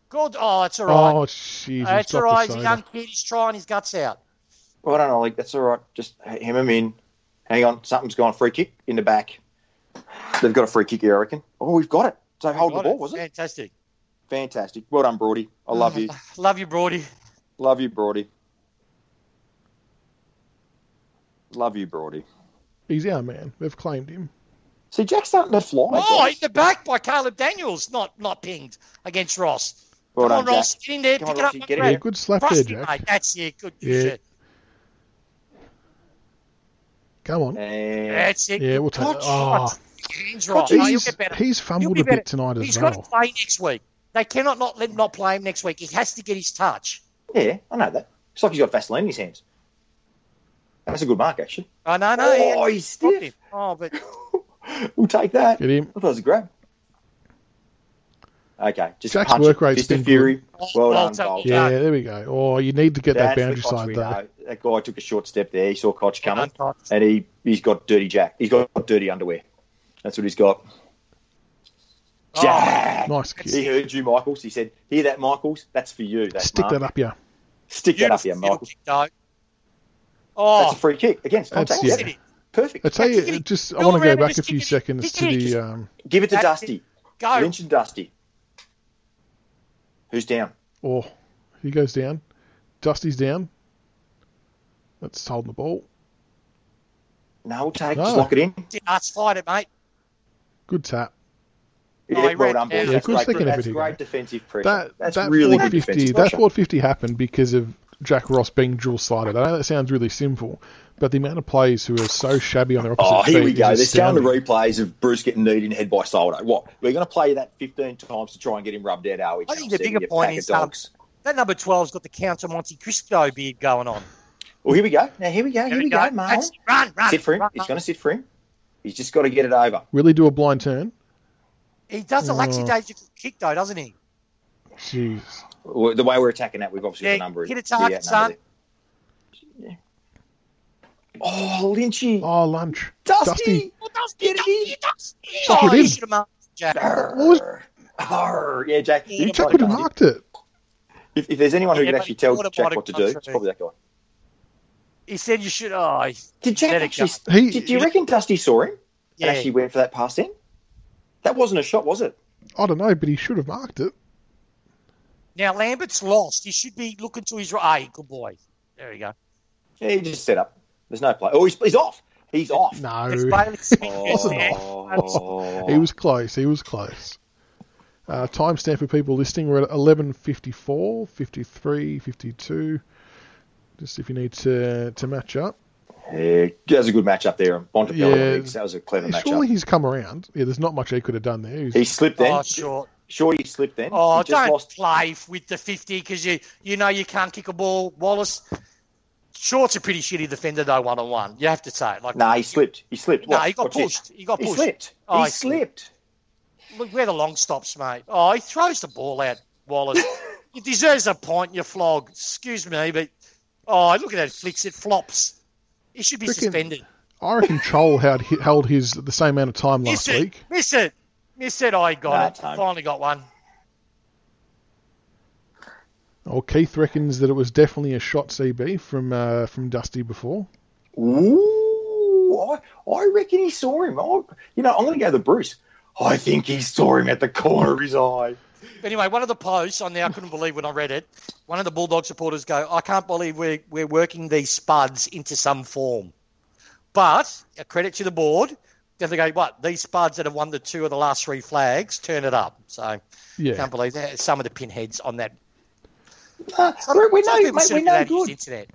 Speaker 2: Good. Oh, it's all right.
Speaker 1: Oh, jeez.
Speaker 2: Uh,
Speaker 1: he's
Speaker 2: it's
Speaker 1: dropped the
Speaker 2: all right. He's a
Speaker 1: soda.
Speaker 2: young kid. He's trying his guts out.
Speaker 3: Well, I don't know. Like that's all right. Just hem him in. Hang on, something's gone. Free kick in the back. They've got a free kick here, I reckon. Oh, we've got it. So hold the
Speaker 2: Got
Speaker 3: ball, was it?
Speaker 2: Fantastic.
Speaker 3: Fantastic. Well done, Brody. I love you.
Speaker 2: Love you, Brody.
Speaker 3: Love you, Brody. Love you, Brody.
Speaker 1: He's our man. They've claimed him.
Speaker 3: See, Jack's starting to fly.
Speaker 2: Oh,
Speaker 3: guys.
Speaker 2: in the back by Caleb Daniels, not not pinged against Ross.
Speaker 3: well
Speaker 2: Come on,
Speaker 3: done, Jack.
Speaker 2: Ross, get in there,
Speaker 3: Come
Speaker 2: pick
Speaker 3: on,
Speaker 2: it up.
Speaker 3: Rossi,
Speaker 2: my
Speaker 1: Yeah,
Speaker 3: get in Yeah.
Speaker 2: friend.
Speaker 3: here.
Speaker 1: good slap there,
Speaker 2: Rusty,
Speaker 1: Jack.
Speaker 2: mate, that's it. Good
Speaker 1: Yeah.
Speaker 2: shit.
Speaker 1: Come on.
Speaker 3: And
Speaker 2: That's it.
Speaker 1: Yeah, we'll take
Speaker 2: Good
Speaker 1: that.
Speaker 2: shot.
Speaker 1: Oh.
Speaker 2: Hands right. No, he'll
Speaker 1: He's,
Speaker 2: get better.
Speaker 1: he's
Speaker 2: He'll
Speaker 1: fumbled
Speaker 2: be
Speaker 1: a
Speaker 2: better.
Speaker 1: bit tonight as
Speaker 2: He's
Speaker 1: well.
Speaker 2: got to play next week. They cannot not let him not play him next week. He has to get his touch.
Speaker 3: yeah, I know that. It's like he's got Vaseline in his hands. That's a good mark, actually.
Speaker 2: I know, no. he-
Speaker 3: Oh, he's
Speaker 2: Stop him.
Speaker 3: stiff.
Speaker 2: Oh, but
Speaker 3: we'll take that.
Speaker 1: Get him.
Speaker 3: That was a grab. Okay, just
Speaker 1: Jack's
Speaker 3: punch
Speaker 1: work
Speaker 3: it.
Speaker 1: rate's
Speaker 3: Fist of
Speaker 1: been
Speaker 3: fury. Well
Speaker 2: I'll
Speaker 3: done,
Speaker 2: take
Speaker 3: Bolt.
Speaker 2: it.
Speaker 1: Yeah, there we go. Oh, you need to get that
Speaker 3: That's
Speaker 1: boundary
Speaker 3: the Koch
Speaker 1: side
Speaker 3: we
Speaker 1: though.
Speaker 3: know. That guy took a short step there. He saw Koch coming,
Speaker 2: Well done, Koch.
Speaker 3: and he he's got dirty Jack. He's got dirty underwear. That's what he's got.
Speaker 2: Oh.
Speaker 3: Jack.
Speaker 1: Nice
Speaker 3: He
Speaker 1: kick.
Speaker 3: heard you, Michaels. He said, "Hear that, Michaels? That's for you. That
Speaker 1: Stick
Speaker 3: mark.
Speaker 1: that up, yeah.
Speaker 3: Stick that up here,
Speaker 2: Beautiful
Speaker 3: Michaels.
Speaker 2: kick, though.
Speaker 3: That's
Speaker 2: Oh,
Speaker 3: a free kick against
Speaker 1: That's-
Speaker 3: contact.
Speaker 1: yeah.
Speaker 3: Yep, Perfect.
Speaker 1: I tell
Speaker 2: That's
Speaker 1: you,
Speaker 2: it.
Speaker 1: just I
Speaker 2: Bill
Speaker 1: want to go
Speaker 2: Rabbit
Speaker 1: back
Speaker 2: is
Speaker 1: a few
Speaker 2: kicking it.
Speaker 1: seconds to
Speaker 2: Kicking it.
Speaker 1: the. Um,
Speaker 3: Give it to
Speaker 2: That's Oh.
Speaker 3: Dusty.
Speaker 2: go.
Speaker 3: Lynch and Dusty. Who's down?
Speaker 1: oh, he goes down. Dusty's down. That's holding the ball.
Speaker 3: No, we'll take.
Speaker 1: No.
Speaker 3: Just lock it in.
Speaker 2: Arts fight it, uh, mate.
Speaker 1: Good tap.
Speaker 2: No,
Speaker 3: yeah,
Speaker 2: Oh, he
Speaker 3: well
Speaker 2: ran
Speaker 3: done,
Speaker 2: down.
Speaker 3: boys.
Speaker 2: Yeah,
Speaker 3: that's
Speaker 1: good
Speaker 3: great,
Speaker 1: second
Speaker 3: that's
Speaker 1: effort he
Speaker 3: great
Speaker 1: got.
Speaker 3: defensive pressure.
Speaker 1: That
Speaker 3: that's
Speaker 1: that
Speaker 3: really good
Speaker 1: 450.
Speaker 3: defensive
Speaker 1: That's
Speaker 3: pressure.
Speaker 1: what 50 happened because of Jack Ross being dual sided. I know that sounds really simple, but the amount of players who are so shabby on their opposite
Speaker 3: Oh, here we
Speaker 1: feet
Speaker 3: go.
Speaker 1: is
Speaker 3: They're showing the
Speaker 1: astounding.
Speaker 3: replays of Bruce getting kneed in the head by Soldo. What? We're going to play that 15 times to try and get him rubbed out, are we?
Speaker 2: I think the
Speaker 3: Channel 7,
Speaker 2: bigger
Speaker 3: you
Speaker 2: point
Speaker 3: pack of
Speaker 2: is, um,
Speaker 3: dogs.
Speaker 2: That number 12's got the Count of Monte Cristo beard going on.
Speaker 3: Well, here we go. Now, here we go. Here,
Speaker 2: There
Speaker 3: we go, Marlon.
Speaker 2: That's- Run, run.
Speaker 3: Sit for him.
Speaker 2: run,
Speaker 3: He's
Speaker 2: run.
Speaker 3: going to sit for him. He's just got to get it over.
Speaker 1: Really do a blind turn.
Speaker 2: He does a
Speaker 1: Oh.
Speaker 2: lackadaisical kick, though, doesn't he?
Speaker 1: Jeez.
Speaker 3: Well, The way we're attacking that, we've obviously got
Speaker 2: Yeah,
Speaker 3: a number.
Speaker 2: hit a
Speaker 3: we
Speaker 2: target,
Speaker 3: outnumber
Speaker 2: son.
Speaker 3: there. Yeah. Oh, Lynchy.
Speaker 1: Oh, lunch.
Speaker 3: Dusty.
Speaker 1: Dusty.
Speaker 2: Well, Dusty,
Speaker 3: Get it in.
Speaker 2: Dusty, Dusty.
Speaker 1: Suck it
Speaker 2: Oh,
Speaker 1: in.
Speaker 2: you should have marked Jack.
Speaker 3: Arr.
Speaker 1: was-
Speaker 3: Arr. Yeah, Jack.
Speaker 2: Yeah,
Speaker 3: you
Speaker 1: Jack
Speaker 3: probably
Speaker 1: would have
Speaker 3: know.
Speaker 1: marked it.
Speaker 3: If, if there's anyone who
Speaker 2: Yeah,
Speaker 3: can
Speaker 2: but
Speaker 3: actually
Speaker 2: he
Speaker 3: tell
Speaker 2: thought it might
Speaker 3: Jack
Speaker 2: have
Speaker 3: what to
Speaker 2: come
Speaker 3: do,
Speaker 2: through.
Speaker 3: it's probably that guy.
Speaker 2: He said you should. Oh,
Speaker 3: Did Jack
Speaker 2: Let it
Speaker 3: actually?
Speaker 1: He,
Speaker 3: Did, do you reckon Dusty saw him?
Speaker 2: yeah.
Speaker 3: and actually went for that pass in? That wasn't a shot, was it?
Speaker 1: I don't know, but he should have marked it.
Speaker 2: Now Lambert's lost. He should be looking to his right. Hey, good boy. There we go.
Speaker 3: Yeah, he just set up. There's no play. Oh, he's, he's off. He's off.
Speaker 1: No.
Speaker 2: It's Bailey Smith.
Speaker 3: Oh.
Speaker 1: He was close. He was close. Uh, time stamp for people listening. We're at 11.54, 53, 52. Just if you need to to match up.
Speaker 3: Yeah, that was a good match up there. And Bontempelli,
Speaker 1: Yeah.
Speaker 3: I think. that was a clever match
Speaker 1: Surely
Speaker 3: up.
Speaker 1: he's come around. Yeah, there's not much he could have done there. He's-
Speaker 3: He slipped then.
Speaker 2: Oh, sure.
Speaker 3: Sure, he slipped then.
Speaker 2: Oh,
Speaker 3: he just
Speaker 2: don't
Speaker 3: lost.
Speaker 2: play f- with the 50 because you, you know you can't kick a ball. Wallace, Short's a pretty shitty defender, though, one on one. You have to say it. Like,
Speaker 3: No, he slipped. He slipped.
Speaker 2: No,
Speaker 3: Watch,
Speaker 2: he got
Speaker 3: watch this.
Speaker 2: pushed. He got
Speaker 3: He
Speaker 2: pushed.
Speaker 3: slipped.
Speaker 2: Oh,
Speaker 3: he
Speaker 2: he slipped.
Speaker 3: slipped.
Speaker 2: Look, where the long stops, mate. Oh, he throws the ball out, Wallace. it deserves a point, you flog. Excuse me, but oh, look at that flicks. It flops. He should be
Speaker 1: Frickin'
Speaker 2: suspended.
Speaker 1: I reckon Troll had, held his the same amount of time
Speaker 2: Miss
Speaker 1: last
Speaker 2: it.
Speaker 1: week.
Speaker 2: Miss it. Miss it. I got
Speaker 3: Nah,
Speaker 2: it.
Speaker 3: it's home.
Speaker 2: Finally got one.
Speaker 1: Oh, Keith reckons that it was definitely a shot CB from uh, from Dusty before.
Speaker 3: Ooh, I, I reckon he saw him. I, you know, I'm going to go to Bruce. I think he saw him at the corner of his eye.
Speaker 2: Anyway, one of the posts on there, I couldn't believe when I read it. One of the Bulldog supporters go, I can't believe we're, we're working these spuds into some form. But a credit to the board, they go, what? These spuds that have won the two of the last three flags, turn it up. So
Speaker 1: Yeah.
Speaker 2: can't believe that. Some of the pinheads on that.
Speaker 3: Nah, we're, we're
Speaker 2: Some
Speaker 3: no,
Speaker 2: people
Speaker 3: mate,
Speaker 2: should
Speaker 3: we're
Speaker 2: have
Speaker 3: no
Speaker 2: been able
Speaker 3: good.
Speaker 2: to use the internet.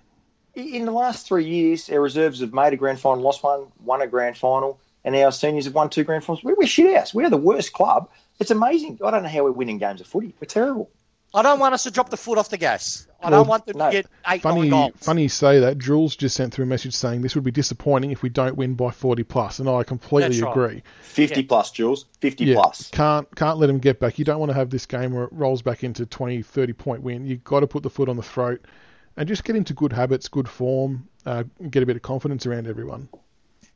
Speaker 3: In the last three years, our reserves have made a grand final, lost one, won a grand final, and our seniors have won two grand finals. We're, we're shit ass. We're the worst club. It's amazing. I don't know how we're winning games of footy. We're terrible.
Speaker 2: I don't want us to drop the foot off the gas. I
Speaker 1: Well,
Speaker 2: don't want them
Speaker 3: no.
Speaker 2: to get eight,
Speaker 1: Funny,
Speaker 2: nine goals.
Speaker 1: funny you say that. Jules just sent through a message saying this would be disappointing if we don't win by 40 plus, and I completely
Speaker 2: That's right.
Speaker 1: agree.
Speaker 3: 50
Speaker 2: Yeah.
Speaker 3: plus, Jules. 50 plus.
Speaker 1: Can't can't let him get back. You don't want to have this game where it rolls back into 20, 30 point win. You've got to put the foot on the throat and just get into good habits, good form, uh, get a bit of confidence around everyone.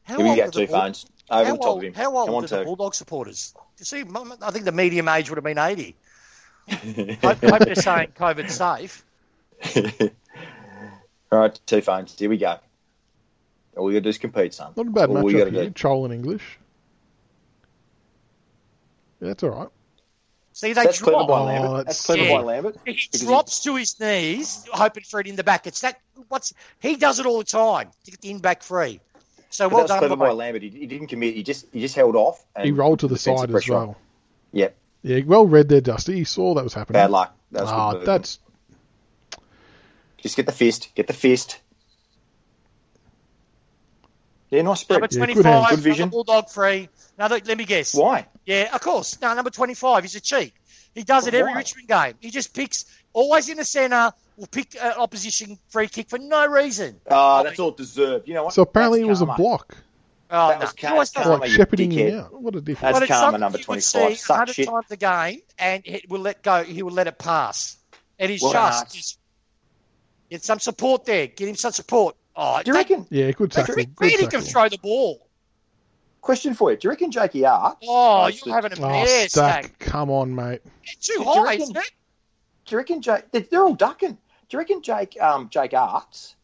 Speaker 2: How
Speaker 3: Here we
Speaker 2: old
Speaker 3: go,
Speaker 2: are the
Speaker 3: two
Speaker 2: Bull-
Speaker 3: phones. Over
Speaker 2: how
Speaker 3: the top
Speaker 2: old,
Speaker 3: of him.
Speaker 2: How
Speaker 3: Come
Speaker 2: old
Speaker 3: on,
Speaker 2: are the
Speaker 3: two.
Speaker 2: Bulldog supporters? You see, m- I think the medium age would have been 80. hope, hope they're saying COVID safe.
Speaker 3: All right, two phones. Here we go. All we got to do is compete, son.
Speaker 1: Not a bad
Speaker 3: All we
Speaker 1: matchup
Speaker 3: gotta
Speaker 1: here.
Speaker 3: do.
Speaker 1: Troll in English. Yeah, that's all right.
Speaker 2: See, they
Speaker 3: That's clever
Speaker 2: drop.
Speaker 3: by
Speaker 1: Oh,
Speaker 3: Lambert.
Speaker 1: that's
Speaker 3: That's clever
Speaker 2: sick.
Speaker 3: by Lambert.
Speaker 2: He
Speaker 3: he-
Speaker 2: drops to his knees, hoping for it in the back. It's that what's he does it all the time to get the in back free. So
Speaker 3: But
Speaker 2: well
Speaker 3: that was
Speaker 2: done,
Speaker 3: clever by
Speaker 2: Lyle.
Speaker 3: Lambert. He, he didn't commit. He just he just held off. And
Speaker 1: He rolled to the
Speaker 3: defensive
Speaker 1: side as
Speaker 3: pressure on.
Speaker 1: well.
Speaker 3: Yep.
Speaker 1: Yeah, well read there, Dusty. He saw that was happening.
Speaker 3: Bad luck. That was good
Speaker 1: Ah,
Speaker 3: movement.
Speaker 1: that's
Speaker 3: Just get the fist. Get the fist. Yeah, nice spread.
Speaker 2: number
Speaker 1: Yeah, good
Speaker 2: twenty five,
Speaker 1: hand.
Speaker 3: Good vision.
Speaker 2: another bulldog free. Another let me guess.
Speaker 3: Why?
Speaker 2: Yeah, of course. No, number twenty five. He's a cheat. He does it every
Speaker 3: Why?
Speaker 2: Richmond game. He just picks always in the centre. Will pick an opposition free kick for no reason.
Speaker 3: Ah, that's all it deserved. You know what?
Speaker 1: so. Apparently, it
Speaker 3: That's
Speaker 1: was a
Speaker 3: karma.
Speaker 1: block,
Speaker 2: Oh,
Speaker 3: That
Speaker 2: no.
Speaker 3: was
Speaker 2: He always
Speaker 3: Kane.
Speaker 1: like
Speaker 2: does it.
Speaker 3: Kane. Karma, you
Speaker 1: shepherding him
Speaker 3: dickhead.
Speaker 1: out. What a difference!
Speaker 3: That's
Speaker 2: But it's
Speaker 3: karma,
Speaker 2: something
Speaker 3: number
Speaker 2: you would
Speaker 3: 25.
Speaker 2: see
Speaker 3: Suck
Speaker 2: 100
Speaker 3: shit.
Speaker 2: times a game, and it will let go. He will let it pass, and he's
Speaker 3: Well,
Speaker 2: just
Speaker 3: that's-
Speaker 2: just- get some support there. Get him some support. Oh,
Speaker 3: Do you reckon?
Speaker 1: Yeah, good
Speaker 2: that,
Speaker 1: tackle.
Speaker 2: Rick
Speaker 1: good
Speaker 2: Reedy
Speaker 1: tackle.
Speaker 2: can throw the ball.
Speaker 3: Question for you. Do you reckon Jakey R?
Speaker 2: Oh,
Speaker 3: Nice.
Speaker 2: you're having a
Speaker 1: Oh,
Speaker 2: bear
Speaker 1: stack.
Speaker 2: stack.
Speaker 1: Come on, mate.
Speaker 2: It's too
Speaker 3: Do you
Speaker 2: high,
Speaker 3: reckon-
Speaker 2: isn't it?
Speaker 3: Do you reckon Jake? they- They're all ducking. Do you reckon Jake? Um, Jake Arts?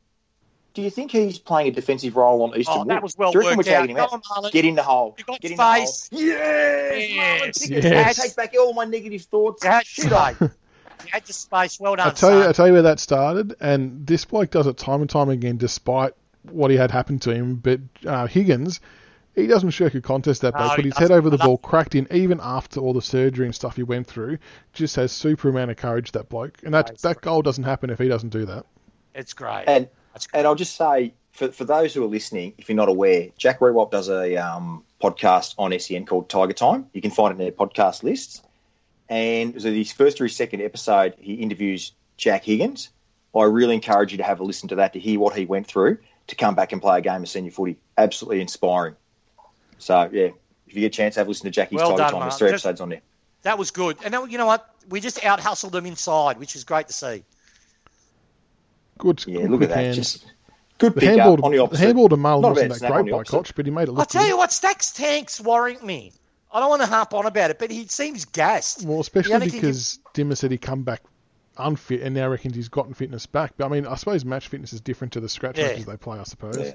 Speaker 3: Do you think he's playing a defensive role on Eastern
Speaker 2: Oh,
Speaker 3: Wood?
Speaker 2: that was well
Speaker 3: Do you reckon
Speaker 2: worked
Speaker 3: we're
Speaker 2: out.
Speaker 3: taking him
Speaker 2: Come on, Marlon.
Speaker 3: Get in the hole.
Speaker 2: You got
Speaker 3: Get in
Speaker 2: space.
Speaker 3: the hole. Yes,
Speaker 2: Yes.
Speaker 3: Marlon Pickens.
Speaker 1: Yes.
Speaker 3: I take back all my negative thoughts.
Speaker 2: You had
Speaker 3: Should I?
Speaker 2: space. You had the space. Well done.
Speaker 1: I tell you, I
Speaker 2: son.
Speaker 1: tell you where that started, and this bloke does it time and time again, despite what he had happened to him. But uh, Higgins, he doesn't shirk a contest that
Speaker 2: No,
Speaker 1: bad.
Speaker 2: he
Speaker 1: Put his
Speaker 2: doesn't.
Speaker 1: head over the
Speaker 2: I love-
Speaker 1: ball, cracked in, even after all the surgery and stuff he went through. Just has super amount of courage that bloke, and that
Speaker 2: Nice.
Speaker 1: that goal doesn't happen if he doesn't do that.
Speaker 2: It's great.
Speaker 3: And
Speaker 2: That's great.
Speaker 3: and I'll just say for, for those who are listening, if you're not aware, Jack Rewop does a um, podcast on SEN called Tiger Time. You can find it in their podcast lists. And so his first or his second episode, he interviews Jack Higgins. I really encourage you to have a listen to that to hear what he went through to come back and play a game of senior footy. Absolutely inspiring. So yeah, if you get a chance, have a listen to Jackie's
Speaker 2: Well
Speaker 3: Tiger
Speaker 2: done,
Speaker 3: Time. There's
Speaker 2: Mark.
Speaker 3: three
Speaker 2: Just-
Speaker 3: episodes on there.
Speaker 2: That was good. And that, you know what? We just out hustled them inside, which was great to see.
Speaker 1: Good,
Speaker 3: Yeah,
Speaker 1: good
Speaker 3: look at
Speaker 1: quick
Speaker 3: that.
Speaker 1: hand.
Speaker 3: Just good
Speaker 1: the
Speaker 3: pick
Speaker 1: handball,
Speaker 3: up on the
Speaker 1: the
Speaker 3: opposite.
Speaker 1: handball to Marlon
Speaker 3: Not a bad
Speaker 1: wasn't that
Speaker 3: snap on
Speaker 1: great
Speaker 3: the
Speaker 1: by
Speaker 3: opposite.
Speaker 1: Koch, but he made it
Speaker 2: I'll
Speaker 1: look
Speaker 2: tell
Speaker 1: good.
Speaker 2: you what, Stacks Tanks warrant me. I don't want to harp on about it, but he seems gassed.
Speaker 1: Well,
Speaker 2: The
Speaker 1: especially
Speaker 2: only thing
Speaker 1: because Dimmer said he come back unfit and now reckons he's gotten fitness back. But I mean, I suppose match fitness is different to the scratch
Speaker 2: Yeah.
Speaker 1: matches they play. I suppose.
Speaker 3: Yeah.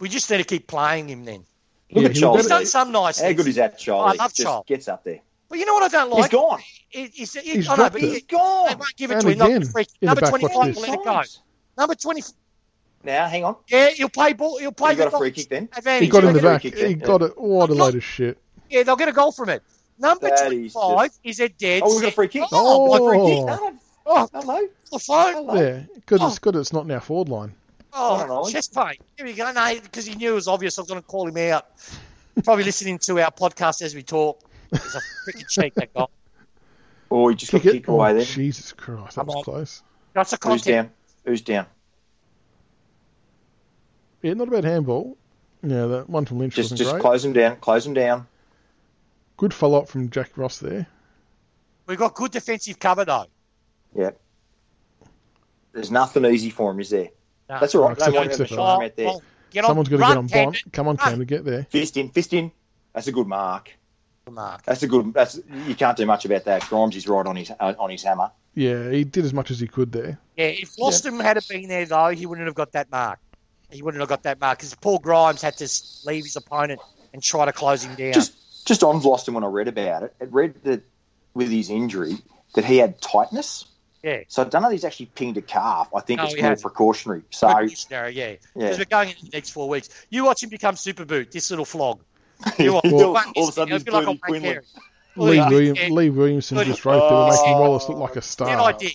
Speaker 2: We just need to keep playing him then.
Speaker 3: Look
Speaker 1: Yeah,
Speaker 3: at
Speaker 1: he was
Speaker 3: Charlie.
Speaker 2: He's done some nice
Speaker 3: How
Speaker 2: things.
Speaker 3: good is that, Charlie?
Speaker 2: I love
Speaker 3: Just
Speaker 2: Charlie.
Speaker 3: gets up there.
Speaker 2: But you know what I don't like?
Speaker 3: He's gone.
Speaker 2: It- it's- it-
Speaker 1: He's
Speaker 2: I know, but
Speaker 1: dropped
Speaker 2: he-
Speaker 1: it.
Speaker 3: He's
Speaker 2: they
Speaker 3: gone.
Speaker 2: won't give it
Speaker 1: And
Speaker 2: to him. Not
Speaker 1: again,
Speaker 2: the freak.
Speaker 1: in the
Speaker 2: Number
Speaker 1: back, watch
Speaker 2: 25 will
Speaker 1: this.
Speaker 2: let it go. Number 20.
Speaker 3: Now, hang on.
Speaker 2: Yeah, he'll play ball. He'll play
Speaker 3: He got
Speaker 2: the
Speaker 3: a free
Speaker 2: ball.
Speaker 3: kick then.
Speaker 2: Advantage.
Speaker 1: He got
Speaker 3: He's
Speaker 1: in the
Speaker 3: gonna
Speaker 1: back.
Speaker 3: kick
Speaker 1: He
Speaker 3: it,
Speaker 1: got it. Oh, What a
Speaker 2: I'm not-
Speaker 1: load of shit!
Speaker 2: Yeah, they'll get a goal from it. Number
Speaker 3: That is
Speaker 2: 25 is a dead
Speaker 3: Oh, we got a
Speaker 2: set
Speaker 3: free kick.
Speaker 2: goal.
Speaker 1: Oh.
Speaker 3: Free kick. No, no.
Speaker 2: Oh,
Speaker 3: Hello.
Speaker 2: the phone.
Speaker 3: Hello.
Speaker 1: Yeah, good.
Speaker 2: Oh.
Speaker 1: It's good. It's not in our forward line.
Speaker 3: Hold
Speaker 2: Oh,
Speaker 3: on.
Speaker 2: chest pain. Here we go. No, because he knew it was obvious. I was going to call him out. Probably listening to our podcast as we talk. He's a freaking cheat, that guy.
Speaker 3: Oh, he just got
Speaker 1: Kick it.
Speaker 3: kicked away
Speaker 1: Oh,
Speaker 3: then.
Speaker 1: Jesus Christ, that
Speaker 2: Come
Speaker 1: was
Speaker 2: on.
Speaker 1: close.
Speaker 2: That's a
Speaker 3: Who's
Speaker 2: content.
Speaker 3: down? Who's down?
Speaker 1: Yeah, not a bad handball. Yeah, that one from Lynch
Speaker 3: Just
Speaker 1: wasn't
Speaker 3: just
Speaker 1: great.
Speaker 3: close him down. Close him down.
Speaker 1: Good follow up from Jack Ross there.
Speaker 2: We've got good defensive cover, though.
Speaker 3: Yeah. There's nothing easy for him, is there?
Speaker 2: No. Oh,
Speaker 3: That's all right.
Speaker 1: Except-
Speaker 3: No one
Speaker 1: except
Speaker 3: ever
Speaker 1: for-
Speaker 3: shot him out there.
Speaker 2: Well, get on,
Speaker 1: Someone's going to
Speaker 2: run,
Speaker 1: get on bomb.
Speaker 2: Camden.
Speaker 1: Come on,
Speaker 2: Run.
Speaker 1: Cam, to get there.
Speaker 3: Fist in. Fist in. That's a good mark.
Speaker 2: Mark.
Speaker 3: That's a good. That's you can't do much about that. Grimes is right on his uh, on his hammer.
Speaker 1: Yeah, he did as much as he could there.
Speaker 2: Yeah, if Loston had have been there, though, he wouldn't have got that mark. He wouldn't have got that mark because Paul Grimes had to s- leave his opponent and try to close him down.
Speaker 3: Just just on Vlosten when I read about it, it read that with his injury that he had tightness.
Speaker 2: yeah.
Speaker 3: So I don't know if he's actually pinged a calf. I think
Speaker 2: No,
Speaker 3: it's
Speaker 2: Oh, he
Speaker 3: more
Speaker 2: hasn't.
Speaker 3: precautionary. So
Speaker 2: Good scenario, yeah.
Speaker 3: Yeah.
Speaker 2: Because we're going into the next four weeks. You watch him become super boot, this little flog. You watch.
Speaker 3: all,
Speaker 2: One-
Speaker 3: all of a sudden he's
Speaker 2: it'll be like a
Speaker 3: Bernie
Speaker 2: Wayne
Speaker 3: Quinlan.
Speaker 2: Carey.
Speaker 1: Lee,
Speaker 2: Yeah.
Speaker 1: William,
Speaker 2: Yeah.
Speaker 1: Lee Williamson
Speaker 2: Good.
Speaker 1: just wrote there, making
Speaker 3: Oh.
Speaker 1: Wallace look like a star.
Speaker 2: Then I did.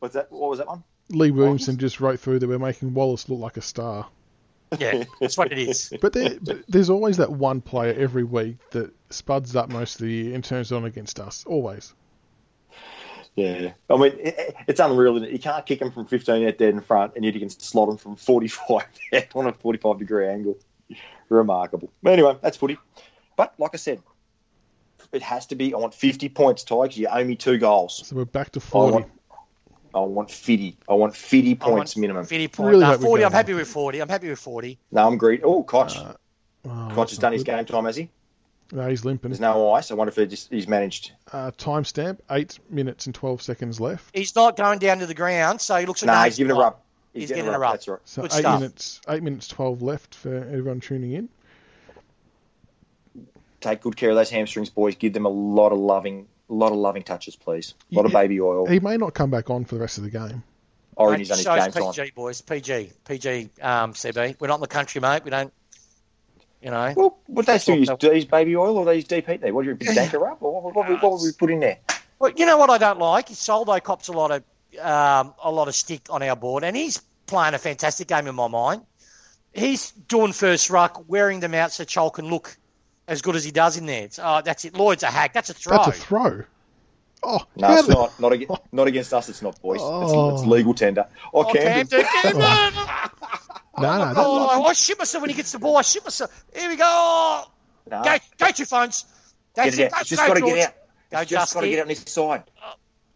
Speaker 3: What's that? What was that one?
Speaker 1: Lee Williamson just wrote through that we're making Wallace look like a star.
Speaker 2: Yeah, that's what it is.
Speaker 1: But, there, but there's always that one player every week that spuds up most of the year and turns it on against us. Always.
Speaker 3: Yeah, I mean it, it's unreal. Isn't it? You can't kick him from 15 out dead in front, and yet you can slot him from 45 out on a 45 degree angle. Remarkable. But anyway, that's footy. But like I said, it has to be. I want 50 points, Ty. 'cause you owe me two goals.
Speaker 1: So we're back to
Speaker 3: I
Speaker 1: 40.
Speaker 3: want. I want 50. I want
Speaker 2: I
Speaker 3: 50
Speaker 2: want
Speaker 3: points minimum.
Speaker 2: 50 point.
Speaker 1: Really
Speaker 2: Nah,
Speaker 1: hope we
Speaker 2: 40.
Speaker 1: go
Speaker 2: I'm
Speaker 1: there.
Speaker 2: happy with 40. I'm happy with 40.
Speaker 3: No, I'm greedy. Oh, Koch.
Speaker 1: Uh, oh,
Speaker 3: Koch
Speaker 1: that's
Speaker 3: has done
Speaker 1: not
Speaker 3: his
Speaker 1: good.
Speaker 3: game time, has he?
Speaker 1: No, he's limping.
Speaker 3: There's no ice. I wonder if he just, he's managed.
Speaker 1: Uh, timestamp: eight minutes and twelve seconds left.
Speaker 2: He's not going down to the ground, so he looks at
Speaker 3: No,
Speaker 2: no,
Speaker 3: he's giving it a rub.
Speaker 2: He's giving it a rub.
Speaker 3: That's right.
Speaker 1: So
Speaker 2: Good
Speaker 1: eight
Speaker 2: stuff.
Speaker 1: minutes, eight minutes twelve left for everyone tuning in.
Speaker 3: Take good care of those hamstrings, boys. Give them a lot of loving, a lot of loving touches, please. A lot of
Speaker 1: Yeah.
Speaker 3: baby oil.
Speaker 1: He may not come back on for the rest of the game.
Speaker 3: Orange is on his
Speaker 2: Shows
Speaker 3: game time.
Speaker 2: PG boys, PG, PG, um, CB. We're not in the country, mate. We don't, you know.
Speaker 3: Well, would they still use,
Speaker 2: No.
Speaker 3: use baby oil or they use deep heat there? What do you big danker up? Or what, what, what, would we put in there?
Speaker 2: Well, you know what I don't like. Soldo cops a lot of um, a lot of stick on our board, and he's playing a fantastic game in my mind. He's doing first ruck, wearing them out so Chol can look as good as he does in there. It's, oh, that's it. Lloyd's a hack. That's a throw.
Speaker 1: That's a throw. Oh,
Speaker 3: No,
Speaker 1: how
Speaker 3: it's
Speaker 1: the-
Speaker 3: not. Not against, not against us. It's not, boys. It's,
Speaker 1: Oh.
Speaker 3: it's legal tender. Oh,
Speaker 2: Oh,
Speaker 3: Camden.
Speaker 2: Camden, Camden!
Speaker 1: No, no, that-
Speaker 2: Oh, I, I shit myself when he gets the ball. I shit myself. Here we go. Oh,
Speaker 3: No,
Speaker 2: go, go, two phones. That's
Speaker 3: Uh, get it out.
Speaker 2: That's
Speaker 3: It's just got to
Speaker 2: George.
Speaker 3: get out.
Speaker 2: Go,
Speaker 3: It's just got to
Speaker 2: Justy.
Speaker 3: get out on his side.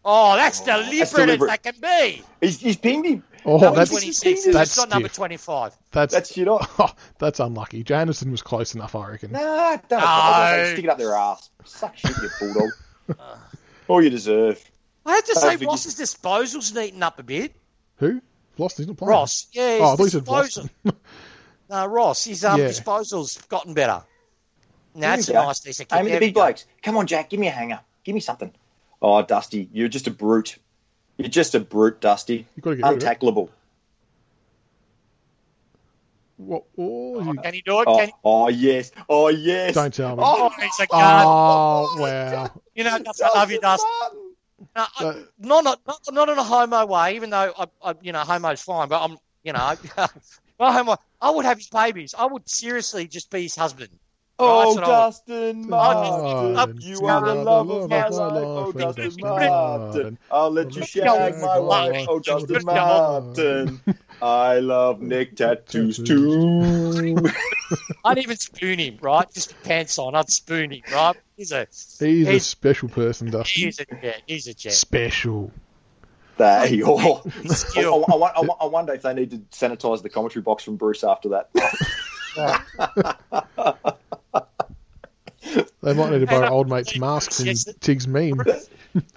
Speaker 2: Oh, that's
Speaker 3: Oh,
Speaker 2: deliberate,
Speaker 3: that's deliberate. Oh,
Speaker 2: as that can be.
Speaker 3: He's, he's pinged him.
Speaker 1: oh,
Speaker 2: number
Speaker 1: that's,
Speaker 2: 26.
Speaker 1: that's
Speaker 2: That's not number
Speaker 1: stiff.
Speaker 2: 25.
Speaker 1: that's
Speaker 3: That's shit off.
Speaker 1: oh, that's unlucky. Janison was close enough, I reckon.
Speaker 3: Nah, don't
Speaker 2: No.
Speaker 3: apologise. Stick it up their ass. Suck shit, you bulldog. All you deserve.
Speaker 2: I have to
Speaker 3: I
Speaker 2: say,
Speaker 3: think
Speaker 2: Ross's disposal's neaten up a bit.
Speaker 1: Who? Lost? He's not playing.
Speaker 2: Ross, yeah.
Speaker 1: Oh, I
Speaker 2: his
Speaker 1: thought you said
Speaker 2: disposal.
Speaker 1: Boston.
Speaker 2: No, Ross, his um,
Speaker 1: Yeah.
Speaker 2: disposal's gotten better. Now, that's a
Speaker 3: you go.
Speaker 2: nice, decent kick.
Speaker 3: Aim at the
Speaker 2: There we
Speaker 3: big
Speaker 2: go.
Speaker 3: blokes. Come on, Jack. Give me a hanger. Give me something. Oh, Dusty, you're just a brute. You're just a brute, Dusty.
Speaker 1: You've got to get rid of it.
Speaker 3: Untacklable.
Speaker 1: What? Oh, you-
Speaker 2: Can he do it?
Speaker 3: Oh,
Speaker 2: Can he?
Speaker 3: oh, yes. Oh yes.
Speaker 1: don't tell me.
Speaker 2: Oh, he's a guard.
Speaker 1: Oh, wow.
Speaker 2: you know, nothing. I love you, Dust. No, I-
Speaker 1: That-
Speaker 2: not, not, not in a homo way, even though, I, I, you know, homo's fine, but I'm, you know, not homo. I would have his babies. I would seriously just be his husband.
Speaker 3: Oh,
Speaker 2: That's what I want.
Speaker 3: Dustin
Speaker 1: Martin,
Speaker 3: Martin, you are the love of my
Speaker 1: love of my
Speaker 3: life.
Speaker 1: life,
Speaker 3: Oh, Dustin
Speaker 1: Dustin Martin.
Speaker 3: Martin, I'll let you
Speaker 1: Look
Speaker 3: shag
Speaker 2: at
Speaker 3: my
Speaker 1: your
Speaker 3: wife.
Speaker 1: life.
Speaker 3: Oh,
Speaker 1: Look
Speaker 3: Dustin
Speaker 2: at your-
Speaker 3: Martin, I love neck tattoos too.
Speaker 1: Tattoos.
Speaker 2: I'd even spoon him, right? Just with pants on. I'd spoon him, right? He's a,
Speaker 1: He's a
Speaker 2: He's-
Speaker 1: special person, Dusty.
Speaker 2: he's a jet. He's a jet.
Speaker 1: Special.
Speaker 3: They all.
Speaker 2: He's
Speaker 3: I, I,
Speaker 2: skilled.
Speaker 3: I, I, I wonder if they need to sanitise the commentary box from Bruce after that.
Speaker 1: They might need to borrow
Speaker 2: And I-
Speaker 1: old mate's mask from
Speaker 2: Yes.
Speaker 1: Tig's
Speaker 2: Uh,
Speaker 1: meme.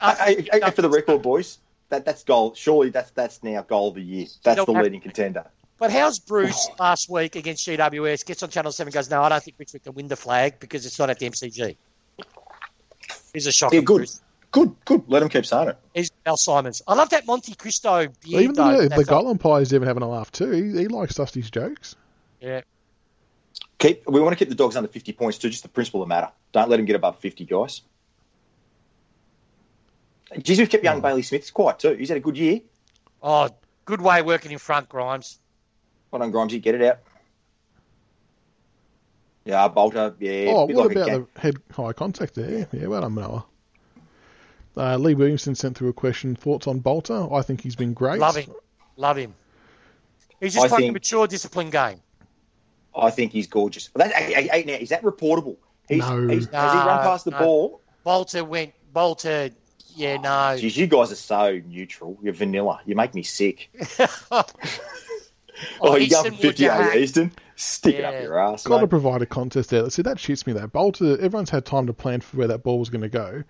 Speaker 3: I, I, I, for the record, boys, that, that's goal. Surely that's that's now goal of the year. That's
Speaker 2: No,
Speaker 3: the
Speaker 2: I-
Speaker 3: leading contender.
Speaker 2: But how's Bruce last week against GWS? Gets on Channel 7 goes, no, I don't think Richmond can win the flag because it's not at the MCG. He's a shocker.
Speaker 3: Yeah, good.
Speaker 2: Bruce.
Speaker 3: Good, good. Let them keep saying it.
Speaker 2: He's Al Simons. I love that Monte Cristo beard,
Speaker 1: Even
Speaker 2: though.
Speaker 1: the, the
Speaker 2: That's
Speaker 1: goal umpire's even having a laugh too. He, he likes Dusty's jokes.
Speaker 3: Keep. We want to keep the dogs under fifty points too. Just the principle of the matter. Don't let them get above fifty, guys. Jeez, we've kept young
Speaker 1: Hmm.
Speaker 3: Bailey Smith's quiet too. He's had a good year.
Speaker 2: Oh, good way of working in front, Grimes.
Speaker 3: Well done, Grimesy. Get it out. Yeah, Bolter. Yeah.
Speaker 1: oh,
Speaker 3: bit
Speaker 1: what
Speaker 3: like a
Speaker 1: about
Speaker 3: cat.
Speaker 1: the head high contact there? Yeah, well done, Manoa. Uh, Lee Williamson sent through a question. Thoughts on Bolter? I think he's been great.
Speaker 2: Love him. Love him. He's just
Speaker 3: I
Speaker 2: playing a
Speaker 3: think-
Speaker 2: mature, disciplined game.
Speaker 3: I think he's gorgeous. Well, that, hey, hey, hey, now, is that reportable? He's,
Speaker 1: No.
Speaker 3: he's, Has he
Speaker 2: No,
Speaker 3: run past the
Speaker 2: no.
Speaker 3: ball?
Speaker 2: Bolter went. Bolter, yeah, no.
Speaker 3: Jeez, you guys are so neutral. You're vanilla. You make me sick. Oh, you
Speaker 2: Easton
Speaker 3: got
Speaker 2: would you
Speaker 3: 58
Speaker 2: hack?
Speaker 3: Easton. Stick it
Speaker 2: Yeah.
Speaker 3: up your ass.
Speaker 1: Got to
Speaker 3: mate.
Speaker 1: provide a contest there. See, that shoots me though. Bolter, everyone's had time to plan for where that ball was going to go,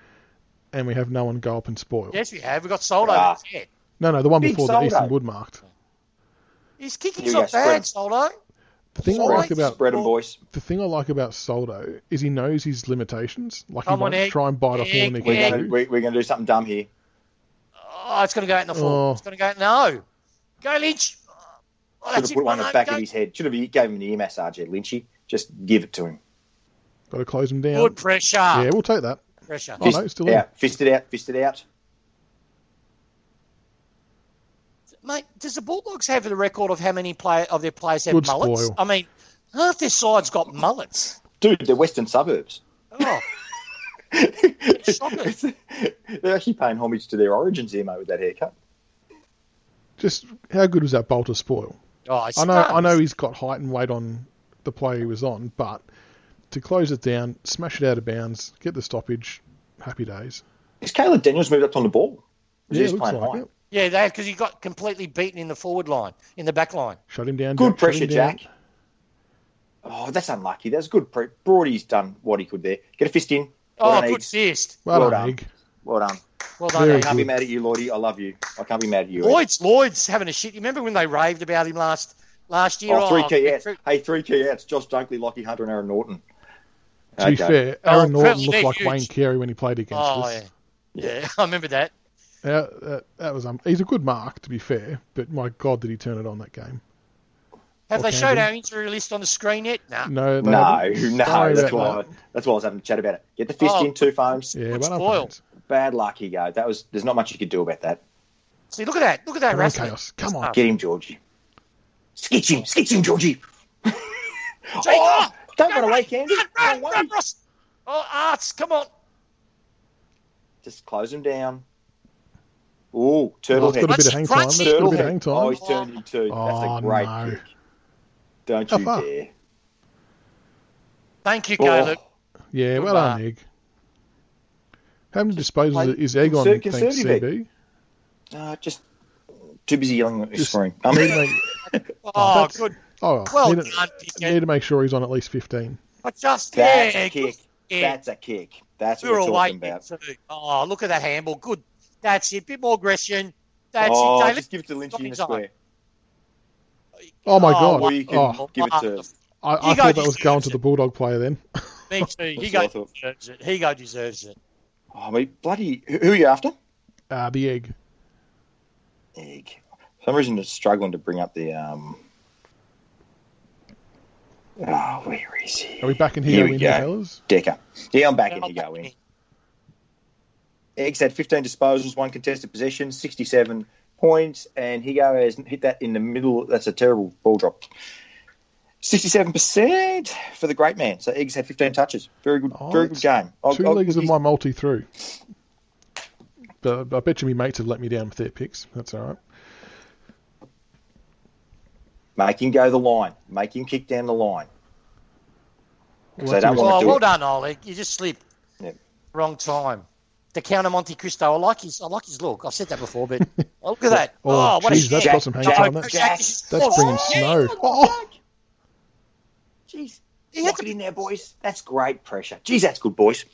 Speaker 1: and we have no one go up and spoil.
Speaker 2: Yes, we have. We've got Soldo.
Speaker 3: Ah.
Speaker 2: Yeah.
Speaker 1: No, no, the one
Speaker 3: Big
Speaker 1: before that
Speaker 3: Soldo.
Speaker 1: Eastern Wood marked.
Speaker 2: His kicking's
Speaker 3: Here we
Speaker 2: not
Speaker 3: go,
Speaker 2: bad, Soldo.
Speaker 1: The thing I
Speaker 3: Spread,
Speaker 1: like about
Speaker 3: spread 'em, boys.
Speaker 1: the thing I like about Soldo is he knows his limitations. Like he
Speaker 2: Come on,
Speaker 1: won't
Speaker 2: Egg.
Speaker 1: try and bite off more than he
Speaker 2: Egg,
Speaker 3: We're
Speaker 2: Yeah.
Speaker 1: can
Speaker 3: going
Speaker 1: chew.
Speaker 3: we, we're going to do something dumb here.
Speaker 2: Oh, it's going to go out in the
Speaker 1: Oh.
Speaker 2: floor. It's going to go. No. Go, Lynch. Oh,
Speaker 3: Should
Speaker 2: that's
Speaker 3: have
Speaker 2: it.
Speaker 3: put one in
Speaker 2: Go,
Speaker 3: the back
Speaker 2: go.
Speaker 3: of his head. Should have he gave him E an ear massage there, Lynchy. Just give it to him.
Speaker 1: Got to close him down.
Speaker 2: Good pressure.
Speaker 1: Yeah, we'll take that.
Speaker 2: Pressure.
Speaker 1: Oh,
Speaker 3: Fist
Speaker 1: no, it's still in.
Speaker 3: out. Fist it out. Fist it out.
Speaker 2: Mate, does the Bulldogs have the record of how many play, of their players have
Speaker 1: Good
Speaker 2: mullets?
Speaker 1: spoil.
Speaker 2: I mean, half their side's got mullets.
Speaker 3: Dude, they're western suburbs.
Speaker 2: Oh, shocking.
Speaker 3: they're actually paying homage to their origins here, mate, with that haircut.
Speaker 1: Just how good was that Bolter spoil?
Speaker 2: oh
Speaker 1: I know, I know he's got height and weight on the play he was on, but to close it down, smash it out of bounds, get the stoppage. Happy days.
Speaker 3: Is Caleb Daniels moved up on the ball? Or is he
Speaker 1: Yeah,
Speaker 3: just
Speaker 1: looks
Speaker 3: playing
Speaker 1: like
Speaker 3: high?
Speaker 1: it.
Speaker 2: Yeah, they because he got completely beaten in the forward line, in the back line.
Speaker 1: Shut him down. Jack.
Speaker 3: Good
Speaker 1: Shut
Speaker 3: pressure,
Speaker 1: him down.
Speaker 3: Jack. Oh, that's unlucky. That's good. Pre- Brody's done what he could there. Get a fist in. Well
Speaker 2: Oh,
Speaker 3: done,
Speaker 2: good
Speaker 3: Eags.
Speaker 2: fist.
Speaker 1: Well,
Speaker 3: Well
Speaker 1: done,
Speaker 3: done.
Speaker 1: Ig.
Speaker 3: Well done.
Speaker 2: Well done,
Speaker 1: Very
Speaker 2: Eags.
Speaker 1: good.
Speaker 3: Can't be mad at you, Lloydie. I love you. I can't be mad at you. eh? Lloyd,
Speaker 2: Lloyd's Lloyd's having a shit. You remember when they raved about him last last year?
Speaker 3: oh, three key outs.
Speaker 2: Tre-
Speaker 3: Hey, three key outs. Josh Dunkley, Lockie Hunter, and Aaron Norton.
Speaker 1: To be fair,
Speaker 2: Oh,
Speaker 1: Aaron Norton
Speaker 2: apparently
Speaker 1: looked
Speaker 2: they're
Speaker 1: like
Speaker 2: huge.
Speaker 1: Wayne Carey when he played against
Speaker 2: Oh
Speaker 1: us.
Speaker 2: yeah. yeah, I remember that.
Speaker 1: Yeah, that, that was um, he's a good mark to be fair, but my god, did he turn it on that game?
Speaker 2: Have
Speaker 1: Or
Speaker 2: they showed
Speaker 1: Camden.
Speaker 2: our injury list on the screen yet? Nah.
Speaker 1: No, they
Speaker 3: No,
Speaker 1: haven't.
Speaker 3: no,
Speaker 1: Sorry
Speaker 3: that's
Speaker 1: about
Speaker 3: why. I, that's why I was having a chat about it. Get the fist
Speaker 2: Oh.
Speaker 3: in, two phones.
Speaker 1: that. Yeah,
Speaker 2: Good
Speaker 1: well done,
Speaker 2: spoil.
Speaker 1: Patriots.
Speaker 3: Bad luck, you go. That was. There's not much you could do about that.
Speaker 2: See, look at that. Look at that
Speaker 1: Come on,
Speaker 2: wrestling.
Speaker 1: chaos. Come on.
Speaker 3: Get him, Georgie. Skitch him, skitch him, Georgie.
Speaker 2: Jake,
Speaker 3: Oh,
Speaker 2: oh,
Speaker 3: don't
Speaker 2: go
Speaker 3: run away,
Speaker 2: run,
Speaker 3: Candy.
Speaker 2: run,
Speaker 3: Run
Speaker 2: run,
Speaker 3: away.
Speaker 2: run, Ross. Oh, Arts, come on.
Speaker 3: Just close him down. Ooh, turtle
Speaker 1: Oh, it's
Speaker 3: head.
Speaker 1: got a bit of
Speaker 2: Let's
Speaker 1: hang time. It's
Speaker 2: crunch
Speaker 1: got a
Speaker 3: Turtle
Speaker 1: bit of
Speaker 3: head.
Speaker 1: hang
Speaker 3: Oh,
Speaker 1: time.
Speaker 3: he's turned him too.
Speaker 1: Oh,
Speaker 3: That's a great
Speaker 1: no.
Speaker 3: kick. Don't
Speaker 1: How
Speaker 3: you
Speaker 1: far?
Speaker 3: dare.
Speaker 2: Thank you,
Speaker 3: Oh,
Speaker 2: Caleb.
Speaker 1: Yeah,
Speaker 2: Good
Speaker 1: well done,
Speaker 2: mark.
Speaker 1: Egg. How many disposals
Speaker 3: Like,
Speaker 1: is Egg on?
Speaker 3: conser-
Speaker 1: Thanks,
Speaker 3: conservative
Speaker 1: CB.
Speaker 3: uh, just too busy yelling at his
Speaker 1: Just-
Speaker 3: screen. I
Speaker 1: Need
Speaker 3: mean,
Speaker 1: to make-
Speaker 2: Oh,
Speaker 1: that's-
Speaker 2: good.
Speaker 1: oh,
Speaker 2: Well
Speaker 1: need,
Speaker 2: done,
Speaker 1: to,
Speaker 2: Pickett.
Speaker 1: need to make sure he's on at least fifteen.
Speaker 2: I just
Speaker 3: that's
Speaker 2: yeah,
Speaker 3: a
Speaker 2: good
Speaker 3: kick.
Speaker 2: yeah.
Speaker 3: That's a kick. That's
Speaker 2: we
Speaker 3: what
Speaker 2: were
Speaker 3: we're
Speaker 2: away.
Speaker 3: talking about.
Speaker 2: too. Oh, look at that handball. Good. That's it. Bit more aggression. That's
Speaker 3: oh,
Speaker 2: it. David.
Speaker 3: just give it to Lynch
Speaker 2: Stop
Speaker 3: in the
Speaker 2: his eye.
Speaker 3: square.
Speaker 1: Oh my
Speaker 2: Oh,
Speaker 1: god!
Speaker 3: Or you can
Speaker 1: Oh,
Speaker 3: give it to.
Speaker 1: I, I
Speaker 2: You go
Speaker 1: thought that was
Speaker 2: deserves
Speaker 1: going to the
Speaker 2: it.
Speaker 1: Bulldog player then.
Speaker 2: Me too.
Speaker 3: That's
Speaker 2: He
Speaker 3: what I
Speaker 2: go
Speaker 3: thought.
Speaker 2: deserves it. He go deserves it.
Speaker 3: Oh, I mean, bloody. Who who are you after?
Speaker 1: Uh, the Egg.
Speaker 3: Egg. For some reason, it's struggling to bring up the. um Oh, where is he?
Speaker 1: Are we back in
Speaker 3: Here
Speaker 1: here,
Speaker 3: we
Speaker 1: in
Speaker 3: go.
Speaker 1: here, fellas?
Speaker 3: Decker. Yeah, I'm back in.
Speaker 2: Now
Speaker 3: Here go
Speaker 2: back
Speaker 3: in.
Speaker 2: in.
Speaker 3: Eggs had 15 disposals, one contested possession, 67 points, and Higo has hit that in the middle. That's a terrible ball drop. 67% for the great man. So Eggs had 15 touches. Very good,
Speaker 1: Oh,
Speaker 3: very good game. I'll-
Speaker 1: 2
Speaker 3: I'll-
Speaker 1: leaguers of
Speaker 3: he's-
Speaker 1: my multi through. But I bet you me mates have let me down with their picks. That's all right.
Speaker 3: Make him go the line. Make him kick down the line.
Speaker 1: Well,
Speaker 3: So
Speaker 1: that's
Speaker 3: that
Speaker 1: always-
Speaker 3: wanna
Speaker 2: Oh,
Speaker 3: do
Speaker 2: well
Speaker 3: it.
Speaker 2: done, Oleg. You just slipped.
Speaker 3: Yep.
Speaker 2: Wrong time. The Count of Monte Cristo. I like his. I like his look. I've said that before, but oh, look at that.
Speaker 1: Oh,
Speaker 2: Oh, what
Speaker 1: jeez,
Speaker 2: a
Speaker 1: that's
Speaker 2: shit.
Speaker 1: got some hang
Speaker 3: Jack-
Speaker 1: time. That's,
Speaker 3: Jack-
Speaker 1: that's bringing snow. Oh,
Speaker 3: Jeez.
Speaker 2: He had
Speaker 3: Lock
Speaker 2: to
Speaker 3: it
Speaker 2: be-
Speaker 3: in there, boys. That's great pressure. Jeez, that's good, boys.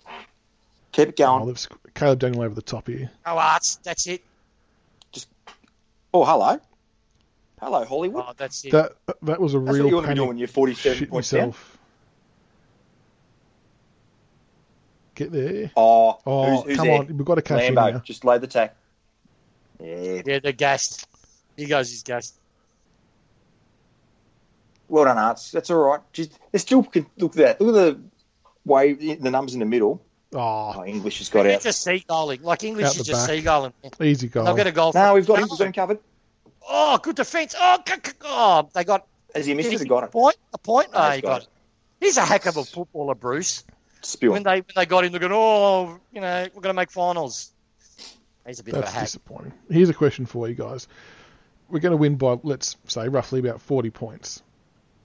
Speaker 3: Keep it
Speaker 1: oh,
Speaker 3: going.
Speaker 1: they've sc- Caleb Daniel over the top here.
Speaker 2: no arts. That's it.
Speaker 3: Oh, hello. Hello, Hollywood.
Speaker 2: Oh, that's it.
Speaker 1: That that was a
Speaker 3: That's what
Speaker 1: Uh, real
Speaker 3: you want to be
Speaker 1: panic.
Speaker 3: doing when you're 47
Speaker 1: Shit
Speaker 3: points down.
Speaker 1: myself. Get there.
Speaker 3: Oh,
Speaker 1: Oh,
Speaker 3: who's, who's
Speaker 1: come
Speaker 3: there?
Speaker 1: on. We've got to catch him
Speaker 3: Lambo,
Speaker 1: now.
Speaker 3: just lay the tack. Yeah.
Speaker 2: yeah, they're gassed. He goes. He's gassed.
Speaker 3: Well done, Arts. That's all right. Just, they still can look at that. Look at the way the numbers in the middle.
Speaker 1: Oh,
Speaker 3: Oh, English has got
Speaker 2: It's
Speaker 3: out.
Speaker 2: just seagulling. Like English
Speaker 1: Out
Speaker 2: is
Speaker 1: the
Speaker 2: just
Speaker 1: back.
Speaker 2: seagulling.
Speaker 1: easy goal.
Speaker 2: They'll get a goal.
Speaker 3: No, we've got him. We've got him covered.
Speaker 2: Oh, good defence. Oh, c- c- oh, they got.
Speaker 3: Has he missed
Speaker 2: did
Speaker 3: it?
Speaker 2: he
Speaker 3: He got
Speaker 2: get a
Speaker 3: it.
Speaker 2: point. A point. No,
Speaker 3: No,
Speaker 2: Ah,
Speaker 3: he's
Speaker 2: he
Speaker 3: got
Speaker 2: got
Speaker 3: it.
Speaker 2: it. He's a heck of a footballer, Bruce.
Speaker 3: Spill.
Speaker 2: When they when they got him, they're going, oh, you know, we're going to make finals. He's a bit
Speaker 1: That's
Speaker 2: of a hack.
Speaker 1: disappointing. Here's a question for you guys. We're going to win by, let's say, roughly about 40 points.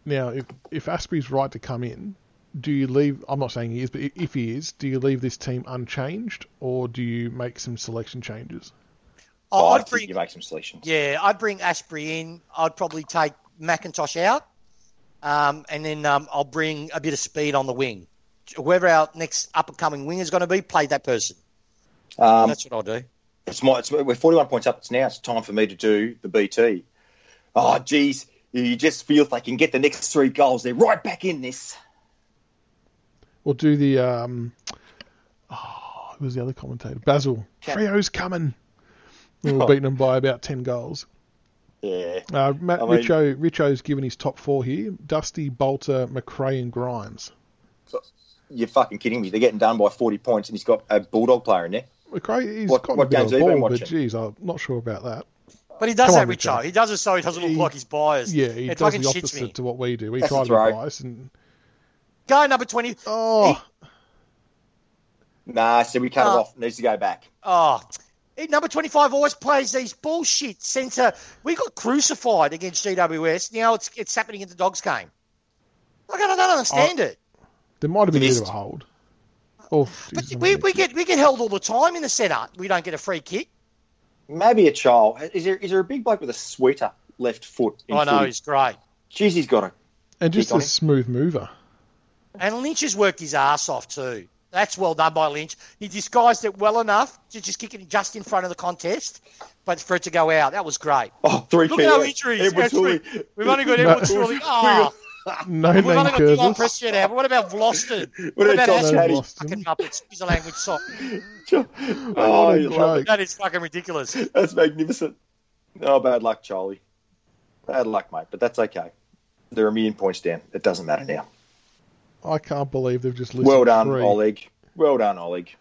Speaker 1: Now, if, if Asprey's right to come in, do you leave? I'm not saying he is, but i- if he is, do you leave this team unchanged or do you make some selection changes?
Speaker 2: Oh,
Speaker 3: I
Speaker 2: I'd
Speaker 3: think
Speaker 2: bring,
Speaker 3: you make some selections.
Speaker 2: yeah, I'd bring Ashbury in. I'd probably take McIntosh out, um, and then um, I'll bring a bit of speed on the wing. Whoever our next up and coming wing is going to be, play that person.
Speaker 3: Um,
Speaker 2: That's what I'll do.
Speaker 3: It's my. It's, we're forty-one points up. It's now. It's time for me to do the BT. Oh, geez, you just feel if they can get the next three goals, they're right back in this.
Speaker 1: Or do the. Um, oh, who was the other commentator? Basil.
Speaker 3: Cap-
Speaker 1: Trio's coming. We were
Speaker 3: Oh.
Speaker 1: beating them by about 10 goals.
Speaker 3: Yeah,
Speaker 1: Uh, Matt
Speaker 3: I mean-
Speaker 1: Richo, Richo's given his top four here Dusty, Bolter, McRae, and Grimes.
Speaker 3: you're fucking kidding me. They're getting done by forty points, and he's got a bulldog player in there.
Speaker 1: McRae, he's
Speaker 3: What-
Speaker 1: got
Speaker 3: what
Speaker 1: a bit
Speaker 3: games
Speaker 1: of a
Speaker 3: have you been
Speaker 1: ball, but
Speaker 3: watching?
Speaker 1: geez, I'm not sure about that.
Speaker 2: But he does
Speaker 1: Come
Speaker 2: that,
Speaker 1: on,
Speaker 2: Richo.
Speaker 1: Richo.
Speaker 2: He does it so he doesn't look
Speaker 1: He-
Speaker 2: like he's biased.
Speaker 1: Yeah, he
Speaker 2: it
Speaker 1: does
Speaker 2: fucking
Speaker 1: the
Speaker 2: shits me.
Speaker 1: opposite to what we do. We
Speaker 3: That's
Speaker 1: try to be
Speaker 3: right.
Speaker 1: biased, and
Speaker 2: Guy number twenty.
Speaker 1: oh,
Speaker 3: Nah, so we cut it
Speaker 2: Oh.
Speaker 3: off. Needs to go back.
Speaker 2: Oh, eh, number 25 always plays these bullshit centre. We got crucified against GWS. Now it's it's happening in the dogs game. Like, I don't understand it.
Speaker 1: there might have been a bit
Speaker 3: Missed.
Speaker 1: of a hold. Oh,
Speaker 2: But
Speaker 1: geez,
Speaker 2: we, we get we get held all the time in the centre. We don't get a free kick.
Speaker 3: Maybe a child. Is there is there a big bloke with a sweeter left foot? In
Speaker 2: I know
Speaker 3: footy?
Speaker 2: he's great.
Speaker 3: Jeez, he's got a
Speaker 1: and just
Speaker 3: Pick on
Speaker 1: a
Speaker 3: him.
Speaker 1: smooth mover.
Speaker 2: And Lynch has worked his ass off too. That's well done by Lynch. He disguised it well enough to just kick it just in front of the contest, but for it to go out, that was great.
Speaker 3: Oh, three
Speaker 2: Look
Speaker 3: key
Speaker 2: at our
Speaker 3: outs.
Speaker 2: injuries.
Speaker 3: Edward
Speaker 2: That's
Speaker 3: Tully.
Speaker 2: We've only got
Speaker 1: No.
Speaker 2: Edward Tully. Ah,
Speaker 1: No
Speaker 2: we've
Speaker 1: name
Speaker 2: only got Geelong
Speaker 1: curses.
Speaker 2: Preston now. but What about Vlosten?
Speaker 3: What
Speaker 2: What about
Speaker 3: about Josh
Speaker 2: Ashton?
Speaker 3: Caddy?
Speaker 1: Lost
Speaker 2: Fucking
Speaker 1: him.
Speaker 2: Muppets. Use a language song.
Speaker 1: What
Speaker 3: Oh,
Speaker 1: a
Speaker 3: you love
Speaker 1: joke.
Speaker 2: That is fucking ridiculous.
Speaker 3: it. That's magnificent. Oh, bad luck, Charlie. Bad luck, mate. But that's okay. They're a million points down. It doesn't matter now.
Speaker 1: I can't believe they've just listed
Speaker 3: Well done,
Speaker 1: three.
Speaker 3: Oleg. Well done, Oleg.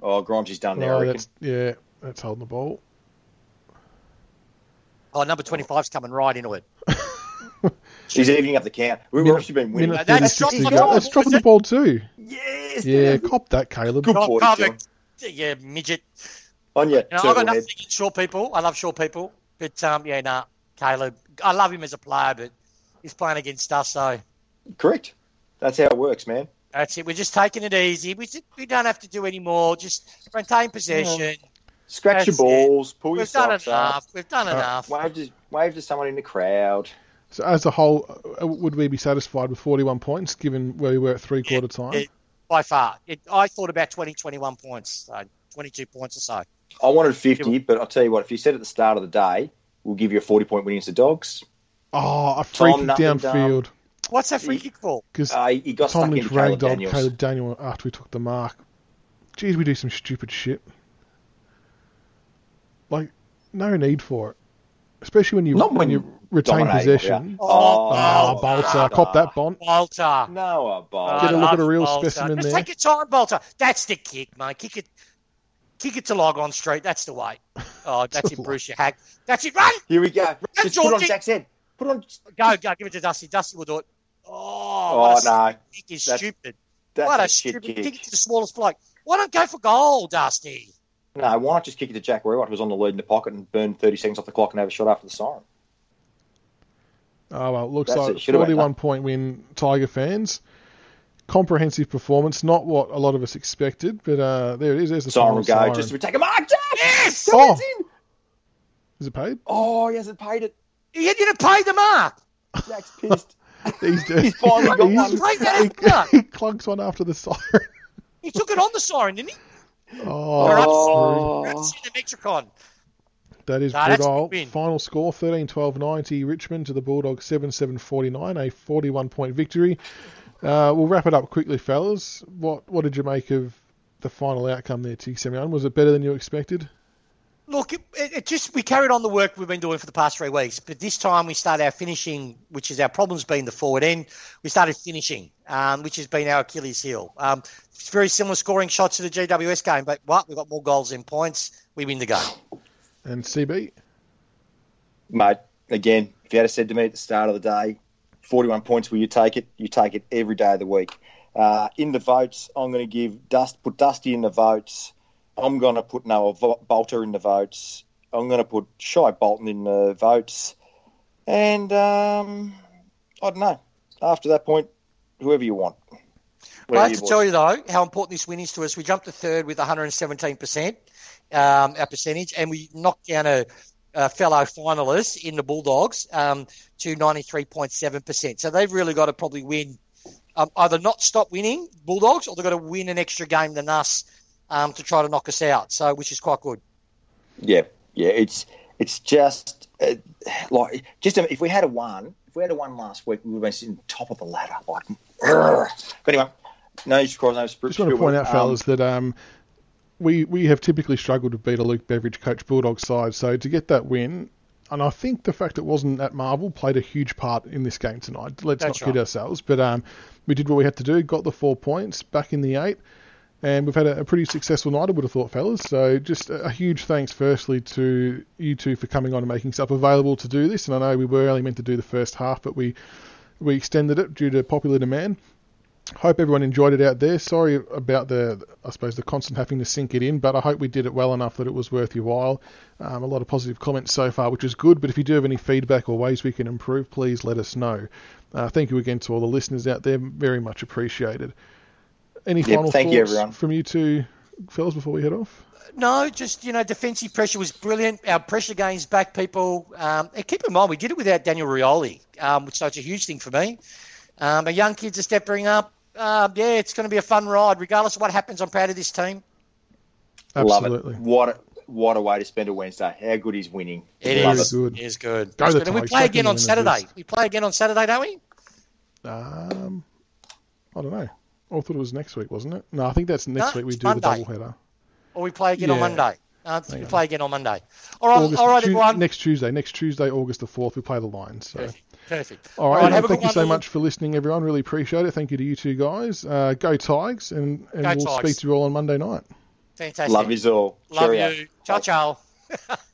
Speaker 3: Oh, Grimesy's done now.
Speaker 1: Oh,
Speaker 3: I reckon.
Speaker 1: that's, yeah, that's holding the ball.
Speaker 2: Oh, number 25's coming right into it.
Speaker 3: She's evening up the count. We've
Speaker 1: Minute-
Speaker 3: actually been winning.
Speaker 1: Minute 36
Speaker 2: That's dropping
Speaker 1: to
Speaker 2: the
Speaker 1: go.
Speaker 2: ball.
Speaker 1: That's dropping the
Speaker 2: Is it-
Speaker 1: ball too.
Speaker 3: Yes.
Speaker 1: Yeah, cop that, Caleb.
Speaker 3: Good
Speaker 2: Oh,
Speaker 3: boy, John.
Speaker 2: perfect. Yeah, midget.
Speaker 3: On your
Speaker 2: You know, I've got
Speaker 3: turtle
Speaker 2: nothing
Speaker 3: head.
Speaker 2: against short people. I love short people. But, um, yeah, nah, Caleb. I love him as a player, but he's playing against us, so
Speaker 3: Correct. That's how it works, man.
Speaker 2: that's it. We're just taking it easy. We, just, we don't have to do any more. Just retain possession.
Speaker 3: Scratch
Speaker 2: That's
Speaker 3: your balls, pull your
Speaker 2: We've done
Speaker 3: socks up,
Speaker 2: enough. We've done
Speaker 1: Uh,
Speaker 2: enough.
Speaker 3: wave to, wave to someone in the crowd.
Speaker 1: So as a whole, uh, would we be satisfied with 41 points given where we were at three quarter time?
Speaker 2: yeah. By far. It, I thought about 20, 21 points, so 22 points or so.
Speaker 3: I wanted 50, but I'll tell you what, if you said at the start of the day, we'll give you a 40 point win against the dogs,
Speaker 1: Oh, a free
Speaker 3: Tom,
Speaker 1: kick
Speaker 3: nothing
Speaker 1: downfield
Speaker 2: What's that free kick for?
Speaker 1: because
Speaker 3: uh, you got
Speaker 1: Tom
Speaker 3: stuck in
Speaker 1: Lynch
Speaker 3: Caleb
Speaker 1: ragdolled
Speaker 3: Daniels.
Speaker 1: Caleb Daniel after we took the mark. Geez, we do some stupid shit. Like, no need for it, especially when you
Speaker 3: Not
Speaker 1: when,
Speaker 3: when
Speaker 1: you retain
Speaker 3: dominate,
Speaker 1: possession.
Speaker 2: Oh,
Speaker 1: Ah,
Speaker 2: Oh,
Speaker 1: Bolter,
Speaker 3: nah.
Speaker 1: cop that, Bond.
Speaker 2: Bolter.
Speaker 3: No,
Speaker 2: Oh,
Speaker 3: uh,
Speaker 1: Get a look
Speaker 2: I
Speaker 3: Bolter.
Speaker 1: at
Speaker 2: love
Speaker 1: real
Speaker 2: Bolter.
Speaker 1: specimen
Speaker 2: Just
Speaker 1: there.
Speaker 2: Take your time, Bolter. That's the kick, mate. Kick it, kick it to log on straight. That's the way. Oh, that's it, Bruce. You hack. That's it. Run,
Speaker 3: Here we go. Just put it on
Speaker 2: Georgie.
Speaker 3: Zach's head. Put it on.
Speaker 2: go, go. Give it to Dusty. Dusty will do it. Oh,
Speaker 3: Oh,
Speaker 2: what a
Speaker 3: no.
Speaker 2: kick is
Speaker 3: That's-
Speaker 2: stupid.
Speaker 3: That's
Speaker 2: what
Speaker 3: a,
Speaker 2: a,
Speaker 3: shit
Speaker 2: stupid
Speaker 3: kick.
Speaker 2: kick. it to the smallest bloke. Why don't go for goal, Dusty?
Speaker 3: No, why not just kick it to Jack Rewright, who was on the lead in the pocket and burn 30 seconds off the clock and have a shot after the siren?
Speaker 1: Oh well, it looks
Speaker 3: That's
Speaker 1: like
Speaker 3: it. Should've went
Speaker 1: 41 point win, Tiger fans. Comprehensive performance, not what a lot of us expected, but uh, there it is. There's the
Speaker 3: Siren will
Speaker 1: final
Speaker 3: go. Just to take a mark.
Speaker 2: Yes!
Speaker 3: Yes! Oh.
Speaker 1: Is it paid?
Speaker 3: oh, he hasn't paid it.
Speaker 2: He didn't pay the mark.
Speaker 3: Jack's pissed.
Speaker 1: He's doing.
Speaker 3: He's finally got
Speaker 1: He's-
Speaker 3: one.
Speaker 2: Played that
Speaker 1: he,
Speaker 2: out.
Speaker 1: he clunks one after the siren.
Speaker 2: He took it on the siren, didn't he?
Speaker 1: Oh,
Speaker 2: That's in the Metricon.
Speaker 1: that is
Speaker 2: Nah, that's
Speaker 1: brutal.
Speaker 2: a good win.
Speaker 1: Final score 13 12 90, Richmond to the Bulldogs 7 7 49, a 41 point victory. Uh, we'll wrap it up quickly, fellas. What what did you make of the final outcome there, Tig Semyon? Was it better than you expected?
Speaker 2: Look, it, it it just we carried on the work we've been doing for the past three weeks, but this time we start our finishing, which is our problems being the forward end. We started finishing, um, which has been our Achilles heel. Um, it's very similar scoring shots to the GWS game, but what we've got more goals than points. We win the game.
Speaker 1: And CB?
Speaker 3: Mate, again, if you had said to me at the start of the day, 41 points, will you take it? You take it every day of the week. Uh, in the votes, I'm going to give Dust, put Dusty in the votes. I'm going to put Noah Vo- Bolter in the votes. I'm going to put Shy Bolton in the votes. And um, I don't know. After that point, whoever you want.
Speaker 2: Well, I
Speaker 3: Whatever
Speaker 2: have
Speaker 3: you
Speaker 2: to
Speaker 3: want.
Speaker 2: tell you though how important this win is to us. We jumped to third with 117 percent, um, our percentage, and we knocked down a, a fellow finalist in the Bulldogs um, to 93.7 percent. So they've really got to probably win, um, either not stop winning Bulldogs, or they've got to win an extra game than us um, to try to knock us out. So which is quite good.
Speaker 3: Yeah, yeah. It's it's just uh, like just if we had a one, if we had a one last week, we would have been sitting top of the ladder. Like, grr. but anyway, no use cause no spirit.
Speaker 1: Just want to point out, fellas, that um, we we have typically struggled to beat a Luke Beveridge coach Bulldog side. So to get that win, and I think the fact it wasn't at Marvel played a huge part in this game tonight. Let's
Speaker 2: That's
Speaker 1: not kid
Speaker 2: right.
Speaker 1: ourselves, but um, we did what we had to do, got the four points back in the eight, and we've had a, a pretty successful night. I would have thought, fellas. So just a, a huge thanks, firstly, to you two for coming on and making yourself available to do this. And I know we were only meant to do the first half, but we we extended it due to popular demand. Hope everyone enjoyed it out there. Sorry about the, I suppose, the constant having to sink it in, but I hope we did it well enough that it was worth your while. Um, a lot of positive comments so far, which is good. But if you do have any feedback or ways we can improve, please let us know. Uh, thank you again to all the listeners out there. Very much appreciated. Any
Speaker 3: Yep,
Speaker 1: final
Speaker 3: thank
Speaker 1: thoughts
Speaker 3: you, everyone.
Speaker 1: from you two fellas, before we head off?
Speaker 2: No, just you know, defensive pressure was brilliant. Our pressure gains back people. Um, and keep in mind, we did it without Daniel Rioli, um, which so it's a huge thing for me. Um, our young kids are stepping up. Uh, yeah, it's going to be a fun ride, regardless of what happens. I'm proud of this team.
Speaker 1: Absolutely.
Speaker 3: Um, Love it. What a, what a way to spend a Wednesday. How good is winning?
Speaker 2: It
Speaker 1: Very
Speaker 2: is
Speaker 1: good.
Speaker 2: It is good.
Speaker 1: Go the
Speaker 2: and we
Speaker 1: Tigers.
Speaker 2: play
Speaker 1: Second
Speaker 2: again on
Speaker 1: win of
Speaker 2: Saturday. We play again on Saturday, don't we?
Speaker 1: Um, I don't know. I thought it was next week, wasn't it? No, I think that's next
Speaker 2: No,
Speaker 1: week we
Speaker 2: it's
Speaker 1: do the double
Speaker 2: Monday.
Speaker 1: header.
Speaker 2: Or we play again on
Speaker 1: Yeah.
Speaker 2: Monday. Uh, we
Speaker 1: on.
Speaker 2: play again on Monday. All right,
Speaker 1: August,
Speaker 2: all right,
Speaker 1: Tu-
Speaker 2: everyone.
Speaker 1: Next Tuesday, next Tuesday, August the fourth, we play the Lions. So.
Speaker 2: Perfect. Perfect.
Speaker 1: All right,
Speaker 2: All right, have a
Speaker 1: everyone, thank
Speaker 2: good
Speaker 1: you so
Speaker 2: one.
Speaker 1: much for listening, everyone. Really appreciate it. Thank you to you two guys. Uh, go Tigers, and, and
Speaker 2: Go
Speaker 1: we'll
Speaker 2: Tigers.
Speaker 1: speak to you all on Monday night.
Speaker 2: Fantastic.
Speaker 3: Love is all.
Speaker 2: Love
Speaker 3: Cheerio.
Speaker 2: you. Ciao, ciao.